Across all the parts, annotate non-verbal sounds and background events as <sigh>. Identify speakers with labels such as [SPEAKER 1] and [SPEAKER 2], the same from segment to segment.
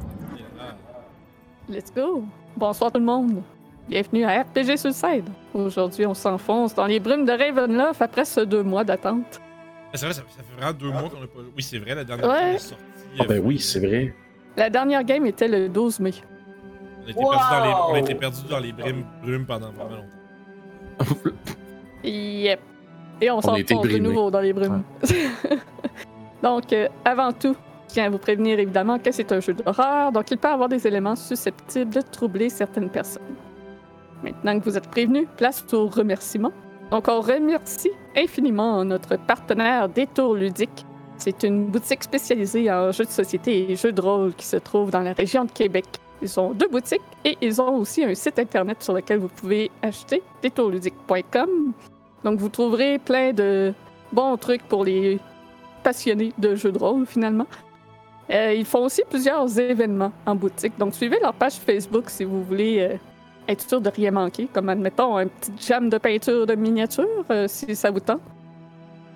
[SPEAKER 1] Ah,
[SPEAKER 2] Let's go! Bonsoir tout le monde! Bienvenue à RPG Suicide! Aujourd'hui, on s'enfonce dans les brumes de Ravenloft après ce deux mois d'attente.
[SPEAKER 1] C'est vrai, ça, ça fait vraiment deux mois qu'on n'a pas. Oui, c'est vrai, la dernière
[SPEAKER 2] Ouais.
[SPEAKER 1] fois qu'on est sorti. euh,
[SPEAKER 3] Ah ben oui, c'est vrai.
[SPEAKER 2] La dernière game était le 12 mai.
[SPEAKER 1] On a été perdus dans les,
[SPEAKER 4] Wow!
[SPEAKER 1] on a été perdus dans les brumes, brumes pendant vraiment longtemps. <laughs>
[SPEAKER 2] Yep! Et on,
[SPEAKER 3] a été
[SPEAKER 2] s'enfonce de
[SPEAKER 3] brimés.
[SPEAKER 2] nouveau dans les brumes. <laughs> Donc, euh, avant tout, je tiens à vous prévenir évidemment que c'est un jeu d'horreur, donc il peut avoir des éléments susceptibles de troubler certaines personnes. Maintenant que vous êtes prévenus, place aux remerciements. Donc, on remercie infiniment notre partenaire Détour Ludique. C'est une boutique spécialisée en jeux de société et jeux de rôle qui se trouve dans la région de Québec. Ils ont deux boutiques et ils ont aussi un site internet sur lequel vous pouvez acheter détourludique.com. Donc, vous trouverez plein de bons trucs pour les passionnés de jeux de rôle, finalement. Euh, ils font aussi plusieurs événements en boutique. Donc, suivez leur page Facebook si vous voulez euh, être sûr de rien manquer, comme admettons un petit jam de peinture de miniature, euh, si ça vous tente.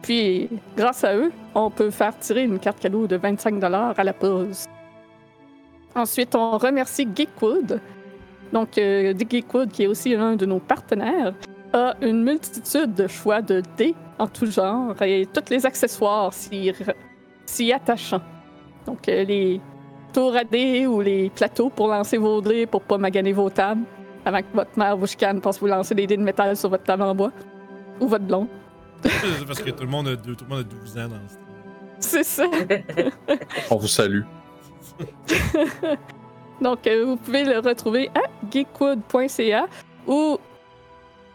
[SPEAKER 2] Puis, grâce à eux, on peut faire tirer une carte cadeau de 25 à la pause. Ensuite, on remercie Geekwood. Donc, euh, Geekwood, qui est aussi l'un de nos partenaires, a une multitude de choix de dés en tout genre et tous les accessoires s'y re- s'y attachant. Donc, euh, les tours à dés ou les plateaux pour lancer vos dés pour pas maganer vos tables avant que votre mère vous chicane parce que vous lancez des dés de métal sur votre table en bois ou votre blonde.
[SPEAKER 1] C'est Parce que tout le, monde a, deux- tout le monde a 12 ans dans le stream.
[SPEAKER 2] C'est ça.
[SPEAKER 3] On vous salue.
[SPEAKER 2] Donc, euh, vous pouvez le retrouver à geekwood.ca ou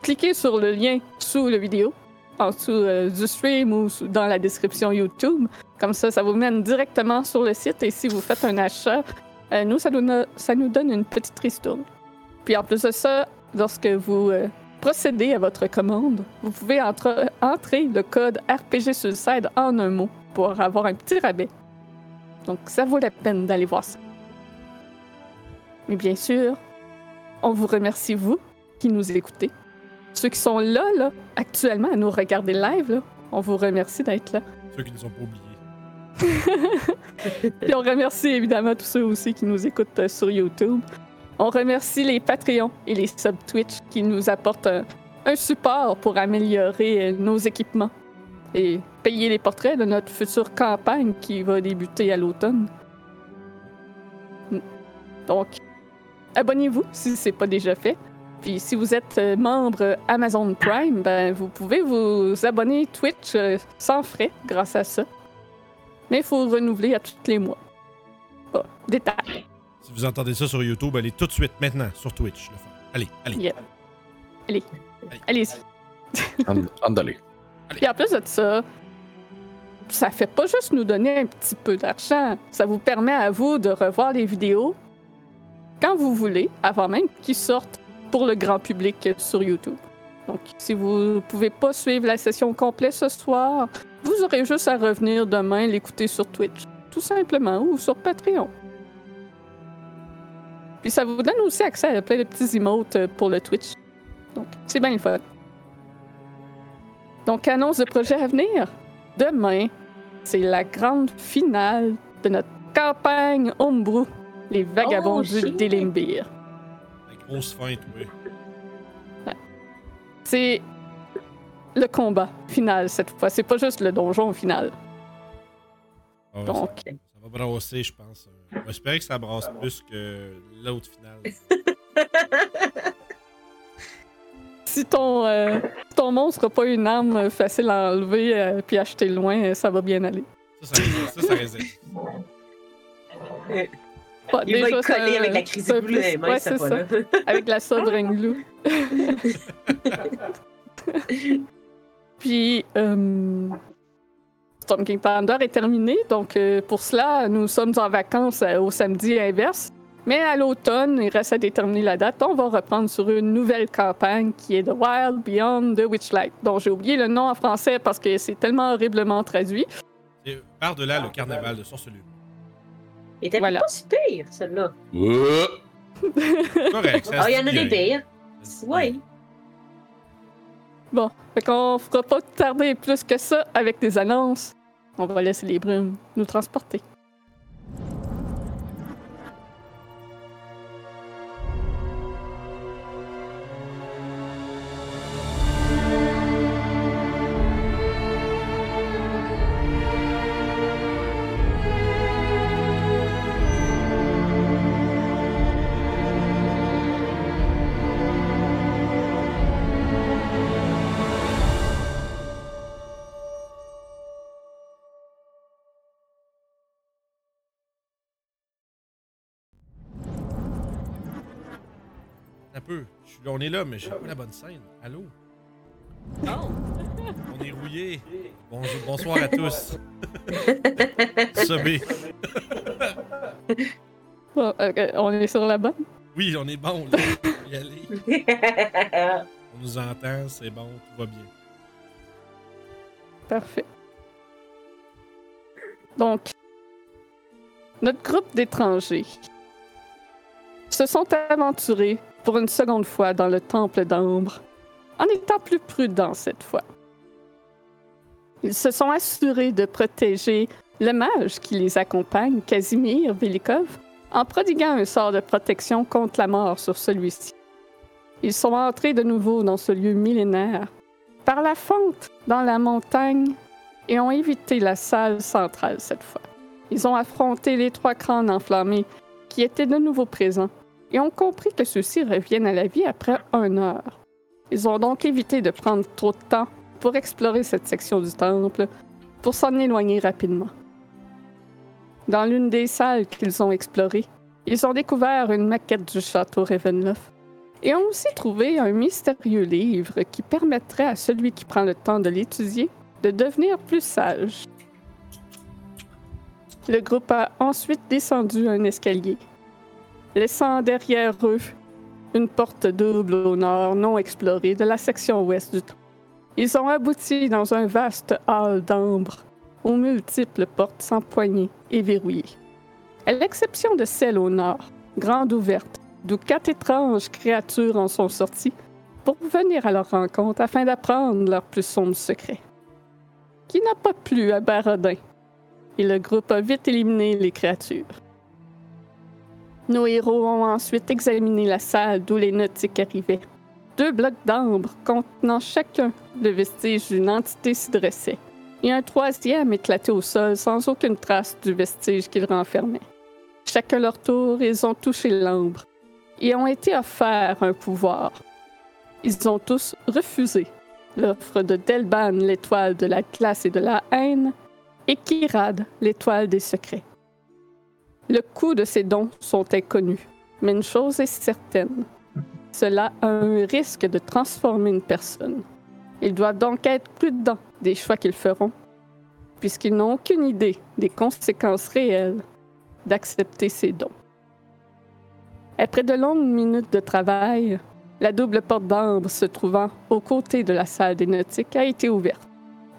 [SPEAKER 2] cliquez sur le lien sous la vidéo, en dessous euh, du stream ou sous- dans la description YouTube. Comme ça, ça vous mène directement sur le site et si vous faites un achat, euh, nous, ça nous, no- ça nous donne une petite ristourne. Puis en plus de ça, lorsque vous euh, procédez à votre commande, vous pouvez entre- entrer le code RPG Suicide en un mot pour avoir un petit rabais. Donc, ça vaut la peine d'aller voir ça. Mais bien sûr, on vous remercie, vous, qui nous écoutez. Ceux qui sont là, là, actuellement, à nous regarder live, là, on vous remercie d'être là.
[SPEAKER 1] Ceux qui ne sont pas oubliés.
[SPEAKER 2] Et on remercie évidemment tous ceux aussi qui nous écoutent euh, sur YouTube. On remercie les Patreons et les sub Twitch qui nous apportent un, un support pour améliorer euh, nos équipements et payer les portraits de notre future campagne qui va débuter à l'automne. Mm. Donc, abonnez-vous si ce n'est pas déjà fait. Puis si vous êtes euh, membre Amazon Prime, ben, vous pouvez vous abonner Twitch euh, sans frais grâce à ça. Mais il faut renouveler à tous les mois. Bon, détail.
[SPEAKER 1] Si vous entendez ça sur YouTube, allez tout de suite maintenant sur Twitch. le faire. Allez, allez.
[SPEAKER 2] Yeah. Allez-y.
[SPEAKER 3] And- Andale.
[SPEAKER 2] Puis en plus de ça, ça fait pas juste nous donner un petit peu d'argent. Ça vous permet à vous de revoir les vidéos quand vous voulez, avant même qu'ils sortent pour le grand public sur YouTube. Donc, si vous pouvez pas suivre la session complète ce soir, vous aurez juste à revenir demain l'écouter sur Twitch, tout simplement, ou sur Patreon. Puis ça vous donne aussi accès à plein de petits emotes euh, pour le Twitch. Donc, c'est bien le fun. Donc, annonce de projet à venir. Demain, c'est la grande finale de notre campagne Homebrew, les vagabonds
[SPEAKER 4] Oh,
[SPEAKER 2] du
[SPEAKER 4] shit.
[SPEAKER 2] Délimbir.
[SPEAKER 1] La grosse feinte, oui.
[SPEAKER 2] C'est le combat final cette fois. C'est pas juste le donjon final.
[SPEAKER 1] Ah ouais,
[SPEAKER 2] Donc,
[SPEAKER 1] ça, ça va brasser, je pense. Euh, J'espère que ça brasse plus que
[SPEAKER 4] <laughs>
[SPEAKER 1] l'autre finale.
[SPEAKER 2] si ton, euh, ton monstre n'a pas une arme euh, facile à enlever euh, puis acheter loin, euh, ça va bien aller.
[SPEAKER 1] Ça, ça, résiste- ça, ça résiste.
[SPEAKER 2] Bon,
[SPEAKER 4] Il va
[SPEAKER 2] déjà,
[SPEAKER 4] être collé
[SPEAKER 2] Ah, ça,
[SPEAKER 4] avec la
[SPEAKER 2] euh,
[SPEAKER 4] crise
[SPEAKER 2] c'est un
[SPEAKER 4] bleue,
[SPEAKER 2] plus.
[SPEAKER 4] même
[SPEAKER 2] Ouais,
[SPEAKER 4] ça
[SPEAKER 2] c'est
[SPEAKER 4] pas
[SPEAKER 2] ça.
[SPEAKER 4] là.
[SPEAKER 2] avec la sobringlou. Puis, euh, Storm King Thunder est terminé. Donc, euh, pour cela, nous sommes en vacances euh, au samedi inverse. Mais à l'automne, il reste à déterminer la date. On va reprendre sur une nouvelle campagne qui est The Wild Beyond the Witchlight, dont j'ai oublié le nom en français parce que c'est tellement horriblement traduit.
[SPEAKER 1] Et Par-delà le carnaval de
[SPEAKER 4] <laughs>
[SPEAKER 1] Sorcelure.
[SPEAKER 4] Il était
[SPEAKER 2] Voilà.
[SPEAKER 4] pas si pire, celle-là.
[SPEAKER 3] Euh,
[SPEAKER 1] Correct. ça
[SPEAKER 4] Ah, il y
[SPEAKER 1] se
[SPEAKER 4] en a
[SPEAKER 1] dit
[SPEAKER 4] des
[SPEAKER 1] bien.
[SPEAKER 4] pires. Oui.
[SPEAKER 2] Fait qu'on fera pas tarder plus que ça avec des annonces. On va laisser les brumes nous transporter.
[SPEAKER 1] un peu. Je suis- on est là, mais j'ai pas la bonne scène. Allô?
[SPEAKER 4] Oh!
[SPEAKER 1] On est rouillé. Bonjour, bonsoir à tous. Sobé.
[SPEAKER 2] Bon, euh, euh, on est sur la bonne.
[SPEAKER 1] Oui, on est bon, là. On peut y aller. On nous entend, c'est bon, tout va bien.
[SPEAKER 2] Parfait. Donc, notre groupe d'étrangers se sont aventurés pour une seconde fois dans le temple d'Ambre, en étant plus prudents cette fois. Ils se sont assurés de protéger le mage qui les accompagne, Casimir Velikov, en prodiguant un sort de protection contre la mort sur celui-ci. Ils sont entrés de nouveau dans ce lieu millénaire par la fente dans la montagne et ont évité la salle centrale cette fois. Ils ont affronté les trois crânes enflammés qui étaient de nouveau présents et ont compris que ceux-ci reviennent à la vie après une heure. Ils ont donc évité de prendre trop de temps pour explorer cette section du temple pour s'en éloigner rapidement. Dans l'une des salles qu'ils ont explorées, ils ont découvert une maquette du château Ravenloft et ont aussi trouvé un mystérieux livre qui permettrait à celui qui prend le temps de l'étudier de devenir plus sage. Le groupe a ensuite descendu un escalier, laissant derrière eux une porte double au nord non explorée de la section ouest du temple. Ils ont abouti dans un vaste hall d'ambre aux multiples portes sans poignées et verrouillées. À l'exception de celle au nord, grande ouverte, d'où quatre étranges créatures en sont sorties pour venir à leur rencontre afin d'apprendre leur plus sombre secret. Qui n'a pas plu à Baradin, et le groupe a vite éliminé les créatures. Nos héros ont ensuite examiné la salle d'où les nautiques arrivaient. Deux blocs d'ambre contenant chacun le vestige d'une entité s'y dressait, et un troisième éclaté au sol sans aucune trace du vestige qu'il renfermait. Chacun leur tour, ils ont touché l'ambre et ont été offerts un pouvoir. Ils ont tous refusé l'offre de Delban, l'étoile de la classe et de la haine, et Kirad, l'étoile des secrets. Le coût de ces dons sont inconnus, mais une chose est certaine. Cela a un risque de transformer une personne. Ils doivent donc être prudents des choix qu'ils feront, puisqu'ils n'ont aucune idée des conséquences réelles d'accepter ces dons. Après de longues minutes de travail, la double porte d'ambre se trouvant aux côtés de la salle des nautiques a été ouverte.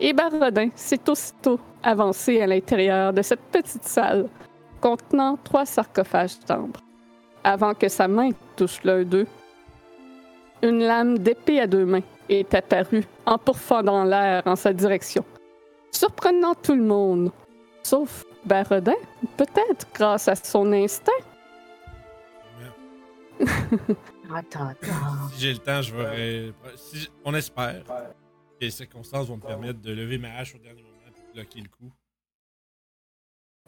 [SPEAKER 2] Et Barodin s'est aussitôt avancé à l'intérieur de cette petite salle contenant trois sarcophages d'ambre. Avant que sa main touche l'un d'eux, une lame d'épée à deux mains est apparue en pourfendant l'air en sa direction, surprenant tout le monde, sauf Barodin, peut-être grâce à son instinct.
[SPEAKER 1] Mais
[SPEAKER 4] Attends, attends.
[SPEAKER 1] si j'ai le temps, je vais. si j- on espère que les circonstances vont me permettre de lever ma hache au dernier moment et de bloquer le coup.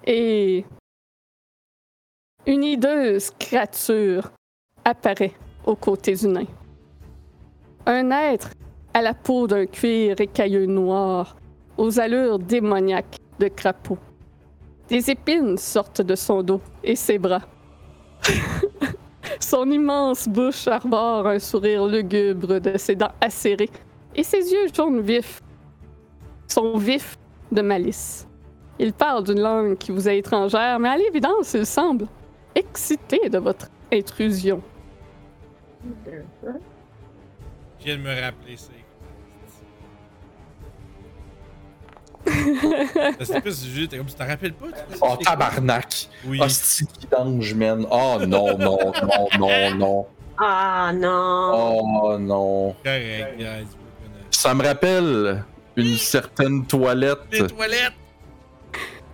[SPEAKER 2] et une hideuse créature apparaît aux côtés du nain. Un être à la peau d'un cuir écailleux noir, aux allures démoniaques de crapaud. Des épines sortent de son dos et ses bras. <laughs> son immense bouche arbore un sourire lugubre de ses dents acérées et ses yeux jaunes vifs sont vifs de malice. Il parle d'une langue qui vous est étrangère, mais à l'évidence, il semble excité de votre intrusion.
[SPEAKER 1] Je viens de me rappeler, c'est. Parce que c'est juste, t'es comme, tu t'en rappelles pas? tu sais,
[SPEAKER 3] Oh,
[SPEAKER 1] c'est-
[SPEAKER 3] tabarnak! Oh,
[SPEAKER 1] Oui.
[SPEAKER 3] Hostie de vidange, man! Oh non, non, non, non, non!
[SPEAKER 4] Ah non!
[SPEAKER 3] Oh non!
[SPEAKER 1] Correct, guys. vous connaissez.
[SPEAKER 3] Ça me rappelle une certaine toilette.
[SPEAKER 1] Les toilettes!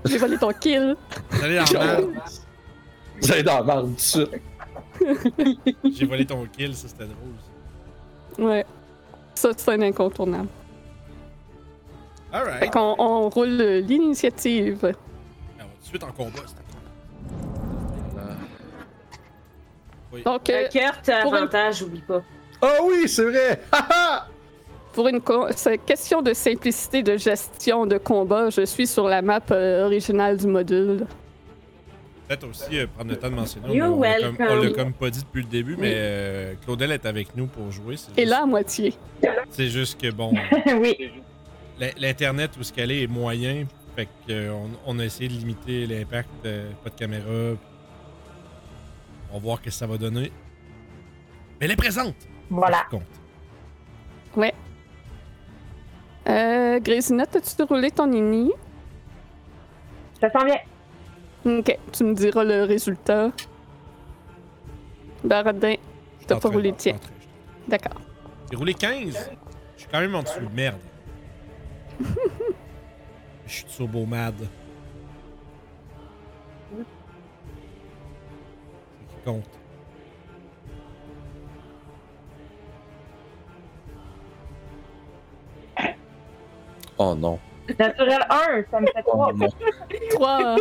[SPEAKER 2] J'ai volé ton kill.
[SPEAKER 1] Vous allez en mal.
[SPEAKER 3] Vous allez dans la merde tout de suite.
[SPEAKER 1] J'ai volé ton kill, ça c'était drôle. ça.
[SPEAKER 2] Ouais. Ça, c'est un incontournable. Fait
[SPEAKER 1] Alright.
[SPEAKER 2] qu'on on roule euh, l'initiative.
[SPEAKER 1] Ben, On va tout de suite en combat. c'est-
[SPEAKER 2] Donc, euh,
[SPEAKER 4] Le cœur, t'as
[SPEAKER 2] Pour une-
[SPEAKER 4] avantage, oublie pas.
[SPEAKER 3] Ah oui, c'est vrai! Ha, ha!
[SPEAKER 2] pour une co- c'est question de simplicité de gestion de combat, je suis sur la map euh, originale du module.
[SPEAKER 1] peut-être aussi euh, prendre le temps de mentionner. on
[SPEAKER 4] You're
[SPEAKER 1] l'a- on l'a comme- On l'a
[SPEAKER 4] welcome.
[SPEAKER 1] comme pas dit depuis le début, mais euh, Claudel est avec nous pour jouer. c'est
[SPEAKER 2] Et
[SPEAKER 1] juste-
[SPEAKER 2] là, à moitié.
[SPEAKER 1] C'est juste que, bon,
[SPEAKER 5] oui.
[SPEAKER 1] l'in- l'Internet où ce qu'elle est est moyen. Fait qu'on on a essayé de limiter l'impact. euh, pas de caméra. On va voir ce que ça va donner. Mais elle est présente!
[SPEAKER 5] Voilà.
[SPEAKER 1] par contre.
[SPEAKER 2] Euh, Grésinette, as-tu déroulé ton ini?
[SPEAKER 5] Ça sent bien.
[SPEAKER 2] Ok, tu me diras le résultat. Baradin, t'as pas
[SPEAKER 1] Entrée,
[SPEAKER 2] roulé le tien.
[SPEAKER 1] entrée, je t'en
[SPEAKER 2] D'accord.
[SPEAKER 1] prie. J'ai roulé 15. Je suis quand même en dessous. Merde. Je suis turbo mad. C'est qui compte.
[SPEAKER 3] Oh non.
[SPEAKER 5] Naturel 1, ça me fait 3.
[SPEAKER 3] Oh non.
[SPEAKER 2] Trois.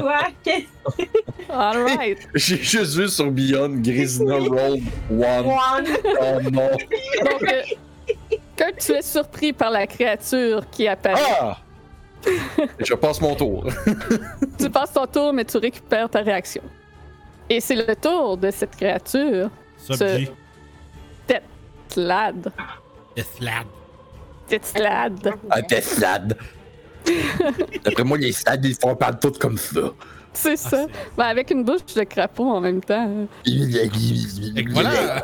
[SPEAKER 4] Quoi? <laughs> Qu'est-ce
[SPEAKER 2] All right.
[SPEAKER 3] J'ai juste vu sur Beyond Grisina Road One.
[SPEAKER 4] que
[SPEAKER 3] Oh non.
[SPEAKER 2] Donc, euh, quand tu es surpris par la créature qui apparaît,
[SPEAKER 3] Ah! Je passe mon tour.
[SPEAKER 2] tu passes ton tour, mais tu récupères ta réaction. Et c'est le tour de cette créature,
[SPEAKER 1] Subji.
[SPEAKER 2] Tlad.
[SPEAKER 1] Yes, lad.
[SPEAKER 2] Cette Tlad.
[SPEAKER 3] Un test slad. Ah, D'après moi, les slads, ils font pas tout comme ça.
[SPEAKER 2] C'est
[SPEAKER 1] Ah,
[SPEAKER 2] ça.
[SPEAKER 1] c'est-
[SPEAKER 2] Ben, avec une bouche de crapaud en même temps. hein.
[SPEAKER 1] Fait que
[SPEAKER 3] <laughs>
[SPEAKER 1] voilà.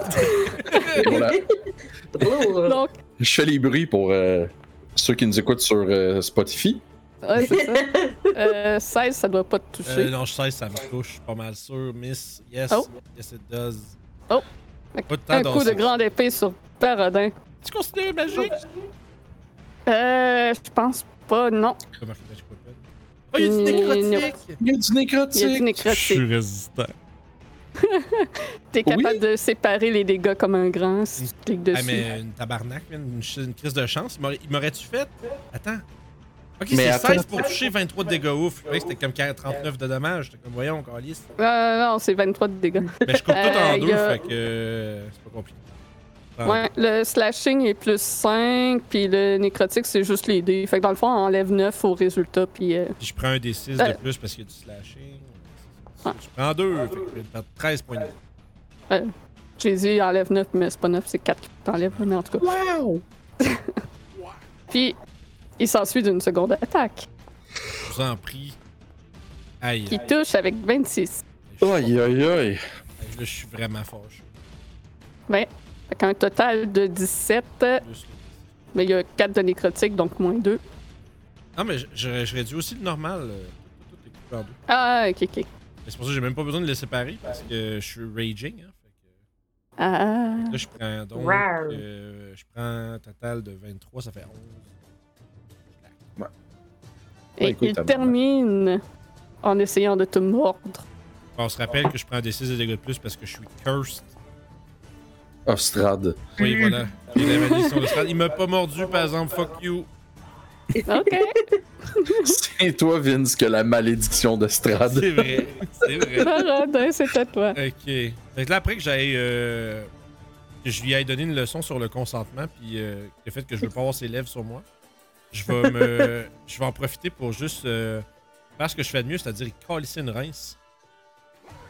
[SPEAKER 3] Voilà.
[SPEAKER 1] Euh.
[SPEAKER 4] drôle.
[SPEAKER 2] Donc,
[SPEAKER 3] Je fais les bruits pour euh, ceux qui nous écoutent sur euh, Spotify.
[SPEAKER 2] ouais, c'est ça. Euh, 16, ça doit pas te toucher.
[SPEAKER 1] Euh, non, je sais, ça me touche, je suis pas mal sûr. Miss, yes,
[SPEAKER 2] Oh.
[SPEAKER 1] yes it does.
[SPEAKER 2] Oh.
[SPEAKER 1] Pas de temps
[SPEAKER 2] Un coup de
[SPEAKER 1] danser.
[SPEAKER 2] grande épée sur Paradin.
[SPEAKER 1] Tu considères magique?
[SPEAKER 2] Euh, je pense pas, non.
[SPEAKER 1] Comment que je peux pas? Oh, il y a du nécrotique!
[SPEAKER 3] Il y a
[SPEAKER 2] Il y a
[SPEAKER 3] du
[SPEAKER 2] du
[SPEAKER 3] nécrotique.
[SPEAKER 1] Je suis
[SPEAKER 2] nécrotique.
[SPEAKER 1] résistant.
[SPEAKER 2] T'es
[SPEAKER 3] Oui.
[SPEAKER 2] capable de séparer les dégâts comme un grand si tu cliques dessus.
[SPEAKER 1] Ah, mais une tabarnak, man, une, ch- une crise de chance. Il m'aurait- Il m'aurait-tu fait? Attends. Ok,
[SPEAKER 3] Mais
[SPEAKER 1] c'est
[SPEAKER 3] attends.
[SPEAKER 1] 16 pour toucher 23 de dégâts ouf. Je croyais que c'était comme 39 de dommages. J'étais comme, voyons, Calis.
[SPEAKER 2] Euh, non, c'est 23 de dégâts.
[SPEAKER 1] Mais je coupe tout en
[SPEAKER 2] Euh,
[SPEAKER 1] deux,
[SPEAKER 2] y a-
[SPEAKER 1] fait que. euh, C'est pas compliqué. Ah,
[SPEAKER 2] Ouais, le slashing est plus 5, puis le nécrotique, c'est juste les dés. Fait que dans le fond, on enlève 9 au résultat, puis... euh,
[SPEAKER 1] Puis je prends un des 6
[SPEAKER 2] Euh.
[SPEAKER 1] de plus parce qu'il y a du slashing. Je prends deux, fait que je vais perdre 13 points de vie.
[SPEAKER 2] J'ai dit enlève 9, mais c'est pas 9, c'est 4 qui t'enlève, mais en tout cas.
[SPEAKER 3] Wow!
[SPEAKER 2] <laughs> Puis, il s'ensuit d'une seconde attaque,
[SPEAKER 1] Je vous en prie. Aïe.
[SPEAKER 2] qui touche avec 26.
[SPEAKER 3] Aïe, aïe, aïe.
[SPEAKER 1] Aïe, Là, je suis vraiment fâché.
[SPEAKER 2] Fait qu'un total de 17,
[SPEAKER 1] Plus le-
[SPEAKER 2] mais il y a 4 de nécrotique, donc moins 2.
[SPEAKER 1] Non, mais je- je je réduis aussi le normal. euh, Tout, tout, tout est coupé en deux.
[SPEAKER 2] Ah, ok, ok.
[SPEAKER 1] Mais c'est pour ça que j'ai même pas besoin de les séparer parce que je suis raging. Hein, fait que-
[SPEAKER 2] Ah,
[SPEAKER 1] Là, je prends donc.
[SPEAKER 4] Rar.
[SPEAKER 1] euh, je prends un total de 23, ça fait 11.
[SPEAKER 2] et
[SPEAKER 3] écoute,
[SPEAKER 2] il
[SPEAKER 3] tabarnak.
[SPEAKER 2] termine en essayant de te mordre.
[SPEAKER 1] On se rappelle que je prends des 6 de dégâts de plus parce que je suis cursed.
[SPEAKER 3] Ostrad. <laughs>
[SPEAKER 1] Oui, voilà. Et la malédiction de Strahd. Il m'a pas mordu, par exemple. Fuck you.
[SPEAKER 2] Ok.
[SPEAKER 3] C'est toi, Vince, que la malédiction Ah, de Strad.
[SPEAKER 1] C'est vrai. C'est
[SPEAKER 2] <laughs>
[SPEAKER 1] vrai.
[SPEAKER 2] Paradin, c'est à hein, toi.
[SPEAKER 1] Ok. Fait que là, après que j'aille. euh, que je lui aille donner une leçon sur le consentement, puis euh, le fait que je veux pas avoir ses lèvres sur moi, je vais me. je vais en profiter pour juste euh, faire ce que je fais de mieux, c'est-à-dire calisser une rince.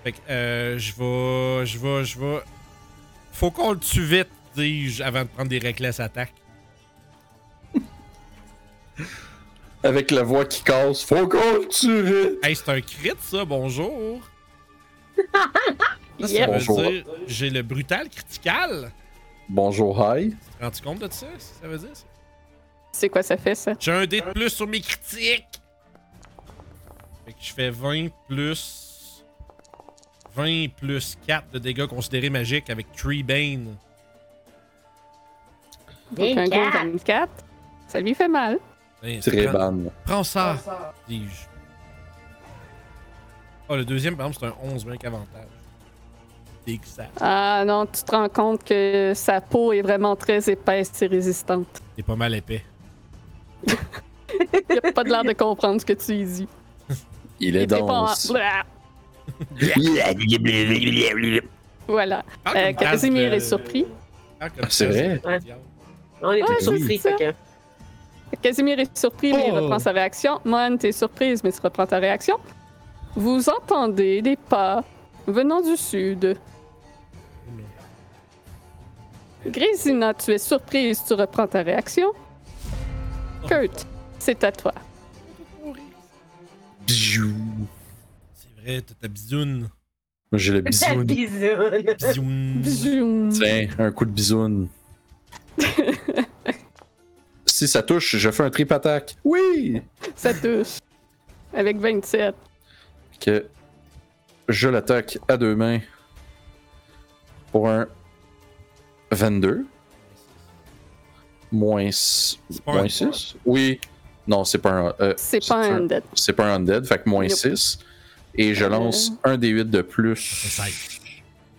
[SPEAKER 1] Fait que euh, je vais. Je vais. Je vais. Faut qu'on le tue vite, dis-je, avant de prendre des reckless attaques.
[SPEAKER 3] Avec la voix qui casse. Faut qu'on le tue vite.
[SPEAKER 1] Hey, c'est un crit, ça, bonjour! Ça,
[SPEAKER 2] Yep.
[SPEAKER 3] bon.
[SPEAKER 1] ça
[SPEAKER 3] Bonjour.
[SPEAKER 1] veut dire j'ai le brutal critical.
[SPEAKER 3] Bonjour, hi.
[SPEAKER 1] Tu te rends compte de ça? c'est ce que Ça veut dire ça?
[SPEAKER 2] C'est quoi ça fait, ça?
[SPEAKER 1] J'ai un dé de plus sur mes critiques. Fait que je fais 20 plus. 20 plus 4 de dégâts considérés magiques avec Tree Bane.
[SPEAKER 2] Donc, un gros 24. Ça lui fait mal.
[SPEAKER 1] Hey,
[SPEAKER 3] Très
[SPEAKER 1] Ben, prends,
[SPEAKER 3] ban.
[SPEAKER 1] prends ça, dis-je. Ah, le deuxième, par exemple, c'est un 11, bien qu'avantage. Dès que ça.
[SPEAKER 2] Ah non, tu te rends compte que sa peau est vraiment très épaisse et résistante.
[SPEAKER 1] T'es pas mal épais.
[SPEAKER 2] Il a pas de l'air de comprendre ce que tu lui dis.
[SPEAKER 3] Il est
[SPEAKER 2] était pas
[SPEAKER 3] dense.
[SPEAKER 2] en- Blah!
[SPEAKER 3] <laughs>
[SPEAKER 2] Voilà.
[SPEAKER 1] Parle
[SPEAKER 2] Euh,
[SPEAKER 1] comme Taz,
[SPEAKER 2] Casimir
[SPEAKER 1] euh,
[SPEAKER 2] est surpris.
[SPEAKER 1] parle comme
[SPEAKER 3] Ah, c'est
[SPEAKER 1] Taz,
[SPEAKER 3] vrai.
[SPEAKER 1] euh,
[SPEAKER 4] On est
[SPEAKER 2] Ouais,
[SPEAKER 4] tous
[SPEAKER 3] oui.
[SPEAKER 4] surpris, fait que.
[SPEAKER 2] Casimir est surpris, mais il
[SPEAKER 1] Oh!
[SPEAKER 2] reprend sa réaction. Mon, t'es surprise, mais tu reprends ta réaction. Vous entendez des pas venant du sud. Grésina, tu es surprise, tu reprends ta réaction. Kurt, c'est à toi.
[SPEAKER 3] Bijou.
[SPEAKER 1] C'est vrai, t'as ta bisoune.
[SPEAKER 3] J'ai le
[SPEAKER 2] <laughs>
[SPEAKER 4] Ça
[SPEAKER 3] bisoun.
[SPEAKER 4] bisoune.
[SPEAKER 1] Bisoune.
[SPEAKER 2] Bzoum.
[SPEAKER 3] Tiens,
[SPEAKER 1] Mm.
[SPEAKER 3] un coup
[SPEAKER 1] <laughs>
[SPEAKER 3] de bisoun. si ça touche, je fais un trip attaque. Oui!
[SPEAKER 2] Ça touche. Avec 27.
[SPEAKER 3] que je l'attaque à deux mains pour un 22 moins,
[SPEAKER 1] C'est pas un
[SPEAKER 3] 6. Oui, non, c'est pas un euh,
[SPEAKER 2] C'est pas un dead.
[SPEAKER 3] c'est pas un undead, fait que moins
[SPEAKER 2] Nope. Euh.
[SPEAKER 3] 6 et je lance un des 8 de plus.
[SPEAKER 1] Seize.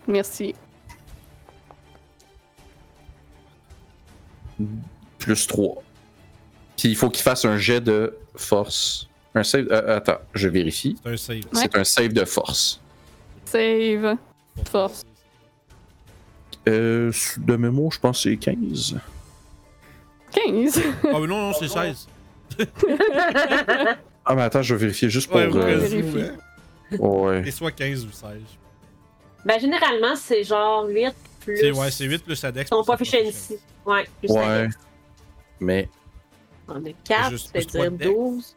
[SPEAKER 2] Merci.
[SPEAKER 3] plus 3. Puis il faut qu'il fasse un jet de force. Un save euh, attends, je vérifie.
[SPEAKER 1] C'est un save.
[SPEAKER 2] Ouais.
[SPEAKER 3] C'est un save de force.
[SPEAKER 2] Save. Force.
[SPEAKER 3] Euh, de mémo, je pense que c'est 15.
[SPEAKER 2] 15.
[SPEAKER 1] Ah, mais non, non, c'est 16.
[SPEAKER 3] Ah, mais attends, je vais vérifier juste pour.
[SPEAKER 1] Ouais, au
[SPEAKER 3] euh,
[SPEAKER 1] cas où,
[SPEAKER 2] vérifie.
[SPEAKER 1] hein.
[SPEAKER 3] ouais.
[SPEAKER 1] C'est soit 15 ou 16.
[SPEAKER 4] Ben, généralement, c'est genre 8 plus.
[SPEAKER 1] C'est ouais, c'est 8 plus la dex.
[SPEAKER 4] Ton
[SPEAKER 1] plus la
[SPEAKER 4] proficiency. Ouais, plus la
[SPEAKER 3] Ouais.
[SPEAKER 4] dex.
[SPEAKER 3] Mais
[SPEAKER 4] On a 4,
[SPEAKER 1] Juste plus
[SPEAKER 4] c'est-à-dire
[SPEAKER 1] trois de dex.
[SPEAKER 4] 12.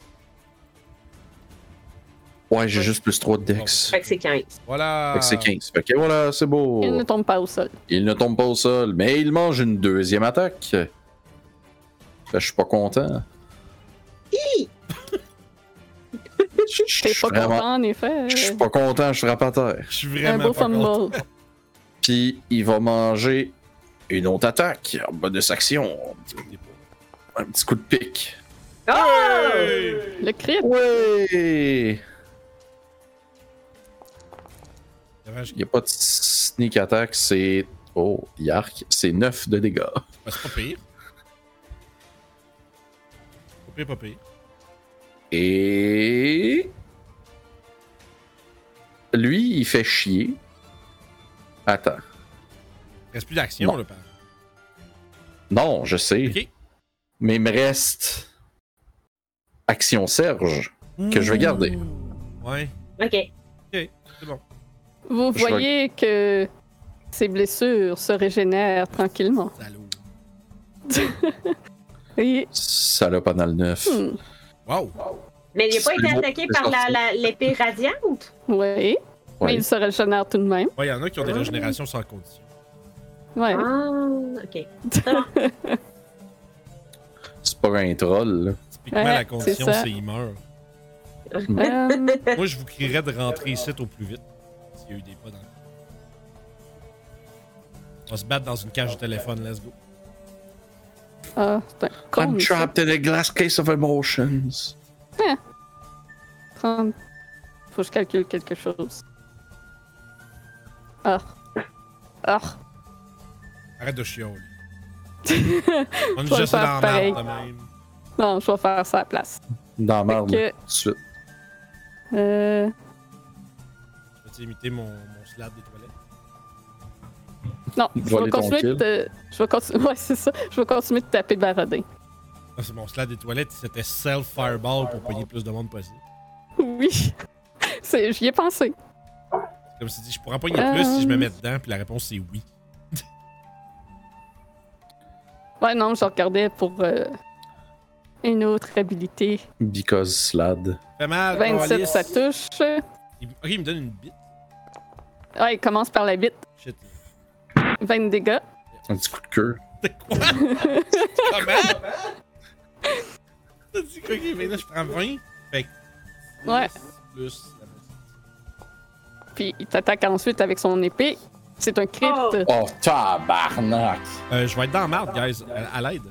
[SPEAKER 3] ouais, j'ai juste plus 3 de dex.
[SPEAKER 4] Fait que c'est 15.
[SPEAKER 1] Voilà.
[SPEAKER 3] Fait que c'est 15. Fait que voilà, c'est beau.
[SPEAKER 2] Ah. Il ne tombe pas au sol.
[SPEAKER 3] Il ne tombe pas au sol, mais il mange une deuxième attaque. Fait que je suis pas content.
[SPEAKER 2] <laughs>
[SPEAKER 3] Je je
[SPEAKER 2] T'es
[SPEAKER 3] suis
[SPEAKER 2] pas
[SPEAKER 3] vraiment-
[SPEAKER 2] content, en effet.
[SPEAKER 3] je suis pas content, je frappe à terre.
[SPEAKER 1] Je suis
[SPEAKER 2] Un
[SPEAKER 1] vraiment
[SPEAKER 2] beau
[SPEAKER 1] pas content.
[SPEAKER 2] fumble.
[SPEAKER 3] Puis il va manger une autre attaque en bonus action. Un petit coup de pique.
[SPEAKER 5] Oh!
[SPEAKER 1] Hey!
[SPEAKER 2] Le crit.
[SPEAKER 3] Ouais!
[SPEAKER 1] Dommage
[SPEAKER 3] Il n'y a pas de sneak attack, c'est. Oh, Yark, c'est 9 de dégâts.
[SPEAKER 1] Bah, c'est pas pire. Pas pire, pas pire.
[SPEAKER 3] Et. Lui, il fait chier. Attends.
[SPEAKER 1] Il reste plus d'action,
[SPEAKER 3] Non.
[SPEAKER 1] là, par.
[SPEAKER 3] Non, je sais.
[SPEAKER 1] Ok.
[SPEAKER 3] Mais il me reste. Action Serge. Que je vais garder.
[SPEAKER 1] Ouais,
[SPEAKER 4] Ok.
[SPEAKER 1] c'est bon.
[SPEAKER 2] Vous
[SPEAKER 3] Je vais-
[SPEAKER 2] voyez que ses blessures se régénèrent tranquillement.
[SPEAKER 1] Salaud.
[SPEAKER 2] Et...
[SPEAKER 3] Salopanal 9.
[SPEAKER 2] hmm,
[SPEAKER 1] Wow!
[SPEAKER 4] Mais il n'a pas
[SPEAKER 3] C'est
[SPEAKER 4] été
[SPEAKER 3] bon,
[SPEAKER 4] attaqué
[SPEAKER 3] c'est
[SPEAKER 4] par la-
[SPEAKER 3] sorti.
[SPEAKER 4] la- l'épée radiante?
[SPEAKER 2] Ouais.
[SPEAKER 3] Ouais.
[SPEAKER 2] Mais il se régénère tout de même.
[SPEAKER 1] Ouais, il y en a qui ont des régénérations sans condition.
[SPEAKER 2] Ouais.
[SPEAKER 4] Ah, ok.
[SPEAKER 3] C'est pas un troll. là.
[SPEAKER 1] Typiquement,
[SPEAKER 2] Ouais,
[SPEAKER 1] la condition,
[SPEAKER 2] c'est ça.
[SPEAKER 1] c'est il meurt.
[SPEAKER 2] Euh,
[SPEAKER 1] Moi, je vous crierais de rentrer ici au plus vite. S'il y a eu des pas dans le. On va se battre dans une cage de téléphone, let's go.
[SPEAKER 2] ah,
[SPEAKER 3] <laughs>
[SPEAKER 2] c'est un con, ça.
[SPEAKER 3] in a glass case of emotions.
[SPEAKER 2] 30. Faut que je calcule quelque chose. Ah. Ah.
[SPEAKER 1] Arrête de
[SPEAKER 2] <laughs>
[SPEAKER 1] chialer. On est
[SPEAKER 2] Faut le
[SPEAKER 1] juste dans la
[SPEAKER 2] faire pareil.
[SPEAKER 1] merde, de même.
[SPEAKER 2] Non, je vais faire ça à la place.
[SPEAKER 3] Dans
[SPEAKER 2] Fait
[SPEAKER 3] marde,
[SPEAKER 2] que,
[SPEAKER 3] tout de suite.
[SPEAKER 2] euh,
[SPEAKER 1] Je vais imiter mon, mon slab des toilettes.
[SPEAKER 2] non, je
[SPEAKER 3] Voler
[SPEAKER 2] vais
[SPEAKER 3] ton
[SPEAKER 2] continuer de.
[SPEAKER 3] kill.
[SPEAKER 2] te- Je vais continuer. <laughs> Ouais, c'est ça. Je vais continuer de taper Baradin.
[SPEAKER 1] Ah, c'est mon slab des toilettes, c'était self-fireball pour pogner le plus de monde possible.
[SPEAKER 2] Oui. <laughs> C'est- J'y ai pensé.
[SPEAKER 1] Comme si dit, je pourrais en pogner
[SPEAKER 2] Euh.
[SPEAKER 1] plus si je me mets dedans, puis la réponse c'est oui.
[SPEAKER 2] Ouais, non, je regardais pour euh, une autre habilité.
[SPEAKER 3] Because Slad.
[SPEAKER 1] Fait mal,
[SPEAKER 2] 27,
[SPEAKER 1] Coalis.
[SPEAKER 2] ça touche.
[SPEAKER 1] Il- Ok, il me donne une bite.
[SPEAKER 2] Ouais, il commence par la bite.
[SPEAKER 1] Shit.
[SPEAKER 2] 20 dégâts.
[SPEAKER 3] Un petit coup de queue.
[SPEAKER 1] <laughs> C'est
[SPEAKER 2] <laughs>
[SPEAKER 1] quoi? Comment? T'as dit quoi? Ok, mais là, je prends 20. Fait que.
[SPEAKER 2] Ouais.
[SPEAKER 1] Plus. la
[SPEAKER 2] Puis il t'attaque ensuite avec son épée. C'est un crit.
[SPEAKER 4] Oh.
[SPEAKER 3] Oh, tabarnak!
[SPEAKER 1] moitié. Euh, je vais être dans la marde, guys. À, à l'aide.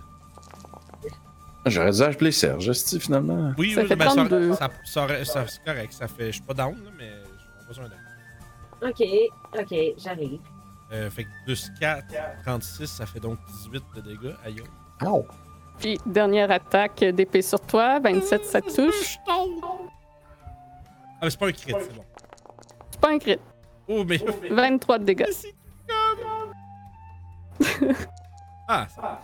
[SPEAKER 3] J'aurais dû appeler Serge, esti, finalement.
[SPEAKER 1] Oui,
[SPEAKER 2] Ça
[SPEAKER 1] oui,
[SPEAKER 2] fait
[SPEAKER 1] ben, ça-
[SPEAKER 2] 32.
[SPEAKER 1] ça, ça, aurait- ça- c'est correct. Ça fait. Je suis pas down, là, mais j'ai pas besoin d'aide.
[SPEAKER 4] Ok, ok, j'arrive.
[SPEAKER 1] Euh, fait que 2, 4, 36, ça fait donc 18 de dégâts. Aïe.
[SPEAKER 3] Ow!
[SPEAKER 2] Puis dernière attaque d'épée sur toi. 27, ça touche.
[SPEAKER 1] Ah, mais c'est pas un crit, c'est bon.
[SPEAKER 2] C'est pas un crit.
[SPEAKER 1] Oh, mais.
[SPEAKER 2] 23 de dégâts.
[SPEAKER 1] <laughs> Ah, ça.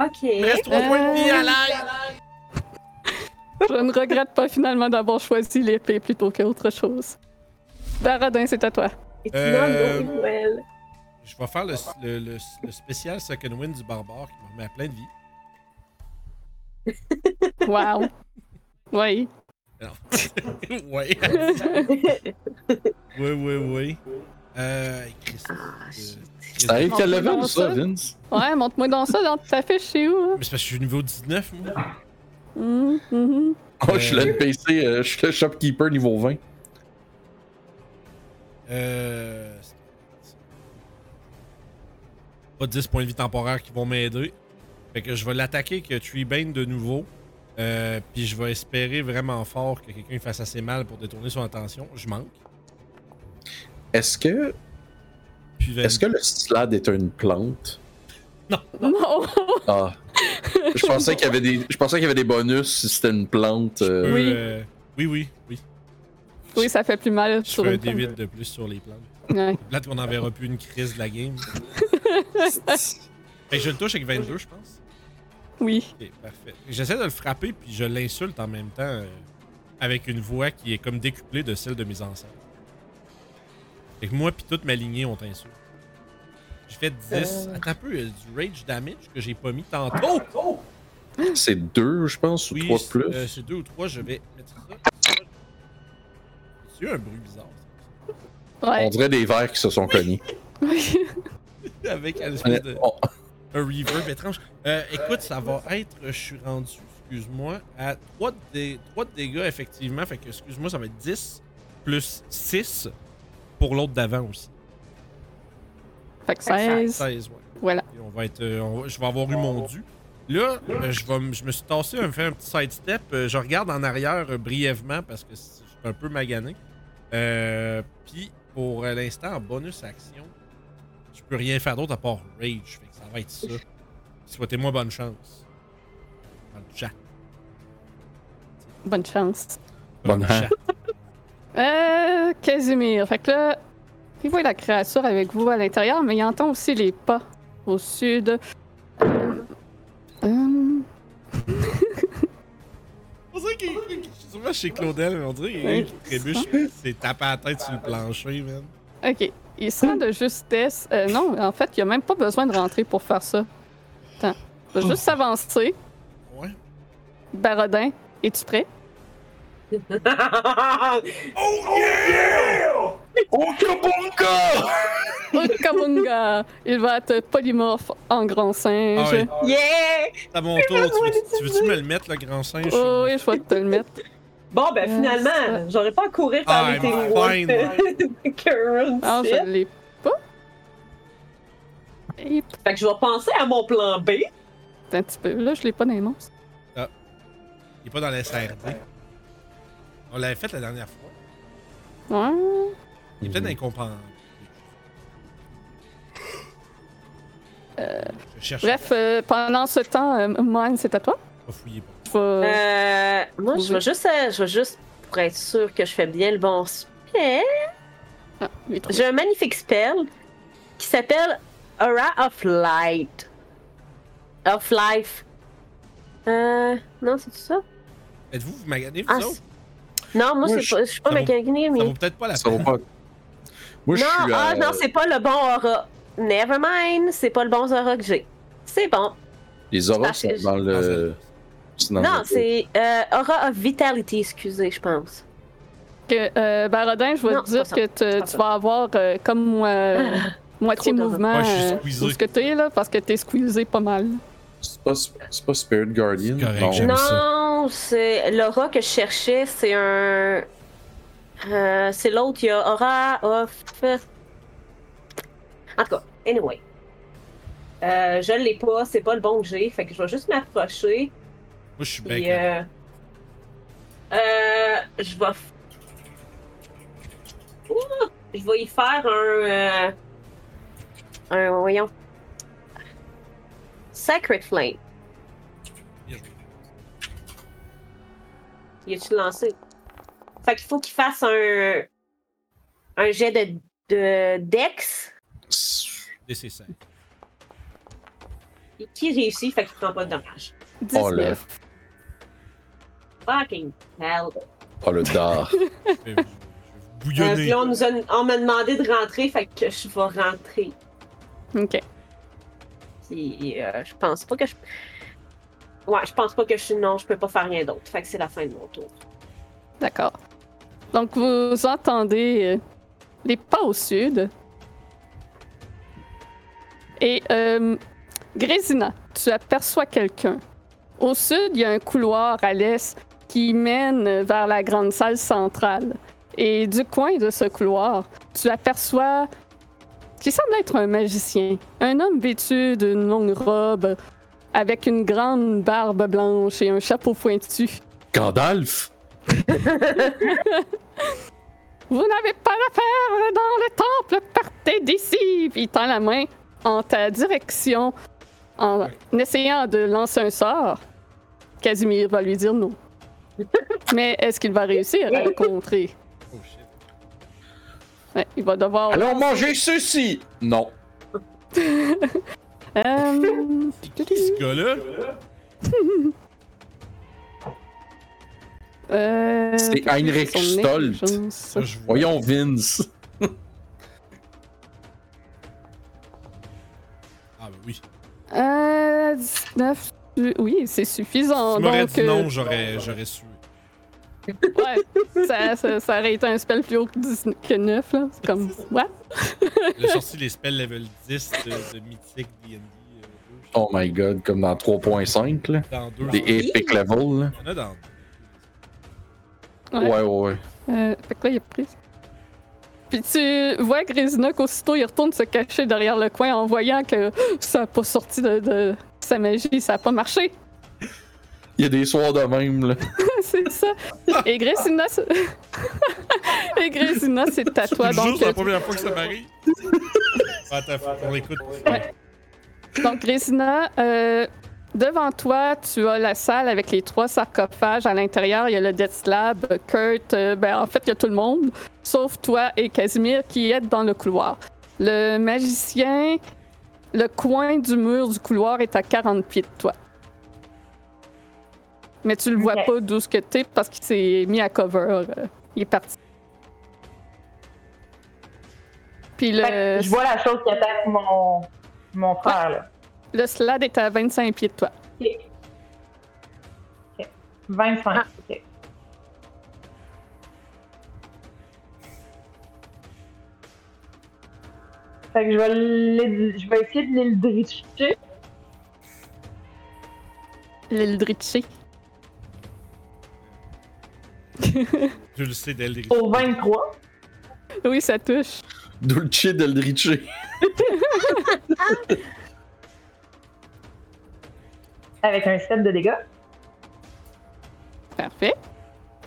[SPEAKER 1] 24.
[SPEAKER 4] Ok.
[SPEAKER 2] euh,
[SPEAKER 1] Il me reste 3 points de vie à l'aide.
[SPEAKER 2] Je ne regrette pas finalement d'avoir choisi l'épée plutôt qu'autre chose. Baradin, c'est à toi.
[SPEAKER 6] Et tu
[SPEAKER 1] Euh,
[SPEAKER 6] l'as, l'eau est
[SPEAKER 5] <laughs>
[SPEAKER 6] nouvelle.
[SPEAKER 1] Je vais faire le, le- le- le spécial Second Wind du barbare qui me remet à plein de vie.
[SPEAKER 2] Wow. Oui.
[SPEAKER 1] <laughs> ouais. Oui, oui, oui. Euh, Christ.
[SPEAKER 2] Ah,
[SPEAKER 1] Euh, Christ.
[SPEAKER 3] Ça arrive
[SPEAKER 2] On
[SPEAKER 3] qu'elle
[SPEAKER 2] peut
[SPEAKER 3] level,
[SPEAKER 2] dans
[SPEAKER 3] ça,
[SPEAKER 2] ça?
[SPEAKER 3] Vince?
[SPEAKER 2] Ouais, montre-moi dans ça, dans ta fiche, c'est où? hein?
[SPEAKER 1] Mais c'est parce que je suis niveau 19, moi.
[SPEAKER 2] Hum, hum.
[SPEAKER 3] Oh, je suis
[SPEAKER 1] Euh.
[SPEAKER 3] le PC, euh, je suis le shopkeeper niveau 20.
[SPEAKER 1] Euh... Pas 10 points de vie temporaires qui vont m'aider. Fait que je vais l'attaquer que Tree Bane de nouveau. Euh, puis je vais espérer vraiment fort que quelqu'un fasse assez mal pour détourner son attention. Je manque.
[SPEAKER 3] Est-ce que,
[SPEAKER 1] Puis
[SPEAKER 3] est-ce que le slad est une plante?
[SPEAKER 2] Non!
[SPEAKER 3] Ah. Je pensais qu'il y avait des, je pensais qu'il y avait des bonus si c'était une plante. euh,
[SPEAKER 1] Euh,
[SPEAKER 2] Oui.
[SPEAKER 1] euh, oui, oui, oui.
[SPEAKER 2] Oui, ça fait plus mal
[SPEAKER 1] Je
[SPEAKER 2] sur
[SPEAKER 1] fais un
[SPEAKER 2] une table.
[SPEAKER 1] D8 de plus sur les plantes.
[SPEAKER 2] Ouais.
[SPEAKER 1] Là, on n'en verra plus une crise de la game. Fait que je le touche avec 22, je pense.
[SPEAKER 2] Oui.
[SPEAKER 1] Ok, parfait. J'essaie de le frapper, puis je l'insulte en même temps euh, avec une voix qui est comme décuplée de celle de mes ancêtres. Fait que moi, puis toute ma lignée, on t'insulte. J'ai fait 10.
[SPEAKER 3] Euh.
[SPEAKER 1] Attends un peu, il y a du rage damage que j'ai pas mis tantôt.
[SPEAKER 3] Ah,
[SPEAKER 2] Mm.
[SPEAKER 3] C'est deux, je pense, ou
[SPEAKER 1] Oui,
[SPEAKER 3] trois de
[SPEAKER 1] c'est-
[SPEAKER 3] plus.
[SPEAKER 1] euh, c'est deux ou trois, je vais mettre ça. C'est un bruit bizarre.
[SPEAKER 3] On
[SPEAKER 2] Ouais.
[SPEAKER 3] dirait des verres qui se sont cognés.
[SPEAKER 1] <laughs>
[SPEAKER 2] Oui.
[SPEAKER 1] ça. Avec un espèce de.
[SPEAKER 3] On-
[SPEAKER 1] un reverb étrange. Euh, écoute, ça va être. Je suis rendu, excuse-moi, à 3 de, dé- trois de dégâts, effectivement. Fait que, excuse-moi, ça va être 10 plus 6 pour l'autre d'avant aussi.
[SPEAKER 2] Fait que 16.
[SPEAKER 1] 16, ouais.
[SPEAKER 2] Voilà.
[SPEAKER 1] Et on va être, euh, on va- je vais avoir eu mon dû. Là, euh, je, vais me- je me suis tassé, à me faire un petit sidestep. Euh, je regarde en arrière euh, brièvement parce que c'est- je suis un peu magané. Euh, Puis, pour euh, l'instant, en bonus action, je peux rien faire d'autre à part rage. Fait que ça va être ça. Souhaitez-moi bonne chance. Dans le chat.
[SPEAKER 2] Bonne chance.
[SPEAKER 3] Bonne
[SPEAKER 1] Dans le
[SPEAKER 3] chance.
[SPEAKER 1] chat.
[SPEAKER 2] Euh, Casimir. Fait que là, il voit la créature avec vous à l'intérieur, mais il entend aussi les pas au sud. Euh, hum,
[SPEAKER 1] On dirait qu'il. Souvent chez Claudel, mais on dirait qu'il y a quelqu'un qui trébuche. C'est tapé à la tête sur le plancher, man.
[SPEAKER 2] ok. Il se rend de justesse. Euh, non, en fait, il a même pas besoin de rentrer pour faire ça. Attends. Il va juste s'avancer.
[SPEAKER 1] Ouais.
[SPEAKER 2] Barodin, es-tu prêt?
[SPEAKER 3] Okapunka!
[SPEAKER 2] Okamunga! Oh, Il va être polymorphe en grand
[SPEAKER 1] Ah
[SPEAKER 2] singe.
[SPEAKER 1] ouais.
[SPEAKER 6] yeah!
[SPEAKER 1] C'est à mon tour. Tu veux- tu veux-tu me le mettre, le grand singe?
[SPEAKER 2] Oh, oui, je vais te le mettre.
[SPEAKER 5] Bon, ben
[SPEAKER 2] Euh,
[SPEAKER 5] finalement,
[SPEAKER 2] ça-
[SPEAKER 5] j'aurais pas à courir par les
[SPEAKER 1] I'm
[SPEAKER 5] témoins. <laughs>
[SPEAKER 2] Ah,
[SPEAKER 5] Current shit.
[SPEAKER 2] je l'ai pas. Et
[SPEAKER 5] Fait que je vais penser à mon plan B.
[SPEAKER 2] un petit peu. Là, je l'ai pas dans les monstres.
[SPEAKER 1] Il est pas dans la SRD. On l'avait fait la dernière fois.
[SPEAKER 2] Ouais.
[SPEAKER 1] Il est peut-être
[SPEAKER 3] Mm-hmm.
[SPEAKER 1] incompréhensible. Je cherche.
[SPEAKER 2] Bref, euh, pendant ce temps, euh, Moine, c'est à toi.
[SPEAKER 1] Pas fouiller. Bon.
[SPEAKER 2] Je vais-
[SPEAKER 5] Euh, moi, je vais juste, euh, je vais juste pour être sûr que je fais bien le bon spell.
[SPEAKER 2] Ah, il est trop-
[SPEAKER 5] J'ai un magnifique spell qui s'appelle Aura of Light. Of Life. Euh, non, c'est ça?
[SPEAKER 1] Êtes-vous vous maganez, vous
[SPEAKER 5] Ah,
[SPEAKER 1] autres?
[SPEAKER 5] Non, moi,
[SPEAKER 3] Moi,
[SPEAKER 5] c'est
[SPEAKER 3] je-
[SPEAKER 5] pas, je suis pas
[SPEAKER 1] ça vaut-
[SPEAKER 5] mécanique, mais.
[SPEAKER 1] Ça vaut peut-être pas la
[SPEAKER 3] Ça va
[SPEAKER 1] peine.
[SPEAKER 3] pas. Moi, je
[SPEAKER 5] non,
[SPEAKER 3] suis.
[SPEAKER 5] ah,
[SPEAKER 3] euh,
[SPEAKER 5] non, c'est pas le bon aura. Never mind, c'est pas le bon aura que j'ai. C'est bon.
[SPEAKER 3] Les auras
[SPEAKER 5] Ah,
[SPEAKER 3] sont
[SPEAKER 5] c'est-
[SPEAKER 3] dans le. c'est dans
[SPEAKER 5] non,
[SPEAKER 3] le-
[SPEAKER 5] c'est euh, aura of vitality, excusez, je pense.
[SPEAKER 2] Que, euh, Barodin, je vais
[SPEAKER 5] Non,
[SPEAKER 2] te dire
[SPEAKER 5] c'est pas ça.
[SPEAKER 2] que te-
[SPEAKER 5] C'est pas
[SPEAKER 2] tu
[SPEAKER 5] ça.
[SPEAKER 2] vas avoir euh, comme
[SPEAKER 5] <laughs>
[SPEAKER 2] euh, moitié
[SPEAKER 5] Trop de-
[SPEAKER 2] mouvement
[SPEAKER 1] Ouais, je suis
[SPEAKER 2] euh,
[SPEAKER 1] squeezé.
[SPEAKER 2] où ce que t'es, là, parce que t'es squeezé pas mal.
[SPEAKER 3] C'est pas, c'est pas Spirit Guardian.
[SPEAKER 1] C'est correct,
[SPEAKER 3] non.
[SPEAKER 1] j'aime.
[SPEAKER 5] Non, c'est l'aura que je cherchais, c'est un. euh, c'est l'autre, il y a aura of. En tout cas, anyway. Euh, je l'ai pas, c'est pas le bon que j'ai, fait que je vais juste m'approcher.
[SPEAKER 1] Moi, je suis bien.
[SPEAKER 5] Puis,
[SPEAKER 1] content.
[SPEAKER 5] euh, euh, je vais. f- Ouh! je vais y faire un. euh, un, voyons. Sacred Flame.
[SPEAKER 1] Bien joué.
[SPEAKER 5] Il est-tu lancé? Fait qu'il faut qu'il fasse un. Un jet de, de Dex.
[SPEAKER 1] DC5. Oh,
[SPEAKER 5] Et qui réussit, fait qu'il prend pas de dommages.
[SPEAKER 3] Oh là.
[SPEAKER 2] 19.
[SPEAKER 4] Fucking hell.
[SPEAKER 3] Oh, le dard.
[SPEAKER 1] Je vais vous- je vais vous
[SPEAKER 5] Euh,
[SPEAKER 1] bouillonner.
[SPEAKER 5] puis on, nous a, on m'a demandé de rentrer, fait que je vais rentrer.
[SPEAKER 2] Ok.
[SPEAKER 4] Puis euh, je pense pas que je. Ouais, je pense pas que je suis. Non, je peux pas faire rien d'autre. Fait que c'est la fin de mon tour.
[SPEAKER 2] D'accord. Donc vous entendez euh, les pas au sud. Et euh, Grésina, tu aperçois quelqu'un. Au sud, il y a un couloir à l'est qui mène vers la grande salle centrale. Et du coin de ce couloir, tu aperçois qui semble être un magicien, un homme vêtu d'une longue robe avec une grande barbe blanche et un chapeau pointu.
[SPEAKER 3] Gandalf?
[SPEAKER 2] Vous n'avez pas d'affaires dans le temple, partez d'ici! Puis il tend la main en ta direction en essayant de lancer un sort. Casimir va lui dire non.
[SPEAKER 1] <laughs>
[SPEAKER 2] Mais est-ce qu'il va réussir à le contrer?
[SPEAKER 1] Oh, shit.
[SPEAKER 2] Ouais, il va devoir.
[SPEAKER 3] Allons manger ceci! Non.
[SPEAKER 2] Euh,
[SPEAKER 1] C'est qui ce gars-là?
[SPEAKER 2] euh,
[SPEAKER 3] C'est Heinrich
[SPEAKER 2] son
[SPEAKER 3] Stolt.
[SPEAKER 2] intelligence.
[SPEAKER 1] Ça, je vois.
[SPEAKER 3] Voyons, Vince.
[SPEAKER 1] Ah, ben oui.
[SPEAKER 2] Euh, 19. Oui, c'est suffisant.
[SPEAKER 1] Si tu m'aurais
[SPEAKER 2] Donc,
[SPEAKER 1] dit
[SPEAKER 2] euh,
[SPEAKER 1] non, j'aurais j'aurais su.
[SPEAKER 2] ouais, ça, ça- ça aurait été un spell plus haut que 19 que 9. Là.
[SPEAKER 1] <laughs>
[SPEAKER 2] C'est comme, what?
[SPEAKER 1] J'ai sorti les spells level 10 de, de Mythic D&D. euh, deux, je sais
[SPEAKER 3] Oh my god, comme dans 3.5, là.
[SPEAKER 1] pas, Dans deux.
[SPEAKER 3] Des epic levels, là.
[SPEAKER 1] Il y en a dans deux.
[SPEAKER 2] Ouais.
[SPEAKER 3] Ouais, ouais, ouais.
[SPEAKER 2] Euh, fait que là, il est pris. Puis tu vois Grisina qu'aussitôt, il retourne se cacher derrière le coin en voyant que ça n'a pas sorti de, de sa magie, ça n'a pas marché. <laughs>
[SPEAKER 3] Il y a des soirs de même, là. <laughs>
[SPEAKER 2] C'est ça. Et Grisina... se- <laughs> Et Grisina, c'est à toi.
[SPEAKER 1] C'est
[SPEAKER 2] Donc,
[SPEAKER 1] juste la première fois que ça
[SPEAKER 2] <laughs>
[SPEAKER 1] m'arrive. Attends, faut qu'on l'écoute.
[SPEAKER 2] Ouais. donc Grisina, euh, devant toi, tu as la salle avec les trois sarcophages. À l'intérieur, il y a le Death Slab, Kurt, euh, ben, en fait, il y a tout le monde, sauf toi et Casimir qui êtes dans le couloir. Le magicien, le coin du mur du couloir est à 40 pieds de toi. Mais tu le vois
[SPEAKER 4] Ok.
[SPEAKER 2] pas d'où ce que t'es parce qu'il s'est mis à cover. euh, il est parti. Puis le...
[SPEAKER 7] Fait que Ben, je vois la chose qui attaque mon, mon frère, là.
[SPEAKER 2] Le slab est à 25 pieds de toi.
[SPEAKER 7] 25.
[SPEAKER 4] Ah.
[SPEAKER 7] ok. Fait que je vais, l'é- je vais essayer de le dritcher.
[SPEAKER 2] L'Eldritché.
[SPEAKER 1] Tu le sais, Deldric.
[SPEAKER 2] Oh.
[SPEAKER 7] Au 23.
[SPEAKER 2] Oui, ça touche.
[SPEAKER 3] Dulce del Rice.
[SPEAKER 7] Avec un 7 de dégâts.
[SPEAKER 2] Parfait.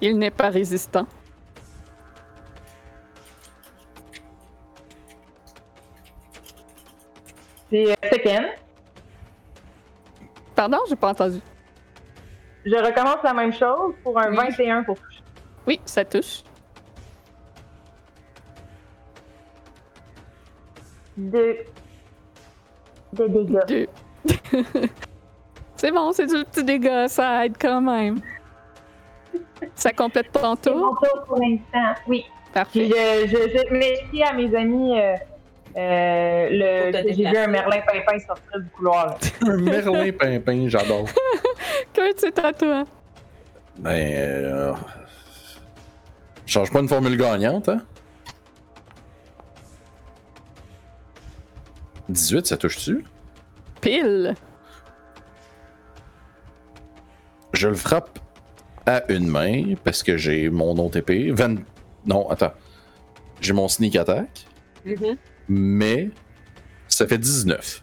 [SPEAKER 2] Il n'est pas résistant.
[SPEAKER 7] C'est euh, second.
[SPEAKER 2] Pardon, j'ai pas entendu.
[SPEAKER 7] Je recommence la même chose pour un
[SPEAKER 2] Oui.
[SPEAKER 7] 21 pour toucher.
[SPEAKER 2] Oui, ça touche.
[SPEAKER 7] De... de dégâts.
[SPEAKER 2] Deux. <laughs> c'est bon, c'est du petit dégât, ça aide quand même. Ça complète ton
[SPEAKER 7] C'est mon
[SPEAKER 2] tour.
[SPEAKER 7] tour pour l'instant. Oui. Puis euh,
[SPEAKER 2] Parfait.
[SPEAKER 7] je, je, je remercie à mes amis euh, euh, le,
[SPEAKER 4] Pour te
[SPEAKER 7] que j'ai vu
[SPEAKER 4] déplacer.
[SPEAKER 7] un merlin pimpin sortir du couloir. là.
[SPEAKER 3] Un Merlin Pimpin, j'adore.
[SPEAKER 2] Kurt, c'est à toi.
[SPEAKER 3] Ben. euh, Change pas une formule gagnante, hein? 18, ça touche-tu?
[SPEAKER 2] Pile.
[SPEAKER 3] Je le frappe à une main parce que j'ai mon autre épée. 20... Non, attends. J'ai mon sneak attack,
[SPEAKER 4] Mhm.
[SPEAKER 3] mais ça fait 19.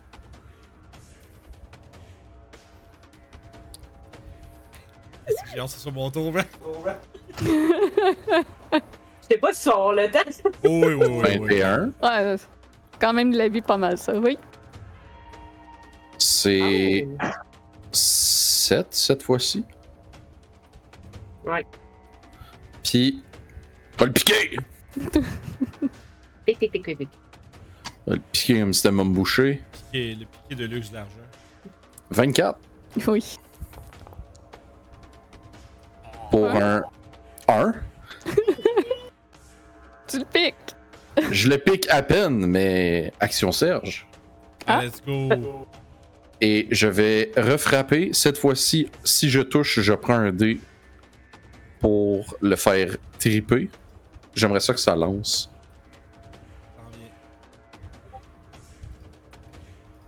[SPEAKER 1] Genre, c'est sur mon tour. hein?
[SPEAKER 4] Je sais pas si on aura le temps.
[SPEAKER 1] Oh, oui, oui, oui. oui.
[SPEAKER 3] 21.
[SPEAKER 2] Ouais, c'est quand même de la vie pas mal, ça, oui. <laughs>
[SPEAKER 3] C'est 7 cette fois-ci.
[SPEAKER 4] Ouais.
[SPEAKER 3] Puis. Va le piquer!
[SPEAKER 4] Tic, tic, tic, tic, tic.
[SPEAKER 3] Va le piquer comme si c'était me boucher.
[SPEAKER 1] Piqué- le piqué de luxe d'argent.
[SPEAKER 3] 24.
[SPEAKER 2] Oui.
[SPEAKER 3] pour un 1.
[SPEAKER 2] Tu le piques!
[SPEAKER 3] Je le pique à peine, mais action Serge.
[SPEAKER 2] Ah.
[SPEAKER 1] Let's go.
[SPEAKER 3] Et je vais refrapper. Cette fois-ci, si je touche, je prends un dé pour le faire triper. J'aimerais ça que ça lance.
[SPEAKER 1] T'en viens.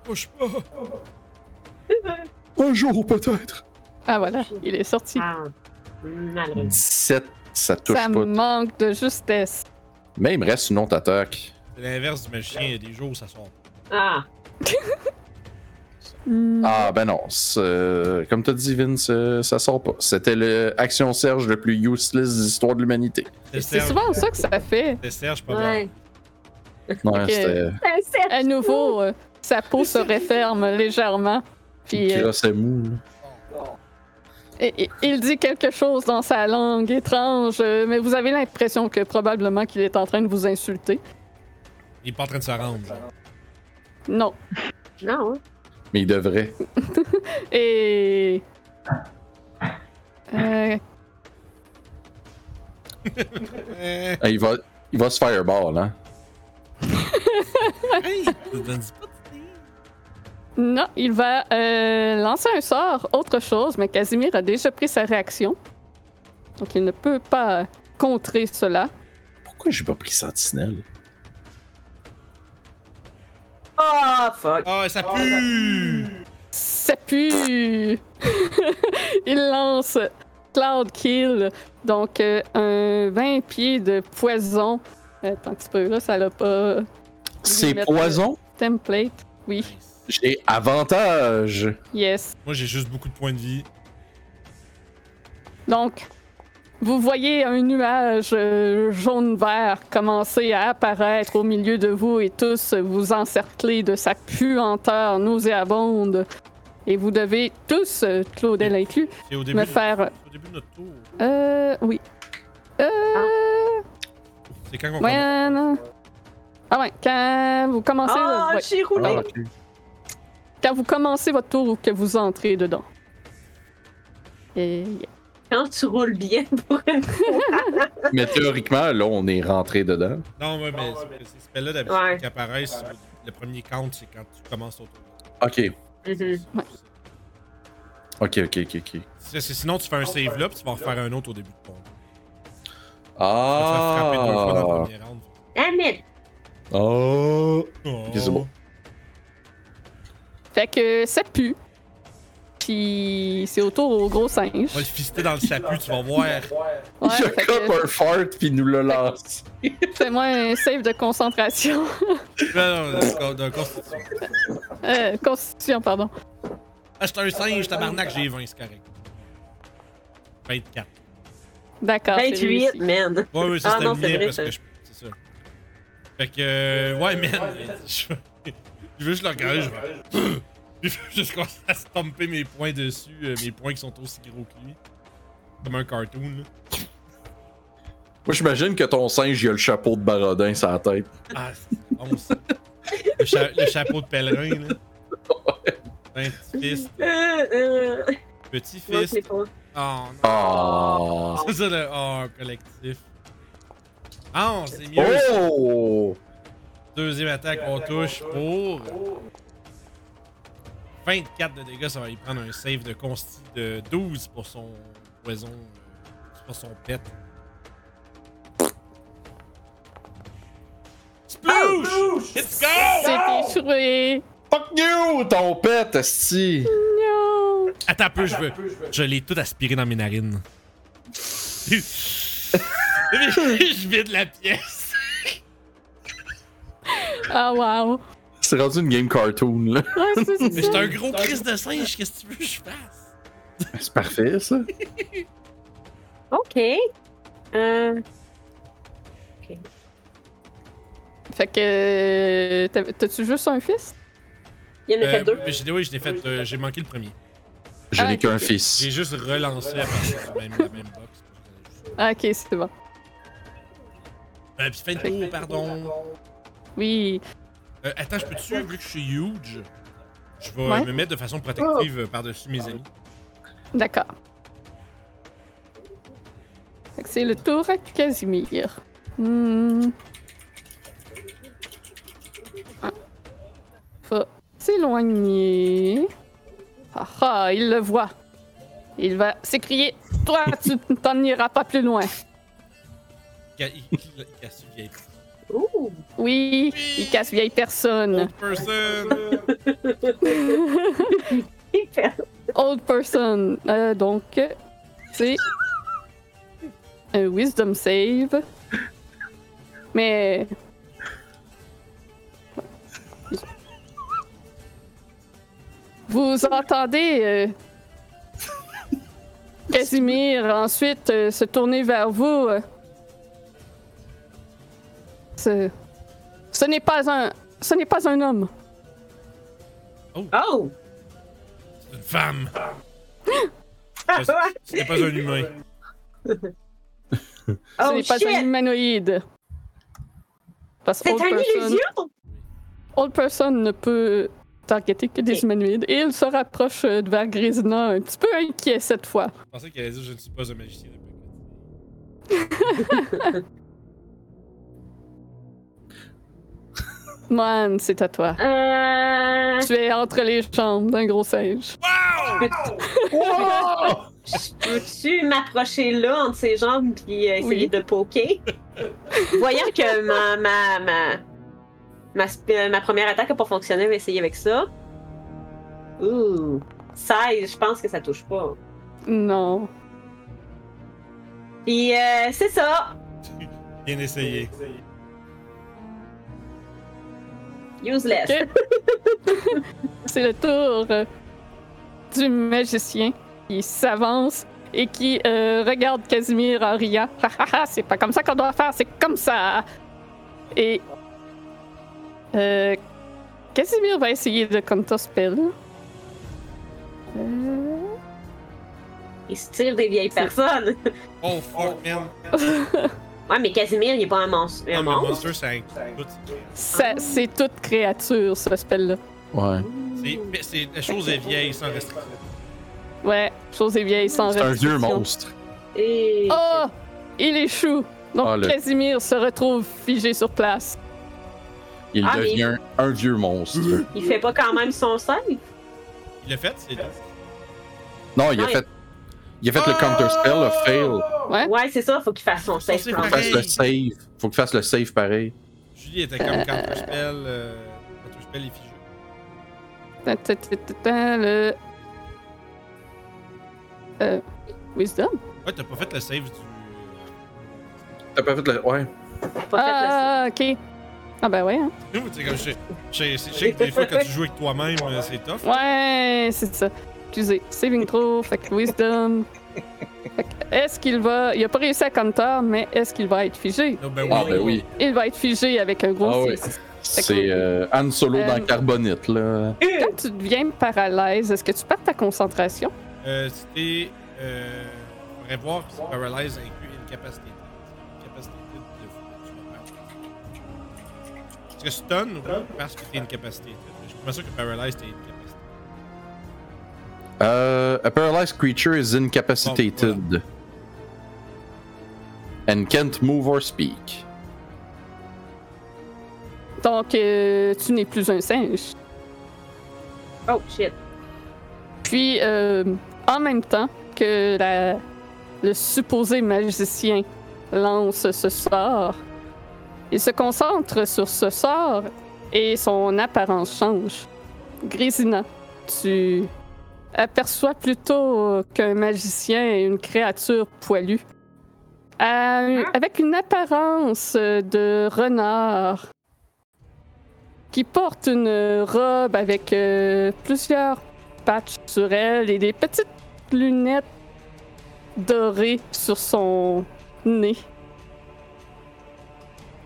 [SPEAKER 1] Couche pas.
[SPEAKER 3] Un jour peut-être.
[SPEAKER 2] Ah voilà, il est sorti.
[SPEAKER 5] Ah, malheureux.
[SPEAKER 3] 17, ça touche
[SPEAKER 2] Ça
[SPEAKER 3] pas.
[SPEAKER 2] manque de justesse.
[SPEAKER 3] Mais il me reste une autre attaque.
[SPEAKER 1] C'est l'inverse du magicien. Il y a des jours où ça sort.
[SPEAKER 5] Ah,
[SPEAKER 7] Mm.
[SPEAKER 2] Hmm.
[SPEAKER 3] Ah ben non, c'est, euh, comme t'as dit Vince, euh, ça sort pas. C'était le action Serge le plus useless de l'histoire de l'humanité.
[SPEAKER 1] C'est
[SPEAKER 2] C'est
[SPEAKER 1] Serge.
[SPEAKER 2] souvent ça que ça fait.
[SPEAKER 1] C'est Serge, pas mal.
[SPEAKER 5] ouais.
[SPEAKER 3] Ouais,
[SPEAKER 2] Ok.
[SPEAKER 3] c'était-
[SPEAKER 2] À nouveau, euh, sa peau se referme légèrement. Puis
[SPEAKER 3] Puis
[SPEAKER 2] euh,
[SPEAKER 3] là, c'est mou. là.
[SPEAKER 2] et- et- il dit quelque chose dans sa langue étrange, euh, mais vous avez l'impression que probablement qu'il est en train de vous insulter.
[SPEAKER 1] Il est pas en train de se rendre.
[SPEAKER 2] <laughs>
[SPEAKER 1] genre.
[SPEAKER 2] Non.
[SPEAKER 5] Non, hein.
[SPEAKER 3] Mais il devrait.
[SPEAKER 2] Et. Euh,
[SPEAKER 1] Euh,
[SPEAKER 3] Ah, Il va, il va se fireball, hein?
[SPEAKER 1] hey, ça donne du pot.
[SPEAKER 2] non, il va euh, lancer un sort, autre chose, mais Casimir a déjà pris sa réaction. Donc il ne peut pas contrer cela.
[SPEAKER 3] Pourquoi j'ai pas pris Sentinelle?
[SPEAKER 5] Oh, fuck.
[SPEAKER 1] Ah, ça pue.
[SPEAKER 2] Ça pue! <laughs> Il lance Cloud Kill, donc euh, un 20 pieds de poison. Euh, Attends un petit peu, là, ça l'a pas.
[SPEAKER 3] C'est
[SPEAKER 2] mettre-
[SPEAKER 3] poison?
[SPEAKER 2] Template, oui,
[SPEAKER 3] J'ai avantage!
[SPEAKER 2] yes.
[SPEAKER 1] Moi, j'ai juste beaucoup de points de vie.
[SPEAKER 2] Donc, vous voyez un nuage euh, jaune-vert commencer à apparaître au milieu de vous et tous vous encercler de sa puanteur nauséabonde. Et vous devez tous, euh, Claudel inclus,
[SPEAKER 1] C'est au début.
[SPEAKER 2] me
[SPEAKER 1] de-
[SPEAKER 2] faire.
[SPEAKER 1] c'est Au début de notre tour.
[SPEAKER 2] Euh. Oui. Euh.
[SPEAKER 1] C'est quand on
[SPEAKER 2] Ouais,
[SPEAKER 1] commence.
[SPEAKER 2] non. Ah ouais, quand vous commencez,
[SPEAKER 5] Ah,
[SPEAKER 2] ouais,
[SPEAKER 5] j'ai roulé.
[SPEAKER 3] Ah, ok.
[SPEAKER 2] quand vous commencez votre tour ou que vous entrez dedans. Et-
[SPEAKER 5] Quand tu roules bien pour une fois.
[SPEAKER 3] Mais théoriquement, là, on est rentré dedans.
[SPEAKER 1] Non, Ah, ouais, mais c'est- ces spells-là d'habitude
[SPEAKER 5] Ouais.
[SPEAKER 1] qui apparaissent. Le premier count, c'est quand tu commences ton tour.
[SPEAKER 3] Ok,
[SPEAKER 4] Mm-hmm.
[SPEAKER 5] Mhm.
[SPEAKER 2] Ouais.
[SPEAKER 3] ok, ok, ok. ok.
[SPEAKER 1] C'est- c'est- Sinon, tu fais un save là, puis tu vas en refaire un autre au début de ton tour. Tu vas te faire frapper deux fois dans le
[SPEAKER 3] Ah!
[SPEAKER 1] premier round.
[SPEAKER 5] Damn it.
[SPEAKER 3] Oh!
[SPEAKER 1] Oh.
[SPEAKER 3] Ok, c'est bon.
[SPEAKER 2] Fait que ça pue. Puis c'est autour au gros singe.
[SPEAKER 1] On va le fister dans le sapu, tu vas <laughs> voir.
[SPEAKER 2] Ouais,
[SPEAKER 3] il a
[SPEAKER 2] fait
[SPEAKER 3] comme
[SPEAKER 2] que
[SPEAKER 3] un fart, puis il nous le lance.
[SPEAKER 2] fais-moi un save de concentration. <laughs>
[SPEAKER 1] Non, non, c'est con- d'un constitution.
[SPEAKER 2] Euh, constitution, pardon.
[SPEAKER 1] Ah, j'étais un singe, tabarnak, j'ai 20, c'est correct. 24.
[SPEAKER 2] D'accord. c'est
[SPEAKER 5] 28,
[SPEAKER 2] réussi.
[SPEAKER 5] man.
[SPEAKER 1] Ouais, ouais, ça
[SPEAKER 5] Ah
[SPEAKER 1] c'était
[SPEAKER 5] non, c'est
[SPEAKER 1] mien
[SPEAKER 5] vrai,
[SPEAKER 1] parce
[SPEAKER 5] ça.
[SPEAKER 1] que je. C'est ça. Fait que. euh, ouais, man. Je <laughs> je veux juste le regarder, je vais. <laughs> Je veux juste commencer à stomper mes points dessus, euh, mes points qui sont aussi gros que lui. Comme un cartoon, là.
[SPEAKER 3] Moi, j'imagine que ton singe, il a le chapeau de barodin sur la tête.
[SPEAKER 1] Ah, c'est 11. Le, cha- le chapeau de pèlerin, là. Un petit fist.
[SPEAKER 5] Euh, euh,
[SPEAKER 1] Petit
[SPEAKER 5] non, c'est
[SPEAKER 1] fist.
[SPEAKER 5] pas.
[SPEAKER 1] Oh, non.
[SPEAKER 3] Ah.
[SPEAKER 1] C'est ça le oh, collectif. Ah, on s'est mieux.
[SPEAKER 3] Oh!
[SPEAKER 1] Deuxième attaque, on touche pour 24 de dégâts. Ça va lui prendre un save de consti de 12 pour son poison, euh, pour son pet. Sploosh! Let's go!
[SPEAKER 2] C'est échoué.
[SPEAKER 3] Fuck you, ton pet, esti!
[SPEAKER 2] Non.
[SPEAKER 1] Attends un peu, je veux. Je l'ai tout aspiré dans mes narines. <laughs> je vide la pièce.
[SPEAKER 2] Ah, wow.
[SPEAKER 3] C'est rendu une game cartoon, là.
[SPEAKER 2] Ah, c'est- c'est
[SPEAKER 1] Mais
[SPEAKER 2] ça.
[SPEAKER 1] j'étais un gros crise de singe, qu'est-ce que tu veux que je fasse?
[SPEAKER 3] C'est parfait, ça.
[SPEAKER 5] Ok. Euh,
[SPEAKER 2] Fait que. t'as- T'as-tu juste un fils?
[SPEAKER 5] il y en a
[SPEAKER 1] Euh,
[SPEAKER 5] fait deux.
[SPEAKER 1] mais j'ai- oui, je l'ai fait. euh, j'ai manqué le premier.
[SPEAKER 3] Je
[SPEAKER 2] Ah,
[SPEAKER 3] n'ai
[SPEAKER 2] ok,
[SPEAKER 3] qu'un
[SPEAKER 2] ok.
[SPEAKER 3] fils.
[SPEAKER 1] J'ai juste relancé à partir du même, la même box.
[SPEAKER 2] Ah, ok, c'est bon.
[SPEAKER 1] Euh, puis fin de tour, pardon.
[SPEAKER 2] Oui.
[SPEAKER 1] Euh, attends, je peux-tu, vu que je suis huge, je vais
[SPEAKER 2] Ouais.
[SPEAKER 1] me mettre de façon protective euh, par-dessus mes amis.
[SPEAKER 2] D'accord. Fait que C'est le tour à Casimir. Hmm. Ah. Va s'éloigner. Ah ah, il le voit. Il va s'écrier Toi, tu <laughs> t'en iras pas plus loin.
[SPEAKER 1] Ca- il- il- Casse vieille
[SPEAKER 5] Ouh!
[SPEAKER 2] Oui, il casse vieille personne.
[SPEAKER 1] person.
[SPEAKER 5] Hyper!
[SPEAKER 2] Old person. Euh, donc, c'est un wisdom save. Mais. Vous entendez euh, Casimir ensuite euh, se tourner vers vous. euh. ce ce n'est pas un ce n'est pas un homme.
[SPEAKER 5] Oh!
[SPEAKER 1] C'est une femme. Ce
[SPEAKER 2] Oh,
[SPEAKER 1] ce n'est pas un humain.
[SPEAKER 2] Ce
[SPEAKER 5] Oh
[SPEAKER 2] n'est pas un
[SPEAKER 5] shit!
[SPEAKER 2] humanoïde. Parce que
[SPEAKER 5] C'est
[SPEAKER 2] old
[SPEAKER 5] un
[SPEAKER 2] person-
[SPEAKER 5] illusion!
[SPEAKER 2] Old Person ne peut targeter que des
[SPEAKER 5] Ok.
[SPEAKER 2] humanoïdes et il se rapproche euh, de vers Grisina un petit peu inquiet cette fois.
[SPEAKER 1] Je pensais qu'elle allait dire Je ne suis pas un magicien.
[SPEAKER 2] Man, c'est à toi.
[SPEAKER 5] Euh...
[SPEAKER 2] Tu es entre les jambes d'un gros singe.
[SPEAKER 1] Wow!
[SPEAKER 5] Je peux-tu m'approcher là entre ses jambes puis euh, essayer
[SPEAKER 2] Oui.
[SPEAKER 5] de poker? Voyant
[SPEAKER 2] <laughs>
[SPEAKER 5] que ma, ma, ma, ma, sp- euh, ma première attaque n'a pas fonctionné, je vais essayer avec ça. Ouh! 16, je pense que ça touche pas.
[SPEAKER 2] <laughs> Non.
[SPEAKER 5] Puis euh, c'est ça!
[SPEAKER 1] Bien essayé.
[SPEAKER 5] Useless!
[SPEAKER 2] Ok. C'est le tour euh, du magicien qui s'avance et qui euh, regarde Casimir en riant. Ha, ha, ha, c'est pas comme ça qu'on doit faire, c'est comme ça. Et euh, Casimir va essayer de counterspell. Euh...
[SPEAKER 5] Il se tire des vieilles personnes! <laughs>
[SPEAKER 1] Oh fuck, man.
[SPEAKER 5] Ouais, mais Casimir, il est pas un, monstre. un
[SPEAKER 1] Non, Ah, mais
[SPEAKER 5] monstre.
[SPEAKER 1] Monster, c'est un. écoute,
[SPEAKER 2] Ça- C'est toute créature, ce spell-là.
[SPEAKER 3] Ouais.
[SPEAKER 1] c'est- mais c'est- La chose est vieille sans restriction.
[SPEAKER 2] Ouais, chose est vieille sans
[SPEAKER 3] C'est un
[SPEAKER 2] restriction.
[SPEAKER 3] vieux monstre.
[SPEAKER 5] Et...
[SPEAKER 2] Oh! Il échoue! Donc,
[SPEAKER 3] Ah, le-
[SPEAKER 2] Casimir se retrouve figé sur place.
[SPEAKER 3] Il
[SPEAKER 5] Ah, mais- Mmh.
[SPEAKER 3] devient un vieux monstre.
[SPEAKER 5] Il fait pas quand même son save?
[SPEAKER 1] Il l'a fait, c'est tout.
[SPEAKER 3] Non, il a
[SPEAKER 5] Ah,
[SPEAKER 3] fait. Il a fait le counter spell, le fail.
[SPEAKER 2] Ouais.
[SPEAKER 5] Ouais, c'est ça, faut qu'il fasse son save.
[SPEAKER 1] Son
[SPEAKER 5] quand
[SPEAKER 3] Faut qu'il
[SPEAKER 1] save,
[SPEAKER 5] même.
[SPEAKER 3] fasse le save. Faut qu'il fasse le save pareil.
[SPEAKER 1] Julie était comme Counterspell. euh, Counterspell est figé.
[SPEAKER 2] Ta- ta- ta- ta- ta, Le... Euh, wisdom?
[SPEAKER 1] Ouais, t'as pas fait le save du. <laughs>
[SPEAKER 3] T'as pas fait le. Ouais.
[SPEAKER 5] Pas fait le save.
[SPEAKER 2] ah, ok. Ah ben ouais, hein.
[SPEAKER 1] Tu sais, comme je je- je sais que des fois, quand tu joues avec toi-même, euh, c'est tough.
[SPEAKER 2] Ouais, c'est ça. Excusez, saving throw, fait que wisdom. Fait que Est-ce qu'il va... Il a pas réussi à counter, mais est-ce qu'il va être figé?
[SPEAKER 1] Non, ben oui.
[SPEAKER 3] Ah, ben oui.
[SPEAKER 2] Il va être figé avec un gros
[SPEAKER 3] Ah oui.
[SPEAKER 2] six.
[SPEAKER 3] C'est euh, Han Solo
[SPEAKER 2] Euh,
[SPEAKER 3] dans Carbonite, là.
[SPEAKER 2] Quand tu deviens paralyse, est-ce que tu perds ta concentration?
[SPEAKER 1] Euh, C'était. Euh, faudrait voir si Paralyze inclut une capacité. Une capacité de fou. tu comprends? Parce que stun ou parce que t'es une capacité. Je suis pas sûr que Paralyze t'es une capacité.
[SPEAKER 3] Euh, a paralyzed creature is incapacitated. And can't move or speak.
[SPEAKER 2] Donc, euh, tu n'es plus un singe.
[SPEAKER 5] Oh shit.
[SPEAKER 2] Puis, euh, en même temps que la- le supposé magicien lance ce sort, il se concentre sur ce sort et son apparence change. Grésina, tu aperçois plutôt qu'un magicien est une créature poilue. à- avec une apparence de renard qui porte une robe avec euh, plusieurs patch sur elle et des petites lunettes dorées sur son nez.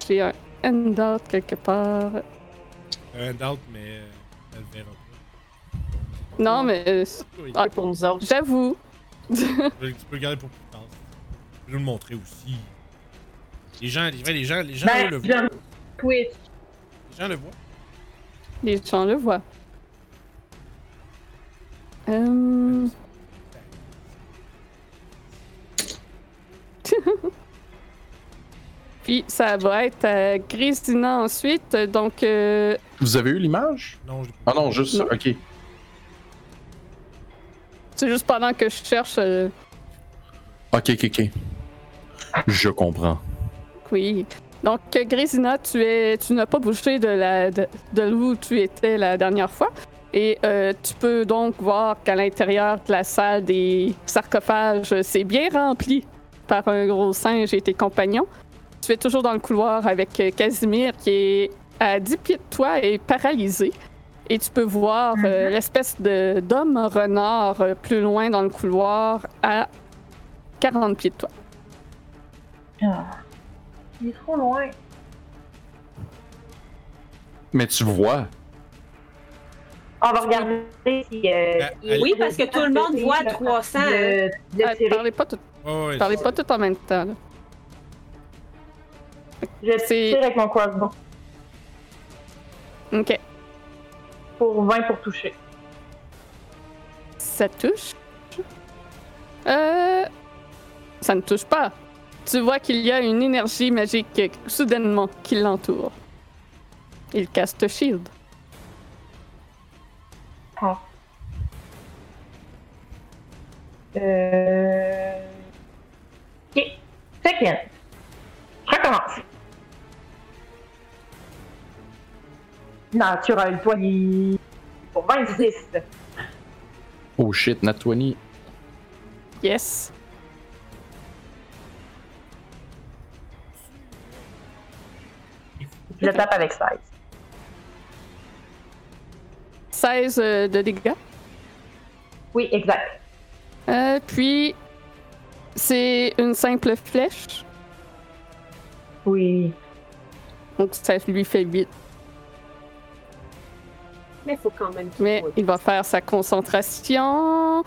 [SPEAKER 2] J'ai un handout quelque part.
[SPEAKER 1] Un doubt, mais euh, elle le verra pas.
[SPEAKER 2] Non, mais euh,
[SPEAKER 1] Oui,
[SPEAKER 2] Ah.
[SPEAKER 4] C'est pour nous autres.
[SPEAKER 2] j'avoue.
[SPEAKER 1] tu, peux, tu peux le garder pour plus tard. Je vais vous le montrer aussi. Les gens, les, les gens, les gens
[SPEAKER 7] Ben,
[SPEAKER 1] le voient.
[SPEAKER 7] je- Twitch.
[SPEAKER 1] Les gens le voient.
[SPEAKER 2] Les gens le voient. Euh. Hum. <laughs> Puis ça va être à Grisina ensuite. Donc, euh,
[SPEAKER 3] Vous avez eu l'image
[SPEAKER 1] Non, je...
[SPEAKER 3] Ah non, juste ça. Ok.
[SPEAKER 2] c'est juste pendant que je cherche. euh,
[SPEAKER 3] Ok, ok, ok. Je comprends.
[SPEAKER 2] oui. Donc, euh, Grisina, tu, es, tu n'as pas bougé de, la, de, de là où tu étais la dernière fois. Et euh, tu peux donc voir qu'à l'intérieur de la salle des sarcophages, euh, c'est bien rempli par un gros singe et tes compagnons. Tu es toujours dans le couloir avec euh, Casimir qui est à 10 pieds de toi et paralysé. Et tu peux voir
[SPEAKER 7] Mhm.
[SPEAKER 2] euh, l'espèce de- d'homme renard euh, plus loin dans le couloir à 40 pieds de toi.
[SPEAKER 7] Il est trop loin.
[SPEAKER 3] Mais tu vois.
[SPEAKER 7] On va regarder si. euh,
[SPEAKER 1] Ben,
[SPEAKER 7] il-
[SPEAKER 5] Oui, parce que tout le monde voit 300. hein.
[SPEAKER 7] de- de
[SPEAKER 2] Ah,
[SPEAKER 7] tirer.
[SPEAKER 2] parlez pas tout,
[SPEAKER 1] Ouais, ouais,
[SPEAKER 2] parlez pas tout en même temps. là.
[SPEAKER 7] Je
[SPEAKER 2] C'est-
[SPEAKER 7] tire avec mon crossbow
[SPEAKER 2] Ok,
[SPEAKER 7] pour 20 pour toucher.
[SPEAKER 2] ça touche. Euh, ça ne touche pas. Tu vois qu'il y a une énergie magique euh, soudainement qui l'entoure. Il caste shield.
[SPEAKER 7] Ah. Euh... Ok. Second. Je recommence. Naturel, toi, il- pour 26.
[SPEAKER 3] Oh shit, Nat 20.
[SPEAKER 2] Yes.
[SPEAKER 7] Je le tape avec 16.
[SPEAKER 2] 16 euh, de dégâts.
[SPEAKER 7] Oui, exact.
[SPEAKER 2] Euh, puis, c'est une simple flèche.
[SPEAKER 7] Oui.
[SPEAKER 2] Donc, ça lui fait 8.
[SPEAKER 5] Mais faut quand même. qu'il
[SPEAKER 2] Mais
[SPEAKER 5] roule.
[SPEAKER 2] il va faire sa concentration.
[SPEAKER 1] Oh,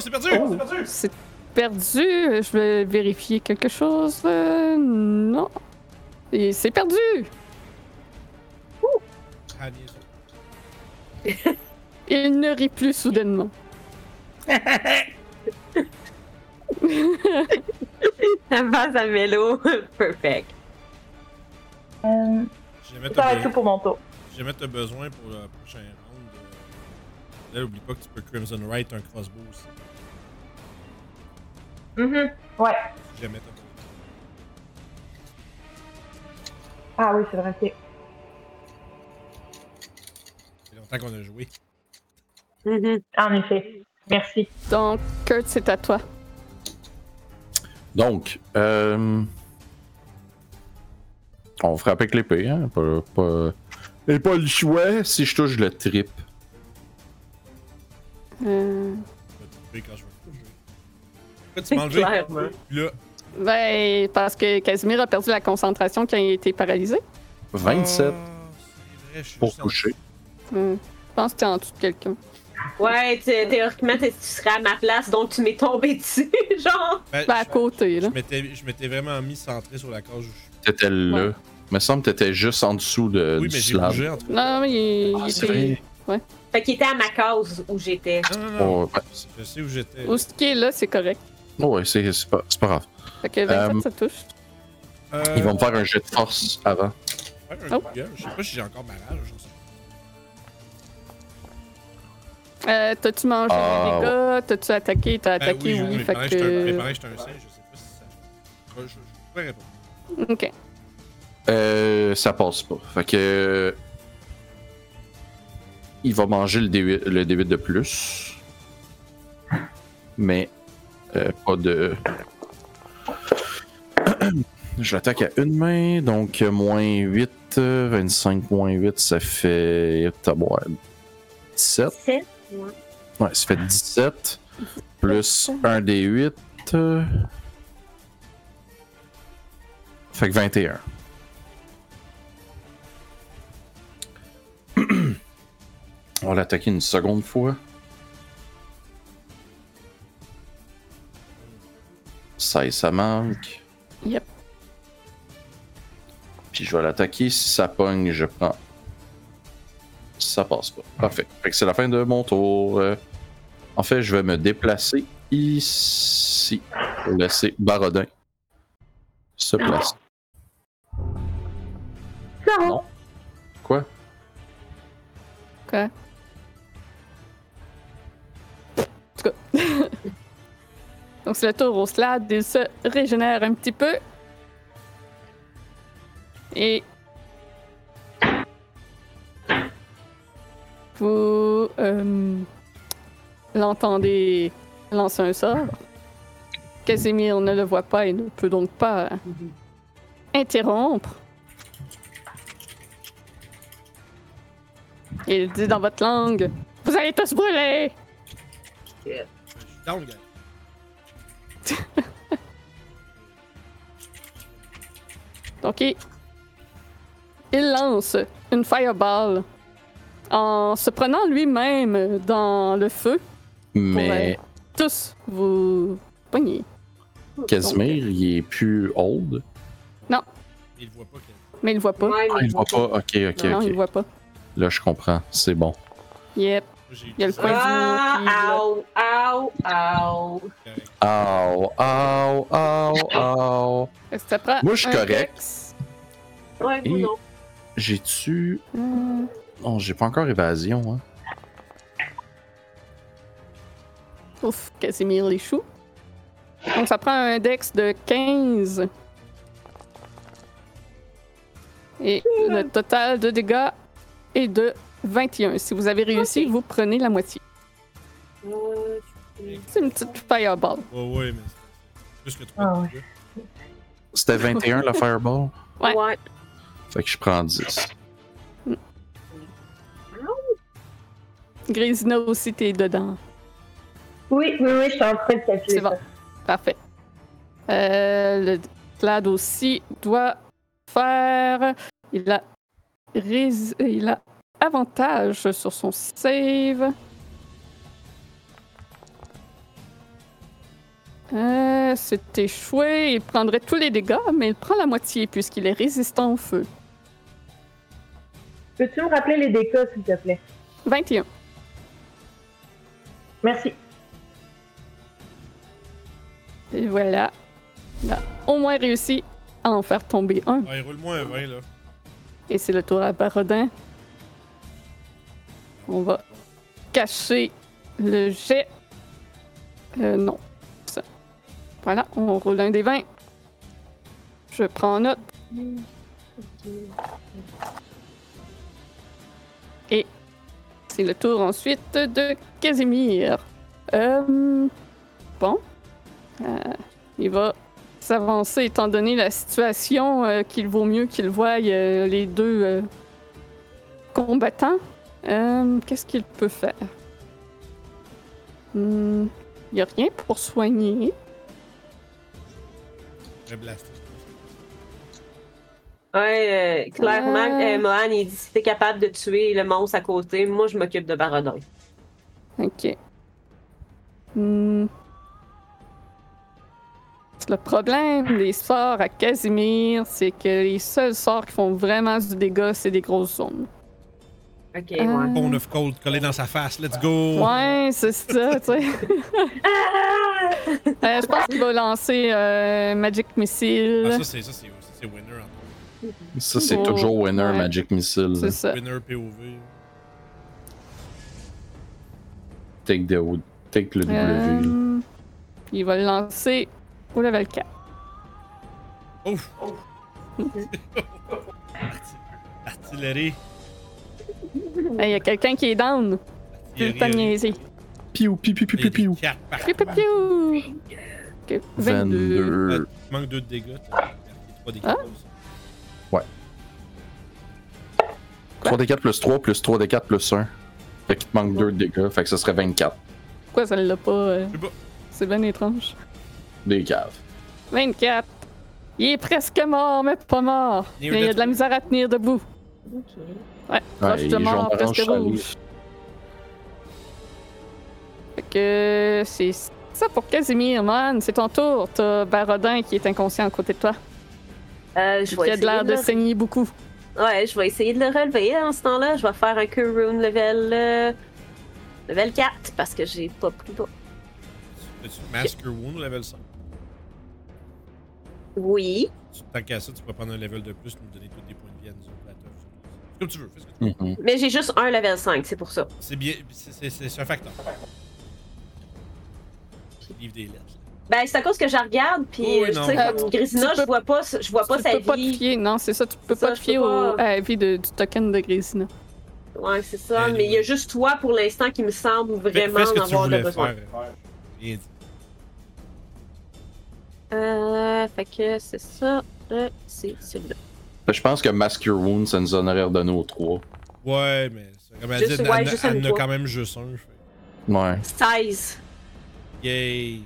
[SPEAKER 1] c'est perdu! C'est perdu!
[SPEAKER 2] C'est perdu. Euh, Je vais vérifier quelque chose. Euh, non. Et c'est perdu.
[SPEAKER 1] Ah, bien sûr.
[SPEAKER 2] Il ne rit plus soudainement.
[SPEAKER 5] Avance à Mélo. <laughs> Perfect.
[SPEAKER 7] Euh,
[SPEAKER 1] Si jamais
[SPEAKER 7] ça
[SPEAKER 1] t'as
[SPEAKER 7] va être tout
[SPEAKER 1] be-
[SPEAKER 7] pour mon tour.
[SPEAKER 1] si jamais t'as besoin pour le prochain round, euh, là, oublie pas que tu peux Crimson Right un crossbow aussi.
[SPEAKER 7] Mhm. Ouais.
[SPEAKER 1] Si jamais t'as besoin.
[SPEAKER 7] Ah oui, c'est vrai. ok.
[SPEAKER 1] Ça fait longtemps qu'on a joué.
[SPEAKER 5] Mhm.
[SPEAKER 7] En effet. Merci.
[SPEAKER 2] Donc, Kurt, c'est à toi.
[SPEAKER 3] Donc, euh... on frappe avec l'épée, hein? Pas, pas... Et pas le choix. Si je touche le trip,
[SPEAKER 1] Je
[SPEAKER 2] Euh,
[SPEAKER 1] vais te couper quand je vais te coucher. Pourquoi tu
[SPEAKER 5] C'est
[SPEAKER 1] manges?
[SPEAKER 5] clairement.
[SPEAKER 1] Puis Là,
[SPEAKER 2] ben, parce que Casimir a perdu la concentration quand il a été paralysé.
[SPEAKER 3] 27
[SPEAKER 1] Ah, c'est vrai, je suis
[SPEAKER 3] pour
[SPEAKER 1] juste en-
[SPEAKER 3] toucher.
[SPEAKER 2] Hmm. Je pense que t'es en dessous de quelqu'un.
[SPEAKER 5] Ouais, tu- théoriquement, t'es- tu serais à ma place, donc tu m'es tombé <laughs> dessus, genre.
[SPEAKER 1] Ben,
[SPEAKER 2] Ben, à
[SPEAKER 1] je-
[SPEAKER 2] côté, là.
[SPEAKER 1] je m'étais- Je m'étais vraiment mis centré sur la cage où je suis.
[SPEAKER 3] T'étais là.
[SPEAKER 2] Ouais.
[SPEAKER 3] Me semble que t'étais juste en dessous de,
[SPEAKER 1] Oui,
[SPEAKER 3] du
[SPEAKER 1] mais j'ai
[SPEAKER 3] slab.
[SPEAKER 1] bougé entre.
[SPEAKER 2] Non, mais il,
[SPEAKER 3] Ah,
[SPEAKER 2] il
[SPEAKER 3] c'est
[SPEAKER 2] était-
[SPEAKER 3] vrai.
[SPEAKER 5] Fait qu'il était à ma cause où j'étais.
[SPEAKER 1] Non, non, non.
[SPEAKER 3] Oh, ouais,
[SPEAKER 1] Je sais où j'étais.
[SPEAKER 2] Où ce qui est là, c'est correct.
[SPEAKER 3] Oh, ouais, c'est c'est pas, c'est pas grave.
[SPEAKER 2] Fait que 27,
[SPEAKER 3] Euh,
[SPEAKER 2] ça touche.
[SPEAKER 1] Euh,
[SPEAKER 3] Ils vont me faire un jet de force avant.
[SPEAKER 1] faire un
[SPEAKER 2] Oh.
[SPEAKER 1] gueule. Je sais pas si j'ai encore ma rage. je sais pas.
[SPEAKER 2] Euh, t'as-tu mangé
[SPEAKER 3] Ah,
[SPEAKER 2] des dégâts? T'as-tu attaqué? T'as
[SPEAKER 1] Ben
[SPEAKER 2] attaqué,
[SPEAKER 1] oui,
[SPEAKER 2] oui.
[SPEAKER 1] mais
[SPEAKER 2] fait
[SPEAKER 1] pareil, j'étais un- mais
[SPEAKER 2] que...
[SPEAKER 1] pareil, j'étais un singe, je sais pas si ça. Je, je, je pourrais répondre.
[SPEAKER 2] OK.
[SPEAKER 3] Euh, ça passe pas. Fait que. Il va manger le D8, le D8 de plus. Mais. euh, pas de. <clears throat> Je l'attaque à une main, donc euh, moins 8, euh, 25 moins 8, ça fait. T'as bon, ouais, 17.
[SPEAKER 5] C'est
[SPEAKER 3] Ouais, ça fait 17. Plus 1 des euh, 8. Fait que 21. <clears throat> On va l'attaquer une seconde fois. 16, ça manque.
[SPEAKER 2] Yep.
[SPEAKER 3] Puis je vais l'attaquer. Si ça pogne, je prends. Ça passe pas. Parfait. Fait que c'est la fin de mon tour. Euh, en fait, je vais me déplacer ici pour laisser Barodin se placer.
[SPEAKER 4] Non.
[SPEAKER 3] Non. Quoi?
[SPEAKER 2] Quoi? En tout cas. <laughs> Donc, c'est le tour au slade. Il se régénère un petit peu. Et. Vous. euh, L'entendez lancer un sort. Casimir ne le voit pas et ne peut donc pas interrompre. Il dit dans votre langue Vous allez tous brûler
[SPEAKER 1] Je suis down, gars.
[SPEAKER 2] Donc, il, il lance une fireball en se prenant lui-même dans le feu pour euh,
[SPEAKER 3] Mais
[SPEAKER 2] tous vous pogner.
[SPEAKER 3] Casimir, il est plus old.
[SPEAKER 1] Il voit pas qu'elle.
[SPEAKER 2] Mais il le voit pas.
[SPEAKER 5] Ouais,
[SPEAKER 3] Ah,
[SPEAKER 5] mais
[SPEAKER 3] il voit pas. Ok, ok,
[SPEAKER 2] non, il
[SPEAKER 3] ok.
[SPEAKER 2] le voit pas.
[SPEAKER 3] Là, je comprends. C'est bon.
[SPEAKER 2] Yep.
[SPEAKER 1] J'ai eu
[SPEAKER 2] Il y a le
[SPEAKER 1] ça.
[SPEAKER 2] coin.
[SPEAKER 5] Ah, au, au,
[SPEAKER 3] Ow,
[SPEAKER 5] au.
[SPEAKER 3] ow, ow, ow.
[SPEAKER 2] Est-ce que ça prend
[SPEAKER 3] Moi, je suis
[SPEAKER 2] un
[SPEAKER 3] correct.
[SPEAKER 2] dex?
[SPEAKER 5] Ouais,
[SPEAKER 3] Et-
[SPEAKER 5] ou non.
[SPEAKER 3] J'ai-tu.
[SPEAKER 2] Hmm.
[SPEAKER 3] Non, j'ai pas encore évasion, hein.
[SPEAKER 2] Ouf, Casimir l'échoue. Donc ça prend un dex de 15. Et le total de dégâts est de 21. Si vous avez réussi, vous prenez la moitié.
[SPEAKER 5] Euh,
[SPEAKER 2] C'est une petite fireball.
[SPEAKER 1] Ouais, ouais, mais c'est plus que 3
[SPEAKER 7] Ah ouais.
[SPEAKER 1] dégâts.
[SPEAKER 2] <laughs>
[SPEAKER 3] C'était 21 le fireball.
[SPEAKER 2] Ouais.
[SPEAKER 5] Ouais.
[SPEAKER 3] Fait que je prends 10.
[SPEAKER 2] Grisina aussi, t'es dedans.
[SPEAKER 7] Oui, oui, oui, je suis en train de calculer.
[SPEAKER 2] C'est bon.
[SPEAKER 7] ça.
[SPEAKER 2] Parfait. Euh, le Clad aussi doit faire. Il a, rés- il a avantage sur son save. Euh, C'est échoué. Il prendrait tous les dégâts, mais il prend la moitié puisqu'il est résistant au feu.
[SPEAKER 7] Peux-tu me rappeler les dégâts, s'il te plaît?
[SPEAKER 2] 21.
[SPEAKER 7] Merci.
[SPEAKER 2] Et voilà. Il a au moins réussi à en faire tomber un.
[SPEAKER 1] Ouais, roule-moi un 20, là.
[SPEAKER 2] Et c'est le tour à Barodin. On va cacher le jet. Euh, non. Ça. Voilà, on roule un des 20. Je prends note. Et c'est le tour ensuite de Casimir. Euh, bon. Euh, il va s'avancer étant donné la situation euh, qu'il vaut mieux qu'il voie euh, les deux euh, combattants. Euh, Qu'est-ce qu'il peut faire? Hmm, Il n'y a rien pour soigner.
[SPEAKER 1] Je blast.
[SPEAKER 5] Ouais, euh, clairement,
[SPEAKER 2] Euh.
[SPEAKER 5] euh, Mohan, il dit si t'es capable de tuer le monstre à côté, moi je m'occupe de Barodin.
[SPEAKER 2] Ok. Hmm. Le problème des sorts à Casimir, c'est que les seuls sorts qui font vraiment du dégât, c'est des grosses zones.
[SPEAKER 5] Ok,
[SPEAKER 2] Euh,
[SPEAKER 5] ouais.
[SPEAKER 1] Bone of cold collé dans sa face. Let's go. Ah,
[SPEAKER 2] Ouais, c'est ça, tu sais. Euh, je pense qu'il va lancer euh, Magic
[SPEAKER 1] Ah,
[SPEAKER 2] Missile.
[SPEAKER 1] ça, c'est ça, c'est ça, c'est winner. en
[SPEAKER 3] Ça, c'est
[SPEAKER 2] Oh,
[SPEAKER 3] toujours winner
[SPEAKER 2] ouais.
[SPEAKER 3] Magic Missile.
[SPEAKER 2] c'est ça.
[SPEAKER 1] Winner POV.
[SPEAKER 3] Take, the, O- take le W. là.
[SPEAKER 2] Euh, il va le lancer au level 4. <laughs>
[SPEAKER 1] Ouf. Artillerie.
[SPEAKER 2] Il y a quelqu'un qui est down. J'ai eu le temps de
[SPEAKER 1] Artillerie.
[SPEAKER 2] niaiser.
[SPEAKER 3] Piou, piou, piou, piou, piou, piou.
[SPEAKER 1] Quatre par-
[SPEAKER 2] Piou, piou, piou. Ok, 22.
[SPEAKER 3] 22.
[SPEAKER 1] Il Euh, manque deux de dégâts. t'as marqué trois des
[SPEAKER 2] Ah.
[SPEAKER 1] 14.
[SPEAKER 3] 3d4 plus 3 plus 3d4 plus 1. Fait qu'il te manque 2 de dégâts, fait que ce serait 24.
[SPEAKER 2] Pourquoi ça ne l'a pas? euh,
[SPEAKER 1] Je sais pas.
[SPEAKER 2] C'est bien étrange.
[SPEAKER 3] Des caves.
[SPEAKER 2] 24. Il est presque mort, mais pas mort.
[SPEAKER 1] Il est
[SPEAKER 2] Mais il y a
[SPEAKER 1] de-
[SPEAKER 2] de la misère à tenir debout. Ouais,
[SPEAKER 5] Ah,
[SPEAKER 2] proche de
[SPEAKER 3] il est
[SPEAKER 2] mort,
[SPEAKER 3] jaune
[SPEAKER 2] presque
[SPEAKER 3] orange salé.
[SPEAKER 2] rouge. Fait que c'est ça pour Casimir, man. C'est ton tour. T'as Barodin qui est inconscient à côté de toi.
[SPEAKER 5] Euh, je
[SPEAKER 2] Qui
[SPEAKER 5] vais
[SPEAKER 2] a de l'air de
[SPEAKER 5] essayer de
[SPEAKER 2] saigner beaucoup.
[SPEAKER 5] le- Ouais, je vais essayer de le relever en ce temps-là. Je vais faire un Cure Rune level, euh, level 4 parce que j'ai pas plus bas.
[SPEAKER 1] T'as-tu Masker Wound au level 5?
[SPEAKER 5] Oui.
[SPEAKER 1] Tu- Tant qu'à ça, tu peux prendre un level de plus nous donner tous des points de vie à nous autres. là, toi. Comme tu veux. fais ce que tu veux.
[SPEAKER 3] Mhm.
[SPEAKER 5] Mais j'ai juste un level 5, c'est pour ça.
[SPEAKER 1] C'est bien. c'est- C'est c'est- c'est un facteur. Livre des lettres.
[SPEAKER 5] Ben, c'est à cause que je regarde, puis
[SPEAKER 1] Oui, oui,
[SPEAKER 5] tu
[SPEAKER 1] non.
[SPEAKER 5] sais,
[SPEAKER 2] Euh,
[SPEAKER 5] comme Grisina,
[SPEAKER 2] tu peux-
[SPEAKER 5] je vois pas, je vois pas
[SPEAKER 2] tu
[SPEAKER 5] sa
[SPEAKER 2] peux pas te
[SPEAKER 5] vie.
[SPEAKER 2] fier, non, c'est ça, tu peux
[SPEAKER 5] C'est
[SPEAKER 2] pas
[SPEAKER 5] ça,
[SPEAKER 2] te
[SPEAKER 5] je
[SPEAKER 2] fier
[SPEAKER 5] peux
[SPEAKER 2] au-
[SPEAKER 5] pas.
[SPEAKER 2] à la vie de- du token de Grésina.
[SPEAKER 5] Ouais, c'est ça,
[SPEAKER 1] Anyway.
[SPEAKER 5] mais il y a juste toi pour l'instant qui me semble
[SPEAKER 1] Ben, Fais,
[SPEAKER 5] vraiment
[SPEAKER 1] fais ce
[SPEAKER 5] en
[SPEAKER 1] que tu
[SPEAKER 5] avoir le
[SPEAKER 1] voulais
[SPEAKER 5] besoin.
[SPEAKER 1] faire. Bien dit.
[SPEAKER 5] Euh, fait que c'est ça. Euh, c'est celui-là.
[SPEAKER 3] Fait que Je pense que Mask Your Wound, ça nous en aurait redonné aux trois.
[SPEAKER 1] Ouais, mais c'est- comme elle
[SPEAKER 5] Juste-
[SPEAKER 1] dit,
[SPEAKER 5] ouais,
[SPEAKER 1] elle,
[SPEAKER 5] juste
[SPEAKER 1] elle
[SPEAKER 5] un
[SPEAKER 1] en a
[SPEAKER 5] toi.
[SPEAKER 1] quand même juste un. fait.
[SPEAKER 5] 16.
[SPEAKER 1] Yay!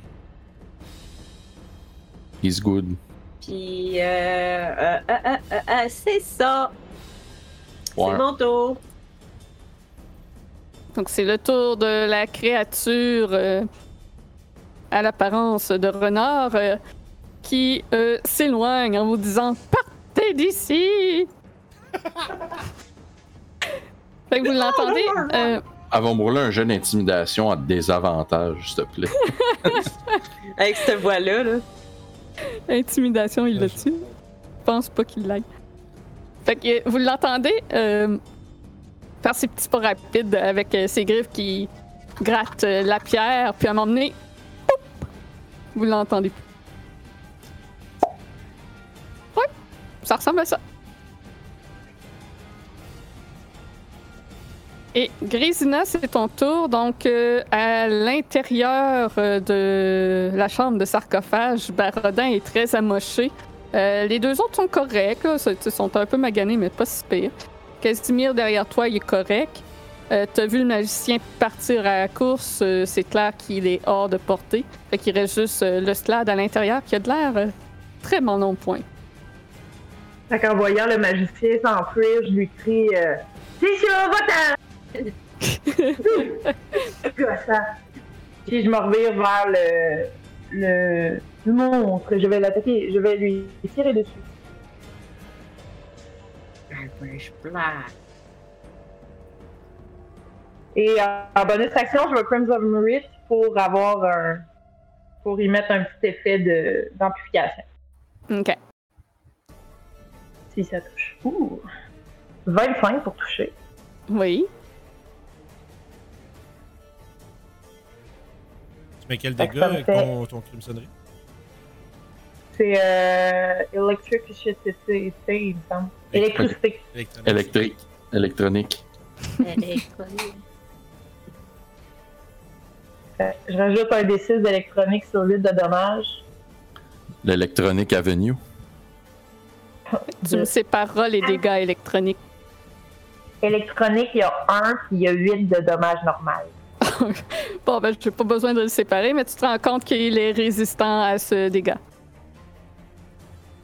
[SPEAKER 3] He's good.
[SPEAKER 5] Puis, euh, euh, euh, euh, euh, euh, c'est ça.
[SPEAKER 3] Ouais.
[SPEAKER 5] C'est mon tour.
[SPEAKER 2] Donc c'est le tour de la créature euh, à l'apparence de renard euh, qui euh, s'éloigne en vous disant partez
[SPEAKER 5] <laughs>
[SPEAKER 2] d'ici. fait que vous l'entendez. euh,
[SPEAKER 3] Avant brûler un jeu d'intimidation à désavantage, s'il te
[SPEAKER 5] <laughs>
[SPEAKER 3] plaît.
[SPEAKER 5] Avec cette voix-là, là.
[SPEAKER 2] Intimidation, il l'a tue. Je pense pas qu'il l'aille. Fait que euh, vous l'entendez euh, faire ses petits pas rapides avec euh, ses griffes qui grattent euh, la pierre, puis à un moment donné, poup, vous l'entendez plus. Ouais, ça ressemble à ça. Et Grisina, c'est ton tour. Donc, euh, à l'intérieur euh, de la chambre de sarcophage, Barodin est très amoché. Euh, les deux autres sont corrects. là. Ils sont un peu maganés, mais pas si pire. Casimir, derrière toi, il est correct. Euh, T'as vu le magicien partir à la course. euh, c'est clair qu'il est hors de portée. Fait qu'il reste juste euh, le slade à l'intérieur qui a de l'air euh, très mon long point.
[SPEAKER 7] Fait qu'en voyant le magicien s'enfuir, je lui crie euh, C'est ça, va-t'en! Gossant. Puis je me revire vers le, le, le monstre. Je vais l'attaquer. Je vais lui tirer dessus. Et en, en bonus action, je vais Crimes of Merit pour avoir un. pour y mettre un petit effet de- d'amplification,
[SPEAKER 2] OK.
[SPEAKER 7] si ça touche. Ouh! 25 pour toucher.
[SPEAKER 2] Oui.
[SPEAKER 1] Tu mets quel
[SPEAKER 7] Fait que
[SPEAKER 1] dégât
[SPEAKER 7] ça me
[SPEAKER 1] avec
[SPEAKER 7] fait-
[SPEAKER 1] ton, ton crimsonnerie?
[SPEAKER 7] C'est euh, électricité, il me semble. Électricité.
[SPEAKER 1] Électronique.
[SPEAKER 3] Électrique. Électronique.
[SPEAKER 7] Fait que Je rajoute un D6 d'électronique sur 8 de dommages.
[SPEAKER 3] L'électronique Avenue.
[SPEAKER 2] Tu me sépareras les dégâts électroniques.
[SPEAKER 7] Électronique, il y a 1 puis il y a 8 de dommages normal.
[SPEAKER 2] Bon, ben, j'ai pas besoin de le séparer, mais tu te rends compte qu'il est résistant à ce dégât.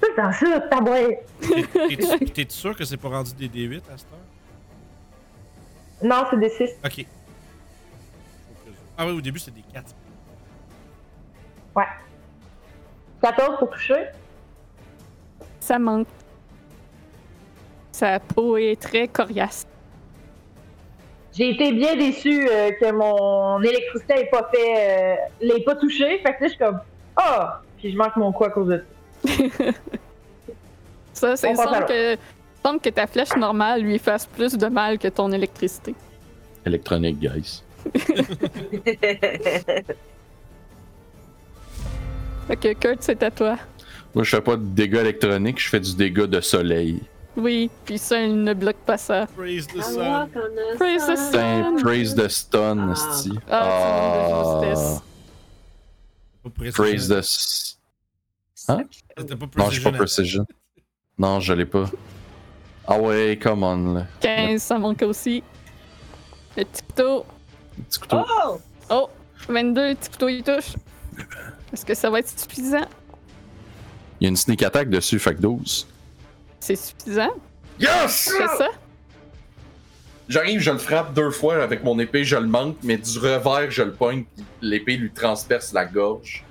[SPEAKER 7] C'est dans ça, ta
[SPEAKER 1] T'es- t'es- T'es-tu sûr que c'est pas rendu des D8 à cette heure?
[SPEAKER 7] Non, c'est des 6.
[SPEAKER 1] Ok. Ah oui, au début c'était des 4.
[SPEAKER 7] 14 pour toucher.
[SPEAKER 2] Ça manque. Sa peau est très coriace.
[SPEAKER 7] J'ai été bien déçue euh, que mon électricité n'ait pas fait. euh, l'ait pas touché. Fait que là, je suis comme. Ah! Puis je manque mon quoi à cause de ça.
[SPEAKER 2] Ça, c'est
[SPEAKER 7] On passe à
[SPEAKER 2] semble que, semble que ta flèche normale lui fasse plus de mal que ton électricité.
[SPEAKER 3] Électronique, guys.
[SPEAKER 2] Fait que Kurt, c'est à toi.
[SPEAKER 3] Moi, je fais pas de dégâts électroniques, je fais du dégât de soleil.
[SPEAKER 2] Oui, puis ça, il ne bloque pas ça.
[SPEAKER 1] Praise the
[SPEAKER 5] I
[SPEAKER 1] sun.
[SPEAKER 5] walk on a
[SPEAKER 2] Praise the
[SPEAKER 5] sun.
[SPEAKER 3] Putain,
[SPEAKER 2] Stun.
[SPEAKER 3] praise the stun,
[SPEAKER 5] Ah.
[SPEAKER 3] esti.
[SPEAKER 2] Ah, c'est une de
[SPEAKER 3] Ah.
[SPEAKER 2] justesse.
[SPEAKER 1] Pas precision.
[SPEAKER 3] Praise the. s-
[SPEAKER 1] C'était pas
[SPEAKER 3] Non, je suis
[SPEAKER 1] precision.
[SPEAKER 3] pas precision. Non, je l'ai pas. Ah ouais, come on, là.
[SPEAKER 2] 15, ça manque aussi. Le petit couteau.
[SPEAKER 3] Petit couteau.
[SPEAKER 1] Ah!
[SPEAKER 5] Oh!
[SPEAKER 2] Oh, 22, le petit couteau, il touche. Est-ce que ça va être suffisant?
[SPEAKER 3] Il y a une sneak attack dessus, fait que 12.
[SPEAKER 2] C'est suffisant,
[SPEAKER 3] Yes!
[SPEAKER 2] c'est ça?
[SPEAKER 3] J'arrive, je le frappe deux fois avec mon épée, je le manque, mais du revers, je le pogne, puis l'épée lui transperce la gorge.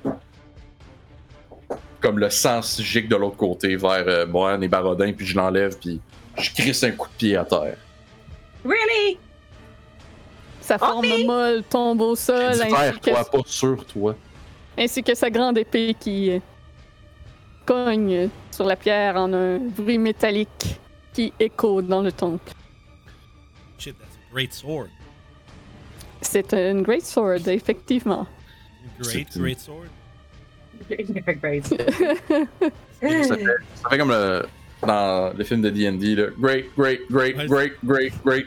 [SPEAKER 3] Comme le sang gicle de l'autre côté vers euh, Mohan et Barodin, puis je l'enlève, puis je crisse un coup de pied à terre.
[SPEAKER 5] Really?
[SPEAKER 2] Sa forme molle tombe au
[SPEAKER 1] Ah,
[SPEAKER 2] sol, ainsi que,
[SPEAKER 3] Divers-toi, pas sur toi.
[SPEAKER 2] ainsi que sa grande épée qui euh, cogne sur la pierre en un bruit métallique qui écho dans le temple.
[SPEAKER 1] Shit, that's a great sword.
[SPEAKER 2] C'est une great sword, effectivement.
[SPEAKER 1] Great,
[SPEAKER 3] C'est-
[SPEAKER 1] great sword.
[SPEAKER 7] ben,
[SPEAKER 3] Ça fait, ça fait comme le, dans le film de D&D, là. Great, great, great,
[SPEAKER 1] Ouais.
[SPEAKER 3] great, great, great.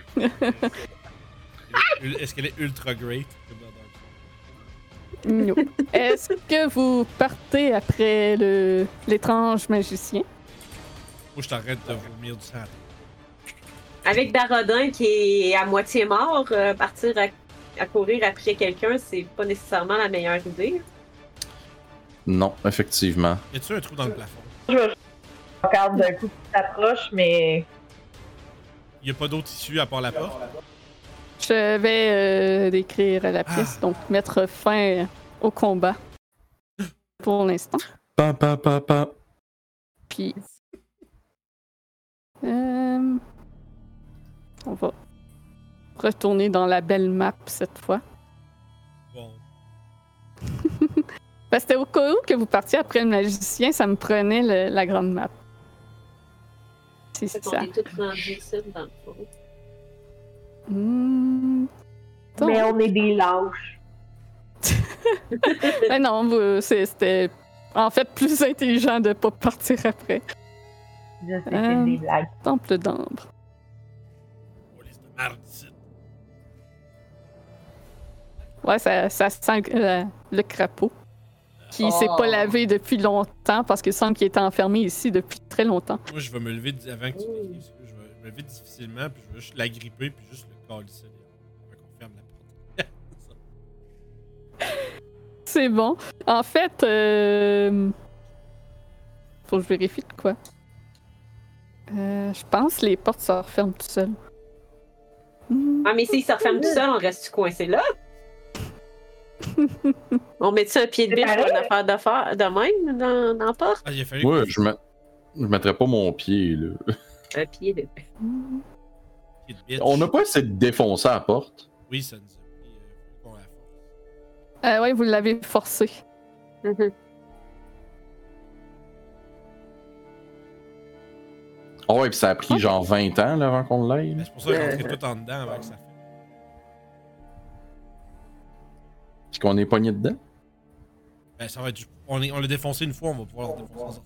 [SPEAKER 1] Ul- Est-ce qu'elle est ultra great? comme dans Dark Souls?
[SPEAKER 2] No. Est-ce que vous partez après le l'étrange magicien?
[SPEAKER 1] Moi, je t'arrête de vomir du sang.
[SPEAKER 5] Avec Barodin qui est à moitié mort, euh, partir à, à courir après quelqu'un, c'est pas nécessairement la meilleure idée.
[SPEAKER 3] Non, effectivement.
[SPEAKER 1] Y a-tu un trou dans le plafond?
[SPEAKER 7] Je vais regarde d'un coup qui s'approche, mais
[SPEAKER 1] Y a pas d'autre issue à part la porte?
[SPEAKER 2] Je vais euh, décrire la pièce, donc mettre fin au combat pour l'instant.
[SPEAKER 3] Pa, pa, pa, pa.
[SPEAKER 2] Puis. Euh, On va retourner dans la belle map cette fois.
[SPEAKER 1] Bon.
[SPEAKER 2] Parce que c'était au cas où que vous partiez après le magicien, ça me prenait le- la grande map. C'est
[SPEAKER 5] Fait qu'on
[SPEAKER 2] ça.
[SPEAKER 5] est tous rendus ici, dans le fond.
[SPEAKER 2] Hmm. Donc-
[SPEAKER 7] mais on est des lâches.
[SPEAKER 2] Mais Ben non, vous- c'est- c'était en fait plus intelligent de pas partir après.
[SPEAKER 7] Je sais, c'est
[SPEAKER 2] Euh.
[SPEAKER 7] des blagues.
[SPEAKER 2] Temple d'ambre.
[SPEAKER 1] Oh, laisse de merde ici.
[SPEAKER 2] Ouais, ça, ça sent euh, le crapaud qui s'est pas lavé depuis longtemps parce qu'il semble qu'il était enfermé ici depuis très longtemps.
[SPEAKER 1] Moi, je vais me lever di- avant que tu décrives ce que je vais me lever difficilement, puis je vais juste l'agripper, puis juste le calisser. Avant qu'on ferme la porte.
[SPEAKER 2] <laughs> C'est bon. En fait, euh... faut que je vérifie de quoi. Euh, je pense que les portes se referment tout seul.
[SPEAKER 5] Ah, mais s'il se referme tout seul, on reste-tu coincé
[SPEAKER 7] <laughs>
[SPEAKER 5] là? on met-tu un pied de
[SPEAKER 7] C'est
[SPEAKER 5] biche pour une
[SPEAKER 7] pareil.
[SPEAKER 5] affaire de, fa- de même dans, dans la porte?
[SPEAKER 1] Ah, il a fallu
[SPEAKER 3] Ouais,
[SPEAKER 1] que
[SPEAKER 3] je, met- je mettrais pas mon pied, là.
[SPEAKER 5] Un pied de biche.
[SPEAKER 1] tu te bitch.
[SPEAKER 3] On n'a pas essayé de défoncer la porte.
[SPEAKER 1] Oui, ça nous a pris euh, qu'on la force.
[SPEAKER 2] Euh, ouais, vous l'avez forcé.
[SPEAKER 5] Mhm.
[SPEAKER 3] Ah ouais, puis ça a pris genre 20 ans, là, avant qu'on l'aille.
[SPEAKER 1] Mais
[SPEAKER 3] là.
[SPEAKER 1] Ben, C'est pour ça qu'on rentrait tout en dedans avant que ça fasse.
[SPEAKER 3] Puis qu'on est pogné dedans.
[SPEAKER 1] Ben, ça va être. On, est- on l'a défoncé une fois, on va pouvoir le défoncer en sortant.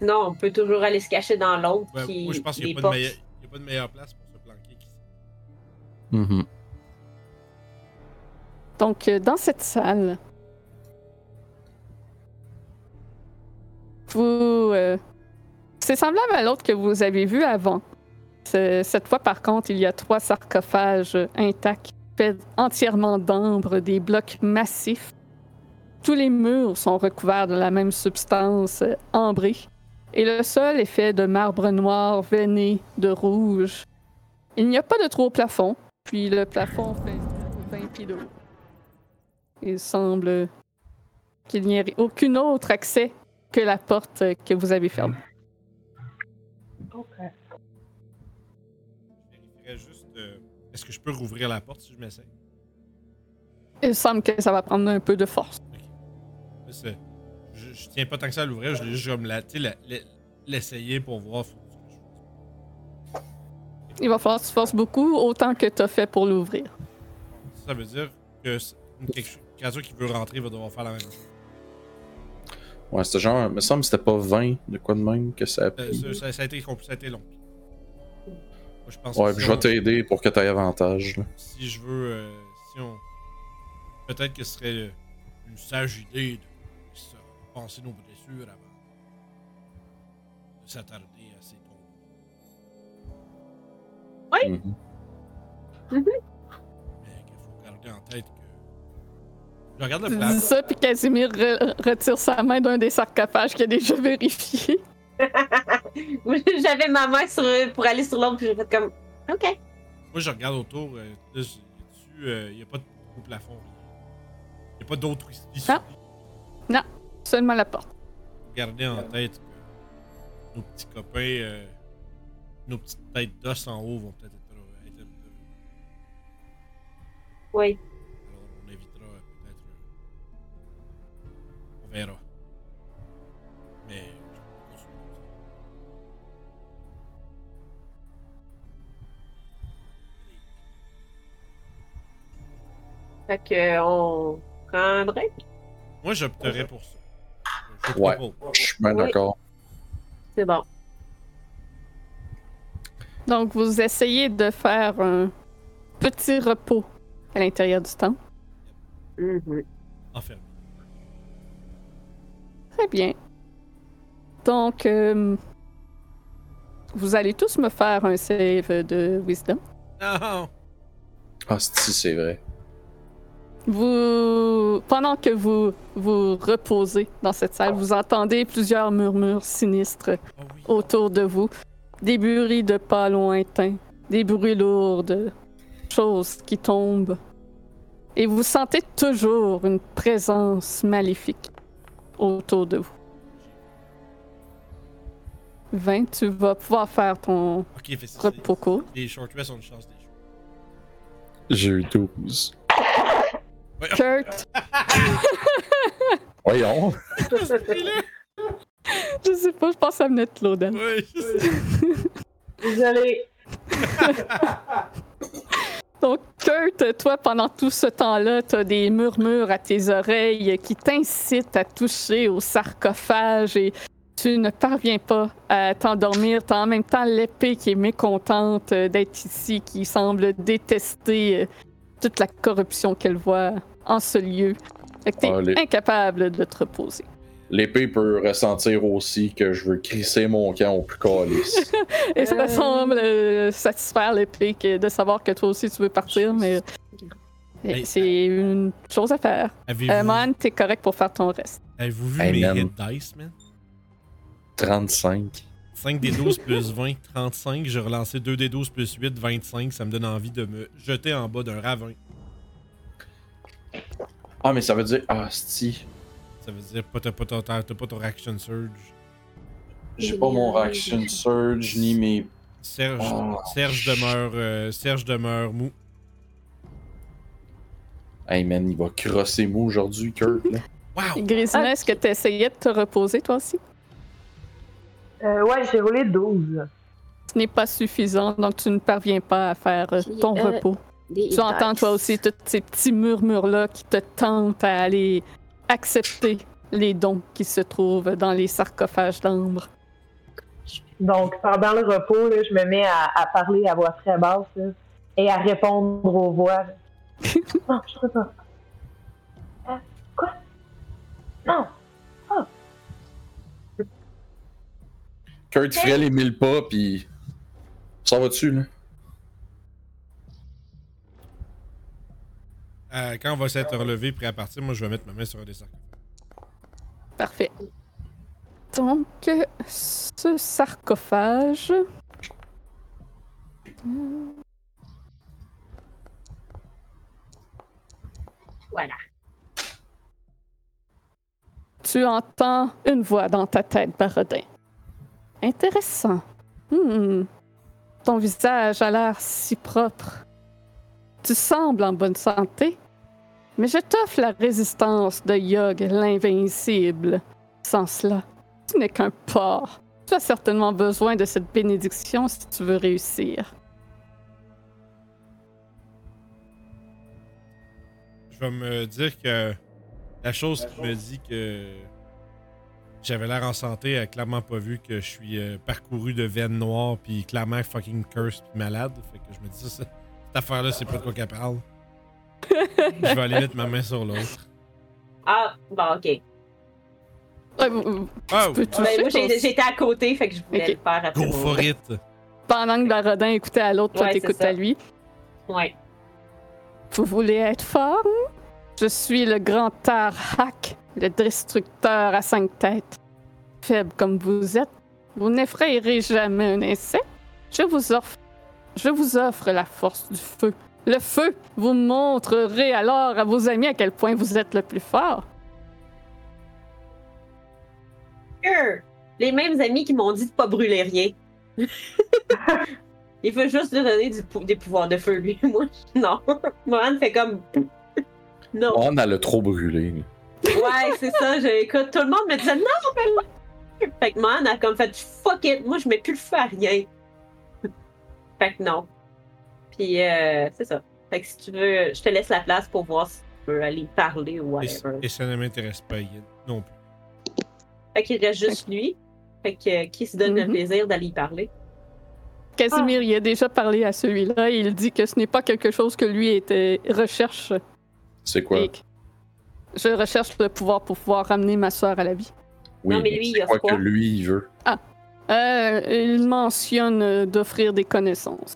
[SPEAKER 5] Non, on peut toujours aller se cacher dans l'autre
[SPEAKER 1] Ouais,
[SPEAKER 5] qui
[SPEAKER 1] moi, je pense qu'il
[SPEAKER 5] les
[SPEAKER 1] n'y a, pas
[SPEAKER 5] portes.
[SPEAKER 1] de
[SPEAKER 5] <laughs>
[SPEAKER 1] meille- il y a pas de meilleure place pour se planquer qu'ici.
[SPEAKER 3] Mhm.
[SPEAKER 2] Donc, euh, dans cette salle, vous. euh, c'est semblable à l'autre que vous avez vu avant. C'est- Cette fois, par contre, il y a trois sarcophages euh, intacts, faits entièrement d'ambre, des blocs massifs. Tous les murs sont recouverts de la même substance euh, ambrée, et le sol est fait de marbre noir veiné de rouge. Il n'y a pas de trou au plafond, puis le plafond fait 20 pieds de haut. Il semble qu'il n'y ait aucun autre accès que la porte euh, que vous avez fermée.
[SPEAKER 1] Je vérifierais juste. euh, Est-ce que je peux rouvrir la porte si je m'essaie
[SPEAKER 2] Il semble que ça va prendre un peu de force.
[SPEAKER 1] Là, c'est- je, je tiens pas tant que ça à l'ouvrir, je l'ai juste comme la- tu sais, la- la- l'essayer pour voir. Faut-
[SPEAKER 2] Il va falloir que tu forces beaucoup, autant que tu as fait pour l'ouvrir.
[SPEAKER 1] Ça veut dire que c'est une, quelque chose- une créature qui veut rentrer va devoir faire la même chose.
[SPEAKER 3] Ouais, c'était genre, il me semble que c'était pas 20, de quoi de même, que ça a
[SPEAKER 1] Euh,
[SPEAKER 3] pris.
[SPEAKER 1] ça, ça- ça a été compl- ça a été long. Moi, je pense
[SPEAKER 3] Ouais,
[SPEAKER 1] que
[SPEAKER 3] puis
[SPEAKER 1] si
[SPEAKER 3] je vais
[SPEAKER 1] on-
[SPEAKER 3] t'aider pour que t'aies avantage, là.
[SPEAKER 1] si je veux, euh, si on, peut-être que ce serait euh, une sage idée de se penser nos blessures avant de s'attarder à ces tombes.
[SPEAKER 3] Mhm.
[SPEAKER 2] Mm-hmm.
[SPEAKER 1] Mais qu'il faut garder en tête que je regarde le
[SPEAKER 2] Tu
[SPEAKER 1] plan.
[SPEAKER 2] dis ça, puis Casimir re- retire sa main d'un des sarcophages qu'il a déjà <laughs> vérifié.
[SPEAKER 5] J'avais ma main sur eux pour aller sur l'autre, puis j'ai fait comme OK.
[SPEAKER 1] Moi, je regarde autour. Euh, là, j- y a-tu, euh, y a pas de trou au plafond. Y a pas d'autres issues.
[SPEAKER 2] Ah. Seulement la porte.
[SPEAKER 1] Gardez en tête que nos petits copains, euh, nos petites têtes d'os en haut vont peut-être être, euh, être heureux.
[SPEAKER 5] Oui.
[SPEAKER 1] Alors, on évitera euh, peut-être. euh, on verra. Mais. je vais continuer comme ça.
[SPEAKER 5] Fait que euh, on prend un break.
[SPEAKER 1] Moi, j'opterais pour ça. Je
[SPEAKER 3] Ouais.
[SPEAKER 1] propose.
[SPEAKER 3] Je suis bien
[SPEAKER 5] Oui.
[SPEAKER 3] d'accord.
[SPEAKER 5] C'est bon.
[SPEAKER 2] Donc, vous essayez de faire un petit repos à l'intérieur du temple.
[SPEAKER 5] Mhm.
[SPEAKER 1] Enfermé.
[SPEAKER 2] Très bien. Donc, euh, vous allez tous me faire un save de wisdom.
[SPEAKER 1] Non!
[SPEAKER 3] Ah, si, c'est vrai.
[SPEAKER 2] Vous, pendant que vous vous reposez dans cette salle, vous entendez plusieurs murmures sinistres
[SPEAKER 1] Oh oui.
[SPEAKER 2] autour de vous, des bruits de pas lointains, des bruits lourds de choses qui tombent. Et vous sentez toujours une présence maléfique autour de vous. 20, tu vas pouvoir faire ton
[SPEAKER 1] Ok, fait c'est-
[SPEAKER 2] repos court.
[SPEAKER 1] Les short rests ont une chance des short.
[SPEAKER 3] J'ai eu 12.
[SPEAKER 2] Kurt,
[SPEAKER 3] Voyons.
[SPEAKER 7] <laughs>
[SPEAKER 2] je sais pas, je pense que ça venait de Claudel.
[SPEAKER 1] Oui, je sais.
[SPEAKER 7] Désolé.
[SPEAKER 2] Donc, Kurt, toi, pendant tout ce temps-là, t'as des murmures à tes oreilles qui t'incitent à toucher au sarcophage et tu ne parviens pas à t'endormir. T'as en même temps l'épée qui est mécontente euh, d'être ici, qui semble détester euh, toute la corruption qu'elle voit en ce lieu. Fait que t'es
[SPEAKER 3] Allez.
[SPEAKER 2] incapable de te reposer.
[SPEAKER 3] L'épée peut ressentir aussi que je veux crisser mon camp au plus <laughs> calice.
[SPEAKER 2] Et ça
[SPEAKER 5] Euh.
[SPEAKER 2] semble euh, satisfaire l'épée que- de savoir que toi aussi tu veux partir, mais
[SPEAKER 1] Hey.
[SPEAKER 2] c'est une chose à faire.
[SPEAKER 1] Avez-vous
[SPEAKER 2] Euh, Man, t'es correct pour faire ton reste.
[SPEAKER 1] avez-vous vu
[SPEAKER 3] Hey,
[SPEAKER 1] mes
[SPEAKER 3] man.
[SPEAKER 1] hit dice, man?
[SPEAKER 3] 35.
[SPEAKER 1] 5 des 12 plus 20, 35. J'ai relancé 2 des 12 plus 8, 25. Ça me donne envie de me jeter en bas d'un ravin.
[SPEAKER 3] Ah, mais ça veut dire. Ah, si.
[SPEAKER 1] Ça veut dire pas ta- pas ta- ta- t'as pas ton reaction surge.
[SPEAKER 3] J'ai pas mon reaction surge ni mes.
[SPEAKER 1] Serge,
[SPEAKER 3] Oh.
[SPEAKER 1] Serge demeure euh, Serge demeure mou.
[SPEAKER 3] Hey man, il va crosser mou aujourd'hui, Kurt. là.
[SPEAKER 1] Wow!
[SPEAKER 2] Grisina, est-ce que t'essayais de te reposer toi aussi?
[SPEAKER 7] Euh, ouais, j'ai roulé 12.
[SPEAKER 2] Ce n'est pas suffisant, donc tu ne parviens pas à faire euh, ton
[SPEAKER 5] Euh,
[SPEAKER 2] repos.
[SPEAKER 5] Des
[SPEAKER 2] Tu entends toi aussi tous ces petits murmures-là qui te tentent à aller accepter les dons qui se trouvent dans les sarcophages d'ambre.
[SPEAKER 7] Donc, pendant le repos, là, je me mets à, à parler à voix très basse là, et à répondre aux voix. là. non, je ne pas. Ah, quoi? Non.
[SPEAKER 3] Kurt ferait les 1000 pas, puis. Ça va dessus, là.
[SPEAKER 1] Euh, quand on va s'être relevé prêt à partir, moi je vais mettre ma main sur un des sarcophages.
[SPEAKER 2] Parfait. Donc, euh, ce sarcophage. Hmm.
[SPEAKER 5] Voilà.
[SPEAKER 2] Tu entends une voix dans ta tête, Barodin. Intéressant. Hmm. Ton visage a l'air si propre. Tu sembles en bonne santé, mais je t'offre la résistance de Yog l'invincible. Sans cela, tu n'es qu'un porc. Tu as certainement besoin de cette bénédiction si tu veux réussir.
[SPEAKER 1] Je vais me dire que la chose qui me dit que j'avais l'air en santé a clairement pas vu que je suis euh, parcouru de veines noires puis clairement fucking cursed puis malade. Fait que je me dis ça, ça- cette affaire-là, c'est pas de quoi qu'elle parle. je vais aller mettre ma main sur l'autre.
[SPEAKER 5] Ah, bon, ok.
[SPEAKER 2] Ouais, vous- vous-
[SPEAKER 1] Oh!
[SPEAKER 2] tu peux toucher,
[SPEAKER 5] Ben,
[SPEAKER 2] toi
[SPEAKER 5] moi, j'ai-
[SPEAKER 2] aussi.
[SPEAKER 5] j'étais à côté, fait que je voulais
[SPEAKER 2] Ok.
[SPEAKER 5] le faire après.
[SPEAKER 1] Go for it!
[SPEAKER 2] Pendant que Barodin écoutait à l'autre, toi
[SPEAKER 5] Ouais, c'est
[SPEAKER 2] t'écoutes
[SPEAKER 5] ça.
[SPEAKER 2] à lui.
[SPEAKER 5] Ouais.
[SPEAKER 2] Vous voulez être fort? hein? Je suis le grand Tar Hak, le destructeur à cinq têtes. Faible comme vous êtes, vous n'effrayerez jamais un insecte. Je vous offre, je vous offre la force du feu. Le feu, vous montrerez alors à vos amis à quel point vous êtes le plus fort.
[SPEAKER 5] Sure. Les mêmes amis qui m'ont dit de pas brûler rien. Il faut juste lui donner du pou- des pouvoirs de feu, lui. <laughs> Moi, non. Moran fait comme. Non.
[SPEAKER 3] On a le trop brûlé. là.
[SPEAKER 5] Ouais, c'est ça. Je, écoute, tout le monde me disait non, mais non. Fait que man a comme fait fuck it. Moi, je <laughs> mets plus le feu à rien. Fait que non. Puis, euh, c'est ça. Fait que si tu veux, je te laisse la place pour voir si tu peux aller parler ou
[SPEAKER 1] Et,
[SPEAKER 5] whatever.
[SPEAKER 1] et ça ne m'intéresse pas, Yin, non
[SPEAKER 2] <laughs>
[SPEAKER 1] plus.
[SPEAKER 5] Fait qu'il reste juste lui. Fait que euh, qui se donne
[SPEAKER 2] Mhm.
[SPEAKER 5] le plaisir d'aller y parler.
[SPEAKER 2] Casimir y a déjà parlé à celui-là. Il dit que ce n'est pas quelque chose que lui était recherche.
[SPEAKER 3] C'est quoi?
[SPEAKER 2] Et que je recherche le pouvoir pour pouvoir ramener ma soeur à la vie.
[SPEAKER 3] Oui,
[SPEAKER 5] Non, mais lui, il
[SPEAKER 3] c'est
[SPEAKER 5] a
[SPEAKER 3] quoi
[SPEAKER 5] froid.
[SPEAKER 3] que lui, il veut?
[SPEAKER 2] Euh, il mentionne euh, d'offrir des connaissances.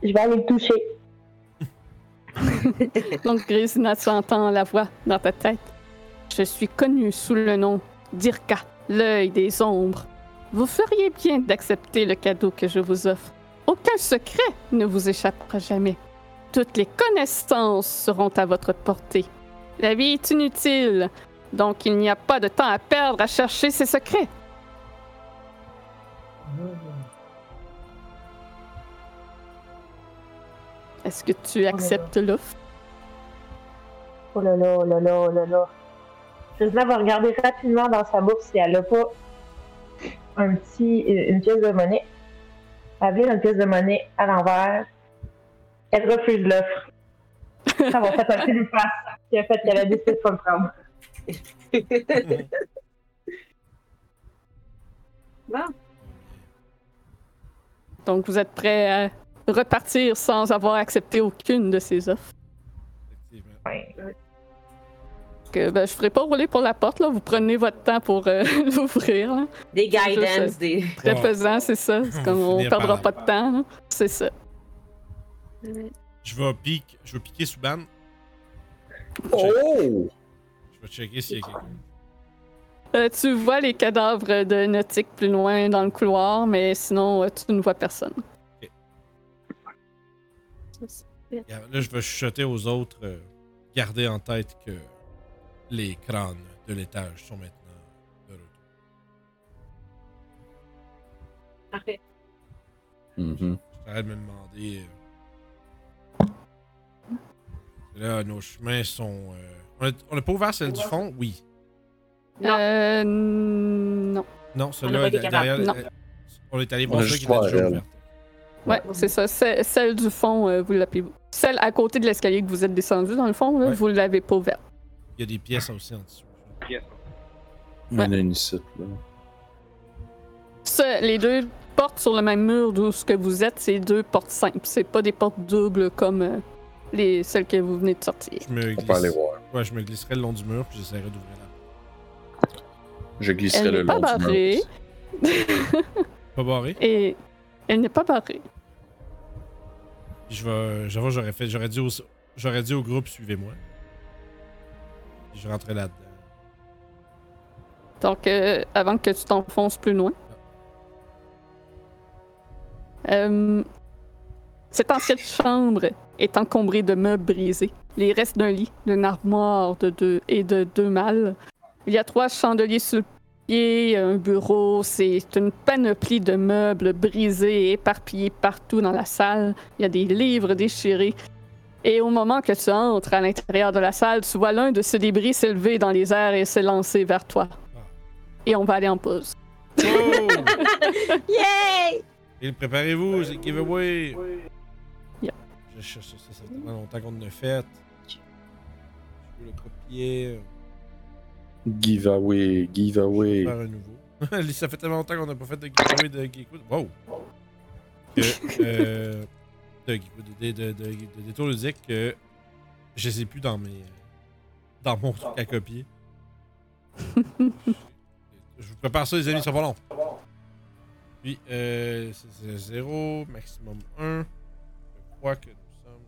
[SPEAKER 7] Je vais aller le toucher.
[SPEAKER 2] Donc, Grésina, tu entends la voix dans ta tête. Je suis connue sous le nom d'Irka, l'œil des ombres. Vous feriez bien d'accepter le cadeau que je vous offre. Aucun secret ne vous échappera jamais. Toutes les connaissances seront à votre portée. La vie est inutile, donc il n'y a pas de temps à perdre à chercher ses secrets. Est-ce que tu acceptes l'offre?
[SPEAKER 7] Oh là là, oh là là, oh là là. Gisela va regarder rapidement dans sa bourse si elle n'a pas un petit, une pièce de monnaie. Elle vire une pièce de monnaie à l'envers. Elle refuse l'offre. Ça va faire un petit face qui a fait qu'elle a décidé de pas le prendre.
[SPEAKER 2] Donc, vous êtes prêt à repartir sans avoir accepté aucune de ces offres.
[SPEAKER 1] Effectivement.
[SPEAKER 2] Donc, euh, ben, je ne ferai pas rouler pour la porte. Là. Vous prenez votre temps pour euh, <laughs> l'ouvrir. là. Je
[SPEAKER 5] Des guidance,
[SPEAKER 2] sais.
[SPEAKER 5] des.
[SPEAKER 2] Très
[SPEAKER 1] Bon,
[SPEAKER 2] pesant, c'est ça.
[SPEAKER 1] On
[SPEAKER 2] C'est comme
[SPEAKER 1] va
[SPEAKER 2] on ne
[SPEAKER 1] finir par
[SPEAKER 2] perdra
[SPEAKER 1] là.
[SPEAKER 2] pas de temps. là. C'est ça.
[SPEAKER 1] je, vais pique- je vais piquer Souban.
[SPEAKER 3] Oh!
[SPEAKER 1] Je vais checker s'il y a quelqu'un.
[SPEAKER 2] Euh, tu vois les cadavres de Nautique plus loin dans le couloir, mais sinon, euh, tu ne vois personne.
[SPEAKER 1] Regarde, Là, je vais chuchoter aux autres. euh, garder en tête que les crânes de l'étage sont maintenant de retour.
[SPEAKER 5] Parfait.
[SPEAKER 3] Mhm.
[SPEAKER 1] J'arrête de me demander. euh, Là, nos chemins sont. euh, on a- On n'a pas ouvert celle du fond? Oui.
[SPEAKER 5] Non.
[SPEAKER 2] Euh, non.
[SPEAKER 1] Non,
[SPEAKER 5] On
[SPEAKER 1] celle-là,
[SPEAKER 5] n'a pas été
[SPEAKER 1] de- derrière.
[SPEAKER 2] capable.
[SPEAKER 1] euh, On est allé
[SPEAKER 3] On
[SPEAKER 1] voir
[SPEAKER 3] a
[SPEAKER 1] celle
[SPEAKER 3] juste euh,
[SPEAKER 1] qui était
[SPEAKER 3] ouvert
[SPEAKER 1] déjà
[SPEAKER 3] elle.
[SPEAKER 1] ouverte.
[SPEAKER 2] Ouais, c'est ça. Ce- Celle du fond, euh, vous l'appelez. Celle à côté de l'escalier que vous êtes descendu, dans le fond, là,
[SPEAKER 1] Ouais.
[SPEAKER 2] vous ne l'avez pas ouverte.
[SPEAKER 1] Il y a des pièces aussi en dessous.
[SPEAKER 3] Il y en a une ici, là.
[SPEAKER 2] Ça, les deux portes sur le même mur d'où ce que vous êtes, c'est deux portes simples. C'est pas des portes doubles comme euh, les celles que vous venez de sortir.
[SPEAKER 1] Je me,
[SPEAKER 3] On peut aller
[SPEAKER 1] glisse...
[SPEAKER 3] voir.
[SPEAKER 1] ouais, je me glisserai le long du mur puis j'essaierai d'ouvrir la porte.
[SPEAKER 3] Je glisserai
[SPEAKER 2] Elle
[SPEAKER 3] le
[SPEAKER 2] n'est pas
[SPEAKER 3] long du
[SPEAKER 2] barrée
[SPEAKER 3] mur.
[SPEAKER 1] Pas barré.
[SPEAKER 2] et elle n'est pas barrée.
[SPEAKER 1] Je vais. J'avoue, j'aurais fait. J'aurais dit, au... j'aurais dit au groupe suivez-moi. Puis Je rentrais là-dedans.
[SPEAKER 2] Donc, euh, avant que tu t'enfonces plus loin. Euh, cette ancienne chambre est encombrée de meubles brisés, les restes d'un lit, d'une armoire de deux et de deux mâles. Il y a trois chandeliers sur le pied, un bureau, c'est une panoplie de meubles brisés et éparpillés partout dans la salle. Il y a des livres déchirés. Et au moment que tu entres à l'intérieur de la salle, tu vois l'un de ces débris s'élever dans les airs et s'élancer vers toi. Et on va aller en pause.
[SPEAKER 1] Oh!
[SPEAKER 5] Yay!
[SPEAKER 1] <laughs> Et préparez-vous, c'est le giveaway.
[SPEAKER 2] Yep.
[SPEAKER 1] Je cherche ça, ça fait tellement longtemps qu'on ne le fait. Je veux le copier.
[SPEAKER 3] Giveaway,
[SPEAKER 1] Je
[SPEAKER 3] giveaway.
[SPEAKER 1] vais faire un nouveau. <laughs> ça fait tellement longtemps qu'on n'a pas fait de giveaway de Geekwood. Wow! Que, euh, de Geekwood, de, de, de, de, de détour ludique que je les ai plus dans mes. dans mon truc à copier. je vous prépare ça, les amis, ça va long. Puis, euh, c'est- c'est 0, maximum 1. Je crois que nous sommes.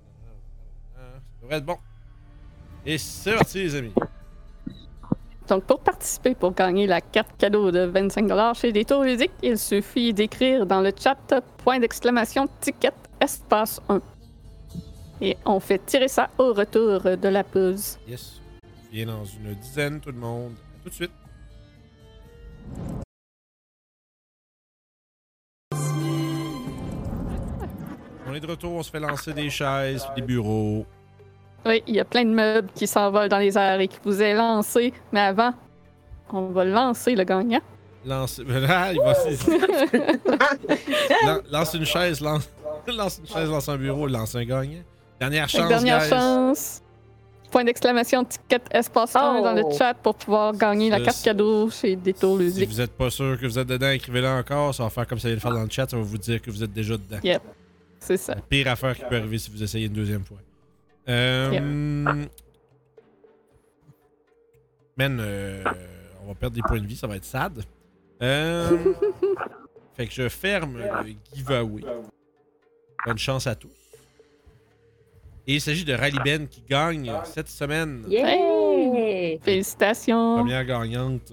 [SPEAKER 1] Ça devrait être bon. Et c'est parti, les amis.
[SPEAKER 2] Donc, pour participer, pour gagner la carte cadeau de 25 chez Détour Ludique, il suffit d'écrire dans le chat point d'exclamation ticket espace 1. Et on fait tirer ça au retour de la pause.
[SPEAKER 1] Yes. Bien dans une dizaine, tout le monde. À tout de suite. On est de retour, on se fait lancer des chaises, puis des bureaux.
[SPEAKER 2] Oui, il y a plein de meubles
[SPEAKER 1] <laughs>
[SPEAKER 2] qui s'envolent dans les airs et qui vous est lancé, mais avant, on va lancer le gagnant.
[SPEAKER 1] Lance. Ah, il va Lan- Lance une chaise, lance... <laughs> lance une chaise, lance un bureau, lance un gagnant. Dernière
[SPEAKER 2] Fait que
[SPEAKER 1] chance,
[SPEAKER 2] dernière
[SPEAKER 1] guys.
[SPEAKER 2] chance. Point d'exclamation, ticket espace 1
[SPEAKER 4] Oh.
[SPEAKER 2] dans le chat pour pouvoir gagner la
[SPEAKER 1] Ça,
[SPEAKER 2] carte
[SPEAKER 1] c'est-
[SPEAKER 2] cadeau chez Détour
[SPEAKER 1] Si
[SPEAKER 2] Ludique.
[SPEAKER 1] vous êtes pas sûr que vous êtes dedans, écrivez-le encore. Ça va faire comme ça allez le faire dans le chat, ça va vous dire que vous êtes déjà dedans.
[SPEAKER 2] C'est ça.
[SPEAKER 1] La pire affaire qui peut arriver si vous essayez une deuxième fois. Euh... Man, euh, on va perdre des points de vie, ça va être sad. Euh, fait que je ferme le giveaway. Bonne chance à tous. Et il s'agit de Rally Ben qui gagne cette semaine.
[SPEAKER 4] Yeah!
[SPEAKER 2] Félicitations.
[SPEAKER 1] Première gagnante.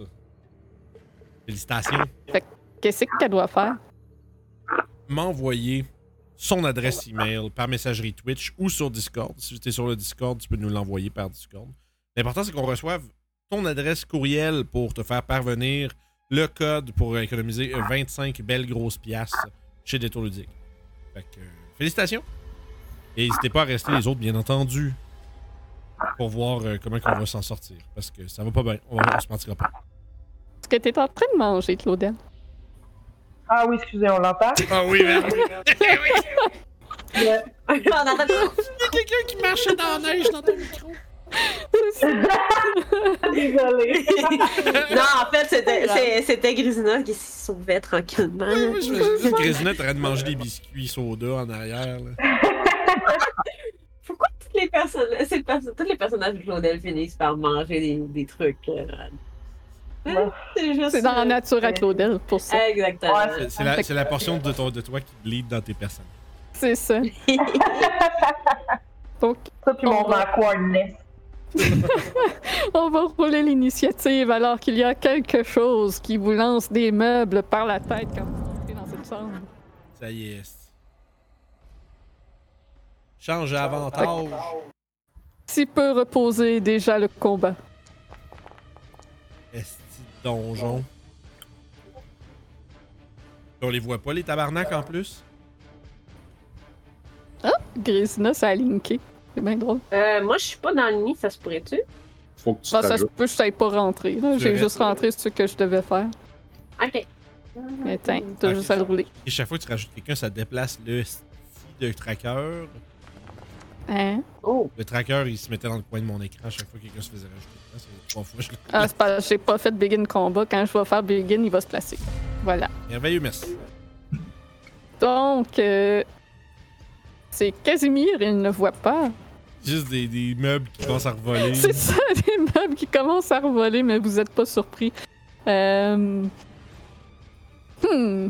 [SPEAKER 1] Félicitations.
[SPEAKER 2] Qu'est-ce qu'elle doit faire?
[SPEAKER 1] m'envoyer son adresse email par messagerie Twitch ou sur Discord. Si tu es sur le Discord, tu peux nous l'envoyer par Discord. L'important, c'est qu'on reçoive ton adresse courriel pour te faire parvenir le code pour économiser euh, 25 belles grosses piastres chez Détour Ludique. Fait que, euh, félicitations! Et n'hésitez pas à rester les autres, bien entendu, pour voir euh, comment on va s'en sortir. Parce que ça va pas bien. On, va- on se mentira pas.
[SPEAKER 2] Est-ce que tu es en train de manger, Claudel?
[SPEAKER 7] Ah oui, excusez, on l'entend.
[SPEAKER 1] Ah oui, merde!
[SPEAKER 5] On entend tout.
[SPEAKER 1] Quelqu'un qui marchait dans la neige dans ton micro!
[SPEAKER 7] <laughs> Désolée.
[SPEAKER 5] Non, en fait, c'était- c'est- c'était Grisina qui se sauvait tranquillement.
[SPEAKER 1] Oui, oui, j'imagine juste Grisina en train de manger des biscuits soda en arrière. Là.
[SPEAKER 5] Pourquoi toutes les personnes, c'est le perso- tous les personnages de Claudel finissent par manger des, des trucs? euh, hein? C'est Euh, juste.
[SPEAKER 2] C'est dans la
[SPEAKER 5] euh,
[SPEAKER 2] nature à Claudel pour ça.
[SPEAKER 5] Exactement.
[SPEAKER 7] Ouais.
[SPEAKER 1] C'est la, c'est la portion de, ton- de toi qui bleed dans tes personnes.
[SPEAKER 2] C'est ça. Donc,
[SPEAKER 7] Ça, puis mon awkwardness.
[SPEAKER 2] on va rouler l'initiative alors qu'il y a quelque chose qui vous lance des meubles par la tête quand vous entrez dans cette chambre.
[SPEAKER 1] Ça y est. Change à avantage.
[SPEAKER 2] Si peut reposer déjà le combat.
[SPEAKER 1] Esti de donjon. On les voit pas, les tabarnaks en plus.
[SPEAKER 2] Grisina, ça a linké. C'est bien drôle.
[SPEAKER 5] Euh, moi, je suis pas dans le nid, ça se pourrait-tu?
[SPEAKER 3] Faut que tu
[SPEAKER 2] Non, Ah, ça se
[SPEAKER 3] t'ajoutes.
[SPEAKER 2] peut, je savais pas rentrer. là. J'ai
[SPEAKER 1] restes-
[SPEAKER 2] juste rentré ce que je devais faire.
[SPEAKER 5] Ok.
[SPEAKER 2] Mais tiens, t'as
[SPEAKER 1] Ok.
[SPEAKER 2] juste à le rouler.
[SPEAKER 1] Et chaque fois que tu rajoutes quelqu'un, ça déplace le esti de tracker.
[SPEAKER 2] Hein?
[SPEAKER 5] Oh,
[SPEAKER 1] Le tracker, il se mettait dans le coin de mon écran chaque fois que quelqu'un se faisait rajouter. dedans. Ça fait trois fois que je l'ai-
[SPEAKER 2] Ah, c'est pas, j'ai pas fait Begin Combat. Quand je vais faire Begin, il va se placer. Voilà.
[SPEAKER 1] Merveilleux, merci.
[SPEAKER 2] Donc, euh, c'est Casimir, il ne voit pas.
[SPEAKER 1] Juste des, des meubles qui commencent à revoler.
[SPEAKER 2] C'est ça, <laughs> des meubles qui commencent à revoler, mais vous êtes pas surpris. Euh... Hmm.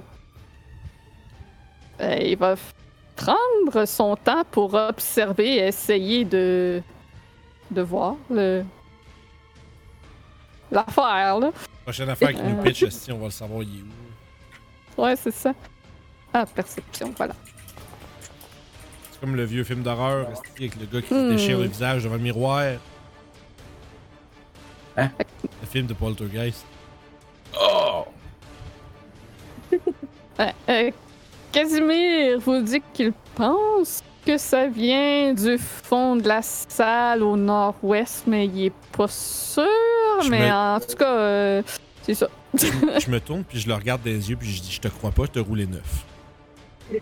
[SPEAKER 2] Euh, il va f- prendre son temps pour observer et essayer de de voir le l'affaire là.
[SPEAKER 1] Prochaine affaire qui nous pitch, si on va le savoir, il est où.
[SPEAKER 2] Ouais, c'est ça. Ah, perception, voilà.
[SPEAKER 1] C'est comme le vieux film d'horreur, esti, avec le gars qui se
[SPEAKER 2] Hmm.
[SPEAKER 1] déchire le visage devant le miroir.
[SPEAKER 3] Hein?
[SPEAKER 1] Le film de Poltergeist.
[SPEAKER 3] Oh!
[SPEAKER 2] Euh, euh, Casimir vous dit qu'il pense que ça vient du fond de la salle au nord-ouest, mais il est pas sûr.
[SPEAKER 1] Je
[SPEAKER 2] mais
[SPEAKER 1] me-
[SPEAKER 2] en tout cas, euh, c'est ça.
[SPEAKER 1] je me tourne, puis je le regarde dans les yeux, puis je dis Je te crois pas, je te roule les neuf. Hey,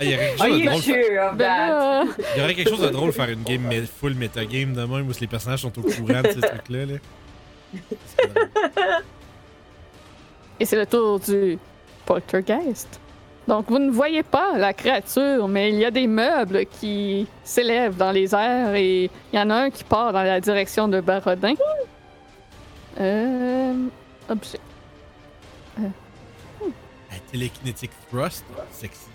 [SPEAKER 1] Ah, il, y aurait
[SPEAKER 5] Ah,
[SPEAKER 1] quelque chose de drôle, fa-
[SPEAKER 5] Oh,
[SPEAKER 2] Ben là, <laughs>
[SPEAKER 1] il y aurait quelque chose de drôle faire une game mé- full metagame de même où les personnages sont au courant de ces trucs-là. là. C'est drôle.
[SPEAKER 2] et c'est le tour du poltergeist. Donc vous ne voyez pas la créature, mais il y a des meubles qui s'élèvent dans les airs et il y en a un qui part dans la direction de Barodin. Euh, objet.
[SPEAKER 1] La télékinétique thrust,
[SPEAKER 5] <laughs>
[SPEAKER 1] sexy.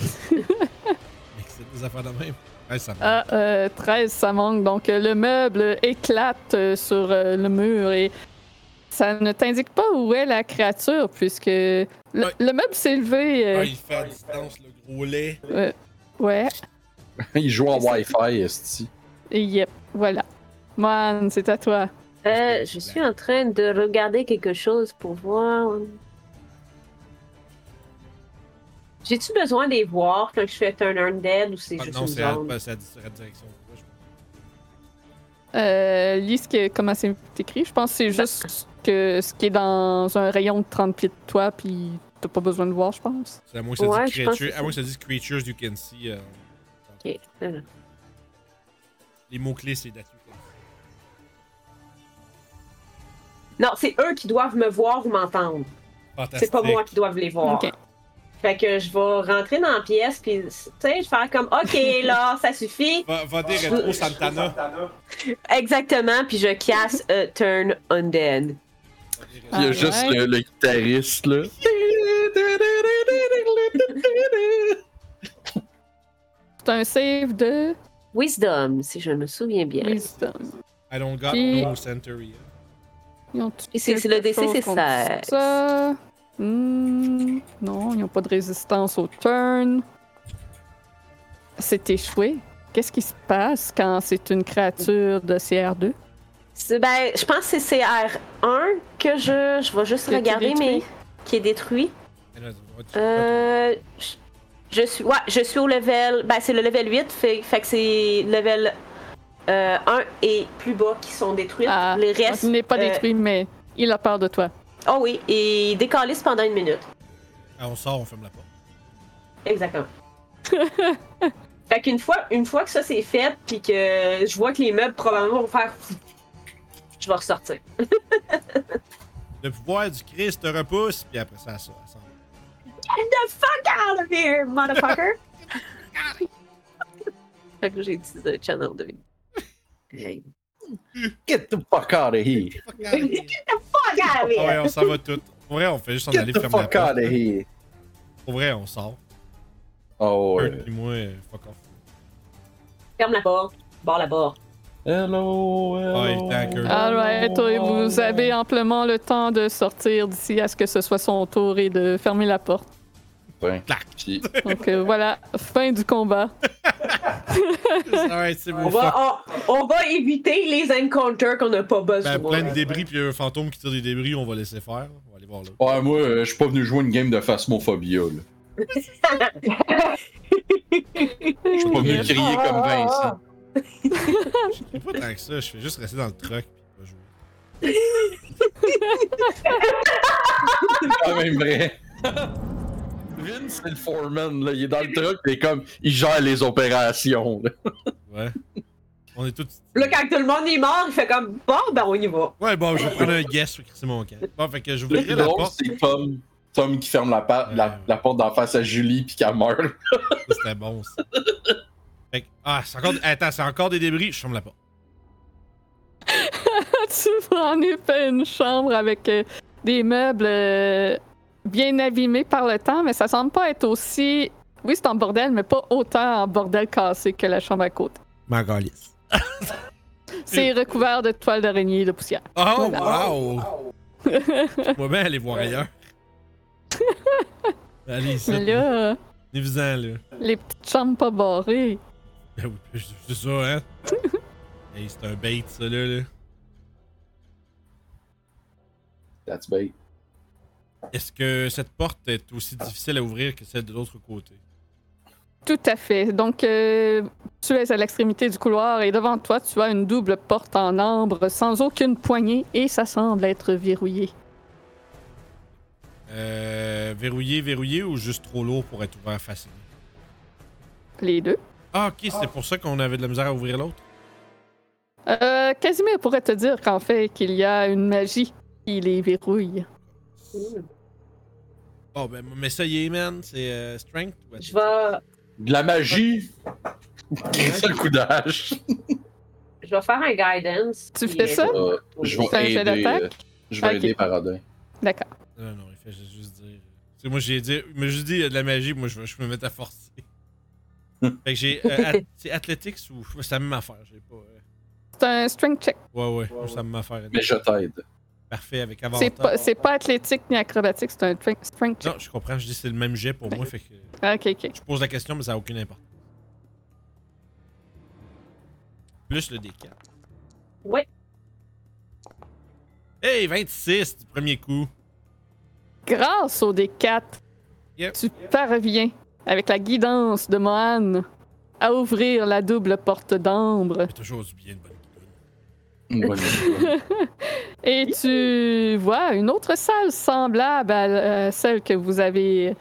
[SPEAKER 1] Excellent des affaires de même. Ouais, ça me-
[SPEAKER 2] Ah, euh, 13, ça manque. Donc, euh, le meuble éclate euh, sur euh, le mur et ça ne t'indique pas où est la créature puisque le,
[SPEAKER 1] Ouais.
[SPEAKER 2] le meuble s'est levé. euh,
[SPEAKER 1] Ah, il fait à distance le gros lait.
[SPEAKER 2] ouais.
[SPEAKER 3] Il joue en Wi-Fi, esti.
[SPEAKER 2] Et yep, voilà. Man, c'est à toi.
[SPEAKER 4] Euh, je suis en train de regarder quelque chose pour voir.
[SPEAKER 5] J'ai-tu besoin de les voir quand je fais Turn Undead ou c'est
[SPEAKER 1] Ah,
[SPEAKER 5] juste
[SPEAKER 1] non,
[SPEAKER 5] une
[SPEAKER 1] c'est à,
[SPEAKER 5] zone?
[SPEAKER 1] c'est à di- c'est à la direction.
[SPEAKER 2] Euh, lis ce que- comment c'est écrit. Je pense que c'est juste que ce qui est dans un rayon de 30 pieds de toi, puis t'as pas besoin de voir, je pense.
[SPEAKER 1] C'est à moins que ça
[SPEAKER 5] Ouais,
[SPEAKER 1] dise
[SPEAKER 5] je pense que
[SPEAKER 1] creature-
[SPEAKER 5] c'est
[SPEAKER 1] à moins que ça dise creatures you can see. euh,
[SPEAKER 5] Ok. voilà.
[SPEAKER 1] les mots-clés, c'est that you can see.
[SPEAKER 5] Non, c'est eux qui doivent me voir ou m'entendre.
[SPEAKER 1] Fantastique.
[SPEAKER 5] C'est pas moi qui doivent les voir.
[SPEAKER 2] Ok.
[SPEAKER 5] Fait que je vais rentrer dans la pièce, puis, tu sais, je vais faire comme, OK,
[SPEAKER 1] <laughs>
[SPEAKER 5] là, ça suffit.
[SPEAKER 1] Va, va dire
[SPEAKER 5] Ah,
[SPEAKER 1] rétro Santana.
[SPEAKER 5] Exactement, puis je casse euh, Turn Undead.
[SPEAKER 3] Il y a
[SPEAKER 2] Ah,
[SPEAKER 3] juste
[SPEAKER 2] ouais.
[SPEAKER 3] le, le guitariste, là.
[SPEAKER 2] C'est un save de
[SPEAKER 5] Wisdom, si je me souviens bien.
[SPEAKER 2] wisdom.
[SPEAKER 1] I don't got
[SPEAKER 2] Puis-
[SPEAKER 1] no century.
[SPEAKER 2] Ils ont-tu
[SPEAKER 5] Et c'est- c'est
[SPEAKER 2] quelque
[SPEAKER 5] le DC,
[SPEAKER 2] chose
[SPEAKER 5] c'est
[SPEAKER 2] contre
[SPEAKER 5] seize.
[SPEAKER 2] ça? Hmm, non, ils n'ont pas de résistance au turn. C'est échoué. Qu'est-ce qui se passe quand c'est une créature de CR2?
[SPEAKER 5] C'est- Ben, je pense que c'est CR1 que je, je vais juste
[SPEAKER 2] Qui a été
[SPEAKER 5] regarder,
[SPEAKER 2] détruit.
[SPEAKER 5] mais qui est détruit.
[SPEAKER 1] Elle a dit, oh, tu-
[SPEAKER 5] Euh, je, je suis, ouais, je suis au level, ben c'est le level 8, fait, fait que c'est level euh, 1 et plus bas qui sont détruits.
[SPEAKER 2] Ah,
[SPEAKER 5] Les restes,
[SPEAKER 2] il n'est pas
[SPEAKER 5] euh,
[SPEAKER 2] détruit, mais il a peur de toi.
[SPEAKER 5] oh oui, et décalissent pendant une minute.
[SPEAKER 1] Ah, on sort, on ferme la porte.
[SPEAKER 2] <laughs>
[SPEAKER 5] Exactement. fait qu'une fois, une fois que ça c'est fait, puis que je vois que les meubles probablement vont faire, je vais ressortir.
[SPEAKER 1] Le pouvoir du Christ te repousse, puis après ça, ça,
[SPEAKER 5] <laughs>
[SPEAKER 1] ça.
[SPEAKER 5] the fuck out of here, motherfucker! <laughs> fait que j'ai dit le channel de vie.
[SPEAKER 3] Get the fuck out of here.
[SPEAKER 5] Fuck out of
[SPEAKER 1] Ah ouais,
[SPEAKER 5] here!
[SPEAKER 1] on s'en va tout. Pour vrai, on fait juste en
[SPEAKER 3] Get
[SPEAKER 1] aller
[SPEAKER 3] the
[SPEAKER 1] fermer la
[SPEAKER 3] fuck out
[SPEAKER 1] porte. hein.
[SPEAKER 3] of here.
[SPEAKER 1] Pour vrai, on sort.
[SPEAKER 3] Oh, ouais.
[SPEAKER 1] Kurt puis moi, euh, fuck <laughs> off.
[SPEAKER 5] Ferme la porte, barre la barre.
[SPEAKER 3] Hello, hello.
[SPEAKER 1] Ouais, il est en queue.
[SPEAKER 3] Ah,
[SPEAKER 2] Alright, oui, vous
[SPEAKER 3] hello.
[SPEAKER 2] avez amplement le temps de sortir d'ici à ce que ce soit son tour et de fermer la porte.
[SPEAKER 3] Ouais.
[SPEAKER 1] Clac.
[SPEAKER 3] Puis-
[SPEAKER 2] Donc euh, <laughs> voilà, fin du combat.
[SPEAKER 1] Alright, Ah c'est
[SPEAKER 5] On
[SPEAKER 1] bon.
[SPEAKER 5] va,
[SPEAKER 1] Fuck.
[SPEAKER 5] on, on va éviter les encounters qu'on n'a pas besoin.
[SPEAKER 1] Ben, plein de débris, puis un fantôme qui tire des débris, on va laisser faire. On va aller voir là.
[SPEAKER 3] Ouais, moi, euh, je suis pas venu jouer une game de phasmophobia, là. Je suis pas venu
[SPEAKER 2] Yes.
[SPEAKER 3] crier
[SPEAKER 7] Ah,
[SPEAKER 3] comme
[SPEAKER 7] ah,
[SPEAKER 3] Vincent.
[SPEAKER 7] ah.
[SPEAKER 1] Je fais pas tant que ça, je fais juste rester dans le truck, puis pas jouer.
[SPEAKER 3] Ah, même vrai.
[SPEAKER 7] <laughs>
[SPEAKER 3] Vince, c'est le foreman, là. Il est dans le truck, il est comme, il gère les opérations, là.
[SPEAKER 1] Ouais. On est tous.
[SPEAKER 5] Là, quand tout le monde est mort, il fait comme bon, ben on y va.
[SPEAKER 1] Ouais, bon, je vais prendre un guess sur Christy Moncan. Bon, fait que je
[SPEAKER 3] Le
[SPEAKER 1] voulais
[SPEAKER 3] plus
[SPEAKER 1] la
[SPEAKER 3] drôle,
[SPEAKER 1] porte.
[SPEAKER 3] c'est Tom. Tom qui ferme la, pa-
[SPEAKER 1] Ouais.
[SPEAKER 3] la, la porte d'en face à Julie, puis qu'elle meurt.
[SPEAKER 1] Ça, C'était bon, ça. Fait que, ah, c'est encore. Attends, c'est encore des débris, je ferme la porte.
[SPEAKER 2] <laughs> tu vois en effet une chambre avec euh, des meubles euh, bien abîmés par le temps, mais ça semble pas être aussi. Oui, c'est en bordel, mais pas autant en bordel cassé que la chambre à côté.
[SPEAKER 1] Ma galice.
[SPEAKER 2] C'est recouvert de toiles d'araignée et de poussière.
[SPEAKER 1] Oh,
[SPEAKER 2] Voilà.
[SPEAKER 1] wow!
[SPEAKER 2] <laughs>
[SPEAKER 1] Moi, ben, aller voir ailleurs. Allez, ici.
[SPEAKER 2] Mais là, euh,
[SPEAKER 1] Venez-vous-en, là.
[SPEAKER 2] les petites chambres pas barrées.
[SPEAKER 1] Ben oui, c'est- c'est ça,
[SPEAKER 2] <laughs>
[SPEAKER 1] hein? hey, c'est un bait, ça, là. là.
[SPEAKER 3] That's bait.
[SPEAKER 1] Est-ce que cette porte est aussi difficile à ouvrir que celle de l'autre côté?
[SPEAKER 2] Tout à fait. Donc, euh, tu es à l'extrémité du couloir et devant toi, tu as une double porte en ambre sans aucune poignée et ça semble être verrouillé.
[SPEAKER 1] Euh, verrouillé, verrouillé ou juste trop lourd pour être ouvert facilement?
[SPEAKER 2] Les deux.
[SPEAKER 1] Ah, ok, c'est pour ça qu'on avait de la misère à ouvrir l'autre.
[SPEAKER 2] Euh, Casimir pourrait te dire qu'en fait, qu'il y a une magie qui les verrouille.
[SPEAKER 1] Oh, ben, mais ça y est, man, c'est euh, strength? ou
[SPEAKER 5] Je vais,
[SPEAKER 3] De la magie! C'est le coup d'âge.
[SPEAKER 5] je vais faire un guidance.
[SPEAKER 2] Tu
[SPEAKER 5] puis-
[SPEAKER 2] fais ça?
[SPEAKER 3] Euh, je
[SPEAKER 2] C'est un
[SPEAKER 3] vais
[SPEAKER 2] jet
[SPEAKER 3] aider.
[SPEAKER 2] d'attaque?
[SPEAKER 3] euh, Je vais
[SPEAKER 2] Ok.
[SPEAKER 3] aider Paradin.
[SPEAKER 2] D'accord.
[SPEAKER 1] Non, non, il fait juste dire. euh, Tu sais, moi, j'ai dit, il m'a juste dit, il y a de la magie, moi, je, vais- je me mets à forcer. fait que j'ai. euh, ath- c'est Athletics ou. C'est la même affaire, j'ai pas. euh,
[SPEAKER 2] C'est un strength check.
[SPEAKER 1] Ouais, ouais, moi, c'est la même affaire.
[SPEAKER 3] Mais je t'aide.
[SPEAKER 1] Parfait, avec avantage.
[SPEAKER 2] C'est pas, c'est pas athlétique ni acrobatique, c'est un strength- strength check.
[SPEAKER 1] Non, je comprends, je dis c'est le même jet pour moi, fait que
[SPEAKER 2] Ok, ok.
[SPEAKER 1] je pose la question, mais ça n'a aucune importance. Plus le D4.
[SPEAKER 5] Ouais.
[SPEAKER 1] Hey, 26 du premier coup.
[SPEAKER 2] Grâce au D4,
[SPEAKER 1] Yep.
[SPEAKER 2] tu parviens, avec la guidance de Mohan, à ouvrir la double porte d'ambre.
[SPEAKER 1] Fait toujours du bien de bonne guidoune.
[SPEAKER 3] Ouais, mais- <laughs>
[SPEAKER 2] Et tu vois une autre salle semblable à euh, celle que vous avez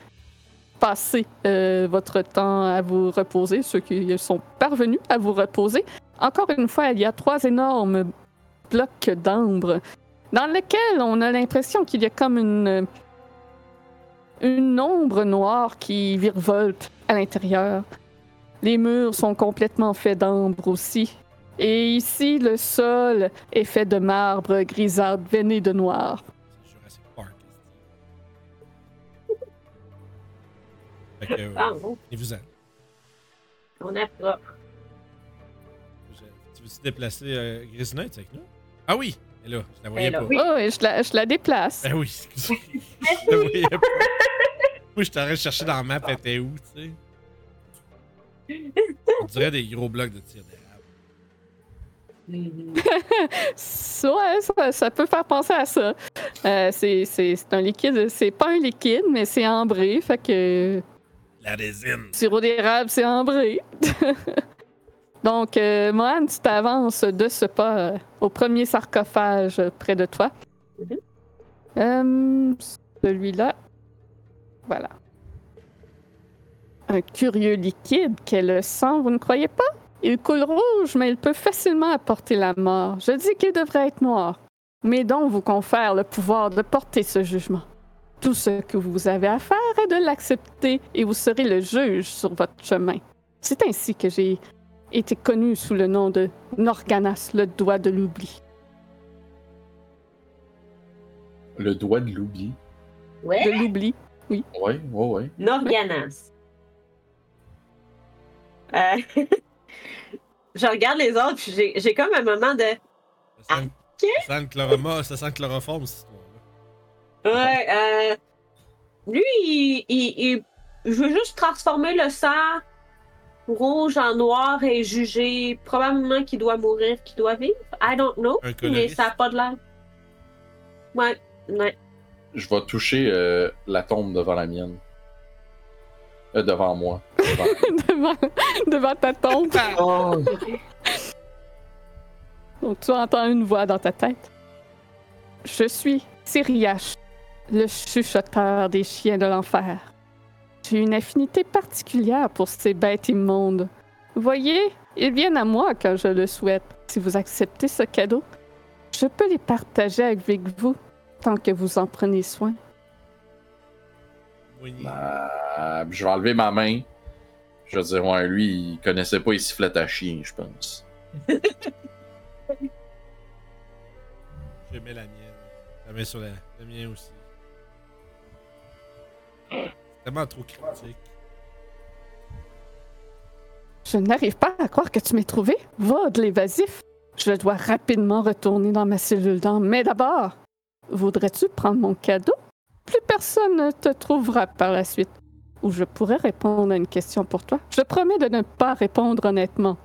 [SPEAKER 2] passé euh, votre temps à vous reposer, ceux qui sont parvenus à vous reposer. Encore une fois, il y a trois énormes blocs d'ambre dans lesquels on a l'impression qu'il y a comme une, une ombre noire qui virevolte à l'intérieur. Les murs sont complètement faits d'ambre aussi. Et ici, le sol est fait de marbre grisâtre veiné de noir.
[SPEAKER 1] C'est Jurassic Park. <laughs> Fait que, euh,
[SPEAKER 5] Ah, bon,
[SPEAKER 1] et vous en.
[SPEAKER 5] on est propre.
[SPEAKER 1] Je- Tu veux-tu déplacer euh, Grace Knight avec nous? Ah oui! Elle est là, je la voyais
[SPEAKER 5] Elle est là,
[SPEAKER 1] pas.
[SPEAKER 5] oui.
[SPEAKER 2] Oh, et je la, je
[SPEAKER 1] <laughs>
[SPEAKER 2] la déplace.
[SPEAKER 1] Ben oui,
[SPEAKER 5] <laughs>
[SPEAKER 1] excusez. je la voyais pas. Moi, je t'aurais cherché dans la map, elle était où, tu sais? On dirait des gros blocs de tir d'érable.
[SPEAKER 2] Ça, ouais, ça, ça peut faire penser à ça. Euh, c'est- c'est c'est un liquide, c'est pas un liquide, mais c'est ambré. Fait que
[SPEAKER 1] La résine!
[SPEAKER 2] sirop d'érable, c'est ambré. <laughs> Donc, euh, Mohan, tu t'avances de ce pas euh, au premier sarcophage euh, près de toi.
[SPEAKER 5] Mhm.
[SPEAKER 2] Euh, Celui-là. Voilà. Un curieux liquide qu'est le sang, vous ne croyez pas? Il coule rouge, mais il peut facilement apporter la mort. Je dis qu'il devrait être noir. Mes dons vous confèrent le pouvoir de porter ce jugement. Tout ce que vous avez à faire est de l'accepter et vous serez le juge sur votre chemin. C'est ainsi que j'ai été connu sous le nom de Norganas, le doigt de l'oubli.
[SPEAKER 3] Le doigt de l'oubli.
[SPEAKER 5] Ouais.
[SPEAKER 2] De l'oubli.
[SPEAKER 3] Ouais, ouais, ouais.
[SPEAKER 5] Norganas. Euh, <laughs> je regarde les autres, puis j'ai- j'ai comme un moment de.
[SPEAKER 1] Ça
[SPEAKER 5] Ah,
[SPEAKER 1] sent, ça sent le chloroma, ça sent le chloroforme, cette histoire-là.
[SPEAKER 5] Ouais, euh, lui, il, il- il veut juste transformer le sang rouge en noir et juger probablement qu'il doit mourir, qu'il doit vivre. I don't know,
[SPEAKER 1] Un
[SPEAKER 5] mais
[SPEAKER 1] coloriste.
[SPEAKER 5] ça n'a pas de l'air. Ouais, ouais.
[SPEAKER 3] Je vais toucher euh, la tombe devant la mienne. Euh, devant moi. <laughs> Devant-
[SPEAKER 2] <laughs> devant, devant ta tombe. Donc tu entends une voix dans ta tête. Je suis Syriache, le chuchoteur des chiens de l'enfer. J'ai une affinité particulière pour ces bêtes immondes. Voyez, ils viennent à moi quand je le souhaite. Si vous acceptez ce cadeau, je peux les partager avec vous tant que vous en prenez soin.
[SPEAKER 1] Moigné.
[SPEAKER 3] Euh, je vais enlever ma main. Je vais dire, ouais, lui, il connaissait pas les sifflets à chien, je pense.
[SPEAKER 1] Je mets la mienne. La mets sur la, la mienne aussi. C'est tellement trop critique.
[SPEAKER 2] Je n'arrive pas à croire que tu m'aies trouvé. Va de l'évasif. Je dois rapidement retourner dans ma cellule d'âme. Mais d'abord, voudrais-tu prendre mon cadeau? Plus personne ne te trouvera par la suite. Ou je pourrais répondre à une question pour toi. Je promets de ne pas répondre honnêtement.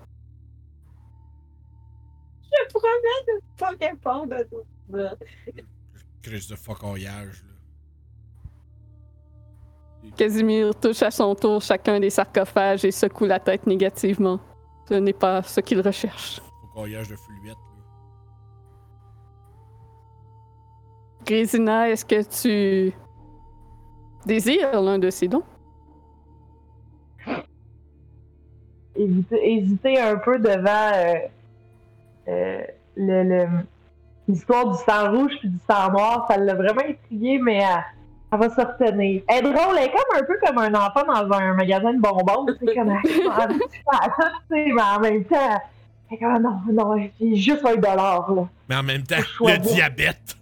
[SPEAKER 5] Je promets de ne pas répondre à tout ça.
[SPEAKER 1] Crise de focaillage, là.
[SPEAKER 2] Casimir touche à son tour chacun des sarcophages et secoue la tête négativement. Ce n'est pas ce qu'il recherche.
[SPEAKER 1] Focaillage de fluette, là.
[SPEAKER 2] Grésina, est-ce que tu désires l'un de ces dons?
[SPEAKER 7] Hésiter, hésiter un peu devant euh, euh, le- le- l'histoire du sang rouge puis du sang noir. Ça l'a vraiment intriguée, mais elle, elle va se retenir. Elle est drôle, elle est comme un peu comme un enfant dans un magasin de bonbons. Tu sais, comme elle elle a envie de faire ça, tu sais, mais en même temps, elle est comme ah, non, non, j'ai juste un dollar. Là.
[SPEAKER 1] Mais en même temps,
[SPEAKER 7] Choix
[SPEAKER 1] le
[SPEAKER 7] beau.
[SPEAKER 1] diabète!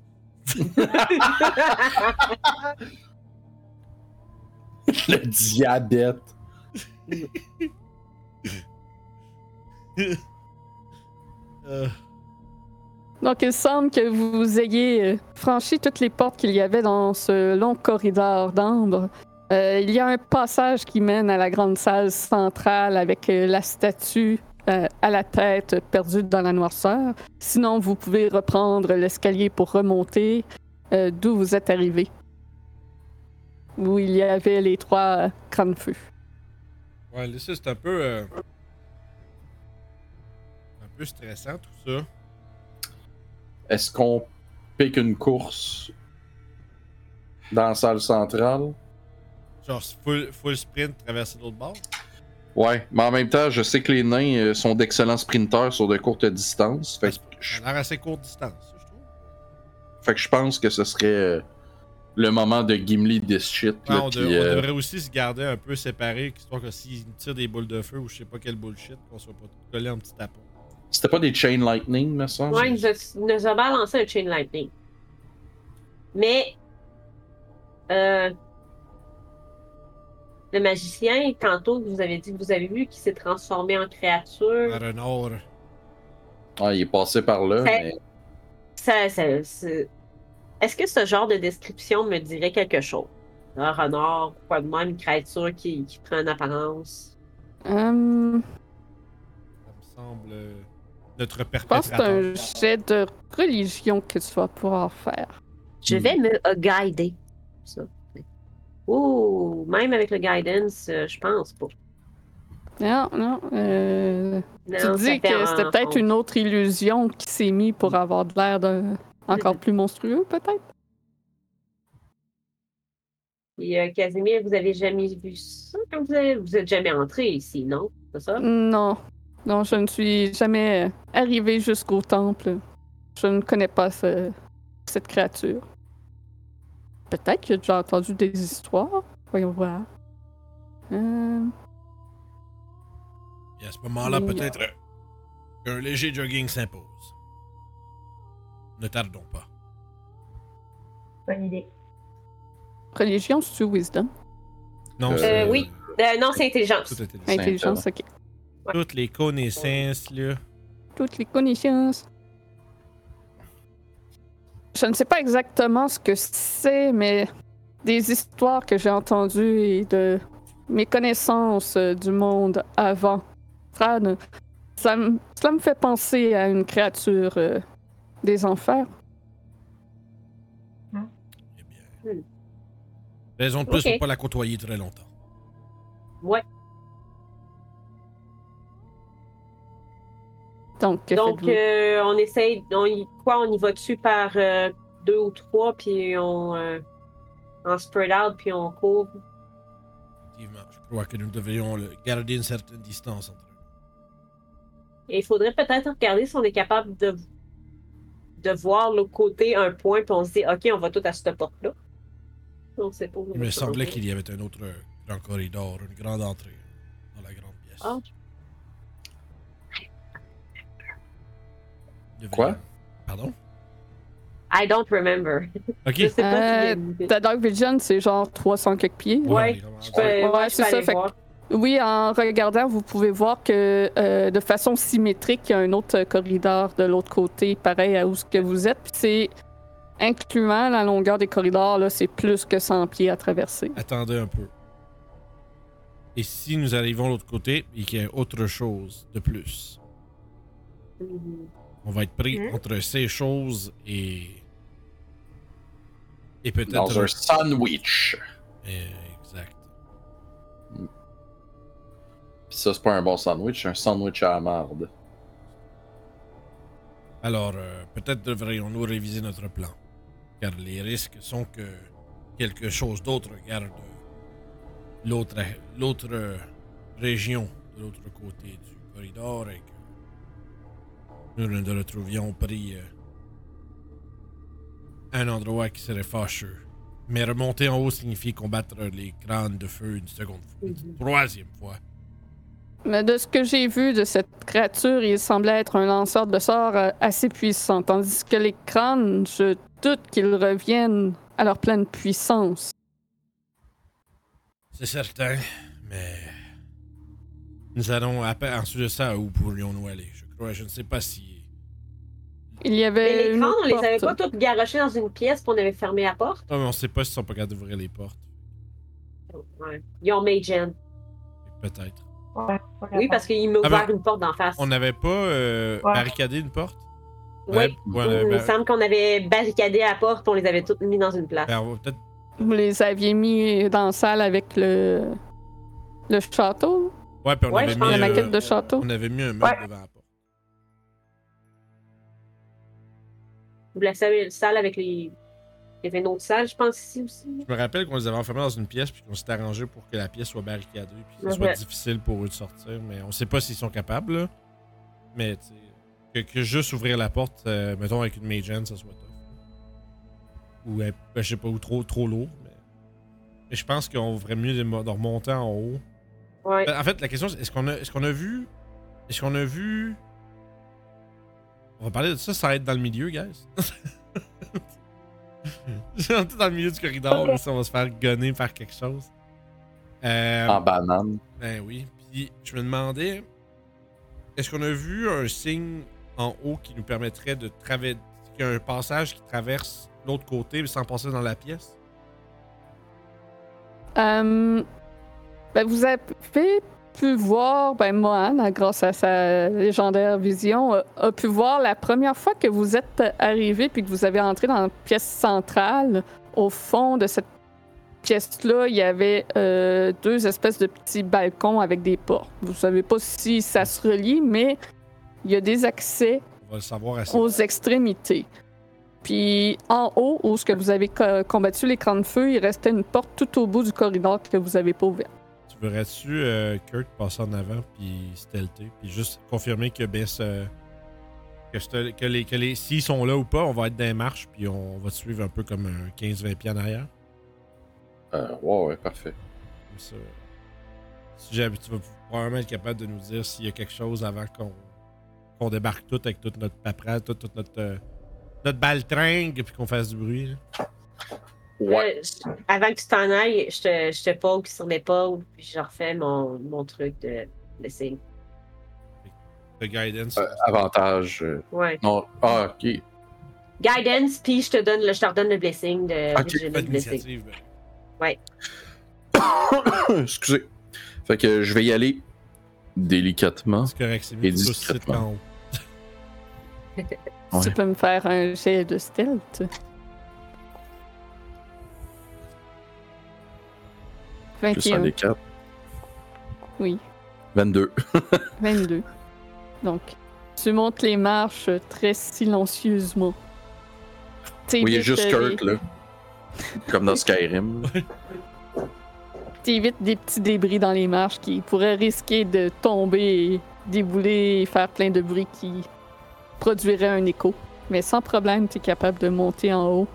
[SPEAKER 3] Le diabète.
[SPEAKER 1] Euh,
[SPEAKER 2] Donc, il semble que vous ayez euh, franchi toutes les portes qu'il y avait dans ce long corridor d'ambre. Euh, il y a un passage qui mène à la grande salle centrale avec euh, la statue euh, à la tête perdue dans la noirceur. Sinon, vous pouvez reprendre l'escalier pour remonter euh, d'où vous êtes arrivé, où il y avait les trois euh, crânes feux.
[SPEAKER 1] ouais, là, ça, c'est un peu. euh, Un peu stressant, tout ça.
[SPEAKER 3] Est-ce qu'on pique une course dans la salle centrale?
[SPEAKER 1] Genre, full, full sprint, traverser l'autre bord.
[SPEAKER 3] Ouais, mais en même temps, je sais que les nains euh, sont d'excellents sprinteurs sur de courtes distances. Fait que je,
[SPEAKER 1] À assez courte distance, je trouve.
[SPEAKER 3] fait que je pense que ce serait euh, le moment de Gimli this shit.
[SPEAKER 1] Ouais, Ah,
[SPEAKER 3] là,
[SPEAKER 1] Ben, on, de-
[SPEAKER 3] puis,
[SPEAKER 1] on
[SPEAKER 3] euh,
[SPEAKER 1] devrait aussi se garder un peu séparés, histoire que s'ils nous tirent des boules de feu ou je sais pas quel bullshit, qu'on soit pas tous collés en petit tapon.
[SPEAKER 3] C'était pas des chain lightning, me semble?
[SPEAKER 5] Ouais, je- nous avons balancé un Chain Lightning. Mais. euh, le magicien, tantôt, vous avez dit que vous avez vu qu'il s'est transformé en créature.
[SPEAKER 1] Un renard.
[SPEAKER 3] Ah, il est passé par là.
[SPEAKER 5] Fait-
[SPEAKER 3] mais-
[SPEAKER 5] Ça, ça- c'est- Est-ce que ce genre de description me dirait quelque chose? Un renard, quoi de même, une créature qui, qui prend une apparence.
[SPEAKER 2] Hum,
[SPEAKER 1] Ça me semble euh, notre
[SPEAKER 2] je pense que c'est
[SPEAKER 1] perpétrateur.
[SPEAKER 2] un jet de religion que tu vas pouvoir faire.
[SPEAKER 5] Je vais me euh, guider. Ça. Ouh, même avec le guidance, euh, je pense pas.
[SPEAKER 2] Non, non. euh,
[SPEAKER 5] Non,
[SPEAKER 2] tu
[SPEAKER 5] ça
[SPEAKER 2] dis
[SPEAKER 5] fait Mm.
[SPEAKER 2] que
[SPEAKER 5] un-
[SPEAKER 2] c'était peut-être une autre illusion qui s'est mise pour avoir de l'air d'un- encore plus monstrueux, peut-être?
[SPEAKER 5] Et euh, Casimir, vous avez jamais vu ça quand vous avez- vous êtes jamais entré ici, non? C'est ça?
[SPEAKER 2] Non. Non, je ne suis jamais arrivée jusqu'au temple. Je ne connais pas ce- cette créature. Peut-être que j'ai déjà entendu des histoires. Voyons voir. Euh,
[SPEAKER 1] Et à ce moment-là,
[SPEAKER 2] Oui.
[SPEAKER 1] peut-être euh, qu'un léger jogging s'impose. Ne tardons pas.
[SPEAKER 7] Bonne idée.
[SPEAKER 2] religion, c'est-tu wisdom?
[SPEAKER 1] Non,
[SPEAKER 3] Euh,
[SPEAKER 1] c'est-
[SPEAKER 5] oui. Euh, non, c'est intelligence.
[SPEAKER 1] Tout intelligent.
[SPEAKER 3] Hey.
[SPEAKER 2] Intelligence, ok.
[SPEAKER 1] Toutes les connaissances, là.
[SPEAKER 2] toutes les connaissances. Je ne sais pas exactement ce que c'est, mais des histoires que j'ai entendues et de mes connaissances euh, du monde avant, Fran, ça me, cela me fait penser à une créature euh, des enfers.
[SPEAKER 1] Eh bien.
[SPEAKER 5] Hmm.
[SPEAKER 1] Raison de plus
[SPEAKER 5] Ok.
[SPEAKER 1] pour pas la côtoyer très longtemps.
[SPEAKER 5] Ouais.
[SPEAKER 2] Donc, que
[SPEAKER 5] Donc,
[SPEAKER 2] faites-vous?
[SPEAKER 5] euh, on essaye. On y, quoi, on y va dessus par euh, deux ou trois, puis on. euh, on spread out, puis on court.
[SPEAKER 1] Effectivement, je crois que nous devrions le- garder une certaine distance entre eux.
[SPEAKER 5] Et il faudrait peut-être regarder si on est capable de. de voir l'autre côté un point, puis on se dit, OK, on va tout à cette porte-là. On sait pas. où on
[SPEAKER 1] Il me
[SPEAKER 5] va.
[SPEAKER 1] semblait qu'il y avait un autre euh, grand corridor, une grande entrée dans la grande pièce.
[SPEAKER 5] Ah.
[SPEAKER 1] Devrions-
[SPEAKER 3] Quoi?
[SPEAKER 1] Pardon?
[SPEAKER 5] I don't remember.
[SPEAKER 1] Ok.
[SPEAKER 5] Je sais pas
[SPEAKER 2] Euh,
[SPEAKER 5] si. il y a-
[SPEAKER 2] Ta Dark Vision, c'est genre 300 quelques pieds.
[SPEAKER 5] Ouais,
[SPEAKER 1] on est
[SPEAKER 5] je peux,
[SPEAKER 1] rendu-
[SPEAKER 5] ouais,
[SPEAKER 2] Ouais,
[SPEAKER 5] je
[SPEAKER 2] c'est
[SPEAKER 5] peux
[SPEAKER 2] ça,
[SPEAKER 5] aller
[SPEAKER 2] fait que-
[SPEAKER 5] voir.
[SPEAKER 2] Oui, en regardant, vous pouvez voir que euh, de façon symétrique, il y a un autre euh, corridor de l'autre côté, pareil à où ce que vous êtes. Puis c'est incluant la longueur des corridors, là, c'est plus que 100 pieds à traverser.
[SPEAKER 1] Attendez un peu. Et si nous arrivons de l'autre côté et qu'il y a autre chose de plus,
[SPEAKER 5] Mhm.
[SPEAKER 1] on va être pris
[SPEAKER 7] Mhm.
[SPEAKER 1] entre ces choses et. Et peut-être.
[SPEAKER 3] Dans un sandwich.
[SPEAKER 1] Euh, Exact.
[SPEAKER 3] Puis ça, c'est pas un bon sandwich, c'est un sandwich à la marde.
[SPEAKER 1] Alors, euh, peut-être devrions-nous réviser notre plan. Car les risques sont que quelque chose d'autre garde l'autre, l'autre euh, région de l'autre côté du corridor et que nous ne nous retrouvions pris euh, à un endroit qui serait fâcheux. Mais remonter en haut signifie combattre les crânes de feu une seconde fois, une troisième fois.
[SPEAKER 2] Mais de ce que j'ai vu de cette créature, il semblait être un lanceur de sorts euh, assez puissant, tandis que les crânes, je doute qu'ils reviennent à leur pleine puissance.
[SPEAKER 1] C'est certain, mais nous allons à peine ensuite de ça où pourrions-nous aller. Je crois, je ne sais pas si.
[SPEAKER 2] Il y avait
[SPEAKER 5] Mais les
[SPEAKER 2] Euh, une
[SPEAKER 5] crânes,
[SPEAKER 2] autre
[SPEAKER 5] on les avait pas
[SPEAKER 2] porte.
[SPEAKER 5] toutes garochés dans une pièce, puis on avait fermé la porte.
[SPEAKER 1] Non, mais on ne sait pas s'ils sont pas capables d'ouvrir les portes.
[SPEAKER 5] Ouais. Ils ont made Jen.
[SPEAKER 1] Peut-être.
[SPEAKER 7] Ouais, pas
[SPEAKER 5] Oui,
[SPEAKER 7] grave.
[SPEAKER 5] parce qu'il m'a
[SPEAKER 1] Ah
[SPEAKER 5] ouvert
[SPEAKER 1] ben,
[SPEAKER 5] une porte d'en face.
[SPEAKER 1] On n'avait pas euh,
[SPEAKER 7] Ouais.
[SPEAKER 1] barricadé une porte
[SPEAKER 5] Oui.
[SPEAKER 1] on avait-
[SPEAKER 5] Il
[SPEAKER 1] ouais, on
[SPEAKER 5] me
[SPEAKER 1] avait-
[SPEAKER 5] semble qu'on avait barricadé la porte, puis on les avait toutes mis dans une place.
[SPEAKER 1] ben, on va peut-être.
[SPEAKER 2] Vous les aviez mis dans la salle avec le, le château,
[SPEAKER 1] Ouais, puis on
[SPEAKER 5] Ouais,
[SPEAKER 1] avait
[SPEAKER 5] je
[SPEAKER 1] mis.
[SPEAKER 5] pense-
[SPEAKER 2] la
[SPEAKER 5] Euh,
[SPEAKER 2] maquette de château.
[SPEAKER 1] On avait mis un meuble
[SPEAKER 7] Ouais.
[SPEAKER 1] devant la porte.
[SPEAKER 5] Ou la salle, salle avec les. Il y avait une autre salle, je pense, ici aussi.
[SPEAKER 1] Je me rappelle qu'on les avait enfermés dans une pièce puis qu'on s'est arrangé pour que la pièce soit barricadée puis que ce soit
[SPEAKER 5] Ouais.
[SPEAKER 1] difficile pour eux de sortir. Mais on sait pas s'ils sont capables. là. Mais tu sais, que, que juste ouvrir la porte, euh, mettons avec une mage hand, ça soit tough. Ou euh, ben, je sais pas, ou trop, trop lourd. Mais, mais je pense qu'on ferait mieux de, mo- de remonter en haut.
[SPEAKER 5] Ouais.
[SPEAKER 1] Bah, En fait, la question c'est est-ce qu'on a, est-ce qu'on a vu, est-ce qu'on a vu. On va parler de ça, ça va être dans le milieu, guys. On est dans le milieu du corridor, là, ça, on va se faire gonner par quelque chose. Euh,
[SPEAKER 3] En banane.
[SPEAKER 1] ben oui. Puis je me demandais, est-ce qu'on a vu un signe en haut qui nous permettrait de traverser un passage qui traverse l'autre côté sans passer dans la pièce?
[SPEAKER 2] Euh, ben, vous avez pu voir, ben Mohan, hein, grâce à sa légendaire vision, a, a pu voir la première fois que vous êtes arrivé puis que vous avez entré dans la pièce centrale. Au fond de cette pièce-là, il y avait euh, deux espèces de petits balcons avec des portes. Vous savez pas si ça se relie, mais il y a des accès
[SPEAKER 1] On va le savoir assez
[SPEAKER 2] aux extrémités. Puis en haut, où ce que vous avez co- combattu les crans de feu, il restait une porte tout au bout du corridor que vous avez pas ouverte.
[SPEAKER 1] Tu verrais-tu euh, Kurt passer en avant puis stealther, puis juste confirmer que Bess. euh, que, c'est- que les. que les. S'ils sont là ou pas, on va être dans les marches, puis on va te suivre un peu comme un 15-20 pieds en arrière.
[SPEAKER 3] Euh, ouais, ouais, parfait.
[SPEAKER 1] Comme ça. Si jamais tu vas probablement être capable de nous dire s'il y a quelque chose avant qu'on qu'on débarque tout avec toute notre paperasse, toute, toute notre. euh, notre baltringue, puis qu'on fasse du bruit. là.
[SPEAKER 3] Ouais.
[SPEAKER 5] Euh, je- avant que tu t'en ailles, je te, je te poke sur l'épaule, puis je refais mon, mon truc de, de signe.
[SPEAKER 1] The guidance.
[SPEAKER 3] Euh, avantage. euh,
[SPEAKER 5] Ouais.
[SPEAKER 3] Non. Ah, ok. <coughs>
[SPEAKER 5] Guidance, puis je te donne le, je te redonne le blessing de
[SPEAKER 3] Ok,
[SPEAKER 5] Virginie
[SPEAKER 1] pas
[SPEAKER 5] de blessing.
[SPEAKER 1] d'initiative.
[SPEAKER 3] Excusez. Fait que je vais y aller délicatement.
[SPEAKER 1] C'est correct, c'est
[SPEAKER 3] Et
[SPEAKER 1] mieux. que tu sois sur le site
[SPEAKER 3] discrètement.
[SPEAKER 1] qu'en haut.
[SPEAKER 2] Tu
[SPEAKER 3] Ouais.
[SPEAKER 2] peux me faire un jet de stealth.
[SPEAKER 3] Plus un
[SPEAKER 2] 21,
[SPEAKER 3] des quatre.
[SPEAKER 2] oui,
[SPEAKER 3] 22.
[SPEAKER 2] 22. Donc, tu montes les marches très silencieusement.
[SPEAKER 3] Vous voyez
[SPEAKER 2] T'évites
[SPEAKER 3] juste euh,
[SPEAKER 2] les-
[SPEAKER 3] Kurt, là. Comme <laughs> dans Skyrim. là.
[SPEAKER 2] t'évites des petits débris dans les marches qui pourraient risquer de tomber et débouler et faire plein de bruit qui produirait un écho. Mais sans problème, t'es capable de monter en haut.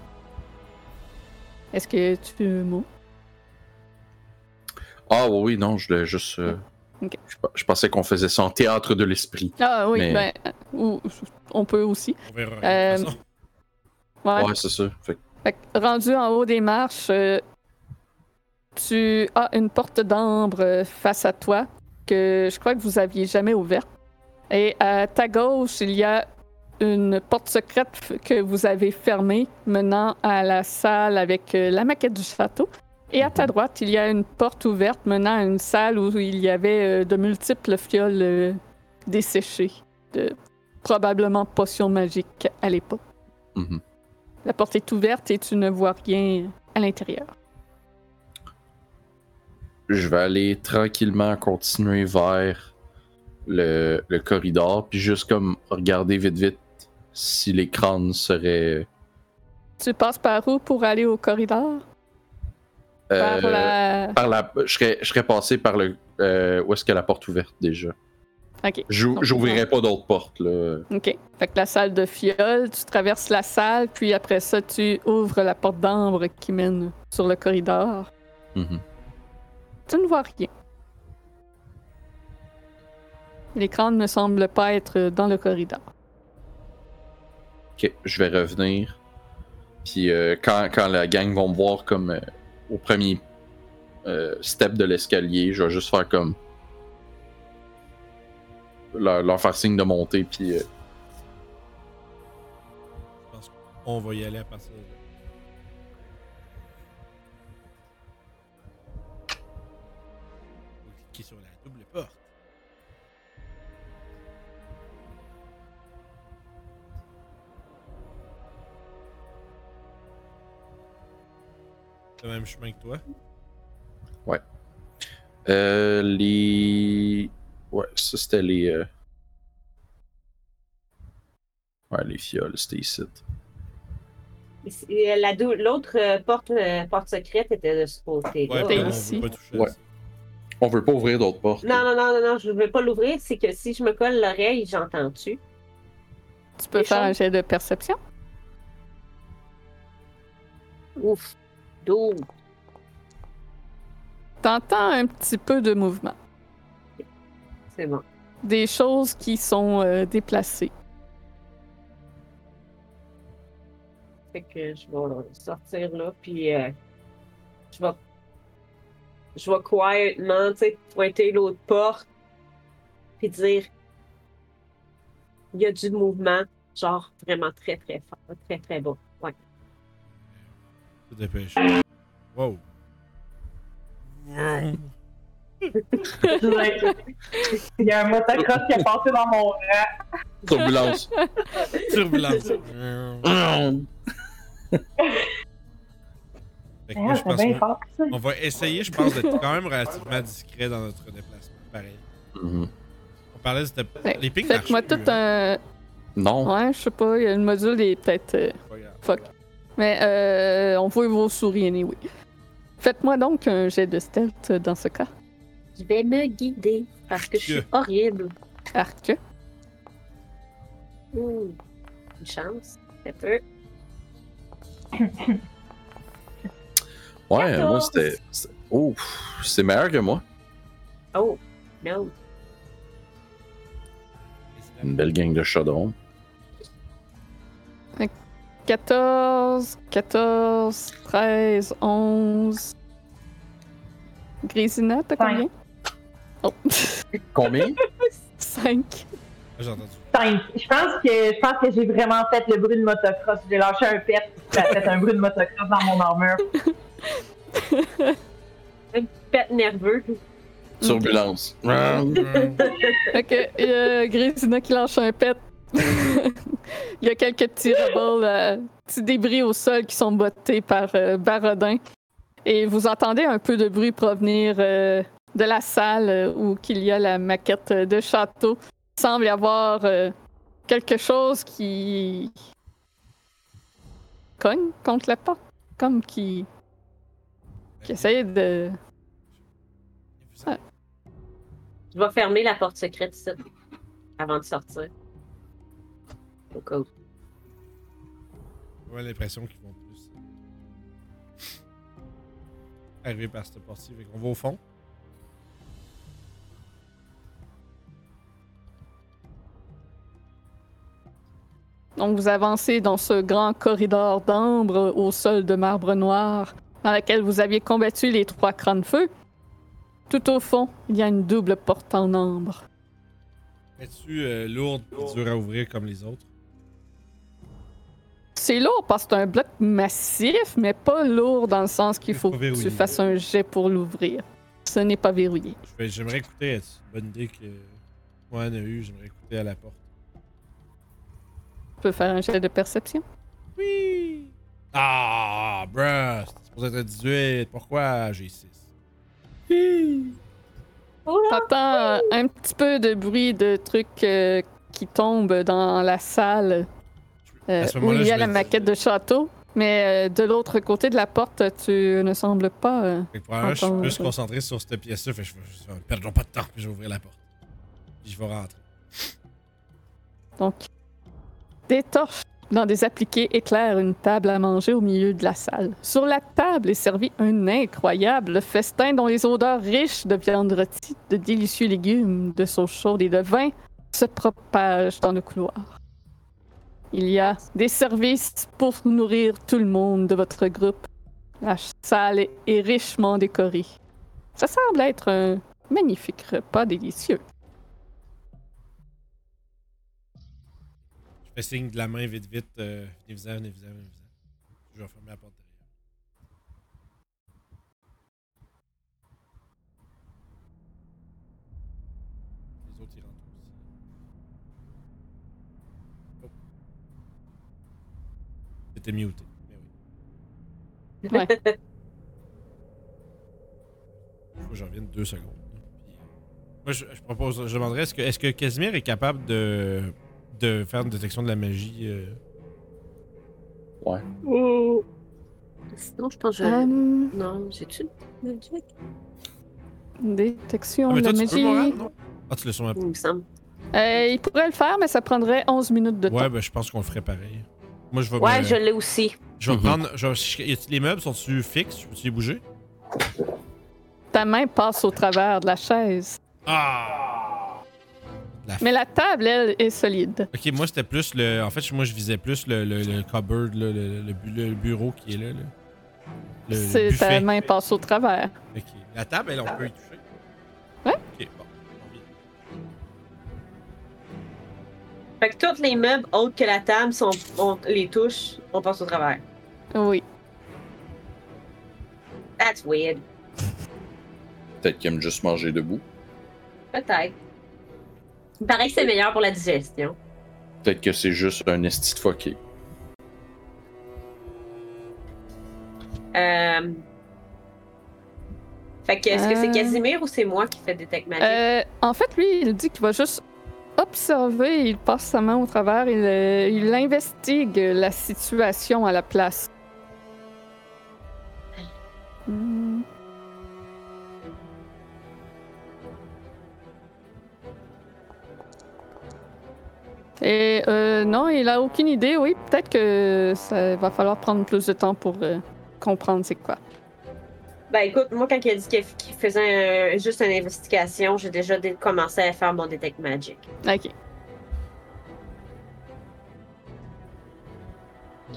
[SPEAKER 2] Est-ce que tu veux un mot?
[SPEAKER 3] Ah, oui, oui, non, je voulais juste. euh,
[SPEAKER 2] Ah, Ok.
[SPEAKER 3] je, je pensais qu'on faisait ça en théâtre de l'esprit.
[SPEAKER 2] Ah oui,
[SPEAKER 3] Mais-
[SPEAKER 2] ben, ou- on peut aussi.
[SPEAKER 1] On verra. de toute
[SPEAKER 2] Euh,
[SPEAKER 1] façon.
[SPEAKER 2] Ouais.
[SPEAKER 3] Ouais, c'est ça. Fait que-
[SPEAKER 2] Fait que, rendu en haut des marches, euh, tu as une porte d'ambre euh, face à toi que je crois que vous aviez jamais ouverte. Et à ta gauche, il y a une porte secrète f- que vous avez fermée menant à la salle avec euh, la maquette du château. Et à ta droite, il y a une porte ouverte menant à une salle où il y avait euh, de multiples fioles euh, desséchées, de probablement potions magiques à l'époque.
[SPEAKER 3] mhm.
[SPEAKER 2] La porte est ouverte et tu ne vois rien à l'intérieur.
[SPEAKER 3] Je vais aller tranquillement continuer vers le, le corridor, puis juste comme regarder vite, vite si les crânes seraient.
[SPEAKER 2] Tu passes par où pour aller au corridor?
[SPEAKER 3] euh,
[SPEAKER 2] Par la...
[SPEAKER 3] par la- je, serais, je serais passé par le. euh, où est-ce que la porte ouverte déjà?
[SPEAKER 2] Ok.
[SPEAKER 3] J'ou-
[SPEAKER 2] Donc,
[SPEAKER 3] J'ouvrirai pas d'autres portes, là.
[SPEAKER 2] OK. Fait que la salle de fiole, tu traverses la salle, puis après ça, tu ouvres la porte d'ambre qui mène sur le corridor.
[SPEAKER 3] Mhm.
[SPEAKER 2] Tu ne vois rien. Les crânes ne semblent pas être dans le corridor.
[SPEAKER 3] Ok, je vais revenir. Puis euh, quand, quand la gang vont me voir comme euh, au premier euh, step de l'escalier, je vais juste faire comme. leur, leur faire signe de monter, puis. euh,
[SPEAKER 1] Je pense qu'on va y aller à partir de là. Faut cliquer sur la double porte. Le même chemin que toi.
[SPEAKER 3] euh, les. Ouais, ça c'était les. euh, Ouais, les fioles, c'était ici.
[SPEAKER 5] c'est- la dou- l'autre euh, porte, euh, porte secrète était de ce côté.
[SPEAKER 1] Ouais,
[SPEAKER 2] t'es
[SPEAKER 1] puis on
[SPEAKER 2] ici.
[SPEAKER 1] veut pas toucher à
[SPEAKER 3] Ouais.
[SPEAKER 1] ça.
[SPEAKER 3] On veut pas ouvrir d'autres portes.
[SPEAKER 5] Non,
[SPEAKER 3] <laughs>
[SPEAKER 5] non, non, non, non, je ne veux pas l'ouvrir. C'est que si je me colle l'oreille, j'entends-tu?
[SPEAKER 2] Tu peux
[SPEAKER 5] Les
[SPEAKER 2] faire
[SPEAKER 5] choses.
[SPEAKER 2] un jet de perception.
[SPEAKER 5] Ouf. D'où?
[SPEAKER 2] T'entends un petit peu de mouvement.
[SPEAKER 5] C'est bon.
[SPEAKER 2] Des choses qui sont euh, déplacées.
[SPEAKER 5] Fait que je vais sortir là, puis euh, je vais. Je vais quiettement, tu sais, pointer l'autre porte, puis dire il y a du mouvement, genre vraiment très, très fort, très, très bon. Ouais.
[SPEAKER 1] Se dépêche. Wow. Vroom.
[SPEAKER 5] <laughs>
[SPEAKER 7] Il y a un motocross qui est passé dans mon rang.
[SPEAKER 3] Turbulence.
[SPEAKER 7] <laughs>
[SPEAKER 1] Turbulence. Vroom. Fait que moi,
[SPEAKER 7] Ah,
[SPEAKER 1] je
[SPEAKER 7] C'est
[SPEAKER 1] pense
[SPEAKER 7] bien
[SPEAKER 1] qu'on-
[SPEAKER 7] fort, ça.
[SPEAKER 1] on va essayer, je pense, d'être quand même relativement discret dans notre déplacement. Pareil.
[SPEAKER 3] Mhm.
[SPEAKER 1] On parlait de
[SPEAKER 2] Fait-
[SPEAKER 1] cette... les pings
[SPEAKER 2] Faites-moi
[SPEAKER 1] marchent
[SPEAKER 2] tout
[SPEAKER 1] plus, hein.
[SPEAKER 2] un.
[SPEAKER 3] Non.
[SPEAKER 2] Ouais, je sais pas, il y a le module est peut-être. euh,
[SPEAKER 1] C'est pas grave.
[SPEAKER 2] Fuck. Mais euh, on voit vos souris, anyway. Faites-moi donc un jet de stealth euh, dans ce cas.
[SPEAKER 5] Je vais me guider parce que je suis
[SPEAKER 1] Dieu.
[SPEAKER 5] horrible.
[SPEAKER 2] Arc.
[SPEAKER 5] Hmm. Une chance. C'est peu.
[SPEAKER 3] Ouais, moi
[SPEAKER 5] 14.
[SPEAKER 3] c'était. c'était- Ouf, c'est meilleur que moi.
[SPEAKER 5] Oh, non.
[SPEAKER 3] Une belle gang de chaudrons.
[SPEAKER 2] 14, 14, 13, 11. Grésina, t'as
[SPEAKER 7] Cinq.
[SPEAKER 2] combien? Oh, <laughs>
[SPEAKER 3] <laughs> Combien
[SPEAKER 2] 5.
[SPEAKER 1] J'ai entendu.
[SPEAKER 7] Cinq. Je pense que je pense que j'ai vraiment fait le bruit de motocross. J'ai lâché un pet, ça a fait un bruit de motocross dans mon armure.
[SPEAKER 5] Pète nerveux.
[SPEAKER 3] Turbulence. Vroom.
[SPEAKER 1] Vroom.
[SPEAKER 2] Ok, euh, Grésina qui lâche un pet. <laughs> Il y a quelques petits rebelles, euh, petits débris au sol qui sont bottés par euh, Barodin. Et vous entendez un peu de bruit provenir euh, de la salle euh, où qu'il y a la maquette euh, de château. Il semble y avoir euh, quelque chose qui cogne contre la porte, comme qui, qui essaye de...
[SPEAKER 5] Je vais fermer la porte secrète ici avant de sortir. Au cas où.
[SPEAKER 1] J'ai l'impression qu'ils vont plus euh, arriver par cette partie. Fait qu'on va au fond.
[SPEAKER 2] Donc vous avancez dans ce grand corridor d'ambre au sol de marbre noir dans lequel vous aviez combattu les trois crânes feu. Tout au fond, il y a une double porte en ambre.
[SPEAKER 1] Es-tu euh, lourde et dure à ouvrir comme les autres?
[SPEAKER 2] C'est lourd parce que c'est un bloc massif, mais pas lourd dans le sens qu'il
[SPEAKER 1] C'est
[SPEAKER 2] faut
[SPEAKER 1] pas
[SPEAKER 2] que tu
[SPEAKER 1] verrouillé.
[SPEAKER 2] fasses un jet pour l'ouvrir. Ce n'est pas verrouillé.
[SPEAKER 1] Je vais- J'aimerais écouter. est-ce une bonne idée que Mohan a eue? J'aimerais écouter à la porte.
[SPEAKER 2] Tu peux faire un jet de perception.
[SPEAKER 1] Oui! Ah, bruh! C'était supposé être un 18. Pourquoi j'ai 6?
[SPEAKER 2] <laughs> T'entends euh, un petit peu de bruit de trucs euh, qui tombent dans la salle Euh, où il y a la maquette de château, mais euh, de l'autre côté de la porte, tu ne sembles pas. euh,
[SPEAKER 1] Fait que probablement, je suis
[SPEAKER 2] Entendre.
[SPEAKER 1] plus concentré sur cette pièce-là. Fait que je vais je vais- perdons pas de temps. Puis je vais ouvrir la porte. Puis je vais rentrer.
[SPEAKER 2] donc, des torches dans des appliqués éclairent une table à manger au milieu de la salle. Sur la table est servi un incroyable festin dont les odeurs riches de viande rôtie, de délicieux légumes, de sauce chaude et de vin se propagent dans le couloir. Il y a des services pour nourrir tout le monde de votre groupe. La ch- salle est- est richement décorée. Ça semble être un magnifique repas délicieux.
[SPEAKER 1] Je fais signe de la main vite, vite. Euh, venez-vous-en, venez-vous-en, venez-vous-en. Je vais fermer la porte derrière. Les autres, ils rentrent aussi. Oh. C'était muté. Ben Mais oui.
[SPEAKER 2] Ouais.
[SPEAKER 1] <laughs> Faut que j'en revienne deux secondes. Puis, euh, Moi, je, je propose, je demanderais, est-ce que, est-ce que Casimir est capable de, de faire une détection de la magie euh,
[SPEAKER 3] Ouais.
[SPEAKER 5] Sinon, je pense que je...
[SPEAKER 2] Euh,
[SPEAKER 5] Non, j'ai-tu le jet?
[SPEAKER 2] détection
[SPEAKER 1] Ah, mais
[SPEAKER 2] de
[SPEAKER 1] toi, tu peux, Morane,
[SPEAKER 2] magie.
[SPEAKER 1] non? Ah, tu l'as sûrement
[SPEAKER 5] Il me semble.
[SPEAKER 2] Euh, il pourrait le faire, mais ça prendrait 11 minutes de
[SPEAKER 1] Ouais,
[SPEAKER 2] temps.
[SPEAKER 1] ben, je pense qu'on le ferait pareil. Moi, je vais.
[SPEAKER 5] Ouais,
[SPEAKER 1] me-
[SPEAKER 5] je l'ai aussi.
[SPEAKER 1] Je vais
[SPEAKER 3] Mhm.
[SPEAKER 1] prendre. je vais- y a-t-il- les meubles sont-tu fixes? Je peux-tu les bouger?
[SPEAKER 2] Ta main passe au travers de la chaise.
[SPEAKER 1] Ah! La
[SPEAKER 2] Mais la table, elle, est solide.
[SPEAKER 1] Ok, moi c'était plus le. En fait, moi je visais plus le, le, le cupboard, là, le, le bu- le bureau qui est là. là. Le, le
[SPEAKER 2] C'est
[SPEAKER 1] buffet.
[SPEAKER 2] ta main passe au travers.
[SPEAKER 1] Ok. La table, elle, on peut y toucher.
[SPEAKER 2] Ouais.
[SPEAKER 1] Ok, bon. On vient.
[SPEAKER 5] Fait que tous les meubles autres que la table, si on, on les touche, on passe au travers.
[SPEAKER 2] Oui.
[SPEAKER 5] That's weird.
[SPEAKER 3] Peut-être qu'il aime juste manger debout.
[SPEAKER 5] Peut-être. Il paraît que c'est meilleur pour la digestion.
[SPEAKER 3] Peut-être que c'est juste un esti de fucké.
[SPEAKER 5] Euh... Fait que, est-ce que c'est
[SPEAKER 2] Euh.
[SPEAKER 5] Casimir ou c'est moi qui fais Detect Magic?
[SPEAKER 2] Euh, en fait, lui, il dit qu'il va juste observer, il passe sa main au travers, il, euh, il investigue la situation à la place. Hmm. Et euh, non, il a aucune idée. Oui, peut-être que ça va falloir prendre plus de temps pour euh, comprendre c'est quoi.
[SPEAKER 5] Ben écoute, moi quand il a dit qu'il qu'il faisait un- juste une investigation, j'ai déjà dé- commencé à faire mon Detect Magic.
[SPEAKER 2] Ok.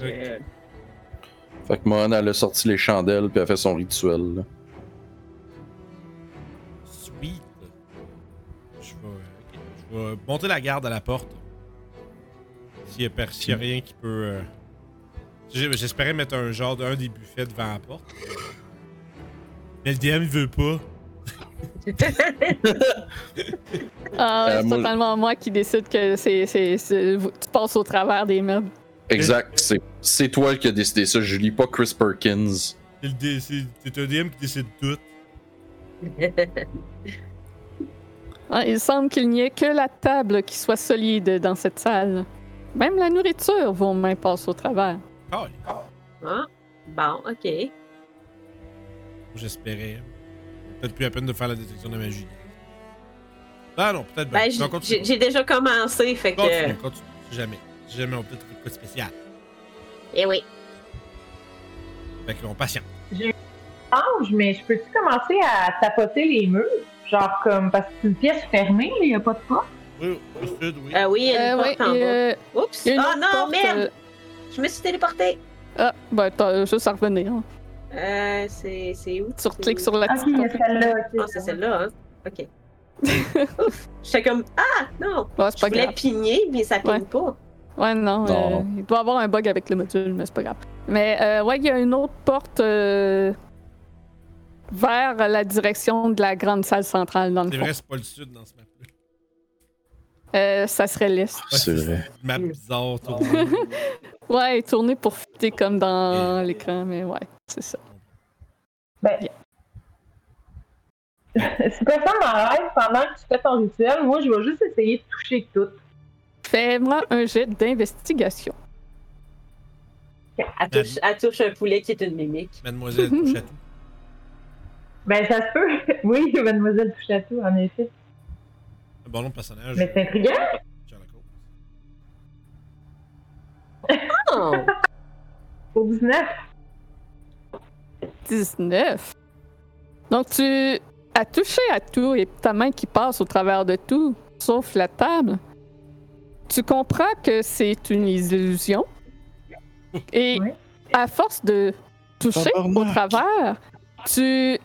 [SPEAKER 5] Euh,
[SPEAKER 3] Fait que Mohan, elle a sorti les chandelles puis elle a fait son rituel. là.
[SPEAKER 1] Sweet. Je vais, ok, je vais monter la garde à la porte. S'il n'y a, per- s'il y a rien qui peut. euh, j'ai- J'espérais mettre un genre d'un des buffets devant la porte. Mais le DM, il veut pas.
[SPEAKER 2] Ah,
[SPEAKER 3] Euh,
[SPEAKER 2] c'est
[SPEAKER 3] moi-
[SPEAKER 2] totalement moi qui décide que c'est, c'est, c'est- vous- tu passes au travers des meubles.
[SPEAKER 3] Exact. c'est- C'est toi qui as décidé ça, Julie, pas Chris Perkins.
[SPEAKER 1] C'est le dé- c'est- c'est un DM qui décide tout.
[SPEAKER 5] Euh,
[SPEAKER 2] Ah, il semble qu'il n'y ait que la table qui soit solide dans cette salle. Même la nourriture, vos mains passent au travers.
[SPEAKER 1] Ah,
[SPEAKER 5] <laughs> ah, bon, ok.
[SPEAKER 1] J'espérais. Peut-être plus la peine de faire la détection de magie. Ah non, peut-être bien. Non,
[SPEAKER 5] Ben, j'ai-
[SPEAKER 1] continue.
[SPEAKER 5] j'ai j'ai déjà commencé, fait que.
[SPEAKER 1] Continue, continue. Si Jamais. Si Jamais on peut trouver de quoi de spécial.
[SPEAKER 5] Eh oui.
[SPEAKER 1] Fait qu'on patiente.
[SPEAKER 7] Ange, mais je peux-tu commencer à tapoter les murs? Genre comme, parce que c'est une pièce fermée, il n'y a pas de porte.
[SPEAKER 1] Oui, au sud, oui.
[SPEAKER 5] Ah oui, il y a
[SPEAKER 2] Euh,
[SPEAKER 5] une
[SPEAKER 2] ouais,
[SPEAKER 5] porte en
[SPEAKER 2] et,
[SPEAKER 5] bas.
[SPEAKER 2] euh,
[SPEAKER 5] Oups!
[SPEAKER 2] il y a une
[SPEAKER 5] Ah
[SPEAKER 2] autre
[SPEAKER 5] non,
[SPEAKER 2] porte,
[SPEAKER 5] merde!
[SPEAKER 2] euh,
[SPEAKER 5] Je me suis téléportée!
[SPEAKER 2] ah, ben, t'as juste à revenir. hein.
[SPEAKER 5] Euh, c'est c'est où?
[SPEAKER 2] Tu recliques sur la
[SPEAKER 7] Ok,
[SPEAKER 2] petite
[SPEAKER 7] il y a
[SPEAKER 2] porte.
[SPEAKER 7] celle-là.
[SPEAKER 5] Ah,
[SPEAKER 7] ok.
[SPEAKER 5] c'est celle-là, hein?
[SPEAKER 2] <laughs>
[SPEAKER 5] Ok. Ouf! J'étais comme. Ah! Non!
[SPEAKER 2] Ouais, c'est
[SPEAKER 5] Je
[SPEAKER 2] pas
[SPEAKER 5] voulais
[SPEAKER 2] grave.
[SPEAKER 5] pigner, mais ça pigne
[SPEAKER 2] Ouais.
[SPEAKER 5] pas.
[SPEAKER 2] Ouais, non,
[SPEAKER 3] Non.
[SPEAKER 2] euh, il doit avoir un bug avec le module, mais c'est pas grave. Mais euh, ouais, il y a une autre porte euh, vers la direction de la grande salle centrale, dans le
[SPEAKER 1] C'est
[SPEAKER 2] fond.
[SPEAKER 1] vrai, c'est pas le sud dans ce map.
[SPEAKER 2] Euh, ça serait l'est.
[SPEAKER 3] C'est vrai.
[SPEAKER 1] Une map bizarre, tournée.
[SPEAKER 2] Ouais, tourner pour fitter comme dans l'écran, mais ouais, c'est ça.
[SPEAKER 7] Si personne m'arrête pendant que tu fais ton rituel, moi, je vais juste essayer de toucher tout.
[SPEAKER 2] Fais-moi un jet d'investigation.
[SPEAKER 5] Elle touche, elle touche un poulet qui est une mimique.
[SPEAKER 1] Mademoiselle touche à tout.
[SPEAKER 7] Ben, ça se peut. <laughs> Oui, Mademoiselle Touchatou, en effet.
[SPEAKER 1] Un bon nom de personnage.
[SPEAKER 7] Mais c'est intriguant.
[SPEAKER 1] Sherlock Holmes.
[SPEAKER 5] <laughs> Oh!
[SPEAKER 7] Au 19,
[SPEAKER 2] 19. Donc, tu as touché à tout et ta main qui passe au travers de tout, sauf la table. Tu comprends que c'est une illusion. Et
[SPEAKER 7] Ouais.
[SPEAKER 2] à force de toucher au
[SPEAKER 3] Tabarnak.
[SPEAKER 2] travers, tu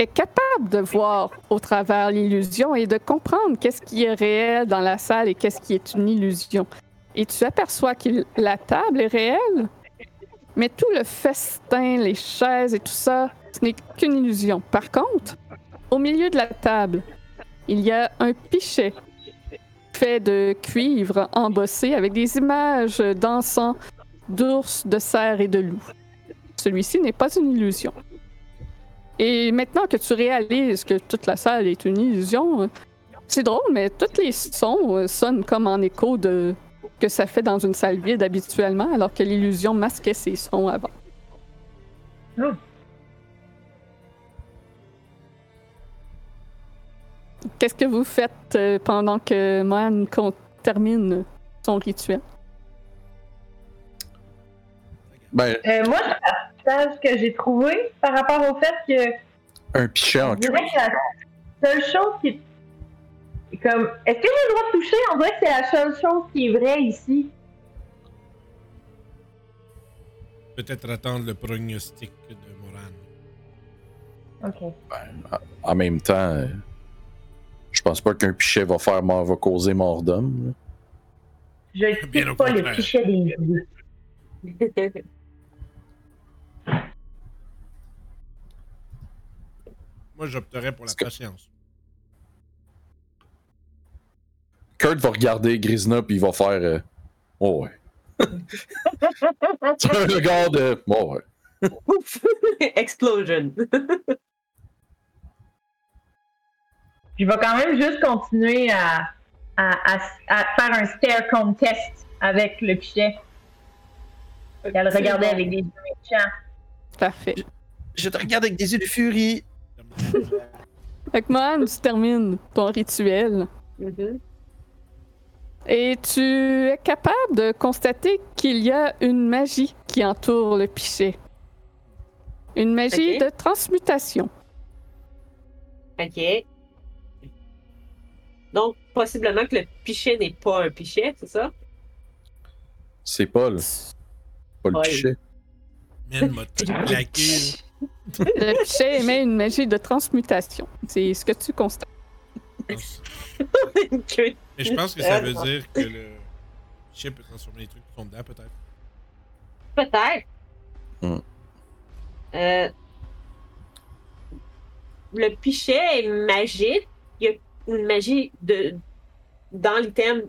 [SPEAKER 2] es capable de voir au travers l'illusion et de comprendre qu'est-ce qui est réel dans la salle et qu'est-ce qui est une illusion. Et tu aperçois que la table est réelle, mais tout le festin, les chaises et tout ça, ce n'est qu'une illusion. Par contre, au milieu de la table, il y a un pichet fait de cuivre embossé avec des images d'encens, d'ours, de cerfs et de loups. Celui-ci n'est pas une illusion. Et maintenant que tu réalises que toute la salle est une illusion, euh, c'est drôle, mais tous les sons euh, sonnent comme en écho de que ça fait dans une salle vide habituellement, alors que l'illusion masquait ses sons avant.
[SPEAKER 7] Hmm.
[SPEAKER 2] Qu'est-ce que vous faites euh, pendant que Mohan con- termine son rituel?
[SPEAKER 3] Ben,
[SPEAKER 7] Euh, moi, je partage ce que j'ai trouvé par rapport au fait que
[SPEAKER 3] un pichet en
[SPEAKER 7] je dirais que la seule chose qui est- est comme est-ce que j'ai le droit de toucher On dirait que c'est la seule chose qui est vraie ici.
[SPEAKER 1] Peut-être attendre le prognostic de Moran.
[SPEAKER 7] Ok.
[SPEAKER 3] En même temps, euh, je pense pas qu'un pichet va faire mort- va causer mort d'homme.
[SPEAKER 7] Je ne
[SPEAKER 1] Bien au
[SPEAKER 7] quitte pas le
[SPEAKER 1] contraire.
[SPEAKER 7] pichet des yeux.
[SPEAKER 1] Moi, j'opterais pour la
[SPEAKER 3] Est-ce que-
[SPEAKER 1] patience.
[SPEAKER 3] Kurt va regarder Grisna puis il va faire euh, Oh ouais. <laughs> C'est un regard de Oh ouais.
[SPEAKER 5] <laughs> Explosion.
[SPEAKER 7] Je vais quand même juste continuer à, à- à- à faire un stare contest avec le pichet. Et à le regarder avec des yeux méchants.
[SPEAKER 2] Parfait.
[SPEAKER 3] Je te regarde avec des yeux de furie.
[SPEAKER 2] Fait que Mohan, tu termines ton rituel.
[SPEAKER 5] Mhm.
[SPEAKER 2] Et tu es capable de constater qu'il y a une magie qui entoure le pichet. Une magie
[SPEAKER 5] Ok.
[SPEAKER 2] de transmutation.
[SPEAKER 5] Ok. Donc, possiblement que le pichet n'est pas un pichet, c'est ça? <laughs>
[SPEAKER 3] C'est Paul, pas le
[SPEAKER 5] Ouais.
[SPEAKER 3] pichet.
[SPEAKER 1] Man m'a tout claqué.
[SPEAKER 2] Le pichet émet une magie de transmutation. C'est ce que tu constates.
[SPEAKER 1] là. Mais
[SPEAKER 5] Que-
[SPEAKER 1] je pense que ça veut dire que le pichet peut transformer les trucs qui sont dedans, peut-être.
[SPEAKER 5] Peut-être.
[SPEAKER 3] Hmm.
[SPEAKER 5] Euh, le pichet est magique. Il y a une magie de, dans l'item.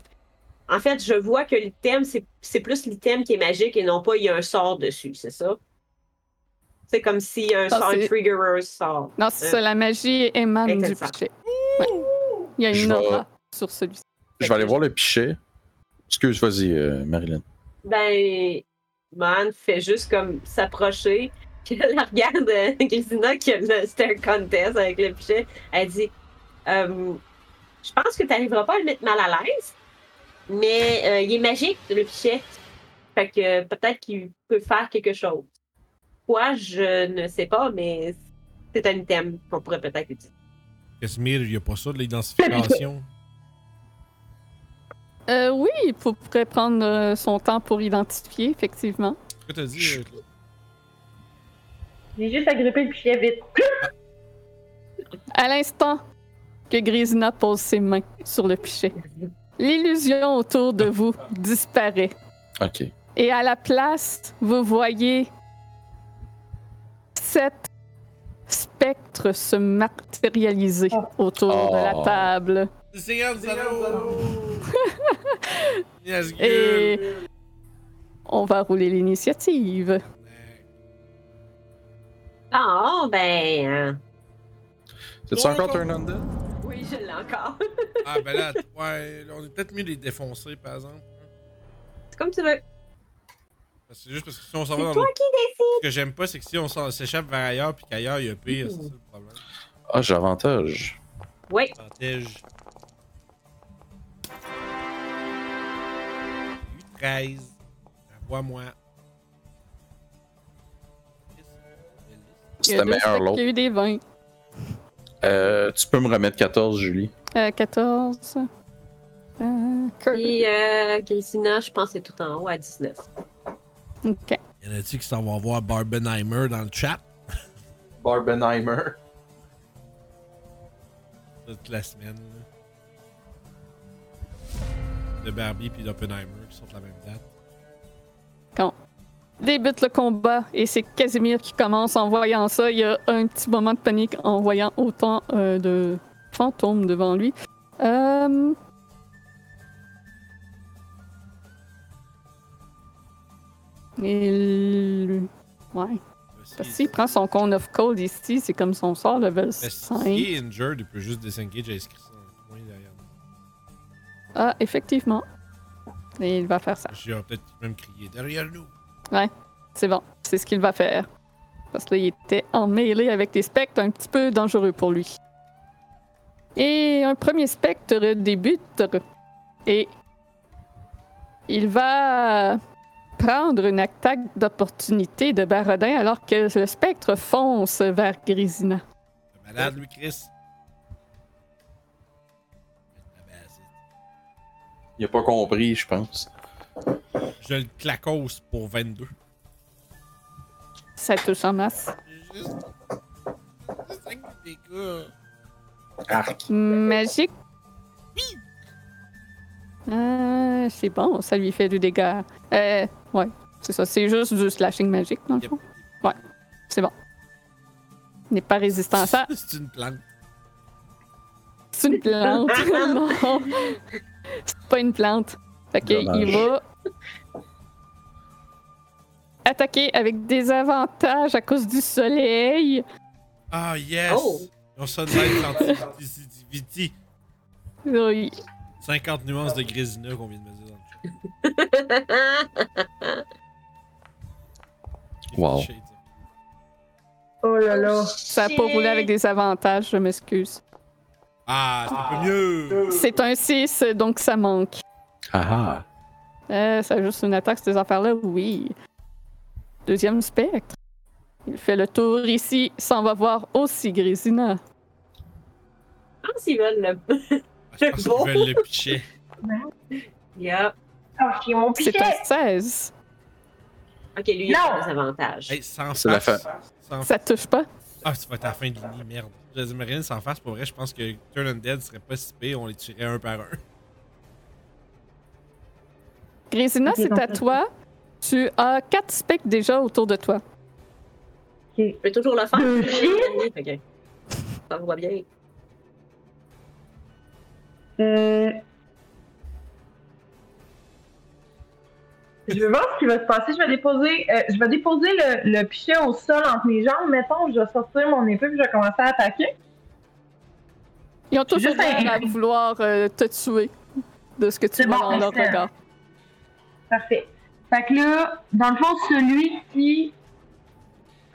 [SPEAKER 5] En fait, je vois que l'item, c'est c'est plus l'item qui est magique et non pas il y a un sort dessus, c'est ça? C'est comme s'il y a un
[SPEAKER 2] Ah,
[SPEAKER 5] sort, un
[SPEAKER 2] c'est-
[SPEAKER 5] triggerous sort.
[SPEAKER 2] Non, c'est ça, la magie émane du
[SPEAKER 5] Intéressant.
[SPEAKER 2] pichet. Ouais. Il y a
[SPEAKER 3] Je
[SPEAKER 2] une
[SPEAKER 3] vais-
[SPEAKER 2] aura sur celui-ci.
[SPEAKER 3] Je vais aller voir le pichet. Excuse, vas-y, euh, Marilyn.
[SPEAKER 5] Ben, Man fait juste comme s'approcher. <laughs> Puis elle regarde euh, Grisina qui a le stare contest avec le pichet. Elle dit Euh, Je pense que tu n'arriveras pas à le mettre mal à l'aise, mais euh, il est magique, le pichet. Fait que euh, peut-être qu'il peut faire quelque chose. Quoi, je ne sais pas, mais c'est un item qu'on pourrait peut-être utiliser.
[SPEAKER 1] Casimir, il n'y a pas ça de l'identification.
[SPEAKER 2] Euh, oui, il faut- pourrait prendre euh, son temps pour identifier, effectivement.
[SPEAKER 1] Qu'est-ce que t'as dit? euh, Claude?
[SPEAKER 7] J'ai juste agrippé le pichet vite.
[SPEAKER 2] À l'instant que Grisina pose ses mains sur le pichet, l'illusion autour de vous disparaît.
[SPEAKER 3] Ok.
[SPEAKER 2] Et à la place, vous voyez sept spectres se matérialiser autour de
[SPEAKER 3] Oh.
[SPEAKER 2] la table.
[SPEAKER 1] C'est Gonzalo! Yes,
[SPEAKER 2] Et
[SPEAKER 1] girl!
[SPEAKER 2] on va rouler l'initiative.
[SPEAKER 5] Ah, ben. euh,
[SPEAKER 3] C'est
[SPEAKER 1] Ouais,
[SPEAKER 3] encore
[SPEAKER 1] ouais.
[SPEAKER 3] un undead?
[SPEAKER 5] Oui, je l'ai encore.
[SPEAKER 1] Ah, ben là, ouais, là, on est peut-être mieux les défoncer, par exemple.
[SPEAKER 5] <laughs> c'est comme tu veux.
[SPEAKER 1] Parce que C'est juste parce que si on s'en va
[SPEAKER 5] C'est
[SPEAKER 1] dans
[SPEAKER 5] toi
[SPEAKER 1] l'autre- Ce que j'aime pas, c'est que si on s'en- s'échappe vers ailleurs, puis qu'ailleurs, il y a pire, c'est ça le problème.
[SPEAKER 3] Ah, j'ai avantage.
[SPEAKER 5] Oui,
[SPEAKER 1] Avantage. 13. Vois moi.
[SPEAKER 2] Il y a
[SPEAKER 3] C'était
[SPEAKER 2] deux
[SPEAKER 3] meilleur
[SPEAKER 2] specs
[SPEAKER 3] l'autre.
[SPEAKER 2] qui a eu des 20.
[SPEAKER 3] Euh, tu peux me remettre 14, Julie.
[SPEAKER 2] Euh, 14. Euh, Kurt.
[SPEAKER 5] puis euh, Grisina, je pense que c'est tout en haut à 19.
[SPEAKER 2] Ok.
[SPEAKER 1] Y en a-tu qui s'en vont voir Barbenheimer dans le chat
[SPEAKER 3] Barbenheimer.
[SPEAKER 1] toute la semaine? là. De Barbie puis d'Oppenheimer qui sont de la même date.
[SPEAKER 2] Débute le combat et c'est Casimir qui commence en voyant ça. Il y a un petit moment de panique en voyant autant euh, de fantômes devant lui. Euh, Il... Ouais.
[SPEAKER 1] Parce
[SPEAKER 2] Parce qu'il prend son con of cold ici, c'est comme son sort level
[SPEAKER 1] Mais
[SPEAKER 2] 5.
[SPEAKER 1] si injured, il peut juste disengage et inscrire dans le coin derrière.
[SPEAKER 2] Ah, effectivement. Et il va faire ça.
[SPEAKER 1] J'ai peut-être même crié derrière nous.
[SPEAKER 2] C'est bon, c'est ce qu'il va faire. Parce qu'il était emmêlé avec des spectres un petit peu dangereux pour lui. Et un premier spectre débute et il va prendre une attaque d'opportunité de Barodin alors que le spectre fonce vers Grisina.
[SPEAKER 1] Le malade, lui, Chris. Ah ben, c'est-
[SPEAKER 3] Il a pas compris, je pense.
[SPEAKER 1] Je le clacose pour 22.
[SPEAKER 2] Ça touche en masse.
[SPEAKER 1] Juste. Juste avec des dégâts.
[SPEAKER 3] Arc.
[SPEAKER 2] Magique. Euh, c'est bon, ça lui fait du dégât. Euh, ouais, c'est ça. C'est juste du slashing magique, dans le
[SPEAKER 1] Yep.
[SPEAKER 2] fond. Ouais, c'est bon. Il n'est pas résistant à ça.
[SPEAKER 1] <laughs> C'est une plante.
[SPEAKER 2] C'est une plante. non. C'est pas une plante. Fait que il
[SPEAKER 3] Dommage.
[SPEAKER 2] va attaquer avec des avantages à cause du soleil.
[SPEAKER 1] Ah, yes!
[SPEAKER 5] Oh.
[SPEAKER 1] On sonne l'antisensitivité.
[SPEAKER 2] Oui.
[SPEAKER 1] 50 nuances de grésina qu'on vient de me dire dans le chat. Les
[SPEAKER 3] Wow.
[SPEAKER 1] shades.
[SPEAKER 7] Oh là là.
[SPEAKER 2] Ça a pas roulé avec des avantages, je m'excuse.
[SPEAKER 1] Ah, c'est un peu mieux!
[SPEAKER 2] C'est un 6, donc ça manque.
[SPEAKER 3] Ah ah.
[SPEAKER 2] Euh, ça a juste une attaque, ces affaires-là, oui. Deuxième spectre. Il fait le tour ici, s'en va voir aussi Grésina.
[SPEAKER 5] Je pense qu'ils veulent le. <laughs>
[SPEAKER 1] Ah, Je pense qu'ils veulent le pitcher.
[SPEAKER 5] Yeah.
[SPEAKER 7] Ah, j'ai mon
[SPEAKER 2] C'est
[SPEAKER 7] pichet.
[SPEAKER 2] un 16.
[SPEAKER 5] Ok, lui, il
[SPEAKER 7] Non.
[SPEAKER 5] a des avantages.
[SPEAKER 1] Hey, sans
[SPEAKER 3] C'est la
[SPEAKER 1] face. Sans
[SPEAKER 2] Ça touche pas.
[SPEAKER 1] Ah, ça va être à la fin de l'année, merde. Je dis, rien sans face, pour vrai, je pense que Turn and Dead serait pas si pire, on les tirait un par un.
[SPEAKER 2] Grésina,
[SPEAKER 7] Ok,
[SPEAKER 2] c'est
[SPEAKER 7] donc
[SPEAKER 2] à
[SPEAKER 7] ça-
[SPEAKER 2] toi. Tu as quatre spectres déjà autour de toi.
[SPEAKER 5] Je peux toujours le faire.
[SPEAKER 7] Deux
[SPEAKER 5] Ok. Ça me voit bien.
[SPEAKER 7] Euh, Je vais voir ce qui va se passer. Je vais déposer, euh, je vais déposer le, le pichet au sol entre mes jambes. Mettons, je vais sortir mon épée et je vais commencer à attaquer.
[SPEAKER 2] Ils ont tous
[SPEAKER 7] Juste
[SPEAKER 2] l'air
[SPEAKER 7] un-
[SPEAKER 2] à vouloir euh, te tuer de ce que tu
[SPEAKER 7] C'est
[SPEAKER 2] vois
[SPEAKER 7] bon,
[SPEAKER 2] dans leur
[SPEAKER 7] excellent.
[SPEAKER 2] regard.
[SPEAKER 7] Parfait. Fait que là, dans le fond, celui qui.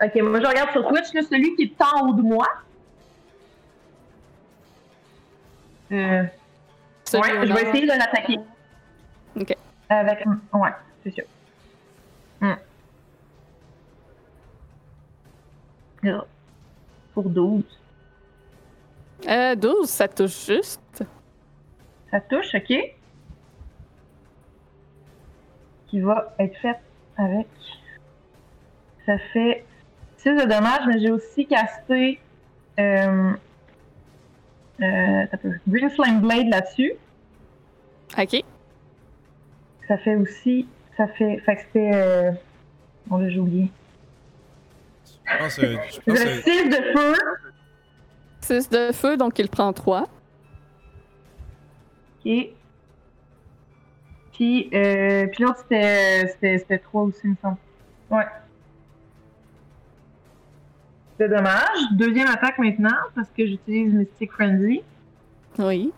[SPEAKER 7] Ok, moi je regarde sur Twitch, là, celui qui est en haut de moi. Euh,
[SPEAKER 2] Celui au
[SPEAKER 7] ouais, je
[SPEAKER 2] nord.
[SPEAKER 7] vais essayer de l'attaquer.
[SPEAKER 2] Ok.
[SPEAKER 7] Avec. Ouais, c'est sûr. Hmm. Ah. Pour 12.
[SPEAKER 2] Euh, 12, ça touche juste.
[SPEAKER 7] Ça touche, ok? Qui va être faite avec. Ça fait 6 de dommages, mais j'ai aussi casté. Euh, euh, t'as peu. Green Flame Blade là-dessus.
[SPEAKER 2] Ok.
[SPEAKER 7] Ça fait aussi. Ça fait. Fait que c'était. Euh... Bon, là, j'ai oublié.
[SPEAKER 1] Je pense, euh, je
[SPEAKER 7] Le
[SPEAKER 1] pense,
[SPEAKER 7] <laughs>
[SPEAKER 1] euh,
[SPEAKER 7] 6 de feu.
[SPEAKER 2] 6 de feu, donc il prend 3.
[SPEAKER 7] Ok. Puis, euh, puis l'autre, c'était, euh, c'était, c'était 3 aussi, il me semble. Ouais. C'est dommage. Deuxième attaque maintenant, parce que j'utilise Mystic Frenzy.
[SPEAKER 2] Oui.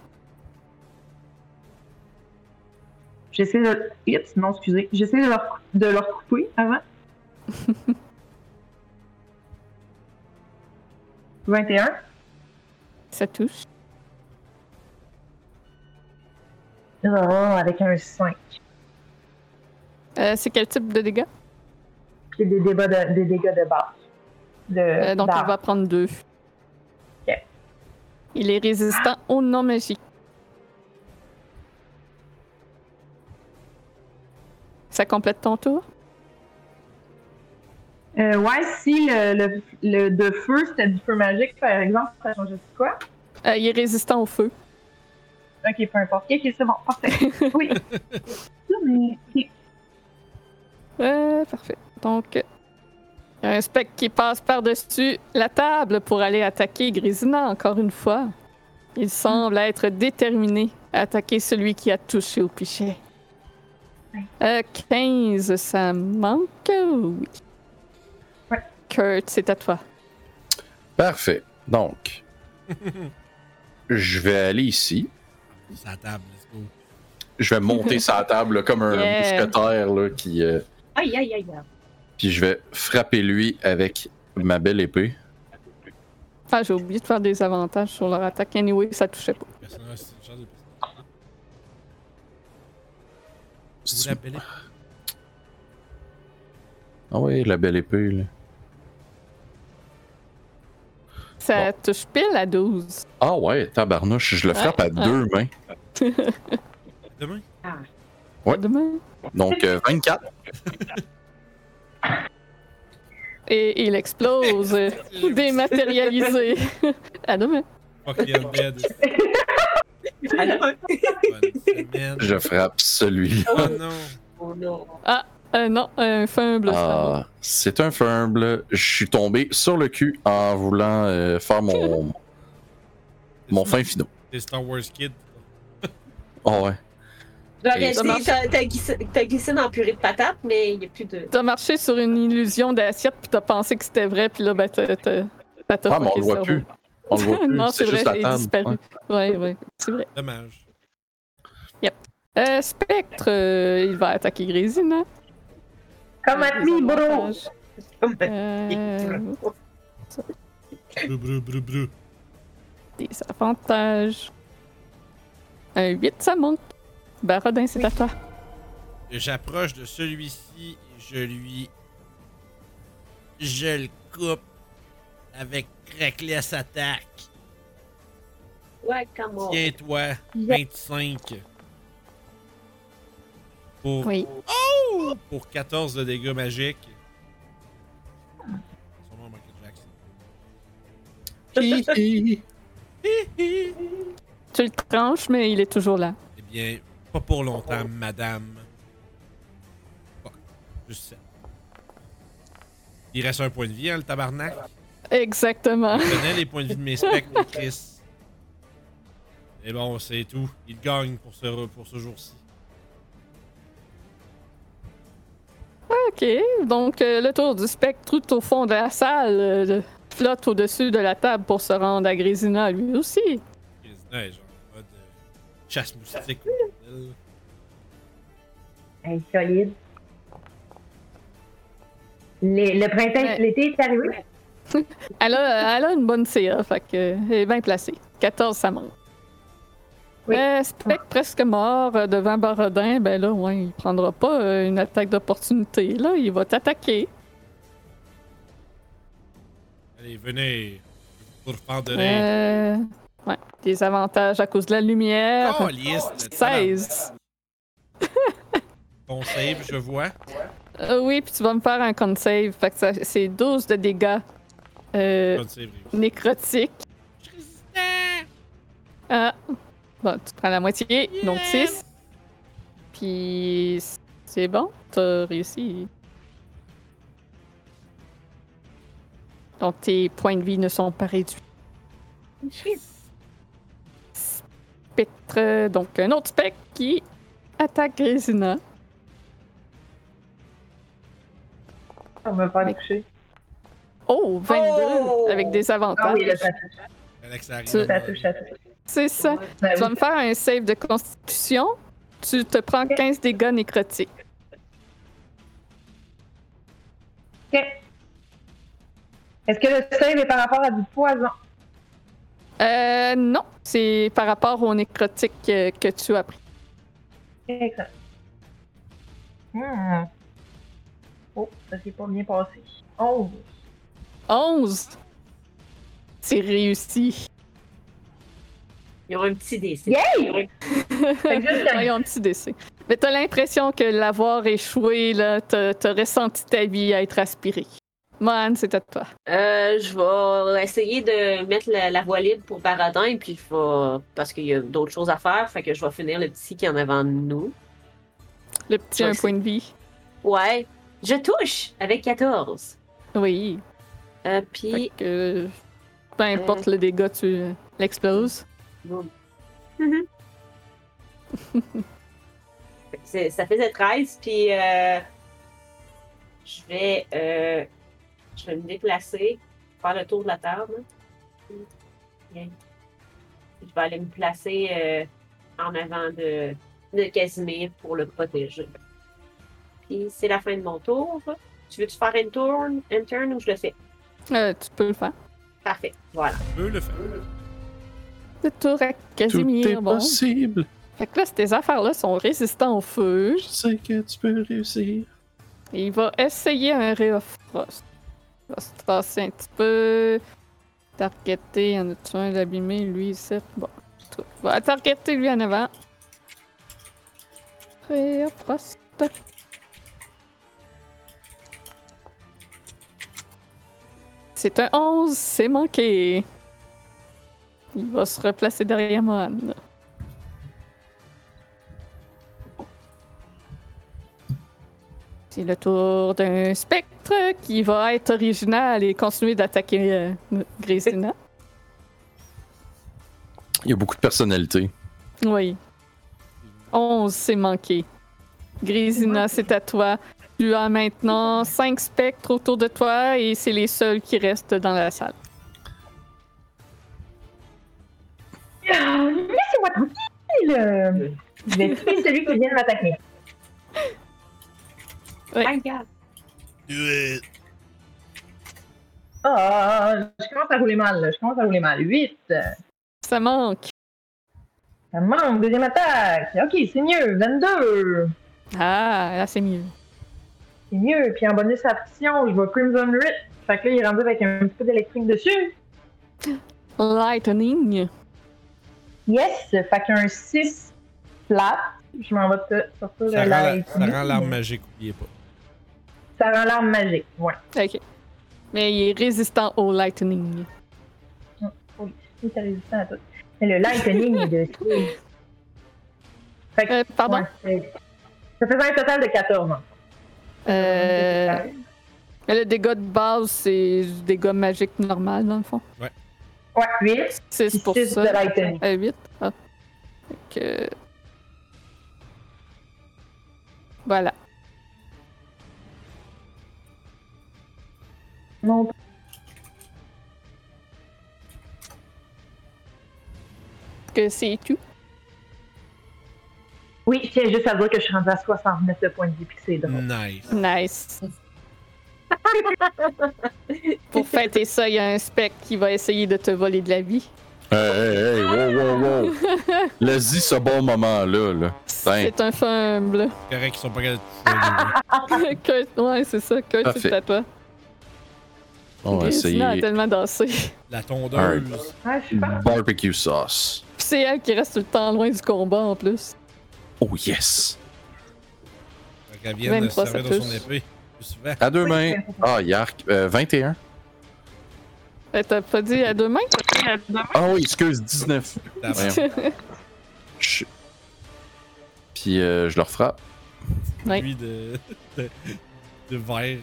[SPEAKER 7] J'essaie de. Oups, non, excusez. J'essaie de leur, de leur couper <laughs> avant. 21.
[SPEAKER 2] Ça touche.
[SPEAKER 7] Oh, avec un 5.
[SPEAKER 2] Euh, c'est quel type de dégâts?
[SPEAKER 7] C'est des, débats de, des dégâts de base. De,
[SPEAKER 2] Euh, donc,
[SPEAKER 7] d'armes.
[SPEAKER 2] il va prendre deux.
[SPEAKER 7] Bah. Ok.
[SPEAKER 2] Il est résistant au non magique. Ça complète ton tour?
[SPEAKER 7] Euh, ouais, si le, le, le de feu, c'était du feu magique, par exemple, ça changeait de quoi?
[SPEAKER 2] Euh, il est résistant au feu.
[SPEAKER 7] Ok, peu importe. Ok, c'est bon,
[SPEAKER 2] <laughs>
[SPEAKER 7] parfait. Oui. Oui, mais-
[SPEAKER 2] Euh, parfait. Donc, euh, il y a un spectre qui passe par-dessus la table pour aller attaquer Grisina encore une fois. Il semble être déterminé à attaquer celui qui a touché au pichet. Euh, 15, ça manque, oui.
[SPEAKER 7] Ouais.
[SPEAKER 2] Kurt, c'est à toi.
[SPEAKER 3] Parfait. Donc, je vais aller ici.
[SPEAKER 1] c'est à la table, let's go.
[SPEAKER 3] je vais
[SPEAKER 2] <laughs>
[SPEAKER 3] monter sa table là, comme un
[SPEAKER 2] Yeah.
[SPEAKER 3] mousquetaire là, qui. euh,
[SPEAKER 5] Aïe, aïe, aïe. aïe.
[SPEAKER 3] puis je vais frapper lui avec ma belle épée.
[SPEAKER 2] Enfin, j'ai oublié de faire des avantages sur leur attaque. Anyway, ça touchait pas.
[SPEAKER 1] Personnage, c'est une chance de-
[SPEAKER 3] C'est-
[SPEAKER 1] La belle-
[SPEAKER 3] Ah ouais, la belle épée. Là.
[SPEAKER 2] Ça touche pile à 12.
[SPEAKER 3] Ah ouais, tabarnouche, je le frappe
[SPEAKER 2] Ah.
[SPEAKER 3] à deux mains.
[SPEAKER 1] Demain.
[SPEAKER 3] Ouais.
[SPEAKER 2] Demain.
[SPEAKER 3] Donc euh, 24.
[SPEAKER 2] Et
[SPEAKER 1] <laughs>
[SPEAKER 2] il explose, euh, dématérialisé. <laughs> à demain.
[SPEAKER 1] Fuck the undead.
[SPEAKER 5] <laughs> Allô?
[SPEAKER 1] Bonne semaine.
[SPEAKER 3] Je frappe celui-là.
[SPEAKER 1] Oh non.
[SPEAKER 5] Oh non.
[SPEAKER 2] Euh, non, un fin bleu.
[SPEAKER 3] Ah, c'est un fumble. Je suis tombé sur le cul en voulant euh,
[SPEAKER 2] <laughs>
[SPEAKER 3] faire mon, mon fin finot.
[SPEAKER 1] Des Star Wars Kid.
[SPEAKER 3] Ah ouais.
[SPEAKER 5] J'aurais
[SPEAKER 3] Et-
[SPEAKER 5] essayé, t'as- t'as glissé, t'as glissé dans la purée de patates, mais il n'y a plus de.
[SPEAKER 2] T'as marché sur une illusion d'assiette, puis t'as pensé que c'était vrai, puis là, ben, t'as. t'as- t'as- t'as
[SPEAKER 3] Ah, mais on
[SPEAKER 2] fucké
[SPEAKER 3] le voit
[SPEAKER 2] cerveau.
[SPEAKER 3] plus. On
[SPEAKER 2] <laughs>
[SPEAKER 3] le voit plus.
[SPEAKER 2] non, c'est vrai,
[SPEAKER 3] juste la
[SPEAKER 2] il est
[SPEAKER 3] table.
[SPEAKER 2] disparu.
[SPEAKER 3] Ouais.
[SPEAKER 2] Ouais, ouais, c'est vrai.
[SPEAKER 1] Dommage.
[SPEAKER 2] Euh, Spectre, euh, il va attaquer Grésina.
[SPEAKER 7] Comme à mi, Ah, bro!
[SPEAKER 2] Euh,
[SPEAKER 1] Brou, brou, brou, brou.
[SPEAKER 2] des avantages. Un 8, ça monte. Barodin, c'est à toi.
[SPEAKER 1] J'approche de celui-ci et je lui. Je le coupe avec Reckless Attack.
[SPEAKER 5] Ouais, come on.
[SPEAKER 1] Tiens-toi, 25. Pour, Oh!
[SPEAKER 2] Oui.
[SPEAKER 1] pour 14 de dégâts magiques. Son nom, Michael Jackson.
[SPEAKER 3] Hi, hi.
[SPEAKER 2] Tu le tranches, mais il est toujours là.
[SPEAKER 1] Eh bien, pas pour longtemps, madame. Fuck. Juste ça. Il reste un point de vie, hein, le tabarnak.
[SPEAKER 2] Exactement.
[SPEAKER 1] Je connais les points de vie de mes spectres, Chris. Et bon, c'est tout. Il gagne pour ce, pour ce jour-ci.
[SPEAKER 2] OK. Donc, euh, le tour du spectre tout au fond de la salle euh, le- flotte au-dessus de la table pour se rendre à Grésina lui aussi.
[SPEAKER 1] Chris, ouais, genre, en mode euh, chasse moustique. euh,
[SPEAKER 7] Hey, solide. Les- le printemps,
[SPEAKER 2] Ouais.
[SPEAKER 7] l'été est arrivé.
[SPEAKER 2] Elle a, <laughs> elle a une bonne CA, fait que, euh, elle est bien placée. 14, ça monte.
[SPEAKER 7] Oui.
[SPEAKER 2] Euh, Spectre presque mort euh, devant Barodin, ben là, ouais, il prendra pas euh, une attaque d'opportunité. Là, il va t'attaquer.
[SPEAKER 1] Allez, venez. Pour faire de rire.
[SPEAKER 2] Euh, ouais, des avantages à cause de la lumière.
[SPEAKER 1] Oh, liste.
[SPEAKER 2] 16.
[SPEAKER 1] Bon save, je vois.
[SPEAKER 2] Euh, oui, puis tu vas me faire un con save. Fait que ça- c'est 12 de dégâts euh,
[SPEAKER 1] Bon save, réussi.
[SPEAKER 2] nécrotiques. Ah. Bon, tu prends la moitié, donc 6. Puis c'est bon, t'as réussi. Donc tes points de vie ne sont pas réduits. Spectre, donc un autre spectre qui attaque Grésina.
[SPEAKER 7] On va pas toucher.
[SPEAKER 2] Oh, 22
[SPEAKER 5] Oh!
[SPEAKER 2] avec des avantages.
[SPEAKER 7] Ah oui, là, ça touche,
[SPEAKER 1] Alex euh, arrive.
[SPEAKER 2] Euh, Tu-
[SPEAKER 7] ça touche, ça touche.
[SPEAKER 2] C'est ça.
[SPEAKER 7] Ben
[SPEAKER 2] Tu vas
[SPEAKER 7] oui.
[SPEAKER 2] me faire un save de constitution. Tu te prends 15 dégâts nécrotiques.
[SPEAKER 7] Ok. Est-ce que le save est par rapport à du poison?
[SPEAKER 2] Euh, non, c'est par rapport au nécrotique euh, que tu as pris.
[SPEAKER 7] Excellent. Hmm. Oh, ça s'est pas bien passé. Oh. 11.
[SPEAKER 2] 11! C'est réussi.
[SPEAKER 5] Ils ont un petit décès.
[SPEAKER 7] Yay! Fait que juste un-
[SPEAKER 2] Voyons, petit décès. Mais t'as l'impression que l'avoir échoué, là, t'as t'as ressenti ta vie à être aspirée. Man, c'est à toi.
[SPEAKER 5] Euh, je vais essayer de mettre la, la voie libre pour Baradin, puis je vais. Parce qu'il y a d'autres choses à faire, fait que je vais finir le petit qui est en avant de nous.
[SPEAKER 2] Le petit
[SPEAKER 5] Ouais,
[SPEAKER 2] un
[SPEAKER 5] c'est-
[SPEAKER 2] point de vie.
[SPEAKER 5] Ouais. Je touche avec 14.
[SPEAKER 2] Oui.
[SPEAKER 5] Euh,
[SPEAKER 2] Fait
[SPEAKER 5] puis.
[SPEAKER 2] que, peu
[SPEAKER 3] Euh.
[SPEAKER 2] importe le dégât, tu euh, l'exploses.
[SPEAKER 5] boum. Fait que <laughs> c'est- ça faisait 13, puis. euh, je vais. euh, je vais me déplacer, faire le tour de la table. Bien. Je vais aller me placer euh, en avant de. de Casimir pour le protéger. Puis c'est la fin de mon tour. Tu veux-tu faire une turn, une turn ou je le fais?
[SPEAKER 2] Euh, tu peux le faire.
[SPEAKER 5] Parfait. Voilà.
[SPEAKER 1] Je peux le faire.
[SPEAKER 2] Le tour à
[SPEAKER 3] Tout est
[SPEAKER 2] Casimir. Bon.
[SPEAKER 3] possible.
[SPEAKER 2] Fait que là, ces affaires-là sont résistants au feu.
[SPEAKER 3] Je sais que tu peux réussir.
[SPEAKER 2] Et il va essayer un Ray of Frost. Il va se tasser un petit peu. Targeter, il y en a un d'abîmé, lui, c'est bon. je trouve. Il va targeter lui en avant. Ray of Frost. C'est un 11, c'est manqué. Il va se replacer derrière Mohan. C'est le tour d'un spectre qui va être original et continuer d'attaquer euh, Grisina.
[SPEAKER 3] Il y a beaucoup de personnalités.
[SPEAKER 2] Oui. 11, c'est manqué. Grisina, c'est à toi. Tu as maintenant 5 spectres autour de toi et c'est les seuls qui restent dans la salle.
[SPEAKER 7] Ah, Laissez-moi tranquille! Je vais tuer celui qui vient de m'attaquer.
[SPEAKER 5] Aïe, regarde.
[SPEAKER 7] Ah, je commence à rouler mal, là. Je commence à rouler mal. 8.
[SPEAKER 2] Ça manque.
[SPEAKER 7] Ça manque, deuxième attaque. Ok, c'est mieux. 22.
[SPEAKER 2] Ah, là, c'est mieux.
[SPEAKER 7] C'est mieux. Puis en bonus action, je vois Crimson Rit. Fait que là, il est rendu avec un petit peu d'électrique dessus.
[SPEAKER 2] Lightning.
[SPEAKER 7] Yes. Fait qu'un 6 flat. Je m'en vais te- sortir
[SPEAKER 1] Ça rend
[SPEAKER 7] de
[SPEAKER 1] la-
[SPEAKER 7] la.
[SPEAKER 1] ça rend l'arme magique, oubliez pas.
[SPEAKER 7] Ça rend l'arme magique. Ouais.
[SPEAKER 2] OK. Mais il est résistant au lightning.
[SPEAKER 7] Oui, t'as résistant à tout. Mais le lightning est dessus. Fait que.
[SPEAKER 2] Euh, pardon?
[SPEAKER 7] ouais, c'est- ça faisait un total de 14. hein.
[SPEAKER 2] Euh, le dégât de base, c'est du dégât magique normal, dans le fond.
[SPEAKER 7] Ouais, 8.
[SPEAKER 2] 6
[SPEAKER 7] Puis
[SPEAKER 2] pour
[SPEAKER 7] 6
[SPEAKER 2] ça.
[SPEAKER 7] de lightning.
[SPEAKER 2] Euh, 8. Ah. Fait que- Voilà.
[SPEAKER 7] Non.
[SPEAKER 2] Que c'est tout.
[SPEAKER 7] Oui, tiens, juste à dire que je suis rendue à 69 de points de vie, puis que c'est drôle.
[SPEAKER 1] Nice.
[SPEAKER 2] Nice. Pour fêter ça, il y a un spectre qui va essayer de te voler de la vie.
[SPEAKER 3] Hey, hey, hey, wow, wow, wow.
[SPEAKER 2] <laughs>
[SPEAKER 3] Laisse-y ce bon moment-là. Là. Tiens,
[SPEAKER 2] C'est un fumble.
[SPEAKER 1] C'est correct qu'ils sont pas capables de
[SPEAKER 2] <laughs> Kurt- ouais, c'est ça. Kurt,
[SPEAKER 3] Parfait.
[SPEAKER 2] c'est à toi.
[SPEAKER 3] on va
[SPEAKER 2] Grisina a
[SPEAKER 3] essayer
[SPEAKER 2] tellement dansé.
[SPEAKER 1] La tondeuse.
[SPEAKER 7] Ouais, je suis pas.
[SPEAKER 3] barbecue sauce.
[SPEAKER 2] Puis c'est elle qui reste tout le temps loin du combat en plus.
[SPEAKER 3] Oh yes!
[SPEAKER 1] Fait qu'elle vient de se
[SPEAKER 2] 23,
[SPEAKER 1] servir
[SPEAKER 2] ça
[SPEAKER 1] de son
[SPEAKER 2] touche.
[SPEAKER 1] épée. Plus souvent.
[SPEAKER 3] À deux mains. Ah, Yark, euh, 21.
[SPEAKER 2] Elle t'a pas dit à deux mains?
[SPEAKER 3] Ah oui, excuse, 19.
[SPEAKER 1] T'as
[SPEAKER 3] Ouais. Chut. Puis euh, je leur frappe.
[SPEAKER 2] <laughs> Ouais.
[SPEAKER 1] lui de, <laughs> de, de verre.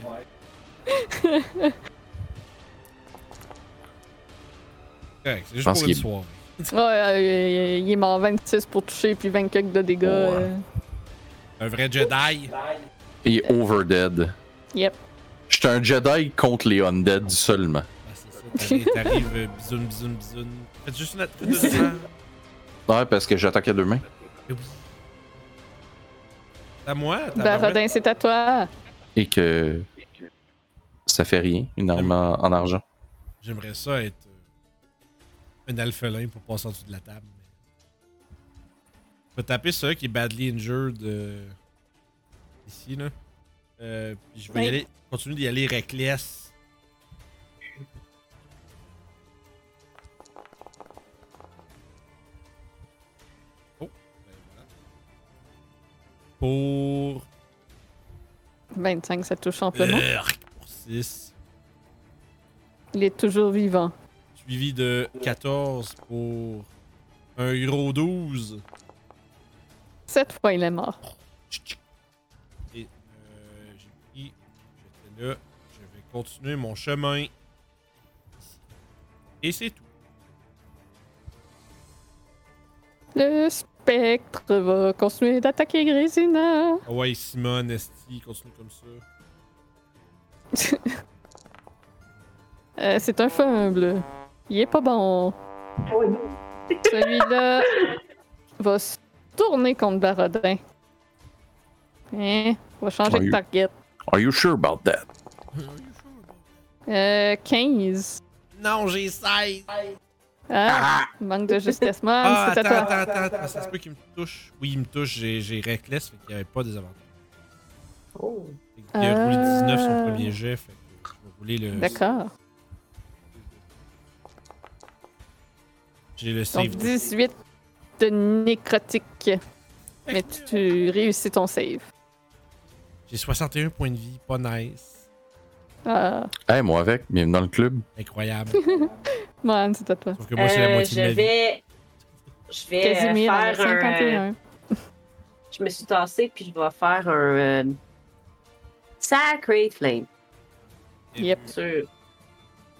[SPEAKER 1] Correct, c'est juste
[SPEAKER 3] pense
[SPEAKER 1] pour une
[SPEAKER 3] qu'il-
[SPEAKER 1] soirée.
[SPEAKER 2] Ouais, euh, il est mort 26 pour toucher, puis 24 de dégâts.
[SPEAKER 3] Oh, Ouais.
[SPEAKER 2] euh,
[SPEAKER 1] Un vrai Jedi.
[SPEAKER 3] Et overdead.
[SPEAKER 2] Yep.
[SPEAKER 3] J'étais un Jedi contre les undead seulement.
[SPEAKER 1] Ah, c'est ça. T'arrives- T'arrives, euh, bisoun, bisoun, bisoun. Faites juste une attaque de
[SPEAKER 3] Ouais, parce que j'attaque à deux mains.
[SPEAKER 1] C'est à moi? T'as pas
[SPEAKER 2] Barodin, Ben, c'est à toi.
[SPEAKER 3] Et que. Ça fait rien, une arme en, en argent.
[SPEAKER 1] fait- J'aimerais ça être euh, un alphelin pour passer en dessous de la table. Je vais taper ça qui est badly injured euh, ici, là. Euh, puis je vais y
[SPEAKER 5] Ouais.
[SPEAKER 1] aller, continuer d'y aller reckless. Oh, ben voilà. Pour
[SPEAKER 2] 25, ça touche amplement.
[SPEAKER 3] Euh.
[SPEAKER 1] Urgh, pour 6,
[SPEAKER 2] Il est toujours vivant.
[SPEAKER 1] suivi de 14 pour un gros 12.
[SPEAKER 2] Cette fois, il est mort.
[SPEAKER 1] Et euh, j'ai pris, j'étais là, je vais continuer mon chemin. Et c'est tout.
[SPEAKER 2] Le spectre va continuer d'attaquer Grésina.
[SPEAKER 1] Ah ouais, Simon, Esti, continue comme ça.
[SPEAKER 2] Euh, c'est un fumble. Il est pas bon.
[SPEAKER 7] Oui.
[SPEAKER 2] Celui-là va s- tourner contre Barodin. Hein, on va changer de
[SPEAKER 3] Oui.
[SPEAKER 2] target.
[SPEAKER 3] Are you sure about that?
[SPEAKER 2] Euh, 15.
[SPEAKER 1] Non, j'ai 16.
[SPEAKER 2] Ah, manque de justesse, man.
[SPEAKER 1] Ah,
[SPEAKER 2] c'est à
[SPEAKER 1] attends,
[SPEAKER 2] toi.
[SPEAKER 1] attends, attends, attends, Ça se peut qu'il me touche. Oui, il me touche. J'ai j'ai reckless, fait qu'il n'y avait pas des avantages.
[SPEAKER 7] Oh.
[SPEAKER 1] Il a roulé
[SPEAKER 2] Ah.
[SPEAKER 1] 19 son premier jet, fait que je vais rouler le.
[SPEAKER 2] D'accord.
[SPEAKER 1] J'ai le
[SPEAKER 2] Donc
[SPEAKER 1] save.
[SPEAKER 2] 18 de nécrotique. Mais tu réussis ton save.
[SPEAKER 1] J'ai 61 points de vie, pas nice.
[SPEAKER 2] Ah,
[SPEAKER 3] Hey, moi avec, bienvenue dans le club.
[SPEAKER 1] Incroyable.
[SPEAKER 2] man, c'est à toi.
[SPEAKER 1] Sauf que moi, c'est la
[SPEAKER 5] Euh,
[SPEAKER 1] moitié de
[SPEAKER 5] je
[SPEAKER 1] ma vie.
[SPEAKER 5] vais. Je vais euh,
[SPEAKER 2] Casimir en a
[SPEAKER 5] faire un.
[SPEAKER 2] 51.
[SPEAKER 5] Je me suis tassée, puis je vais faire un. euh, Sacred Flame.
[SPEAKER 2] Yep.
[SPEAKER 5] Sur,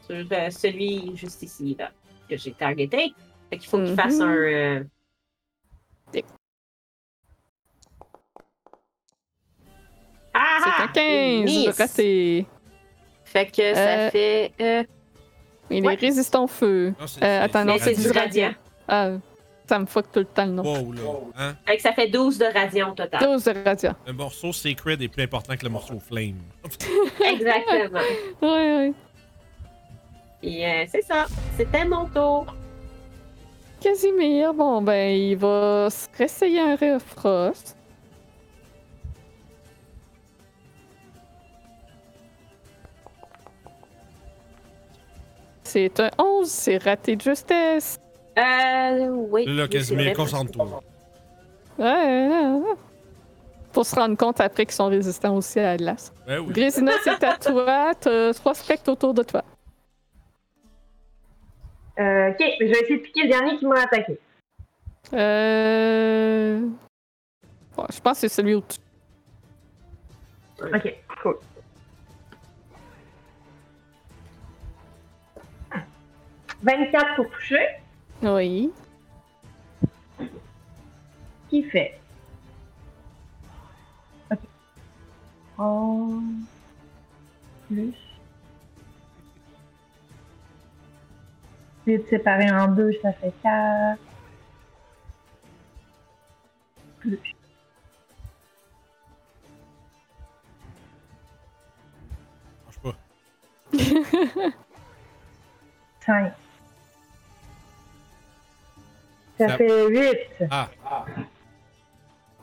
[SPEAKER 5] sur euh, celui juste ici, là, que j'ai targeté. Fait qu'il faut qu'il fasse
[SPEAKER 2] Mhm.
[SPEAKER 5] un. euh,
[SPEAKER 2] Tic.
[SPEAKER 5] Ah!
[SPEAKER 2] C'est un 15.
[SPEAKER 5] Miss.
[SPEAKER 2] raté.
[SPEAKER 5] Fait que
[SPEAKER 2] Euh,
[SPEAKER 5] ça fait. euh,
[SPEAKER 2] Il
[SPEAKER 5] Ouais.
[SPEAKER 2] est résistant au feu.
[SPEAKER 1] Non, c'est-
[SPEAKER 2] Euh, attends, non,
[SPEAKER 5] mais c'est du
[SPEAKER 2] radiant.
[SPEAKER 5] radiant.
[SPEAKER 2] Ah, ça me fuck tout le temps le nom.
[SPEAKER 1] Wow, là. Hein?
[SPEAKER 5] Fait que ça fait 12 de radiant au <laughs> total.
[SPEAKER 2] 12 de radia.
[SPEAKER 1] Le morceau Sacred est plus important que le morceau Flame. <laughs>
[SPEAKER 5] Exactement.
[SPEAKER 2] Ouais, ouais.
[SPEAKER 5] Et euh, c'est ça. C'était mon tour.
[SPEAKER 2] Casimir, bon, ben, il va se réessayer un Ray of Frost. C'est un 11, c'est raté de justesse.
[SPEAKER 5] Euh, oui.
[SPEAKER 1] Là,
[SPEAKER 5] oui,
[SPEAKER 1] Casimir,
[SPEAKER 5] c'est vrai.
[SPEAKER 1] concentre-toi.
[SPEAKER 2] Ouais, ouais, ouais. Pour se rendre compte après qu'ils sont résistants aussi à la glace.
[SPEAKER 1] Ben oui.
[SPEAKER 2] Grésina, c'est à toi. T'as trois spectres autour de toi.
[SPEAKER 7] Euh, ok, je vais essayer de piquer le dernier qui m'a attaqué.
[SPEAKER 2] Euh... bon, je pense que c'est celui où tu...
[SPEAKER 7] Ok, cool. Ah. 24 pour toucher,
[SPEAKER 2] Oui.
[SPEAKER 7] qui fait. Ok. Oh. Plus. Vite séparé en deux, ça fait 4. Plus.
[SPEAKER 1] Mange pas. <laughs>
[SPEAKER 7] 5.
[SPEAKER 1] Ça-
[SPEAKER 7] Ça fait 8.
[SPEAKER 1] Ah,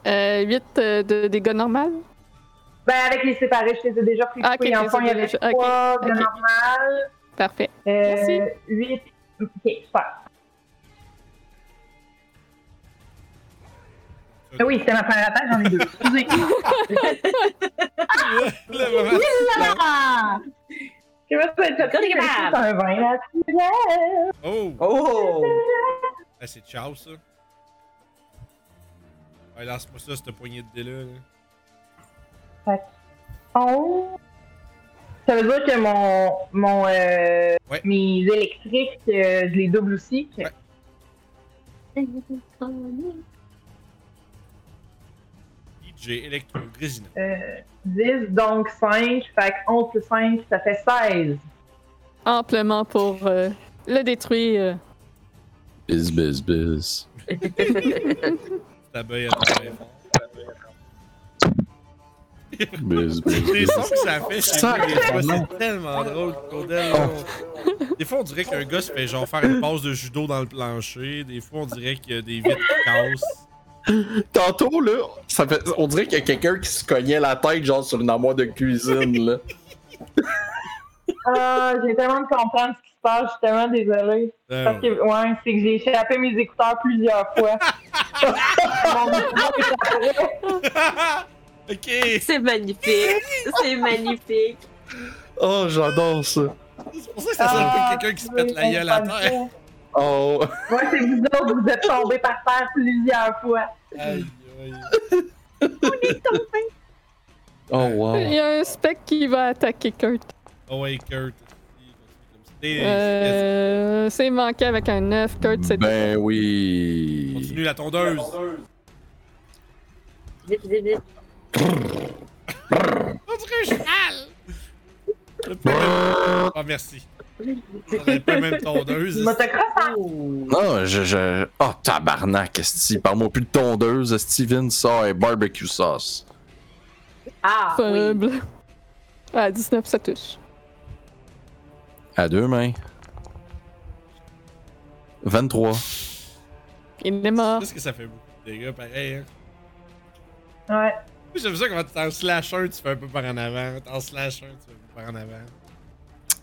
[SPEAKER 2] Euh, 8 de dégâts normal.
[SPEAKER 7] Ben, avec les séparés, je les ai déjà pris.
[SPEAKER 2] Ah, ok,
[SPEAKER 7] oui,
[SPEAKER 2] ok,
[SPEAKER 7] en fond, il y
[SPEAKER 2] c'est
[SPEAKER 7] avait
[SPEAKER 2] déjà-
[SPEAKER 7] 3
[SPEAKER 2] ok,
[SPEAKER 7] de
[SPEAKER 2] ok.
[SPEAKER 7] normal.
[SPEAKER 2] Parfait. Merci.
[SPEAKER 7] Euh, 8. Ok, super. Ah oui, c'était ma première attaque, j'en ai deux. Excusez.
[SPEAKER 1] le moment.
[SPEAKER 7] Ah! Je vais pas être
[SPEAKER 5] Good
[SPEAKER 7] C'est
[SPEAKER 5] job.
[SPEAKER 7] un 20 naturel.
[SPEAKER 1] Oh!
[SPEAKER 4] Oh!
[SPEAKER 1] Ah, c'est ciao, ça. Ouais, lance-moi ça, cette poignée de délai. là.
[SPEAKER 7] 11. Oh. Ça veut dire que mon. mon euh,
[SPEAKER 1] Ouais.
[SPEAKER 7] Mes électriques, euh, je les double aussi.
[SPEAKER 1] Ouais. DJ Electro Grésina.
[SPEAKER 7] Euh, 10, donc 5, fait que 11 plus 5, ça fait 16.
[SPEAKER 2] Amplement pour euh, le détruire.
[SPEAKER 3] Biz, biz, biz.
[SPEAKER 1] Ta beuille à travailler fort.
[SPEAKER 3] Biz, biz, <laughs>
[SPEAKER 1] Les
[SPEAKER 3] biz.
[SPEAKER 1] sons que ça fait, chez
[SPEAKER 3] Sac,
[SPEAKER 1] nous, des fois,
[SPEAKER 3] non.
[SPEAKER 1] c'est tellement drôle, Claudel. Des fois, on dirait qu'un gars se fait genre faire une passe de judo dans le plancher. Des fois, on dirait qu'il y a des vitres qui cassent.
[SPEAKER 3] Tantôt, là, ça fait... on dirait qu'il y a quelqu'un qui se cognait la tête, genre sur une armoire de cuisine, là.
[SPEAKER 7] Ah, j'ai tellement de comprendre ce qui se passe, je suis tellement désolée.
[SPEAKER 1] Ah,
[SPEAKER 7] Parce que, ouais, c'est que j'ai échappé mes écouteurs plusieurs
[SPEAKER 1] <laughs>
[SPEAKER 7] fois. Mon micro est apparu.
[SPEAKER 1] ouais. <laughs> ok!
[SPEAKER 5] C'est magnifique. c'est magnifique.
[SPEAKER 3] Oh, j'adore ça.
[SPEAKER 1] C'est pour ça que ça sonne
[SPEAKER 7] Ah,
[SPEAKER 1] comme quelqu'un qui se pète la gueule à terre.
[SPEAKER 3] Oh,
[SPEAKER 7] Ouais, c'est vous autres, vous êtes tombés par terre plusieurs fois.
[SPEAKER 1] Aïe, aïe.
[SPEAKER 3] oh
[SPEAKER 2] <laughs>
[SPEAKER 3] wow.
[SPEAKER 2] Il y a un spectre qui va attaquer Kurt.
[SPEAKER 1] Oh, ouais, Kurt. Des-
[SPEAKER 2] Euh, c'est manqué avec un 9. Kurt, c'est
[SPEAKER 3] Ben oui.
[SPEAKER 1] Continue la tondeuse.
[SPEAKER 5] Vite, vite, vite.
[SPEAKER 1] On dirait un cheval. Ah, Le peu- Oh, merci. On dirait pas même tondeuse.
[SPEAKER 7] <laughs> Motocross
[SPEAKER 5] Ah,
[SPEAKER 7] hein?
[SPEAKER 3] Non, je. je... Oh, tabarnak, Esti. Parle-moi plus de tondeuse, Steven, ça et barbecue sauce.
[SPEAKER 4] Ah, oui.
[SPEAKER 2] Faible. Ah, 19, ça touche.
[SPEAKER 3] À deux mains. 23.
[SPEAKER 2] Il est mort.
[SPEAKER 1] C'est ce que ça fait beaucoup de dégâts, pareil. Hein.
[SPEAKER 7] Ouais.
[SPEAKER 1] J'aime ça quand t'en slash un, tu fais un peu par en avant. T'en slash un, tu fais un peu par en avant.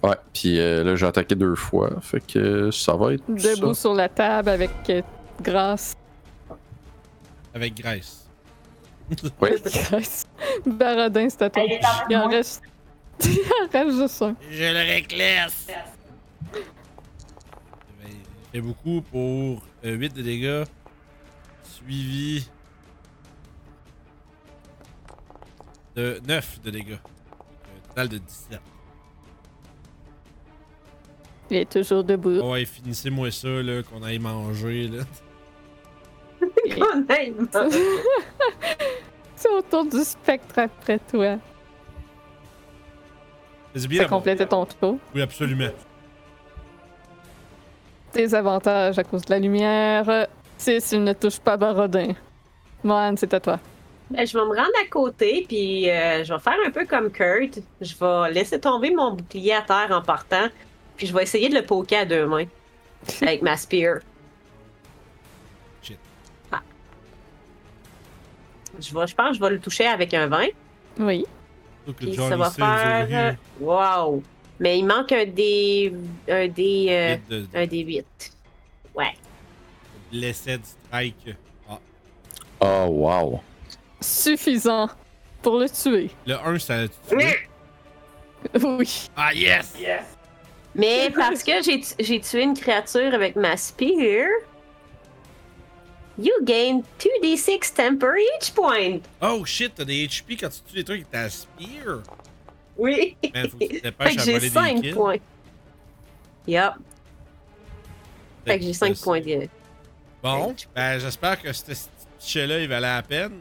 [SPEAKER 3] Ouais, puis euh, là, j'ai attaqué deux fois. Fait que ça va être.
[SPEAKER 2] Debout
[SPEAKER 3] ça.
[SPEAKER 2] sur la table avec euh,
[SPEAKER 7] <laughs>
[SPEAKER 2] grâce.
[SPEAKER 1] Avec Grace.
[SPEAKER 3] Ouais.
[SPEAKER 2] Grâce. <laughs> Baradin, c'est à toi.
[SPEAKER 7] Elle est en
[SPEAKER 2] Il en
[SPEAKER 7] moi.
[SPEAKER 2] reste. <laughs> Il en reste juste un.
[SPEAKER 1] Je le réclasse! Il fait beaucoup pour 8 de dégâts. Suivi. de 9 de dégâts. euh, Un total de 17.
[SPEAKER 2] Il est toujours debout.
[SPEAKER 5] Oh.
[SPEAKER 1] Ouais, finissez-moi ça, là, qu'on aille manger, là. <laughs>
[SPEAKER 5] Honnêtement.
[SPEAKER 2] C'est autour du spectre après toi.
[SPEAKER 1] C'est
[SPEAKER 2] Ça
[SPEAKER 1] bien, la
[SPEAKER 2] complétait ton tour.
[SPEAKER 1] Oui, absolument.
[SPEAKER 2] Tes avantages à cause de la lumière. 6, il ne touche pas Baradin. Mohan, c'est à toi.
[SPEAKER 5] Ben, je vais me rendre à côté, puis euh, je vais faire un peu comme Kurt. Je vais laisser tomber mon bouclier à terre en partant, puis je vais essayer de le poker à deux mains avec ma spear.
[SPEAKER 1] Shit.
[SPEAKER 5] Ah. Je, vais, je pense que je vais le toucher avec un 20,
[SPEAKER 2] Oui.
[SPEAKER 1] Surtout que
[SPEAKER 5] puis
[SPEAKER 1] John,
[SPEAKER 5] ça va
[SPEAKER 1] il sait, vous aurez
[SPEAKER 5] faire. euh, Wow! Mais il manque un des. un des. euh,
[SPEAKER 1] eu de- de-
[SPEAKER 5] un des 8.
[SPEAKER 1] de L'essai du strike. Ah,
[SPEAKER 3] Oh, wow.
[SPEAKER 2] Suffisant pour le tuer. <laughs>
[SPEAKER 1] Le 1, ça a tué.
[SPEAKER 2] Oui.
[SPEAKER 1] Ah, yes!
[SPEAKER 5] <laughs> Mais parce que j'ai tu- j'ai tué une créature avec ma spear, you gain 2d6 temper each point.
[SPEAKER 1] Oh shit, t'as des HP quand tu tues des trucs avec ta spear!
[SPEAKER 5] Oui.
[SPEAKER 1] Man, faut que tu te
[SPEAKER 5] <laughs> Fait
[SPEAKER 1] dépêches
[SPEAKER 5] que
[SPEAKER 1] à
[SPEAKER 5] j'ai
[SPEAKER 1] voler des
[SPEAKER 5] 5
[SPEAKER 1] kills.
[SPEAKER 5] points. Yup. Fait que j'ai 5
[SPEAKER 1] c'est-
[SPEAKER 5] points de.
[SPEAKER 1] Bon, ben j'espère que ce petit chien-là, il valait la peine.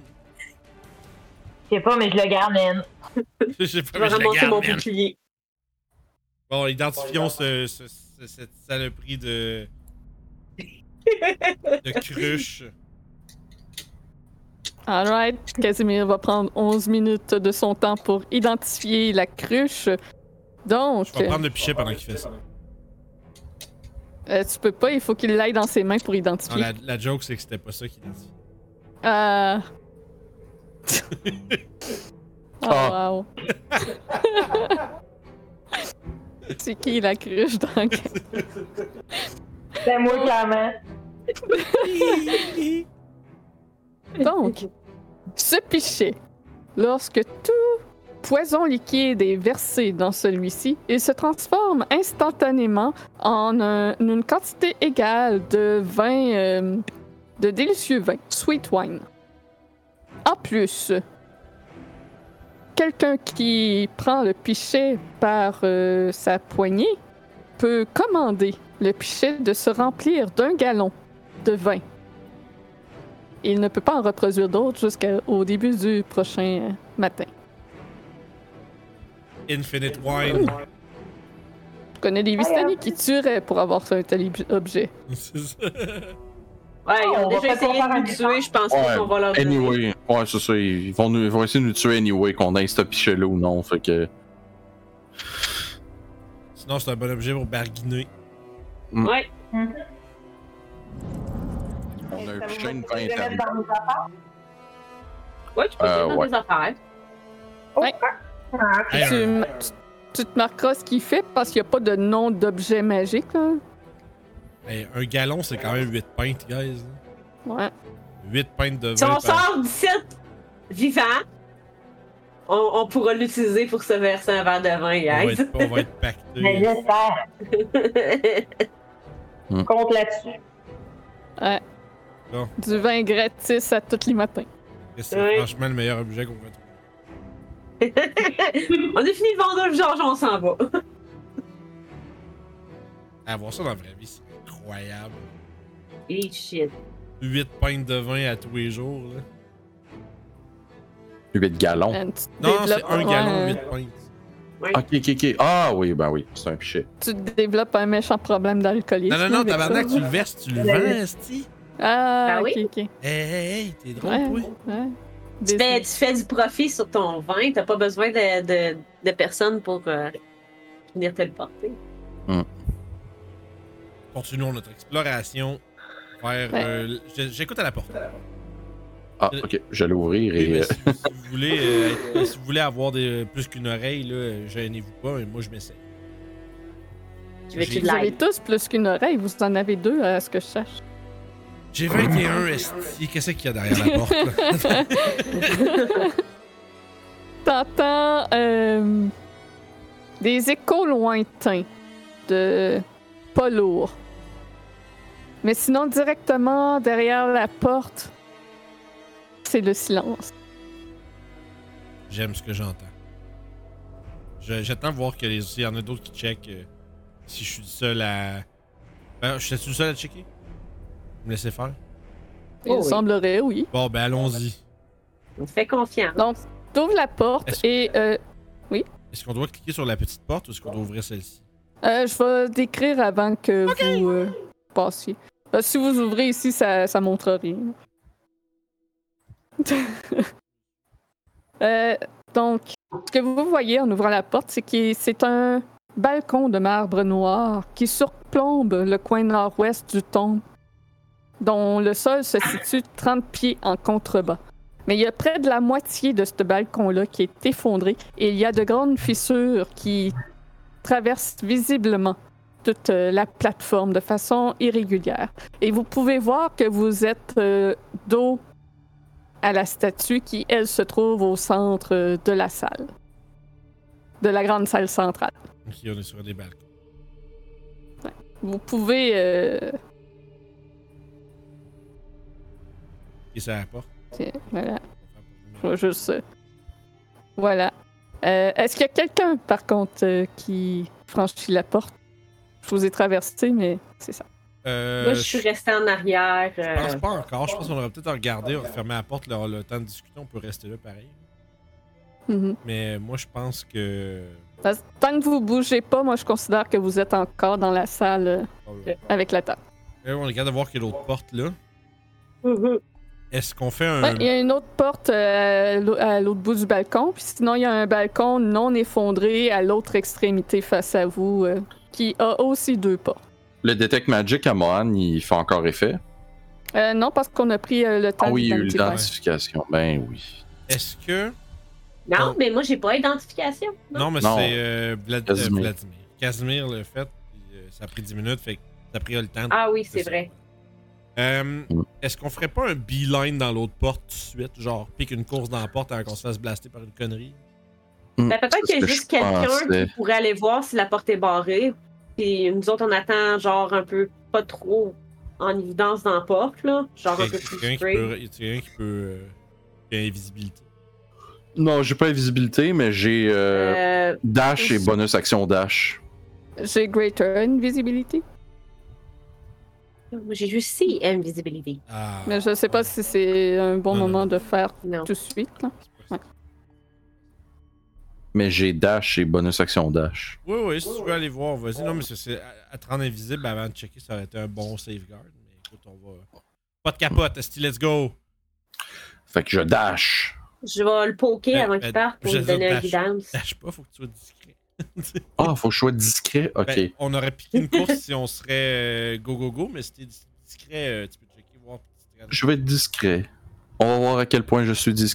[SPEAKER 7] Je sais pas, mais je le garde, man.
[SPEAKER 1] <laughs> J'ai pas
[SPEAKER 5] Je vais
[SPEAKER 1] mais je le
[SPEAKER 5] ramasser
[SPEAKER 1] garde,
[SPEAKER 5] mon
[SPEAKER 1] man.
[SPEAKER 5] bouclier.
[SPEAKER 1] Bon, identifions ce, ce- ce- cette saloperie de. de
[SPEAKER 5] <laughs>
[SPEAKER 1] cruche.
[SPEAKER 2] Alright. Casimir va prendre 11 minutes de son temps pour identifier la cruche. Donc,
[SPEAKER 1] Je vais prendre le pichet pendant qu'il fait ça.
[SPEAKER 2] euh, tu peux pas, il faut qu'il l'aille dans ses mains pour
[SPEAKER 1] Non,
[SPEAKER 2] identifier.
[SPEAKER 1] la, la joke, c'est que c'était pas ça qu'il identifie.
[SPEAKER 2] Ah. oh,
[SPEAKER 3] Ah.
[SPEAKER 1] <laughs>
[SPEAKER 2] wow. <laughs> C'est qui la cruche dans
[SPEAKER 7] C'est moi, clairement.
[SPEAKER 2] Donc, ce pichet, lorsque tout poison liquide est versé dans celui-ci, il se transforme instantanément en un- une quantité égale de vin, euh, de délicieux vin, sweet wine. En plus, quelqu'un qui prend le pichet par euh, sa poignée peut commander le pichet de se remplir d'un gallon de vin. Il ne peut pas en reproduire d'autres jusqu'au début du prochain euh, matin.
[SPEAKER 1] Infinite Wine.
[SPEAKER 2] Je connais des
[SPEAKER 5] euh,
[SPEAKER 2] Vistani qui tueraient pour avoir un tel ob- objet.
[SPEAKER 1] C'est ça.
[SPEAKER 5] Ouais, ils ont
[SPEAKER 7] On va
[SPEAKER 5] déjà
[SPEAKER 7] peut-être en
[SPEAKER 5] essayé
[SPEAKER 7] faire
[SPEAKER 5] de
[SPEAKER 7] un
[SPEAKER 5] nous tuer, je pense
[SPEAKER 3] Ouais,
[SPEAKER 5] pas qu'on va leur donner.
[SPEAKER 3] Anyway, ouais, c'est ça. Ils vont, nous, ils vont essayer de nous tuer anyway, qu'on ait ce pichet-là ou non. Fait que.
[SPEAKER 1] Sinon, c'est un bon objet pour barguiner.
[SPEAKER 5] Ouais.
[SPEAKER 3] On a un
[SPEAKER 7] Ça vous
[SPEAKER 3] pichet, une
[SPEAKER 7] motive de
[SPEAKER 3] vingtaine.
[SPEAKER 7] mettre dans nos affaires?
[SPEAKER 5] Ouais, tu peux
[SPEAKER 3] Euh,
[SPEAKER 5] dire dans
[SPEAKER 3] ouais.
[SPEAKER 5] des affaires.
[SPEAKER 7] Ah,
[SPEAKER 1] Hey, euh,
[SPEAKER 2] Tu,
[SPEAKER 1] un-
[SPEAKER 2] m- tu- tu te marqueras ce qu'il fait parce qu'il n'y a pas de nom d'objet magique. Là.
[SPEAKER 1] hey, un gallon, c'est quand même 8 pintes, guys.
[SPEAKER 2] Ouais.
[SPEAKER 1] 8 pintes de vin.
[SPEAKER 5] Si on
[SPEAKER 1] par-
[SPEAKER 5] sort d'ici vivant, on, on pourra l'utiliser pour se verser un verre de vin,
[SPEAKER 1] on va
[SPEAKER 5] guys. <laughs> Ben,
[SPEAKER 1] être, on va être pacté.
[SPEAKER 7] Mais j'espère. Compte là-dessus.
[SPEAKER 2] Du vin gratis à tous les matins.
[SPEAKER 1] C'est
[SPEAKER 5] Oui.
[SPEAKER 1] franchement le meilleur objet qu'on peut trouver.
[SPEAKER 5] on a fini de vendre le Georges, on s'en va. <laughs>
[SPEAKER 1] Avoir ça dans la vraie vie, c'est incroyable.
[SPEAKER 5] Eat shit.
[SPEAKER 1] 8 pintes de vin à tous les jours. Là.
[SPEAKER 3] 8 gallons.
[SPEAKER 2] And tu
[SPEAKER 1] Non, c'est
[SPEAKER 2] Euh, développes-
[SPEAKER 1] un
[SPEAKER 2] ouais, euh,
[SPEAKER 1] gallon, 8 pintes.
[SPEAKER 5] Oui.
[SPEAKER 3] Ok, ok, ok. Ah oui, ben oui, c'est un pichet.
[SPEAKER 2] Tu développes un méchant problème d'alcoolisme.
[SPEAKER 1] Non, non, non,
[SPEAKER 2] avec ça.
[SPEAKER 1] tabarnak, tu le verses, tu le vends, esti.
[SPEAKER 2] Ah,
[SPEAKER 5] Ben oui.
[SPEAKER 2] ok, ok.
[SPEAKER 1] Hey, hey, hey, t'es drôle,
[SPEAKER 2] Ouais,
[SPEAKER 1] toi.
[SPEAKER 2] ouais.
[SPEAKER 5] Tu fais,
[SPEAKER 2] Business.
[SPEAKER 5] tu fais du profit sur ton vin, t'as pas besoin de, de, de personne pour euh, venir te le porter.
[SPEAKER 1] Continuons notre exploration vers.
[SPEAKER 2] Ouais.
[SPEAKER 1] euh, j'- J'écoute à la porte.
[SPEAKER 3] Ah, ok, je vais l'ouvrir
[SPEAKER 1] Oui,
[SPEAKER 3] et.
[SPEAKER 1] mais
[SPEAKER 3] euh,
[SPEAKER 1] si, vous- si vous voulez, euh, être- si vous voulez avoir des- plus qu'une oreille, là, euh, gênez-vous pas, mais moi je m'essaie.
[SPEAKER 5] Tu veux-tu
[SPEAKER 1] J'ai-
[SPEAKER 5] de
[SPEAKER 2] Vous avez
[SPEAKER 5] l'aide?
[SPEAKER 2] tous plus qu'une oreille, vous en avez deux à ce que je cherche.
[SPEAKER 1] J'ai 21 esti. Qu'est-ce qu'il y a derrière la porte? là?
[SPEAKER 2] T'entends euh, des échos lointains de pas lourd. Mais sinon, directement derrière la porte, c'est le silence.
[SPEAKER 1] J'aime ce que j'entends. Je- J'attends voir que les- s'il y en a d'autres qui checkent. euh, si je suis le seul à. Ben, je suis le seul à checker? Vous me laissez faire?
[SPEAKER 2] Il
[SPEAKER 5] Oh oui.
[SPEAKER 2] semblerait, oui.
[SPEAKER 1] Bon, ben allons-y.
[SPEAKER 5] On te fait confiance.
[SPEAKER 2] Donc, t'ouvres la porte
[SPEAKER 1] Est-ce-
[SPEAKER 2] et euh,
[SPEAKER 1] Est-ce qu'on doit cliquer sur la petite porte ou est-ce qu'on doit ouvrir celle-ci?
[SPEAKER 2] Euh, je vais décrire avant que vous euh, passiez. Euh, si vous ouvrez ici, ça, ça montre rien. <laughs> Euh, donc, ce que vous voyez en ouvrant la porte, c'est que c'est un balcon de marbre noir qui surplombe le coin nord-ouest du tombe, dont le sol se situe 30 pieds en contrebas. Mais il y a près de la moitié de ce balcon-là qui est effondré et il y a de grandes fissures qui traverse visiblement toute euh, la plateforme de façon irrégulière. Et vous pouvez voir que vous êtes euh, dos à la statue qui, elle, se trouve au centre euh, de la salle, de la grande salle centrale.
[SPEAKER 1] Ok, on est sur des balcons.
[SPEAKER 2] Vous pouvez... euh,
[SPEAKER 1] Et ça à la porte.
[SPEAKER 2] tiens, voilà,
[SPEAKER 1] On va faire pour nous-mêmes.
[SPEAKER 2] je vais juste... euh, voilà. Euh, Est-ce qu'il y a quelqu'un, par contre, euh, qui franchit la porte? Je vous ai traversé, mais c'est ça.
[SPEAKER 1] Euh,
[SPEAKER 5] Moi, je suis restée en arrière. euh,
[SPEAKER 1] Je pense pas encore. Je pense qu'on aurait peut-être à regarder, on va fermer la porte, là, le temps de discuter, on peut rester là pareil.
[SPEAKER 2] Mhm.
[SPEAKER 1] Mais euh, moi, je pense que.
[SPEAKER 2] Parce- Tant que vous bougez pas, moi, je considère que vous êtes encore dans la salle euh, avec la table.
[SPEAKER 1] Euh, on regarde de voir qu'il y a l'autre porte là. Ah.
[SPEAKER 5] Mhm.
[SPEAKER 1] Est-ce qu'on fait un.
[SPEAKER 2] Ouais, il y a une autre porte euh, à l'au- à l'autre bout du balcon, puis sinon il y a un balcon non effondré à l'autre extrémité face à vous, euh, qui a aussi deux portes.
[SPEAKER 3] Le Detect Magic à Mohan, il fait encore effet.
[SPEAKER 2] Euh, non, parce qu'on a pris euh, le temps
[SPEAKER 3] Ah oui, il y a eu
[SPEAKER 2] d'identifier.
[SPEAKER 3] l'identification. Ben oui.
[SPEAKER 1] Est-ce que.
[SPEAKER 5] Non,
[SPEAKER 1] Oh.
[SPEAKER 5] mais moi, j'ai pas identification.
[SPEAKER 1] Non, mais
[SPEAKER 3] Non.
[SPEAKER 1] c'est euh, Vlad- euh,
[SPEAKER 3] Casimir.
[SPEAKER 1] Vladimir. Casimir l'a fait, puis, euh, ça a pris 10 minutes, fait que ça a pris le temps. de-
[SPEAKER 5] Ah oui,
[SPEAKER 1] de
[SPEAKER 5] c'est
[SPEAKER 1] ça.
[SPEAKER 5] vrai.
[SPEAKER 1] Euh,
[SPEAKER 3] Mm.
[SPEAKER 1] Est-ce qu'on ferait pas un beeline dans l'autre porte tout de suite? Genre, pique une course dans la porte avant qu'on se fasse blaster par une connerie?
[SPEAKER 3] Hmm,
[SPEAKER 5] Ben, peut-être
[SPEAKER 3] c'est
[SPEAKER 5] qu'il y
[SPEAKER 3] ce
[SPEAKER 5] a
[SPEAKER 3] que
[SPEAKER 5] juste
[SPEAKER 3] je
[SPEAKER 5] quelqu'un
[SPEAKER 3] pensais.
[SPEAKER 5] qui pourrait aller voir si la porte est barrée. Puis nous autres, on attend, genre, un peu pas trop en évidence dans la porte, là. Genre, un peu plus
[SPEAKER 1] Quelqu'un qui
[SPEAKER 5] straight.
[SPEAKER 1] peut. y a Quelqu'un qui peut. euh, qui a invisibilité.
[SPEAKER 3] Non, j'ai pas visibilité, mais j'ai euh,
[SPEAKER 5] Euh,
[SPEAKER 3] dash et bonus action dash.
[SPEAKER 2] J'ai Greater Invisibility,
[SPEAKER 5] moi, j'ai juste si invisibilité.
[SPEAKER 1] Ah.
[SPEAKER 2] mais je sais pas si c'est un bon
[SPEAKER 1] Non, non,
[SPEAKER 2] moment
[SPEAKER 1] non.
[SPEAKER 2] de faire
[SPEAKER 5] Non.
[SPEAKER 2] tout de suite. là.
[SPEAKER 3] Mais j'ai dash et bonus action dash.
[SPEAKER 1] Oui, oui, si tu veux aller voir, vas-y. Non, mais c'est- c'est à- à te rendre invisible avant de checker, ça aurait été un bon safeguard. Mais écoute, on va. Pas de capote, Esti, let's go! <laughs>
[SPEAKER 3] Fait que je dash.
[SPEAKER 5] Je vais le poker
[SPEAKER 1] Euh,
[SPEAKER 5] avant
[SPEAKER 1] euh,
[SPEAKER 5] qu'il parte pour
[SPEAKER 1] je
[SPEAKER 5] lui
[SPEAKER 1] veux
[SPEAKER 5] donner
[SPEAKER 1] dire,
[SPEAKER 5] un
[SPEAKER 1] <laughs>
[SPEAKER 5] guidance.
[SPEAKER 1] Lâche pas, faut que tu sois discret.
[SPEAKER 3] Ah, faut que je sois discret. Ok.
[SPEAKER 1] Ben, on aurait piqué une course si on serait euh, go go go, mais si t'es dis- discret, euh, tu peux checker, voir. puis tu te rends-
[SPEAKER 3] Je vais être discret. On va voir à quel point je suis discret.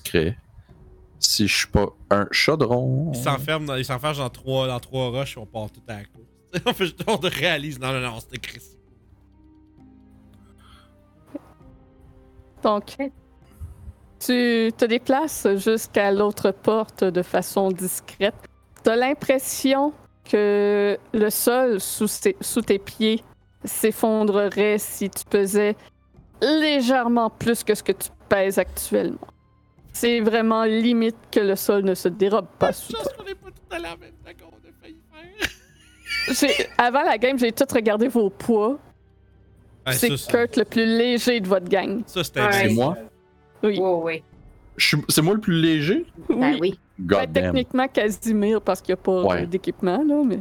[SPEAKER 3] Si je suis pas un chaudron.
[SPEAKER 1] Il s'enferme dans, il s'enferme dans trois, dans trois rushs et on part tout à la course. <laughs> on fait juste, on réalise, non, non, non, c'était Chris.
[SPEAKER 2] Donc, tu te déplaces jusqu'à l'autre porte de façon discrète. T'as l'impression que le sol sous, tes- sous tes pieds s'effondrerait si tu pesais légèrement plus que ce que tu pèses actuellement. C'est vraiment limite que le sol ne se dérobe pas sous toi.
[SPEAKER 1] Chance qu'on est pas tout à la même d'accord, on a failli faire. <laughs>
[SPEAKER 2] J'ai- Avant la game, j'ai tout regardé vos poids.
[SPEAKER 1] Ouais,
[SPEAKER 2] C'est
[SPEAKER 1] ça,
[SPEAKER 2] Kurt le plus léger de votre gang.
[SPEAKER 1] Ça, c'était
[SPEAKER 5] Ouais.
[SPEAKER 3] C'est
[SPEAKER 1] invisible.
[SPEAKER 3] moi.
[SPEAKER 2] oui.
[SPEAKER 5] Oui, oui.
[SPEAKER 3] Je suis- C'est moi le plus léger.
[SPEAKER 5] Oh, Ben oui. <laughs>
[SPEAKER 2] Ben,
[SPEAKER 3] Goddamn.
[SPEAKER 2] techniquement, Casimir, parce qu'il n'y a pas
[SPEAKER 3] Ouais.
[SPEAKER 2] euh, d'équipement, là, mais.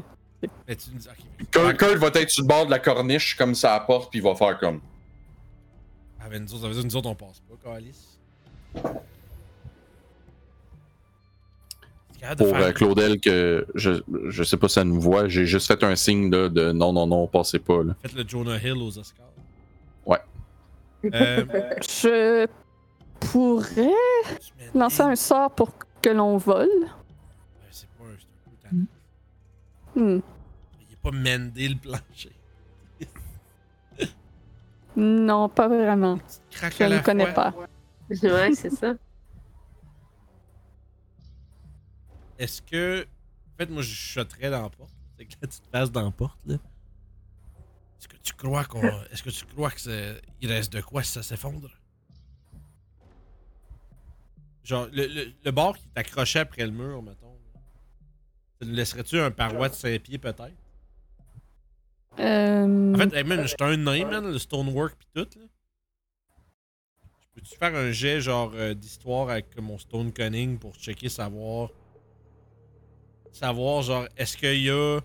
[SPEAKER 1] Mais tu nous- ok.
[SPEAKER 3] Kurt, Kurt va être sur le bord de la corniche comme ça à la porte, puis il va faire comme.
[SPEAKER 1] Ah, ben, nous autres, ça veut dire nous autres, on passe pas, Calice. T'es capable de
[SPEAKER 3] Pour
[SPEAKER 1] faire-
[SPEAKER 3] euh, Claudel, que je, je sais pas si elle nous voit, j'ai juste fait un signe là, de non, non, non, passez pas. Là.
[SPEAKER 1] Faites le Jonah Hill aux Oscars.
[SPEAKER 3] Ouais.
[SPEAKER 1] Euh,
[SPEAKER 2] Je pourrais
[SPEAKER 1] tu mets-
[SPEAKER 2] lancer un sort pour que l'on vole.
[SPEAKER 1] Ouais, C'est pas un. c'est un coup,
[SPEAKER 4] Mm.
[SPEAKER 2] Hmm.
[SPEAKER 1] t'as- Il est pas mendé le plancher. <laughs>
[SPEAKER 2] Non, pas vraiment.
[SPEAKER 1] Craque
[SPEAKER 2] Je
[SPEAKER 1] à la
[SPEAKER 2] ne connais
[SPEAKER 1] fois.
[SPEAKER 2] pas.
[SPEAKER 4] Ouais, c'est ça.
[SPEAKER 1] Est-ce que. En fait, moi, je chuterais dans la porte. C'est que là, tu te passes dans la porte, là. Est-ce que tu crois qu'on.
[SPEAKER 2] <laughs>
[SPEAKER 1] Est-ce que tu crois que c'est- il reste de quoi si ça s'effondre? Genre, le, le, le bord qui t'accrochait après le mur, mettons. Ça nous laisserais-tu un paroi de 5 pieds, peut-être?
[SPEAKER 2] Euh,
[SPEAKER 1] En fait, hey, man, j'étais un nain, man, le stonework pis tout, là. Peux-tu faire un jet, genre, euh, d'histoire avec mon stone cunning pour checker, savoir... Savoir, genre, est-ce qu'il y a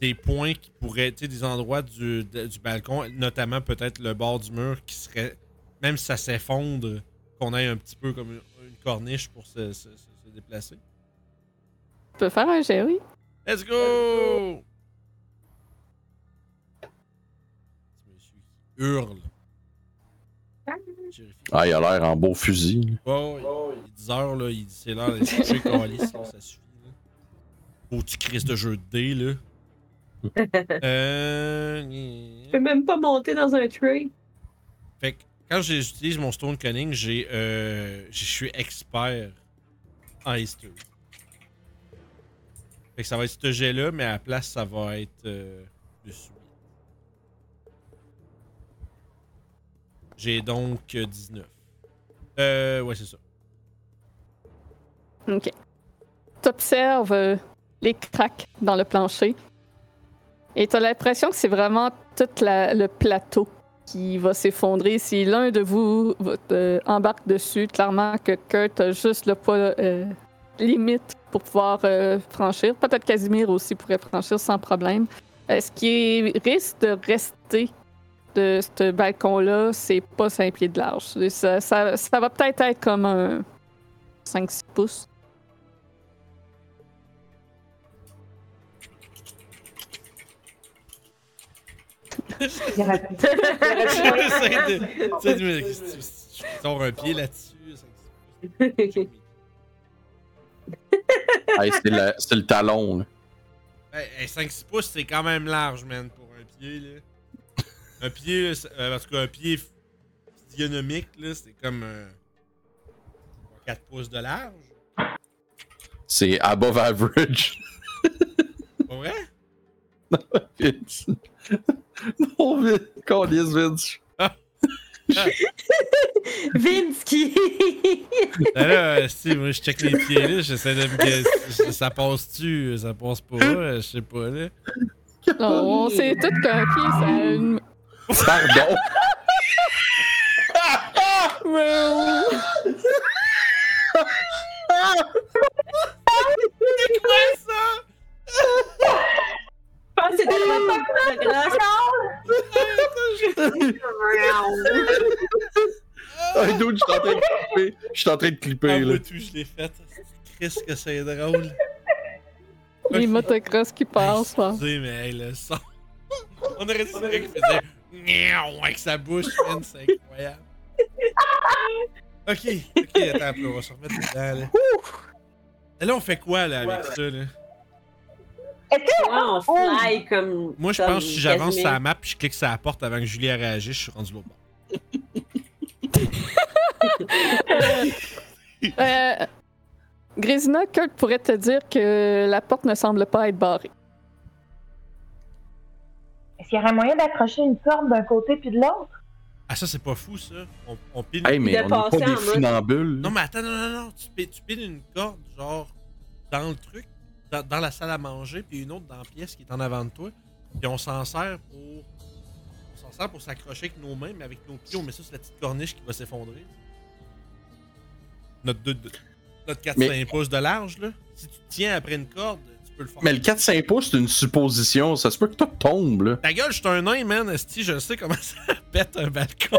[SPEAKER 1] des points qui pourraient... Tu sais, des endroits du, de- du balcon, notamment peut-être le bord du mur, qui serait... Même si ça s'effondre, qu'on ait un petit peu comme une, une corniche pour se, se- se- se déplacer.
[SPEAKER 2] je peux faire un jet, oui.
[SPEAKER 1] Let's go! Petit monsieur qui hurle. J'ai réfléchi.
[SPEAKER 3] Ah, il a l'air en beau fusil.
[SPEAKER 5] <laughs>
[SPEAKER 1] Ouais, ouais, il est 10 heures, là, il dit c'est l'heure d'aller se coucher, <laughs> câlisse, là, ça suffit. Là. Beau petit Christ de jeu de dés, <laughs> là.
[SPEAKER 5] Je peux
[SPEAKER 1] euh...
[SPEAKER 5] même pas monter dans un tray.
[SPEAKER 1] Fait que quand j'utilise mon Stone Cunning, j'ai, euh, je suis expert en history. Fait que ça va être ce jet-là, mais à la place, ça va être euh, le sous. J'ai donc euh, 19. Euh, ouais, c'est ça.
[SPEAKER 2] OK. T'observes euh, les craques dans le plancher et t'as l'impression que c'est vraiment tout la- le plateau qui va s'effondrer. Si l'un de vous va- euh, embarque dessus, clairement que Kurt a juste le poids euh, limite pour pouvoir euh, franchir. Peut-être Casimir aussi pourrait franchir sans problème. Euh, ce qui est- risque de rester de ce balcon-là, c'est pas 5 pieds de large. Ça, ça- ça va peut-être être comme un 5-6 pouces.
[SPEAKER 7] Il aurait pu- il aurait pu- <laughs>
[SPEAKER 1] J'essaie de- tu sais, de me- Je sors un pied là-dessus. ça-
[SPEAKER 3] Hey, c'est la- c'est le talon. là.
[SPEAKER 1] Ben, Hey, 5-6 pouces, c'est quand même large, man, pour un pied, <laughs> là. Un pied, là, c'est- euh, en tout cas, un pied f- physionomique, là, c'est comme 4 pouces de large.
[SPEAKER 3] C'est above average. <laughs>
[SPEAKER 1] Pas vrai?
[SPEAKER 3] Vince. non, Vince. Câlisse, Vince.
[SPEAKER 4] Vince
[SPEAKER 5] <laughs>
[SPEAKER 4] qui.
[SPEAKER 1] <laughs> Ben là, euh, si, moi, je check les pieds, là, j'essaie de me guesser. Ça passe-tu? Ça passe pas? euh, Je sais pas, <laughs> là.
[SPEAKER 2] Non, on sait tout qu'un pied, ça a une...
[SPEAKER 5] <laughs>
[SPEAKER 3] Pardon.
[SPEAKER 5] Je pense que Ah, c'est tellement pas <laughs> cool de grâce.
[SPEAKER 3] Hey, dude, je suis en train de clipper. Je suis en train de
[SPEAKER 1] Ah,
[SPEAKER 3] clipper, là.
[SPEAKER 1] moi, tout, je l'ai fait. Chris, que c'est drôle.
[SPEAKER 2] les
[SPEAKER 1] Ok.
[SPEAKER 2] motocross qui passent.
[SPEAKER 1] <laughs>
[SPEAKER 2] là.
[SPEAKER 1] Excusez, mais hey, le son. <laughs> On aurait dit qu'il faisait miaou avec sa bouche, man, c'est incroyable. ok, ok, attends un peu, on va se remettre dedans, là. Et là, on fait quoi, là, avec ça, là?
[SPEAKER 5] Wow, on fly <laughs> comme.
[SPEAKER 1] Moi, je
[SPEAKER 5] comme
[SPEAKER 1] pense que si j'avance
[SPEAKER 5] Casimir.
[SPEAKER 1] sur la map puis je clique sur la porte avant que Julie ait réagi, je suis rendu l'autre bord.
[SPEAKER 2] Euh, Grisina, Kurt pourrait te dire que la porte ne semble pas être barrée.
[SPEAKER 7] Est-ce qu'il y aurait moyen d'accrocher une corde d'un côté puis de l'autre?
[SPEAKER 1] Ah, ça, c'est pas fou, ça. On, on pile.
[SPEAKER 3] Hey,
[SPEAKER 5] Il
[SPEAKER 3] mais
[SPEAKER 5] a
[SPEAKER 3] on n'est pas
[SPEAKER 5] passé en
[SPEAKER 3] des
[SPEAKER 5] mode-
[SPEAKER 3] funambules. là.
[SPEAKER 1] Non, mais attends, non, non, non. Tu piles, tu piles une corde, genre, dans le truc, dans, dans la salle à manger, puis une autre dans la pièce qui est en avant de toi. Puis on s'en sert pour. On s'en sert pour s'accrocher avec nos mains, mais avec nos pieds, on met ça sur la petite corniche qui va s'effondrer. Notre, deux- deux- notre 4-5
[SPEAKER 3] Mais-
[SPEAKER 1] pouces de large, là. Si tu te tiens après une corde, tu peux le faire.
[SPEAKER 3] Mais le 4-5 pouces, c'est une supposition. Ça se peut que tout tombe, là.
[SPEAKER 1] Ta gueule, je suis un nain, man. Esti, je sais comment <laughs> ça pète un balcon.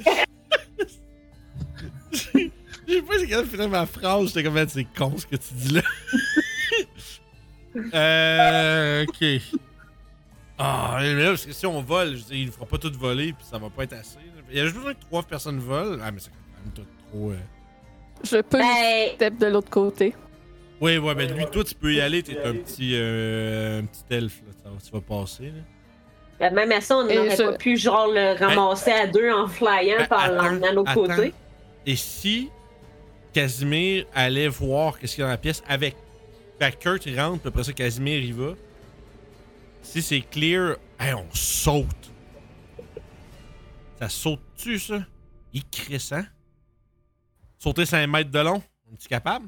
[SPEAKER 1] J'ai <laughs> j'ai pas j'ai de finir ma phrase. J'étais comme, Man, c'est con ce que tu dis là. euh. Ok. Ah, mais là, parce que si on vole, je veux dire, il ne fera pas tout voler, puis ça va pas être assez. là. Il y a juste besoin que trois personnes volent. Ah, mais c'est quand même tout trop. euh.
[SPEAKER 2] Je peux
[SPEAKER 4] Ben,
[SPEAKER 2] step de l'autre côté.
[SPEAKER 1] Oui, ouais, mais lui, toi, tu peux y aller. T'es un petit, euh, un petit elfe, là. Ça va- Tu vas passer, là.
[SPEAKER 5] Ben, Même à ça, on
[SPEAKER 2] Et
[SPEAKER 5] n'aurait
[SPEAKER 2] je-
[SPEAKER 5] pas pu genre le ramasser à deux en flyant
[SPEAKER 1] Hein? Ben,
[SPEAKER 5] par
[SPEAKER 1] attends,
[SPEAKER 5] l'emmenant de l'autre
[SPEAKER 1] attends.
[SPEAKER 5] côté.
[SPEAKER 1] Et si Casimir allait voir qu'est-ce qu'il y a dans la pièce avec. Ben, Kurt, il rentre, puis après ça, Casimir, il va. Si c'est clear, hey, on saute. Ça saute-tu, ça? Il crissant. Sauter 5 mètres de long, on est-tu capable?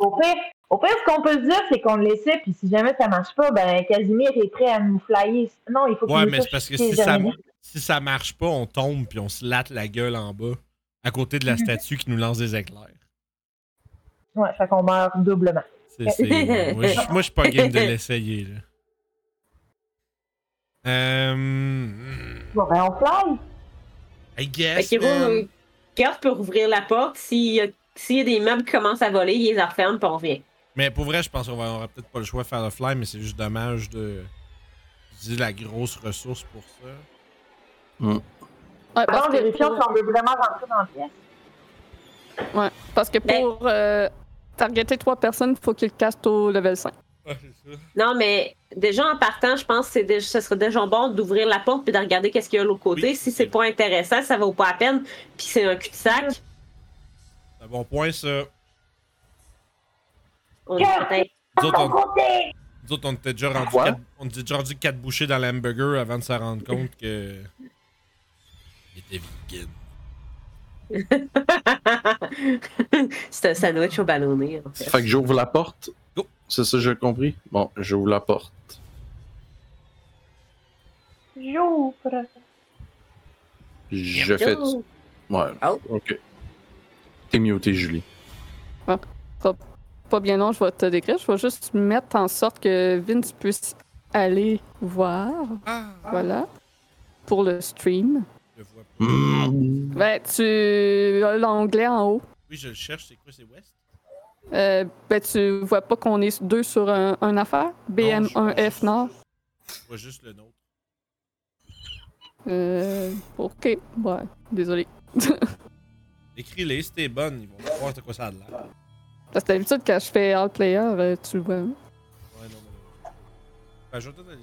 [SPEAKER 7] Au pire, au pire, ce qu'on peut se dire, c'est qu'on le laissait, puis si jamais ça marche pas, ben Casimir est prêt à nous flyer. Non, il faut qu'il
[SPEAKER 1] Ouais,
[SPEAKER 7] nous
[SPEAKER 1] mais c'est
[SPEAKER 7] touche
[SPEAKER 1] parce que
[SPEAKER 7] si
[SPEAKER 1] si ça,
[SPEAKER 7] jamais.
[SPEAKER 1] si ça marche pas, on tombe, puis on se latte la gueule en bas, à côté
[SPEAKER 5] <laughs>
[SPEAKER 1] de la statue qui nous lance des éclairs.
[SPEAKER 7] Ouais, fait qu'on meurt doublement.
[SPEAKER 1] C'est- c'est- moi, je- moi, je suis pas game de l'essayer. là. Euh,
[SPEAKER 7] Bon, ben on fly.
[SPEAKER 1] I
[SPEAKER 5] Fait
[SPEAKER 1] guess.
[SPEAKER 5] qu'il
[SPEAKER 1] man.
[SPEAKER 5] roule- Kurt peut rouvrir la porte. S'il y, a- s'il y a des meubles qui commencent à voler, il les referme puis on revient.
[SPEAKER 1] Mais pour vrai, je pense qu'on va- on aura peut-être pas le choix de faire le fly, mais c'est juste dommage de utiliser la grosse ressource pour ça.
[SPEAKER 2] Ouais, parce,
[SPEAKER 7] Avant,
[SPEAKER 2] que
[SPEAKER 7] vérifions
[SPEAKER 2] pour,
[SPEAKER 7] si on veut vraiment rentrer dans la pièce.
[SPEAKER 2] parce que pour, euh, targeter trois personnes, il faut qu'il casse au level 5.
[SPEAKER 5] Non, mais déjà en partant, je pense que c'est déjà- ce serait déjà bon d'ouvrir la porte puis de regarder qu'est-ce qu'il y a de l'autre côté.
[SPEAKER 1] Oui.
[SPEAKER 5] Si c'est pas intéressant, ça vaut pas la peine. Puis c'est un cul-de-sac.
[SPEAKER 1] C'est un bon point, ça.
[SPEAKER 5] On est peut-être-
[SPEAKER 1] Nous autres,
[SPEAKER 7] Ton
[SPEAKER 1] on,
[SPEAKER 7] côté!
[SPEAKER 1] nous autres, on était déjà rendu,
[SPEAKER 3] Quoi?
[SPEAKER 1] quatre, on était déjà rendu quatre bouchées dans l'hamburger avant de se rendre compte que. Il était vegan.
[SPEAKER 5] <laughs> c'est un sandwich au ballonné. En fait.
[SPEAKER 3] Fait que j'ouvre la porte.
[SPEAKER 1] Go.
[SPEAKER 3] C'est ça, j'ai compris. Bon, j'ouvre la porte.
[SPEAKER 7] J'ouvre.
[SPEAKER 3] Je fais. du- Ouais.
[SPEAKER 5] Oh.
[SPEAKER 3] Ok. T'es muté, Julie.
[SPEAKER 2] Pas bien non, je vais te décrire. Je vais juste mettre en sorte que Vince puisse aller voir.
[SPEAKER 1] Ah,
[SPEAKER 2] Voilà. Pour le stream.
[SPEAKER 1] je le vois pas.
[SPEAKER 3] Mm.
[SPEAKER 2] Ben, tu as l'onglet en haut.
[SPEAKER 1] Oui, je le cherche. C'est quoi, c'est West?
[SPEAKER 2] Euh, ben, tu vois pas qu'on est deux sur un, un affaire? BM1F Nord?
[SPEAKER 1] Je vois juste le nôtre.
[SPEAKER 2] Euh, ok, ouais, désolé.
[SPEAKER 1] Écris-les, si t'es bonne, ils vont voir de quoi ça a de l'air.
[SPEAKER 2] Parce que d'habitude, quand je fais All Player, euh, tu le vois. hein.
[SPEAKER 1] Ouais, non, mais. Ben, je vais tout aller.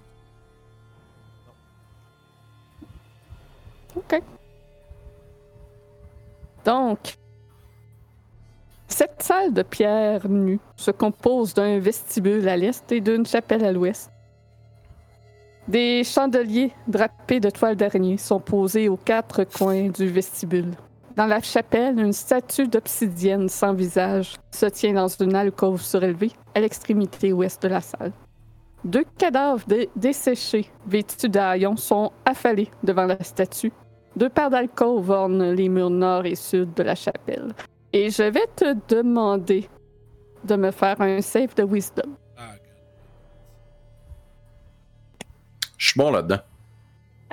[SPEAKER 2] Ok. Donc, cette salle de pierre nue se compose d'un vestibule à l'est et d'une chapelle à l'ouest. Des chandeliers drapés de toiles d'araignée sont posés aux quatre coins du vestibule. Dans la chapelle, une statue d'obsidienne sans visage se tient dans une alcôve surélevée à l'extrémité ouest de la salle. Deux cadavres dé- desséchés, vêtus d'haillons, sont affalés devant la statue. Deux paires d'alcôves ornent les murs nord et sud de la chapelle. Et je vais te demander de me faire un save de wisdom.
[SPEAKER 1] Ah, God.
[SPEAKER 3] Je suis bon là-dedans.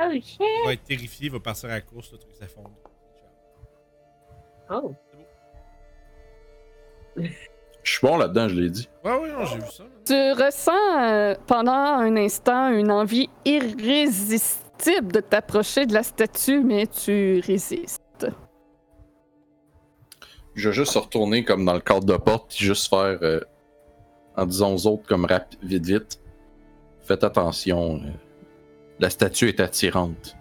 [SPEAKER 4] oh shit.
[SPEAKER 1] Il va être terrifié, il va partir à la course, le truc s'effondre.
[SPEAKER 5] Oh.
[SPEAKER 3] Je suis bon là-dedans, je l'ai dit.
[SPEAKER 1] Ouais, ouais, non, j'ai vu ça. hein. là.
[SPEAKER 2] Tu ressens euh, pendant un instant une envie irrésistible de t'approcher de la statue, mais tu résistes.
[SPEAKER 3] Je vais juste retourner comme dans le cadre de porte, puis juste faire euh, en disant aux autres comme rapide, vite, vite. Faites attention. euh, la statue est attirante.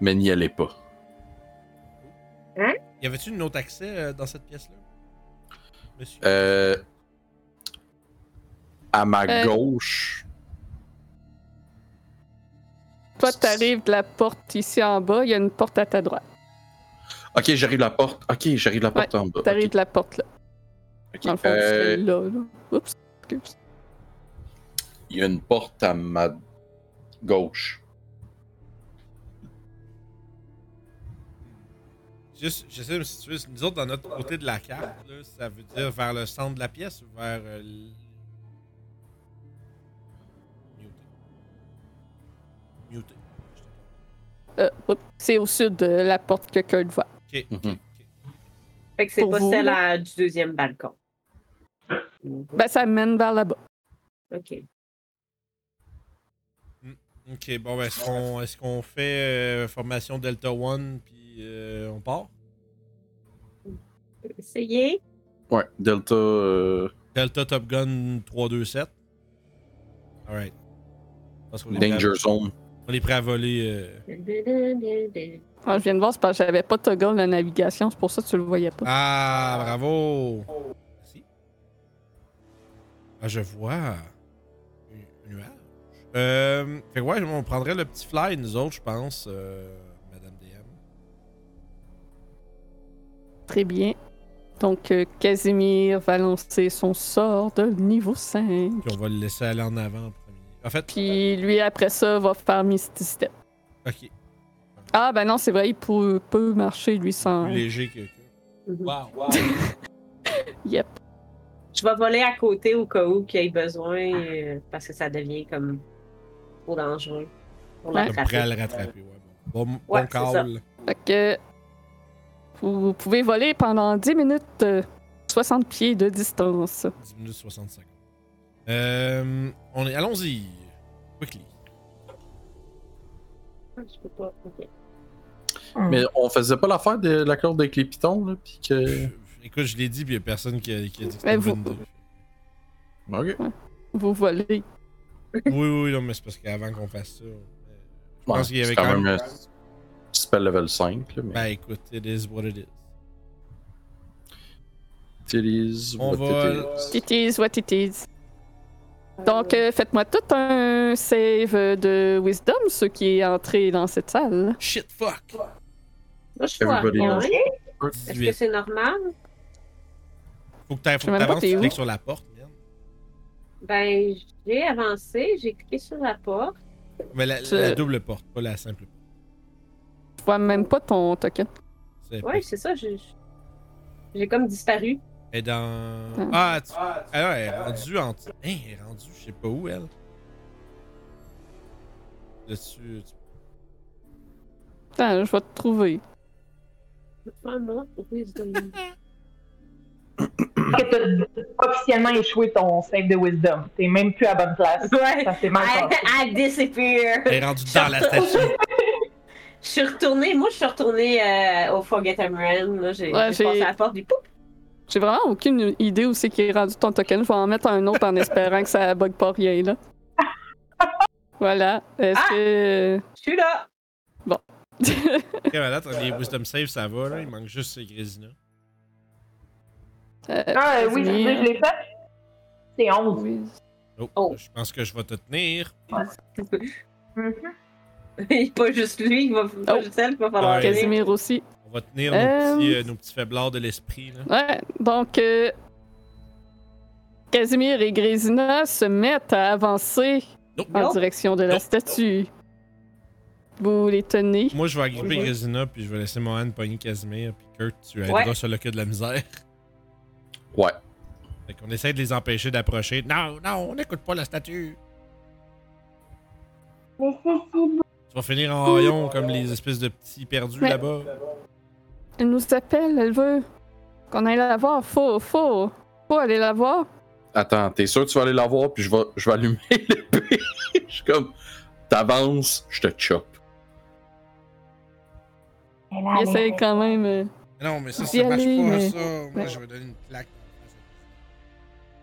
[SPEAKER 3] Mais n'y allez pas.
[SPEAKER 1] Y avait-tu une autre accès euh, dans cette pièce-là? Monsieur.
[SPEAKER 3] Euh, à ma
[SPEAKER 2] Euh.
[SPEAKER 3] gauche.
[SPEAKER 2] Toi, t'arrives de la porte ici en bas, il y a une porte à ta droite.
[SPEAKER 3] Ok, j'arrive la porte. Ok, j'arrive la porte en bas.
[SPEAKER 2] T'arrives
[SPEAKER 3] Ok,
[SPEAKER 2] de la porte là.
[SPEAKER 3] ok.
[SPEAKER 2] Dans le fond, tu
[SPEAKER 3] Euh,
[SPEAKER 2] serais là, là. Oups, excuse.
[SPEAKER 3] Il y a une porte à ma gauche.
[SPEAKER 1] Juste, j'essaie de me situer. Nous autres, dans notre côté de la carte, là, ça veut dire vers le centre de la pièce ou vers. euh, l- Muté. Muté.
[SPEAKER 2] Euh, oups, c'est au sud de la porte que Kurt voit.
[SPEAKER 1] Ok.
[SPEAKER 3] Mhm.
[SPEAKER 5] Fait que c'est
[SPEAKER 2] Pour
[SPEAKER 5] pas
[SPEAKER 2] vous,
[SPEAKER 5] celle
[SPEAKER 2] là?
[SPEAKER 5] à- du deuxième balcon.
[SPEAKER 2] Ben, ça mène vers là-bas.
[SPEAKER 5] OK.
[SPEAKER 1] Ok, bon, ben, est-ce qu'on est-ce qu'on fait euh, formation Delta One puis euh, on part
[SPEAKER 5] Essayez.
[SPEAKER 3] Ouais, Delta. euh,
[SPEAKER 1] Delta Top Gun 327. Alright. Parce qu'on est prêt à-
[SPEAKER 3] Danger Zone.
[SPEAKER 1] On est prêt à voler. euh,
[SPEAKER 2] Ah, je viens de voir, c'est parce que j'avais pas toggle la navigation, c'est pour ça que tu le voyais pas.
[SPEAKER 1] Ah, bravo! Merci. Ah, je vois. Un- Un nuage. Euh, fait que ouais, on prendrait le petit fly, nous autres, je pense, euh, Madame DM.
[SPEAKER 2] Très bien. Donc, euh, Casimir va lancer son sort de niveau 5.
[SPEAKER 1] Puis on va le laisser aller en avant en premier. En fait,
[SPEAKER 2] Puis lui, après ça, va faire Misty Step.
[SPEAKER 1] ok.
[SPEAKER 2] Ah, ben non, c'est vrai, il peut, peut marcher, lui, sans.
[SPEAKER 1] Plus léger que. que-
[SPEAKER 5] Mhm.
[SPEAKER 1] Wow, wow.
[SPEAKER 2] Yep.
[SPEAKER 5] Je vais voler à côté au cas où qu'il y ait besoin euh, parce que ça devient comme trop dangereux. Pour
[SPEAKER 2] Ouais.
[SPEAKER 1] Comme prêt à
[SPEAKER 5] l'attraper.
[SPEAKER 1] le rattraper, ouais. Bon, bon,
[SPEAKER 5] Ouais,
[SPEAKER 1] bon
[SPEAKER 5] c'est ça.
[SPEAKER 1] call.
[SPEAKER 2] Fait que. Vous pouvez voler pendant 10 minutes, euh, 60 pieds de distance.
[SPEAKER 1] 10 minutes 60 secondes. Euh, on est, allons-y. Quickly.
[SPEAKER 5] Je peux pas. OK.
[SPEAKER 3] Mais on faisait pas l'affaire de la corde avec les pitons, là, pis que.
[SPEAKER 1] Euh, Écoute, je l'ai dit, puis il y a personne qui a, qui a dit que
[SPEAKER 2] Mais
[SPEAKER 1] c'était une
[SPEAKER 2] Ben, vous-
[SPEAKER 1] bonne idée.
[SPEAKER 3] Ok.
[SPEAKER 2] Vous volez.
[SPEAKER 1] Oui, oui, non, mais c'est parce qu'avant qu'on fasse ça. euh, Je
[SPEAKER 3] Ouais,
[SPEAKER 1] pense qu'il y avait
[SPEAKER 3] c'est
[SPEAKER 1] quand même.
[SPEAKER 3] un spell level 5, là, mais.
[SPEAKER 1] Ben écoute, it is what it is.
[SPEAKER 3] Utilise.
[SPEAKER 1] On
[SPEAKER 3] what
[SPEAKER 1] va-
[SPEAKER 3] it is.
[SPEAKER 2] It is what it is. Donc, euh, faites-moi tout un save de Wisdom, ceux qui est entré dans cette salle.
[SPEAKER 1] Shit, fuck!
[SPEAKER 5] Moi, je vois
[SPEAKER 3] Everybody
[SPEAKER 5] rien.
[SPEAKER 3] knows.
[SPEAKER 5] Est-ce que
[SPEAKER 1] 18.
[SPEAKER 5] c'est normal?
[SPEAKER 1] Faut que t'a- faut
[SPEAKER 2] Je sais
[SPEAKER 1] que
[SPEAKER 2] même pas
[SPEAKER 1] t'avances,
[SPEAKER 2] t'es
[SPEAKER 1] tu
[SPEAKER 2] où.
[SPEAKER 1] cliques sur la porte, merde.
[SPEAKER 5] Ben, j'ai avancé, j'ai cliqué sur la porte.
[SPEAKER 1] Mais la,
[SPEAKER 2] Tu-
[SPEAKER 1] la double porte, pas la simple porte.
[SPEAKER 2] Je vois même pas ton token.
[SPEAKER 1] C'est
[SPEAKER 5] Ouais, c'est ça, j'ai j'ai comme disparu.
[SPEAKER 1] Elle est dans.
[SPEAKER 2] Hmm.
[SPEAKER 1] Ah, tu... ah, non, elle est rendue en. Hein, elle est rendue, je sais pas où, elle. Là-dessus. tu-
[SPEAKER 2] Attends, je vais te trouver.
[SPEAKER 5] Vraiment, <laughs> wisdom.
[SPEAKER 7] que t'as officiellement échoué ton save de wisdom. T'es même plus à bonne place.
[SPEAKER 5] Ouais.
[SPEAKER 7] Ça s'est mal
[SPEAKER 5] I,
[SPEAKER 7] passé.
[SPEAKER 5] I disappear.
[SPEAKER 1] Elle est rendue dans la statue.
[SPEAKER 5] Je suis retournée, moi je suis retournée euh, au Forget Amaran. là, J'ai
[SPEAKER 2] Ouais,
[SPEAKER 5] j'ai passé
[SPEAKER 2] j'ai-
[SPEAKER 5] à la porte du poup.
[SPEAKER 2] J'ai vraiment aucune idée où c'est qui est rendu ton token. Je vais en mettre un autre en espérant que ça bug pas rien, là. Voilà. Est-ce
[SPEAKER 5] Ah!
[SPEAKER 2] que.
[SPEAKER 5] Je suis là. <laughs>
[SPEAKER 1] Ok, voilà, t'as les Wisdom Save, ça va, là. Il manque juste ces Grésina.
[SPEAKER 2] euh,
[SPEAKER 7] Ah, euh, oui, je
[SPEAKER 2] Casimir-
[SPEAKER 7] je l'ai fait. C'est 11.
[SPEAKER 2] Oui.
[SPEAKER 1] Oh,
[SPEAKER 5] Oh.
[SPEAKER 1] je pense que je vais te tenir.
[SPEAKER 5] Il est pas juste lui, il va pas
[SPEAKER 2] Oh.
[SPEAKER 5] juste elle, il va falloir
[SPEAKER 1] Ouais.
[SPEAKER 5] aider.
[SPEAKER 2] Casimir aussi.
[SPEAKER 1] On va tenir
[SPEAKER 2] Euh,
[SPEAKER 1] nos, petits, euh, nos petits faiblards de l'esprit, là.
[SPEAKER 2] Ouais, donc. euh, Casimir et Grésina se mettent à avancer
[SPEAKER 1] Nope.
[SPEAKER 2] en
[SPEAKER 5] Nope.
[SPEAKER 2] direction de la
[SPEAKER 1] Nope.
[SPEAKER 2] statue. Vous les tenez.
[SPEAKER 1] Moi, je vais agripper
[SPEAKER 5] Oui.
[SPEAKER 1] Grésina, puis je vais laisser Mohan pogner Casimir, puis Kurt, tu aideras
[SPEAKER 5] Ouais.
[SPEAKER 1] sur le cul de la misère.
[SPEAKER 3] Ouais.
[SPEAKER 1] Fait qu'on essaie de les empêcher d'approcher. Non, non, on n'écoute pas la statue.
[SPEAKER 7] Mais c'est si beau.
[SPEAKER 1] Tu vas finir en haillon comme les espèces de petits perdus
[SPEAKER 2] Mais-
[SPEAKER 1] là-bas.
[SPEAKER 2] Elle nous appelle, elle veut qu'on aille la voir. Faut, faut, faut aller la voir.
[SPEAKER 3] Attends, t'es sûr que tu vas aller la voir, puis je vais, je vais allumer <laughs> l'épée. je suis comme. T'avances, je te chope.
[SPEAKER 7] Elle
[SPEAKER 2] Il
[SPEAKER 7] a
[SPEAKER 2] essaye
[SPEAKER 7] l'air-
[SPEAKER 2] quand même. euh,
[SPEAKER 1] Non, mais ça,
[SPEAKER 2] D'y
[SPEAKER 1] ça marche
[SPEAKER 2] aller,
[SPEAKER 1] pas,
[SPEAKER 2] mais-
[SPEAKER 1] ça. Moi,
[SPEAKER 2] Ouais.
[SPEAKER 1] je vais donner une claque.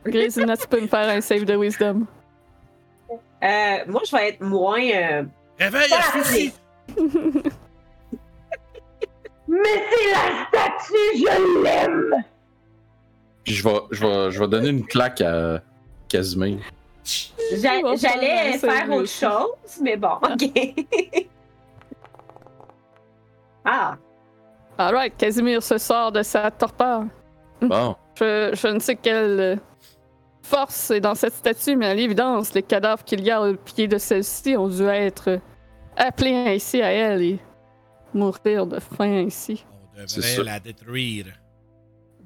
[SPEAKER 2] Grésina, tu peux me faire un save de wisdom.
[SPEAKER 5] Euh, moi je vais être moins. euh,
[SPEAKER 1] Réveille, assis!
[SPEAKER 7] Mais c'est la statue, je l'aime!
[SPEAKER 3] Puis je vais, je vais, je vais donner une claque à Casimir.
[SPEAKER 5] j'a-
[SPEAKER 2] Il va
[SPEAKER 5] J'allais
[SPEAKER 2] faire un
[SPEAKER 5] faire autre
[SPEAKER 2] save
[SPEAKER 5] chose, mais <laughs> bon, ok. ah,
[SPEAKER 2] Alright, Casimir se sort de sa torpeur.
[SPEAKER 3] Bon.
[SPEAKER 2] Je, je ne sais quelle euh, force est dans cette statue, mais à l'évidence, les cadavres qu'il y a au pied de celle-ci ont dû être euh, appelés ainsi à elle et mourir de faim ainsi.
[SPEAKER 1] On
[SPEAKER 3] C'est
[SPEAKER 1] devrait
[SPEAKER 3] ça.
[SPEAKER 1] la détruire.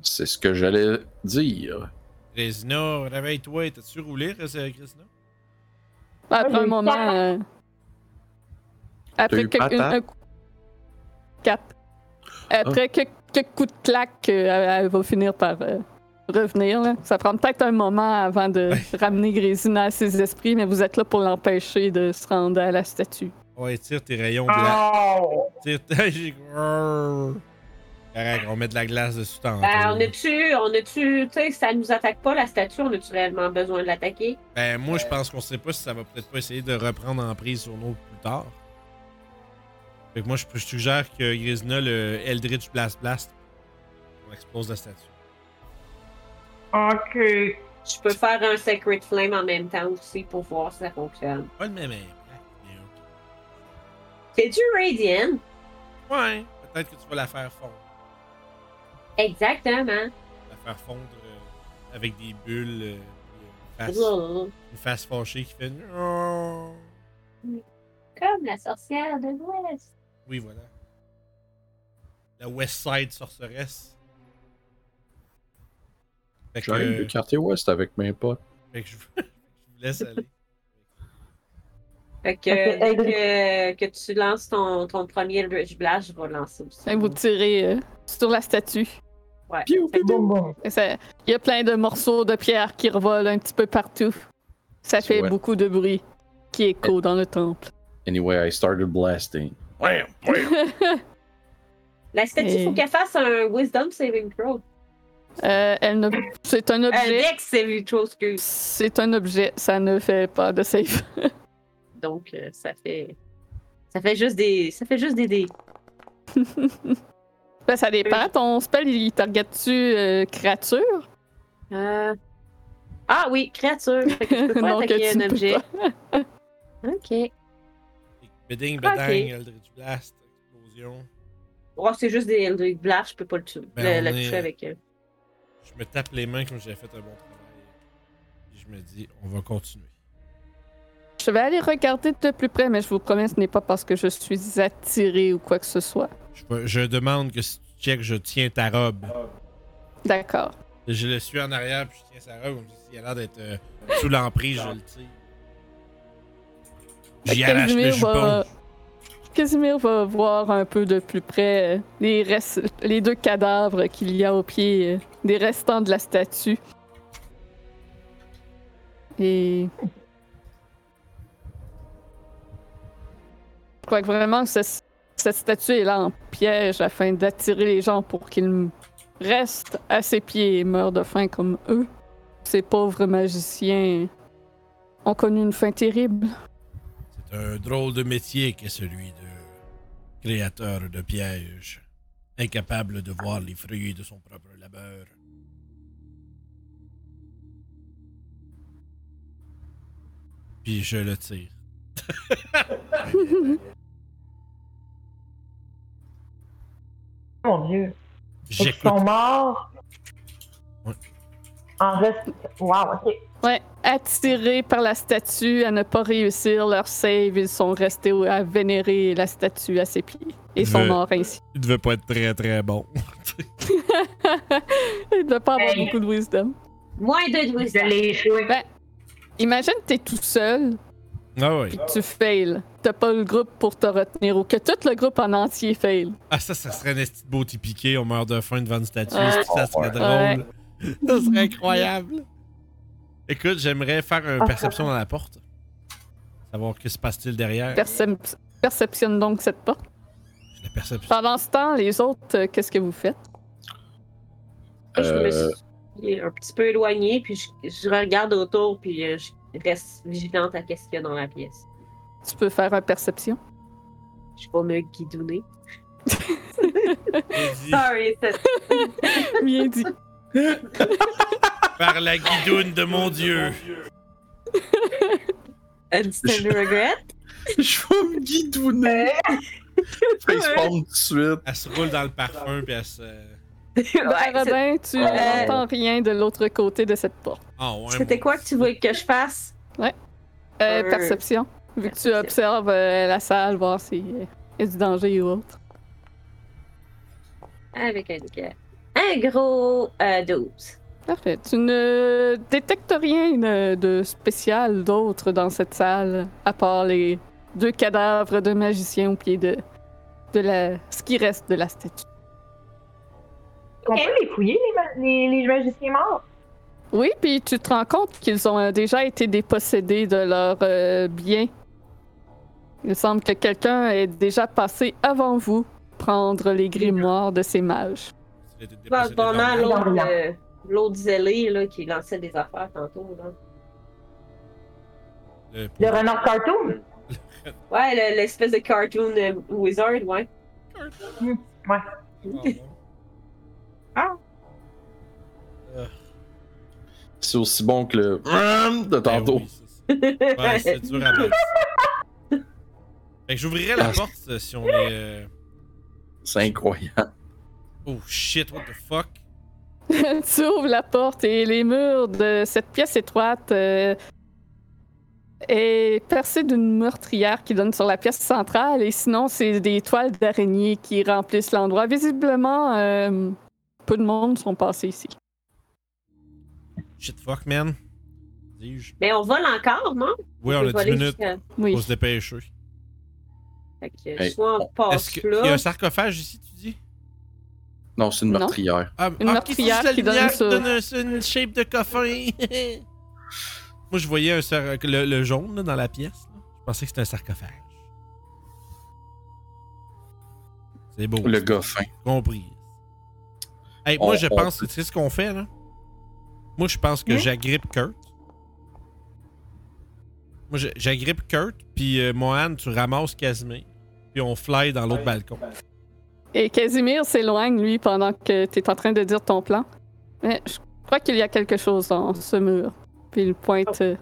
[SPEAKER 3] C'est ce que j'allais dire.
[SPEAKER 1] Resina, réveille-toi. T'as-tu roulé, Resina?
[SPEAKER 2] Après
[SPEAKER 7] j'ai
[SPEAKER 2] un
[SPEAKER 7] eu
[SPEAKER 2] moment.
[SPEAKER 7] quatre.
[SPEAKER 2] euh, Après
[SPEAKER 3] eu hein?
[SPEAKER 2] quelques-
[SPEAKER 3] patate?
[SPEAKER 2] un coup. Quatre.
[SPEAKER 3] Ah.
[SPEAKER 2] Après quelques, quelques coups de claque, euh, elle, elle va finir par euh, revenir. là. Ça prend peut-être un moment avant de <laughs> ramener Grésina à ses esprits, mais vous êtes là pour l'empêcher de se rendre à la statue.
[SPEAKER 1] Ouais, tire tes rayons de la.
[SPEAKER 7] Oh!
[SPEAKER 1] Tire <laughs> J'ai- Correct, on met de la glace dessus tantôt.
[SPEAKER 5] Ben, on a-tu, on a-tu, tu sais, ça nous attaque pas la statue, on a-tu réellement besoin de l'attaquer?
[SPEAKER 1] Ben, moi, je pense qu'on sait pas si ça va peut-être pas essayer de reprendre en prise sur nous plus tard. Fait que moi, je je suggère que Grisna, le Eldritch Blast Blast, on explose la statue.
[SPEAKER 7] Ok.
[SPEAKER 5] Je peux faire un Sacred Flame en même temps aussi pour voir si ça fonctionne.
[SPEAKER 1] Pas le même impact, mais ok.
[SPEAKER 5] C'est du Radiant.
[SPEAKER 1] Ouais, peut-être que tu vas la faire fondre.
[SPEAKER 5] Exactement.
[SPEAKER 1] La faire fondre euh, avec des bulles, euh, puis une, face,
[SPEAKER 5] Ouh,
[SPEAKER 1] une face fâchée qui fait. Oh.
[SPEAKER 5] Comme la sorcière de l'Ouest.
[SPEAKER 1] Oui, voilà. La West Side Sorceresse. Fait que,
[SPEAKER 3] J'arrive du quartier ouest avec mes potes.
[SPEAKER 1] fait que je, <laughs> je vous laisse aller.
[SPEAKER 5] <laughs> Fait que,
[SPEAKER 7] Ok,
[SPEAKER 5] dès
[SPEAKER 7] Eldritch.
[SPEAKER 5] que, que tu lances ton, ton premier Rich Blast, je vais lancer aussi.
[SPEAKER 2] Et vous
[SPEAKER 3] Mm.
[SPEAKER 2] tirez euh, sur la statue.
[SPEAKER 5] Ouais.
[SPEAKER 3] Piou, piou, piou.
[SPEAKER 7] Boum, boum.
[SPEAKER 2] Et ça- Il y a plein de morceaux de pierre qui revolent un petit peu partout. Ça fait
[SPEAKER 3] Ouais. Eh.
[SPEAKER 2] beaucoup de bruit qui écho dans le temple.
[SPEAKER 3] Anyway, I started blasting. Wham, wham.
[SPEAKER 5] La statue,
[SPEAKER 2] Et-
[SPEAKER 5] faut qu'elle fasse un Wisdom Saving Throw.
[SPEAKER 2] <laughs> Euh, elle ne... C'est un
[SPEAKER 5] Un
[SPEAKER 2] objet.
[SPEAKER 5] Dex Saving Throw, excuse.
[SPEAKER 2] C'est un objet, ça ne fait pas de save. <laughs>
[SPEAKER 5] Donc, euh, ça fait. Ça fait juste des. Ça fait juste des dés.
[SPEAKER 2] Ben, ça dépend. Ton spell, il target-tu euh, créature?
[SPEAKER 5] Euh, Ah oui, créature. Fait que je
[SPEAKER 2] <laughs>
[SPEAKER 5] peux pas
[SPEAKER 2] Non, que
[SPEAKER 5] attaquer
[SPEAKER 2] tu ne
[SPEAKER 5] un
[SPEAKER 2] peux
[SPEAKER 5] objet. ok.
[SPEAKER 1] Beding,
[SPEAKER 2] Ah,
[SPEAKER 5] Ok.
[SPEAKER 1] bedang, Eldritch Blast, explosion.
[SPEAKER 5] Oh, c'est juste des Eldritch Blast, je peux pas le, tuer-
[SPEAKER 1] Ben,
[SPEAKER 5] le-
[SPEAKER 1] on
[SPEAKER 5] le
[SPEAKER 1] est-
[SPEAKER 5] toucher avec. euh,
[SPEAKER 1] Je me tape les mains comme j'ai fait un bon travail. Puis je me dis, on va continuer.
[SPEAKER 2] Je vais aller regarder de plus près, mais je vous promets, ce n'est pas parce que je suis attirée ou quoi que ce soit.
[SPEAKER 1] Je, peux- je demande que si tu checkes, je tiens ta robe.
[SPEAKER 2] D'accord.
[SPEAKER 1] Je le suis en arrière, puis je tiens sa robe. Comme si il a l'air d'être euh, sous l'emprise, je le tire. J'y
[SPEAKER 2] Fait que
[SPEAKER 1] arrache le
[SPEAKER 2] Casimir
[SPEAKER 1] jupon.
[SPEAKER 2] va- Casimir va voir un peu de plus près euh, les, restes- les deux cadavres qu'il y a au pied euh, des restants de la statue. Et. Je crois que vraiment ce- cette statue est là en piège afin d'attirer les gens pour qu'ils restent à ses pieds et meurent de faim comme eux. Ces pauvres magiciens ont connu une fin terrible.
[SPEAKER 1] C'est un drôle de métier qu'est celui de créateur de pièges, incapable de voir les fruits de son propre labeur. Puis je le tire.
[SPEAKER 7] Mon Dieu. Ils
[SPEAKER 1] J'écoute.
[SPEAKER 7] sont morts.
[SPEAKER 1] Ouais.
[SPEAKER 7] En reste. Wow, ok.
[SPEAKER 2] Ouais, attirés par la statue à ne pas réussir leur save, ils sont restés au- à vénérer la statue à ses pieds et sont
[SPEAKER 1] Je-
[SPEAKER 2] morts ainsi. <laughs>
[SPEAKER 1] Il devait pas être très très bon.
[SPEAKER 2] Ils ne pas avoir
[SPEAKER 7] Hey.
[SPEAKER 2] beaucoup de wisdom.
[SPEAKER 5] Moins de
[SPEAKER 7] Vous
[SPEAKER 5] Wisdom.
[SPEAKER 7] allez échouer.
[SPEAKER 2] Imagine que t'es tout seul
[SPEAKER 1] Ah oui.
[SPEAKER 2] puis que tu fail. T'as pas le groupe pour te retenir ou que tout le groupe en entier fail.
[SPEAKER 1] Ah ça, ça serait un esti de beauty piqué, on meurt de faim devant une statue,
[SPEAKER 2] Ouais.
[SPEAKER 1] esti, ça serait
[SPEAKER 3] Ouais.
[SPEAKER 1] drôle. <laughs> Ça serait incroyable. Écoute, j'aimerais faire une perception dans la porte. Savoir que se passe-t-il derrière.
[SPEAKER 2] Percep- perceptionne donc cette porte.
[SPEAKER 1] La perception.
[SPEAKER 2] Pendant ce temps, les autres, euh, qu'est-ce que vous faites?
[SPEAKER 5] Je me
[SPEAKER 3] Euh,
[SPEAKER 5] suis un petit peu éloignée, puis je, je regarde autour, puis euh, je reste vigilante à qu'est-ce qu'il y a dans la pièce.
[SPEAKER 2] Tu peux faire un perception.
[SPEAKER 5] Je vais me guidonner.
[SPEAKER 1] Eddie,
[SPEAKER 5] Sorry, c'est
[SPEAKER 2] Bien dit.
[SPEAKER 1] Par la guidoune de mon dieu. <laughs>
[SPEAKER 5] instant
[SPEAKER 2] <laughs>
[SPEAKER 5] regret.
[SPEAKER 3] <laughs> Je vais me guidouner. <laughs> Face palm tout de suite.
[SPEAKER 1] Elle se roule dans le parfum puis elle se.
[SPEAKER 5] Ouais, c'est-
[SPEAKER 2] Robin, tu
[SPEAKER 3] Euh,
[SPEAKER 2] n'entends rien de l'autre côté de cette porte.
[SPEAKER 1] Ah ouais.
[SPEAKER 5] C'était
[SPEAKER 1] mon-
[SPEAKER 5] quoi que tu voulais que je fasse?
[SPEAKER 2] Euh,
[SPEAKER 5] Euh,
[SPEAKER 2] perception. Vu que tu
[SPEAKER 5] perception.
[SPEAKER 2] euh, observes euh, la salle, voir s'il y a du danger ou autre.
[SPEAKER 5] Avec un nickel. Un gros euh, 12.
[SPEAKER 2] Parfait. Tu ne détectes rien euh, de spécial d'autre dans cette salle, à part les deux cadavres de magiciens au pied de, de la, ce qui reste de la statue.
[SPEAKER 7] On peut les fouiller, les, ma- les, les magiciens morts?
[SPEAKER 2] Oui, puis tu te rends compte qu'ils ont euh, déjà été dépossédés de leurs euh, biens. Il semble que quelqu'un est déjà passé avant vous prendre les grimoires de ces mages.
[SPEAKER 1] C'est de- de-
[SPEAKER 5] Pas
[SPEAKER 1] de-
[SPEAKER 5] pas mal
[SPEAKER 1] de-
[SPEAKER 5] l'autre euh, l'autre zélé là, qui lançait des affaires tantôt. Là.
[SPEAKER 1] de-
[SPEAKER 7] Le renard cartoon?
[SPEAKER 5] Ouais, le- l'espèce de cartoon euh, wizard, ouais.
[SPEAKER 1] Ah.
[SPEAKER 5] Ah.
[SPEAKER 3] C'est aussi bon que le Hum de
[SPEAKER 1] Ben
[SPEAKER 3] tantôt.
[SPEAKER 1] oui, c'est ça. Ouais,
[SPEAKER 5] <laughs>
[SPEAKER 1] c'est dur à battre. Fait que j'ouvrirai la
[SPEAKER 3] Ah.
[SPEAKER 1] porte euh, si on est. euh,
[SPEAKER 3] C'est incroyable.
[SPEAKER 1] Oh shit, what the fuck?
[SPEAKER 2] <laughs> tu ouvres la porte et les murs de cette pièce étroite euh, est percée d'une meurtrière qui donne sur la pièce centrale et sinon c'est des toiles d'araignées qui remplissent l'endroit. Visiblement, euh, peu de monde sont passés ici.
[SPEAKER 1] Shit fuck, man. Dis-je.
[SPEAKER 5] Mais on vole encore, non?
[SPEAKER 1] Oui, on a 10
[SPEAKER 5] Voler
[SPEAKER 1] minutes
[SPEAKER 5] jusqu'à-
[SPEAKER 2] Oui.
[SPEAKER 1] pour se dépêcher.
[SPEAKER 5] Fait que
[SPEAKER 3] Hey,
[SPEAKER 5] soit on passe
[SPEAKER 1] Est-ce qu'il y a
[SPEAKER 5] là.
[SPEAKER 1] un sarcophage ici, tu dis?
[SPEAKER 3] Non, c'est une
[SPEAKER 2] Non.
[SPEAKER 3] meurtrière.
[SPEAKER 1] Ah,
[SPEAKER 2] Une
[SPEAKER 1] ah,
[SPEAKER 2] meurtrière
[SPEAKER 1] c'est la
[SPEAKER 2] qui donne
[SPEAKER 1] lumière
[SPEAKER 2] sur-
[SPEAKER 1] donne un- une shape de coffin. <laughs> Moi, je voyais un sar- le, le jaune là, dans la pièce. là. Je pensais que c'était un sarcophage. C'est beau.
[SPEAKER 3] Le goffin. Oh,
[SPEAKER 1] Compris. Hey, moi,
[SPEAKER 3] On-
[SPEAKER 1] je
[SPEAKER 3] on-
[SPEAKER 1] pense que c'est ce qu'on fait, là. Moi, je pense
[SPEAKER 2] Hmm?
[SPEAKER 1] que j'agrippe Kurt. Moi, je- j'agrippe Kurt, puis euh, Mohan, tu ramasses Casimir, puis on fly dans l'autre balcon.
[SPEAKER 2] Et Casimir s'éloigne, lui, pendant que tu es en train de dire ton plan. Mais je crois qu'il y a quelque chose dans ce mur. Puis il pointe euh,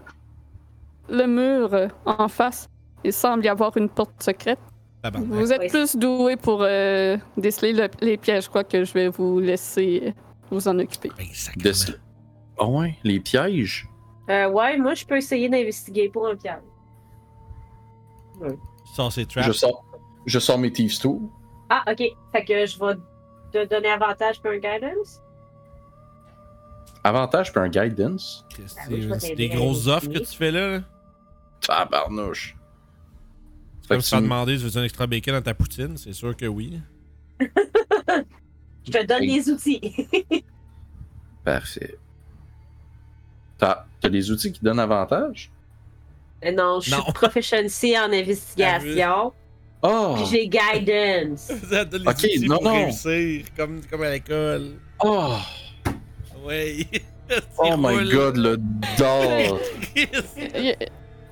[SPEAKER 2] le mur euh, en face. Il semble y avoir une porte secrète.
[SPEAKER 1] Tabarnak.
[SPEAKER 2] Vous êtes
[SPEAKER 5] Oui.
[SPEAKER 2] plus doué pour euh, déceler le- les pièges. Je crois que je vais vous laisser euh, vous en occuper.
[SPEAKER 1] Ben, sacrément.
[SPEAKER 3] De... Ah ouais, les pièges.
[SPEAKER 5] Euh, ouais, moi je peux essayer d'investiguer pour un piège.
[SPEAKER 1] Sans ces traps.
[SPEAKER 3] Je sors, je sors mes thieves tools.
[SPEAKER 5] Ah, ok. Fait que je vais te donner avantage pour un guidance.
[SPEAKER 3] Avantage puis un guidance.
[SPEAKER 1] Christ,
[SPEAKER 5] Ah oui, je
[SPEAKER 1] C'est
[SPEAKER 5] vais
[SPEAKER 1] c'est
[SPEAKER 5] t'aider
[SPEAKER 1] des
[SPEAKER 5] à
[SPEAKER 1] grosses offres que
[SPEAKER 5] dessiner.
[SPEAKER 1] tu fais là. là.
[SPEAKER 3] Tabarnouche.
[SPEAKER 1] C'est
[SPEAKER 3] Fait
[SPEAKER 1] Comme
[SPEAKER 3] que
[SPEAKER 1] si
[SPEAKER 3] tu
[SPEAKER 1] tu
[SPEAKER 3] me-
[SPEAKER 1] demandé si tu veux un extra bacon dans ta poutine, c'est sûr que oui.
[SPEAKER 5] Je te donne
[SPEAKER 3] Hey.
[SPEAKER 5] les outils. <laughs>
[SPEAKER 3] Parfait. T'as t'as des outils qui donnent avantage?
[SPEAKER 5] Mais Euh, non, je
[SPEAKER 1] Non.
[SPEAKER 5] suis proficiency
[SPEAKER 1] <laughs>
[SPEAKER 5] en investigation.
[SPEAKER 3] Oh!
[SPEAKER 5] Puis j'ai
[SPEAKER 1] <laughs>
[SPEAKER 5] guidance.
[SPEAKER 7] Ben
[SPEAKER 1] Ça donne
[SPEAKER 3] Ok, outils non, pour non.
[SPEAKER 1] réussir, comme, comme à l'école.
[SPEAKER 3] Oh!
[SPEAKER 1] Ouais. <laughs>
[SPEAKER 3] Oh my god, le d'or!
[SPEAKER 2] Il y a-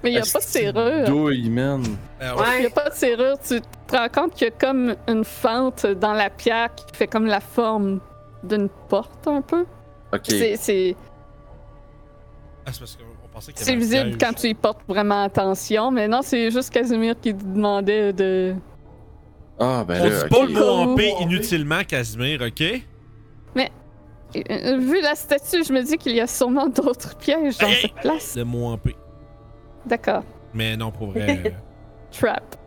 [SPEAKER 2] Mais <laughs> il n'y a pas de serrure.
[SPEAKER 3] Douille, man!
[SPEAKER 5] Ouais.
[SPEAKER 1] Ben
[SPEAKER 2] Il n'y a pas de serrure. Tu te rends compte qu'il y a comme une fente dans la pierre qui fait comme la forme d'une porte un peu.
[SPEAKER 3] Ok.
[SPEAKER 2] C'est- C'est
[SPEAKER 1] Ah, c'est parce qu'on pensait qu'il y
[SPEAKER 2] c'est
[SPEAKER 1] avait un piège.
[SPEAKER 2] visible quand tu y portes vraiment attention. Mais non, c'est juste Casimir qui te demandait de...
[SPEAKER 3] Ah, ben
[SPEAKER 1] On
[SPEAKER 3] là.
[SPEAKER 1] dit
[SPEAKER 3] ok.
[SPEAKER 1] pas le mot en
[SPEAKER 2] Comme-
[SPEAKER 1] paix inutilement, Casimir, ok?
[SPEAKER 2] Euh, Vu la statue, je me dis qu'il y a sûrement <laughs> d'autres pièges dans
[SPEAKER 1] Hey, hey.
[SPEAKER 2] cette place.
[SPEAKER 1] Le mot en paix.
[SPEAKER 2] D'accord.
[SPEAKER 1] Mais non, pour vrai. euh,
[SPEAKER 2] Trap.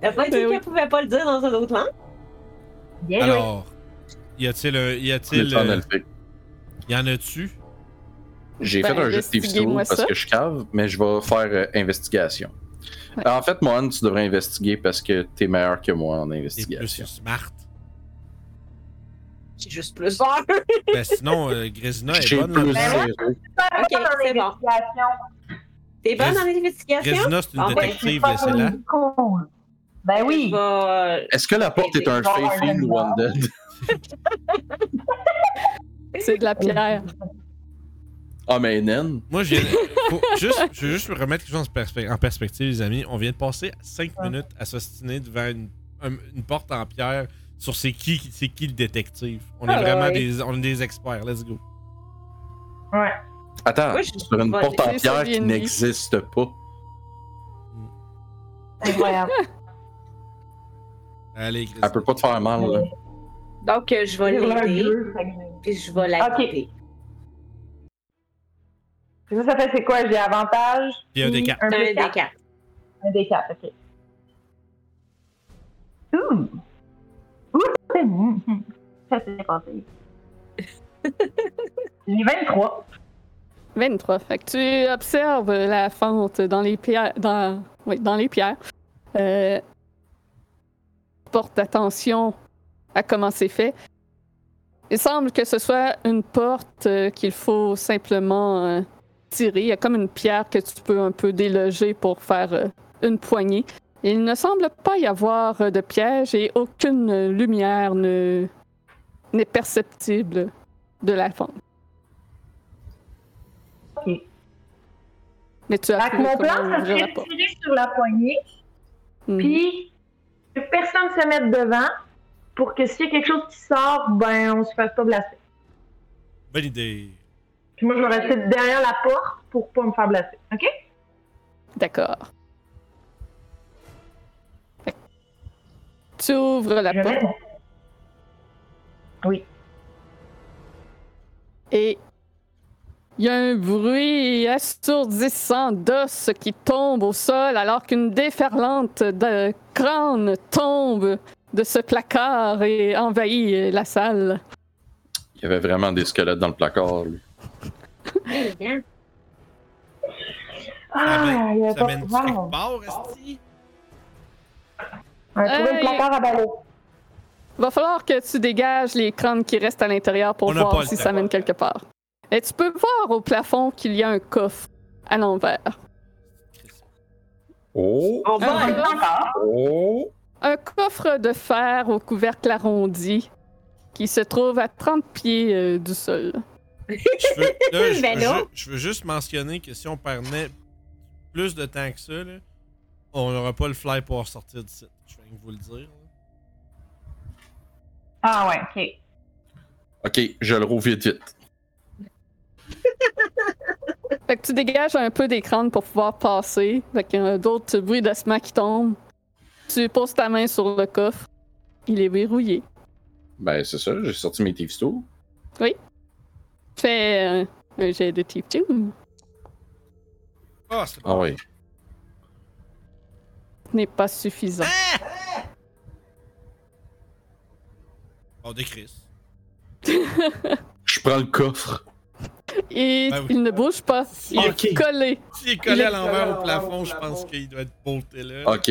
[SPEAKER 5] T'as pas dit
[SPEAKER 2] Ben oui.
[SPEAKER 5] qu'on pouvait pas le dire dans un autre langue?
[SPEAKER 7] Bien joué.
[SPEAKER 1] Alors, y a-t-il un. Y
[SPEAKER 3] On est
[SPEAKER 1] a-t-il.
[SPEAKER 3] en
[SPEAKER 1] euh,
[SPEAKER 3] elfique.
[SPEAKER 1] Y en a-tu?
[SPEAKER 3] J'ai
[SPEAKER 2] Ben,
[SPEAKER 3] fait un jeu de thieves tools
[SPEAKER 2] investiguez-moi
[SPEAKER 3] parce
[SPEAKER 2] ça.
[SPEAKER 3] que je cave, mais je vais faire euh, investigation.
[SPEAKER 2] Ouais.
[SPEAKER 3] En fait, Mohan, tu devrais investiguer parce que t'es meilleur que moi en
[SPEAKER 1] T'es plus
[SPEAKER 3] investigation.
[SPEAKER 1] smart.
[SPEAKER 5] J'ai juste plus peur.
[SPEAKER 1] ben sinon, euh, Grisina est
[SPEAKER 3] J'ai
[SPEAKER 1] bonne. là.
[SPEAKER 3] plus euh,
[SPEAKER 5] là-dedans.
[SPEAKER 3] zéro.
[SPEAKER 5] Ok,
[SPEAKER 7] Dans
[SPEAKER 5] c'est bon. T'es
[SPEAKER 7] l'investigation,
[SPEAKER 5] bonne
[SPEAKER 1] Gris-
[SPEAKER 5] en investigation?
[SPEAKER 1] Grisina, c'est une
[SPEAKER 5] Ah ouais,
[SPEAKER 7] je suis
[SPEAKER 1] détective,
[SPEAKER 7] pas
[SPEAKER 1] laissez-la.
[SPEAKER 7] comme con. Ben oui!
[SPEAKER 5] Je vais- euh,
[SPEAKER 3] Est-ce que la porte est un
[SPEAKER 7] Bon,
[SPEAKER 3] fae fiend ou
[SPEAKER 7] bon.
[SPEAKER 3] undead?
[SPEAKER 2] C'est de la pierre.
[SPEAKER 3] Ah, mais naine.
[SPEAKER 1] Moi, je viens. faut juste, je veux juste remettre quelque chose en, perspe- en perspective, les amis. On vient de passer 5
[SPEAKER 7] Ouais.
[SPEAKER 1] minutes à s'ostiner devant une, un- une porte en pierre sur c'est qui, qui- c'est qui le détective. On est
[SPEAKER 5] Ah,
[SPEAKER 1] vraiment
[SPEAKER 5] ouais.
[SPEAKER 1] des, on est des experts. Let's go.
[SPEAKER 7] Ouais.
[SPEAKER 3] Attends,
[SPEAKER 5] Moi, je-
[SPEAKER 3] sur une
[SPEAKER 5] je vais
[SPEAKER 3] porte en
[SPEAKER 2] laisser ça
[SPEAKER 3] pierre qui
[SPEAKER 2] bien dit.
[SPEAKER 3] n'existe pas.
[SPEAKER 7] Incroyable.
[SPEAKER 1] Allez, Grisina.
[SPEAKER 3] Elle peut pas te faire mal, là.
[SPEAKER 5] Donc, euh, je vais
[SPEAKER 7] J'ai un
[SPEAKER 5] l'aider,
[SPEAKER 7] jeu, fait que-
[SPEAKER 5] puis je vais la
[SPEAKER 7] Ok.
[SPEAKER 5] guider.
[SPEAKER 7] Ça, ça fait c'est quoi? J'ai avantage.
[SPEAKER 1] Puis un
[SPEAKER 7] puis
[SPEAKER 1] D4.
[SPEAKER 7] Un
[SPEAKER 5] C'est un
[SPEAKER 7] D4.
[SPEAKER 5] des quatre.
[SPEAKER 7] Un D4, ok. Ouh! Ouh! c'est bon. Hmm. Ça c'est passé. J'ai 23.
[SPEAKER 2] 23. Fait que tu observes la fente dans les pierres. Dans, oui, dans les pierres. Euh, porte attention à comment c'est fait. Il semble que ce soit une porte euh, qu'il faut simplement euh, tirer. Il y a comme une pierre que tu peux un peu déloger pour faire euh, une poignée. Il ne semble pas y avoir euh, de piège et aucune euh, lumière ne- n'est perceptible de la fente.
[SPEAKER 7] Ok.
[SPEAKER 2] Mais tu as
[SPEAKER 7] Fait que
[SPEAKER 2] trouvé
[SPEAKER 7] mon
[SPEAKER 2] comment
[SPEAKER 7] plan, ça
[SPEAKER 2] ouvrir
[SPEAKER 7] serait
[SPEAKER 2] la
[SPEAKER 7] de
[SPEAKER 2] porte.
[SPEAKER 7] tirer sur la poignée,
[SPEAKER 2] Mhm.
[SPEAKER 7] puis que personne se mette devant pour que s'il y a quelque chose qui sort, ben on se fasse pas blaster.
[SPEAKER 1] Bonne idée.
[SPEAKER 7] Puis moi, je vais rester derrière la porte pour pas me faire blaster. OK?
[SPEAKER 2] D'accord. Fait que Tu ouvres la
[SPEAKER 7] Je vais
[SPEAKER 2] porte.
[SPEAKER 7] mettre mon-
[SPEAKER 2] Et il y a un bruit assourdissant d'os qui tombe au sol alors qu'une déferlante de crâne tombe de ce placard et envahit la salle.
[SPEAKER 3] Il y avait vraiment des squelettes dans le placard, lui.
[SPEAKER 1] Ça
[SPEAKER 7] Ah, il y
[SPEAKER 1] mène-
[SPEAKER 7] avait
[SPEAKER 1] ben, ça
[SPEAKER 7] pas
[SPEAKER 1] mène
[SPEAKER 7] de
[SPEAKER 1] du
[SPEAKER 7] wow.
[SPEAKER 1] bord,
[SPEAKER 7] <laughs>
[SPEAKER 1] esti?
[SPEAKER 7] On a trouvé
[SPEAKER 2] Hey.
[SPEAKER 7] le placard à ballot.
[SPEAKER 2] Va falloir que tu dégages les crânes qui restent à l'intérieur pour
[SPEAKER 1] On n'a pas
[SPEAKER 2] voir
[SPEAKER 1] le
[SPEAKER 2] si
[SPEAKER 1] temps.
[SPEAKER 2] ça mène quelque part. Et tu peux voir au plafond qu'il y a un coffre à l'envers.
[SPEAKER 3] Oh!
[SPEAKER 5] On va
[SPEAKER 2] Un
[SPEAKER 7] Ah.
[SPEAKER 5] aller
[SPEAKER 2] coffre-
[SPEAKER 3] Oh!
[SPEAKER 2] un coffre de fer au couvercle arrondi qui se trouve à 30 pieds euh, du sol.
[SPEAKER 1] Je veux, là, je,
[SPEAKER 5] Ben
[SPEAKER 1] veux
[SPEAKER 5] non.
[SPEAKER 1] ju- je veux juste mentionner que si on prenait plus de temps que ça, là, on n'aura pas le fly pour sortir d'ici. Je viens de vous le dire. là.
[SPEAKER 7] Ah ouais, OK.
[SPEAKER 3] Ok, je le rouvre vite vite.
[SPEAKER 2] Fait que tu dégages un peu des crânes pour pouvoir passer. Fait qu'il y a d'autres bruits d'ossements qui tombent. Tu poses ta main sur le coffre. Il est verrouillé.
[SPEAKER 3] Ben, c'est ça, j'ai sorti mes thieves tools.
[SPEAKER 2] Tu fais euh, un jet de type tune.
[SPEAKER 1] Ah, c'est
[SPEAKER 3] Ah oui.
[SPEAKER 2] Ce n'est pas suffisant.
[SPEAKER 1] bon, des crises.
[SPEAKER 3] Je prends le coffre.
[SPEAKER 2] Et
[SPEAKER 1] Ben oui.
[SPEAKER 2] il ne bouge pas. Il est
[SPEAKER 3] Ok.
[SPEAKER 2] collé.
[SPEAKER 1] S'il est
[SPEAKER 2] Il est
[SPEAKER 1] collé à l'envers au plafond, je pense qu'il doit être bolté là.
[SPEAKER 3] Ok.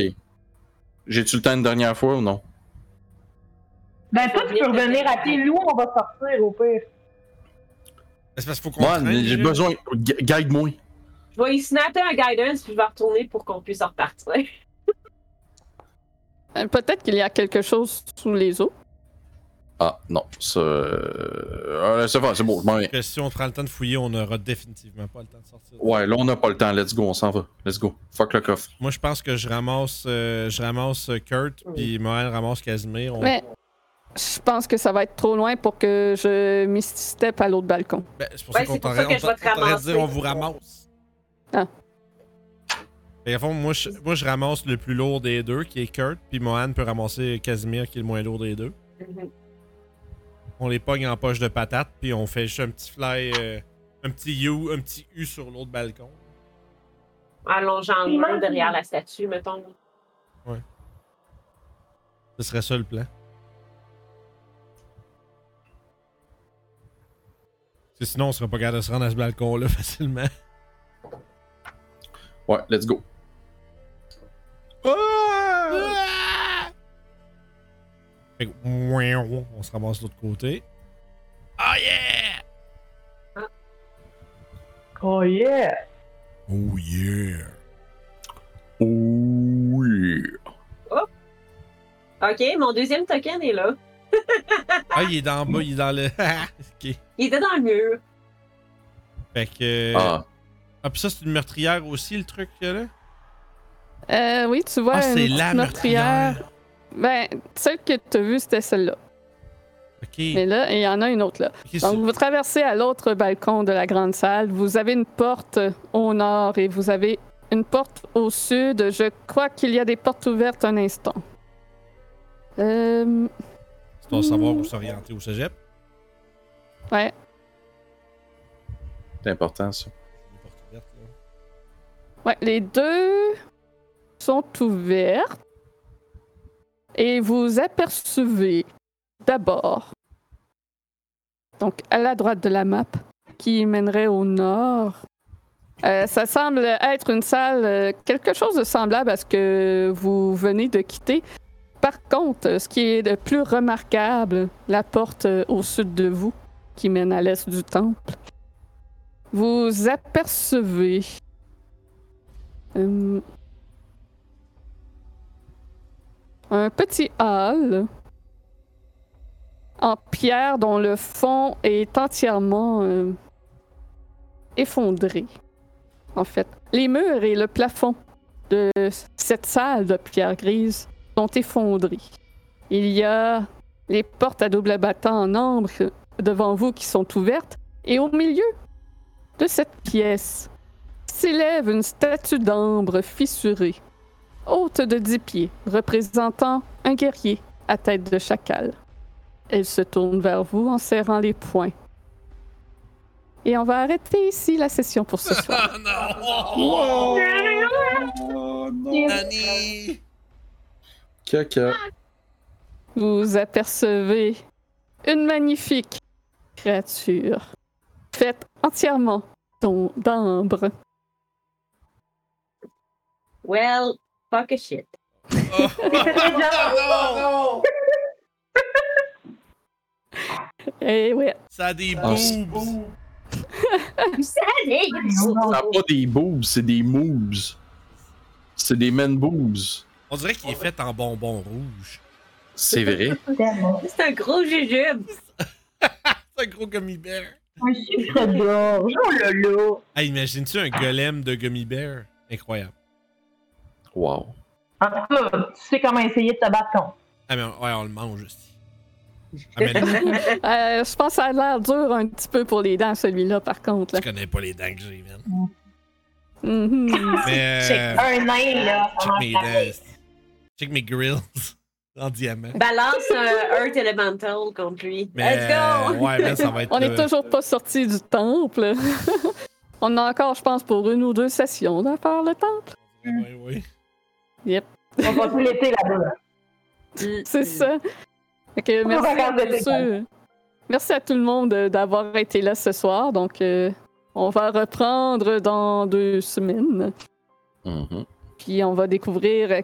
[SPEAKER 3] J'ai-tu le temps une dernière fois ou non?
[SPEAKER 7] Ben toi, tu peux revenir à pied. Nous, on va sortir au pire.
[SPEAKER 1] C'est parce qu'il faut qu'on
[SPEAKER 3] Moi,
[SPEAKER 1] traîne,
[SPEAKER 3] j'ai
[SPEAKER 1] là.
[SPEAKER 3] besoin. gu- Guide-moi.
[SPEAKER 5] Je vais y snapper un guidance, puis je vais retourner pour qu'on puisse en repartir.
[SPEAKER 2] Euh, Peut-être qu'il y a quelque chose sous les eaux.
[SPEAKER 3] Ah, non, ça. euh, euh, c'est bon, c'est bon, je m'en viens.
[SPEAKER 1] Que si on prend le temps de fouiller, on n'aura définitivement pas le temps de sortir.
[SPEAKER 3] Ouais, là, on n'a pas le temps. Let's go, on s'en va. Let's go. Fuck le coffre.
[SPEAKER 1] Moi, je pense que je ramasse, euh, je ramasse euh, Kurt, puis Moël ramasse Casimir. On-
[SPEAKER 2] Mais je pense que ça va être trop loin pour que je misty-step à l'autre balcon.
[SPEAKER 1] Ben, c'est pour
[SPEAKER 5] Ouais,
[SPEAKER 1] ça qu'on
[SPEAKER 5] c'est pour
[SPEAKER 1] t'aurait
[SPEAKER 5] ça que
[SPEAKER 1] on
[SPEAKER 5] je vais te
[SPEAKER 1] t'a- on t'aurait
[SPEAKER 5] ramasser.
[SPEAKER 1] dit on vous ramasse.
[SPEAKER 2] Ah.
[SPEAKER 1] Fait qu'à fond, moi je, moi, je ramasse le plus lourd des deux, qui est Kurt, puis Mohan peut ramasser Casimir, qui est le moins lourd des deux.
[SPEAKER 7] Mhm.
[SPEAKER 1] On les pogne en poche de patate, puis on fait juste un petit fly, euh, un petit U, un petit U sur l'autre balcon.
[SPEAKER 5] Allongeant le
[SPEAKER 7] Il
[SPEAKER 5] mur
[SPEAKER 7] manque-
[SPEAKER 5] derrière la statue, mettons.
[SPEAKER 1] Ce serait ça le plan. Parce que Sinon, on serait pas capable de se rendre à ce balcon-là <laughs> facilement.
[SPEAKER 3] Ouais, let's go.
[SPEAKER 1] Fait que, ouin, ouin, on se ramasse de l'autre côté. Oh yeah!
[SPEAKER 7] Oh yeah!
[SPEAKER 1] Oh yeah!
[SPEAKER 3] Oui.
[SPEAKER 5] OK, mon deuxième token est là.
[SPEAKER 1] Ah, il est dans bas, il est dans le. <laughs> ok.
[SPEAKER 5] Il était dans le mur.
[SPEAKER 1] Fait que.
[SPEAKER 3] Ah,
[SPEAKER 1] Ah, puis ça, c'est une meurtrière aussi, le truc, là?
[SPEAKER 2] Euh, oui, tu vois
[SPEAKER 1] ah,
[SPEAKER 2] une
[SPEAKER 1] c'est
[SPEAKER 2] petite
[SPEAKER 1] la meurtrière!
[SPEAKER 2] Ben, celle que tu as vue, c'était celle-là. Mais
[SPEAKER 1] Ok.
[SPEAKER 2] là, il y en a une autre là.
[SPEAKER 1] Ok, c'est-
[SPEAKER 2] Donc, vous traversez à l'autre balcon de la grande salle. Vous avez une porte au nord et vous avez une porte au sud. Je crois qu'il y a des portes ouvertes un instant. Euh,
[SPEAKER 1] c'est pour savoir où s'orienter au cégep.
[SPEAKER 2] ouais.
[SPEAKER 3] c'est important, ça.
[SPEAKER 1] Les portes ouvertes, là.
[SPEAKER 2] ouais. Les deux sont ouvertes. Et vous apercevez d'abord, donc à la droite de la map, qui mènerait au nord. euh, ça semble être une salle, euh, quelque chose de semblable à ce que vous venez de quitter. Par contre, euh, ce qui est le plus remarquable, la porte euh, au sud de vous, qui mène à l'est du temple, vous apercevez euh, un petit hall en pierre dont le fond est entièrement euh, effondré. En fait, les murs et le plafond de cette salle de pierre grise sont effondrés. Il y a les portes à double battant en ambre devant vous qui sont ouvertes et au milieu de cette pièce s'élève une statue d'ambre fissurée, haute de dix pieds, représentant un guerrier à tête de chacal. Elle se tourne vers vous en serrant les poings. Et on va arrêter ici la session pour ce soir.
[SPEAKER 1] Ah non!
[SPEAKER 3] Oh, non.
[SPEAKER 1] Annie!
[SPEAKER 3] Caca.
[SPEAKER 2] Vous apercevez une magnifique créature faite entièrement d'om- d'ambre.
[SPEAKER 5] Well, fuck a shit.
[SPEAKER 1] Oh, non!
[SPEAKER 2] Et Eh ouais,
[SPEAKER 1] Ça a des
[SPEAKER 3] Ah, c'est-
[SPEAKER 1] boobs!
[SPEAKER 5] Allez!
[SPEAKER 3] Ça n'a pas des boobs, c'est des moobs. C'est des men boobs.
[SPEAKER 1] On dirait qu'il est fait en bonbon rouge.
[SPEAKER 3] C'est vrai.
[SPEAKER 7] Tellement.
[SPEAKER 5] C'est un gros jujube!
[SPEAKER 1] C'est un gros gummy bear!
[SPEAKER 7] Un sucre d'orge. Oh là là.
[SPEAKER 1] Ah, imagines-tu un golem de gummy bear? Incroyable.
[SPEAKER 3] Wow.
[SPEAKER 7] En tout cas, tu sais comment essayer de te battre contre.
[SPEAKER 1] Ah, mais on, ouais, on le mange aussi. Ah, mais là,
[SPEAKER 2] Euh, je pense que ça a l'air dur un petit peu pour les dents, celui-là, par contre. là.
[SPEAKER 1] tu connais pas les dents que j'ai, man.
[SPEAKER 2] Mhm.
[SPEAKER 1] Mais. euh,
[SPEAKER 7] Un nain, là.
[SPEAKER 1] check mes dents. Check mes grills <laughs> en diamant.
[SPEAKER 5] Balance un Earth Elemental contre lui.
[SPEAKER 1] Mais.
[SPEAKER 5] Let's go!
[SPEAKER 1] euh, Ouais, là, ça va être.
[SPEAKER 2] On n'est
[SPEAKER 1] euh,
[SPEAKER 2] toujours pas sorti du temple. <laughs> On a encore, je pense, pour une ou deux sessions là, par le temple.
[SPEAKER 1] ouais, ouais.
[SPEAKER 7] On va tout l'été là-bas.
[SPEAKER 2] C'est ça. Fait que
[SPEAKER 7] On
[SPEAKER 2] merci, à
[SPEAKER 7] regarde le
[SPEAKER 2] tous ceux- merci à tout le monde euh, d'avoir été là ce soir. Donc, euh, on va reprendre dans deux semaines.
[SPEAKER 3] Mhm.
[SPEAKER 2] Puis on va découvrir euh,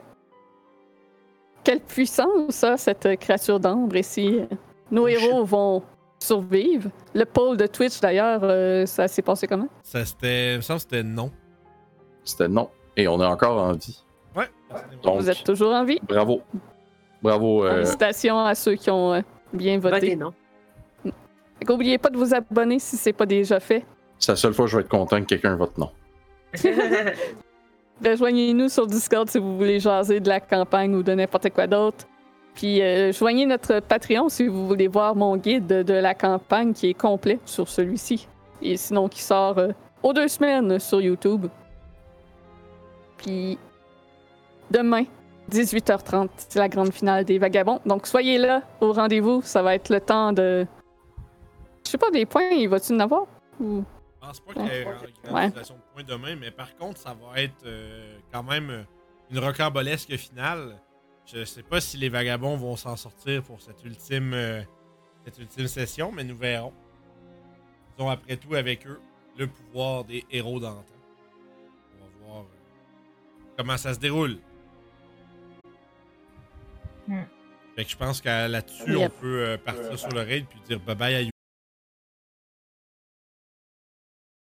[SPEAKER 2] quelle puissance a cette euh, créature d'ambre et si euh, nos
[SPEAKER 3] Oh,
[SPEAKER 2] héros vont survivre. Le pôle de Twitch, d'ailleurs, euh, ça s'est passé comment?
[SPEAKER 1] Ça, c'était. Il me semble que c'était non.
[SPEAKER 3] C'était non. Et on est encore en vie.
[SPEAKER 1] Ouais.
[SPEAKER 3] Donc,
[SPEAKER 2] Vous êtes toujours en vie?
[SPEAKER 3] bravo. Bravo. euh,
[SPEAKER 2] Félicitations à ceux qui ont euh, bien
[SPEAKER 5] Votez
[SPEAKER 2] voté.
[SPEAKER 5] non.
[SPEAKER 2] N'oubliez pas de vous abonner si c'est pas déjà fait.
[SPEAKER 3] c'est la seule fois que je vais être content que quelqu'un vote non.
[SPEAKER 2] Rejoignez-nous sur Discord si vous voulez jaser de la campagne ou de n'importe quoi d'autre. Puis euh, joignez notre Patreon si vous voulez voir mon guide de, de la campagne qui est complet sur celui-ci. Et sinon qui sort euh, aux deux semaines sur YouTube. Puis demain, 18h30, c'est la grande finale des Vagabonds. Donc soyez là au rendez-vous. Ça va être le temps de... Je sais pas, des points, il va-tu en avoir? Ou...
[SPEAKER 1] Je pense pas qu'il y ait
[SPEAKER 2] Ouais.
[SPEAKER 1] une grandisation de points demain, mais par contre, ça va être euh, quand même une rocambolesque finale. Je sais pas si les vagabonds vont s'en sortir pour cette ultime, euh, cette ultime session, mais nous verrons. Ils ont après tout avec eux le pouvoir des héros d'antan. On va voir euh, comment ça se déroule.
[SPEAKER 7] Hmm.
[SPEAKER 1] Fait que je pense que là-dessus,
[SPEAKER 2] Yep.
[SPEAKER 1] on peut euh, partir sur le raid puis dire bye bye à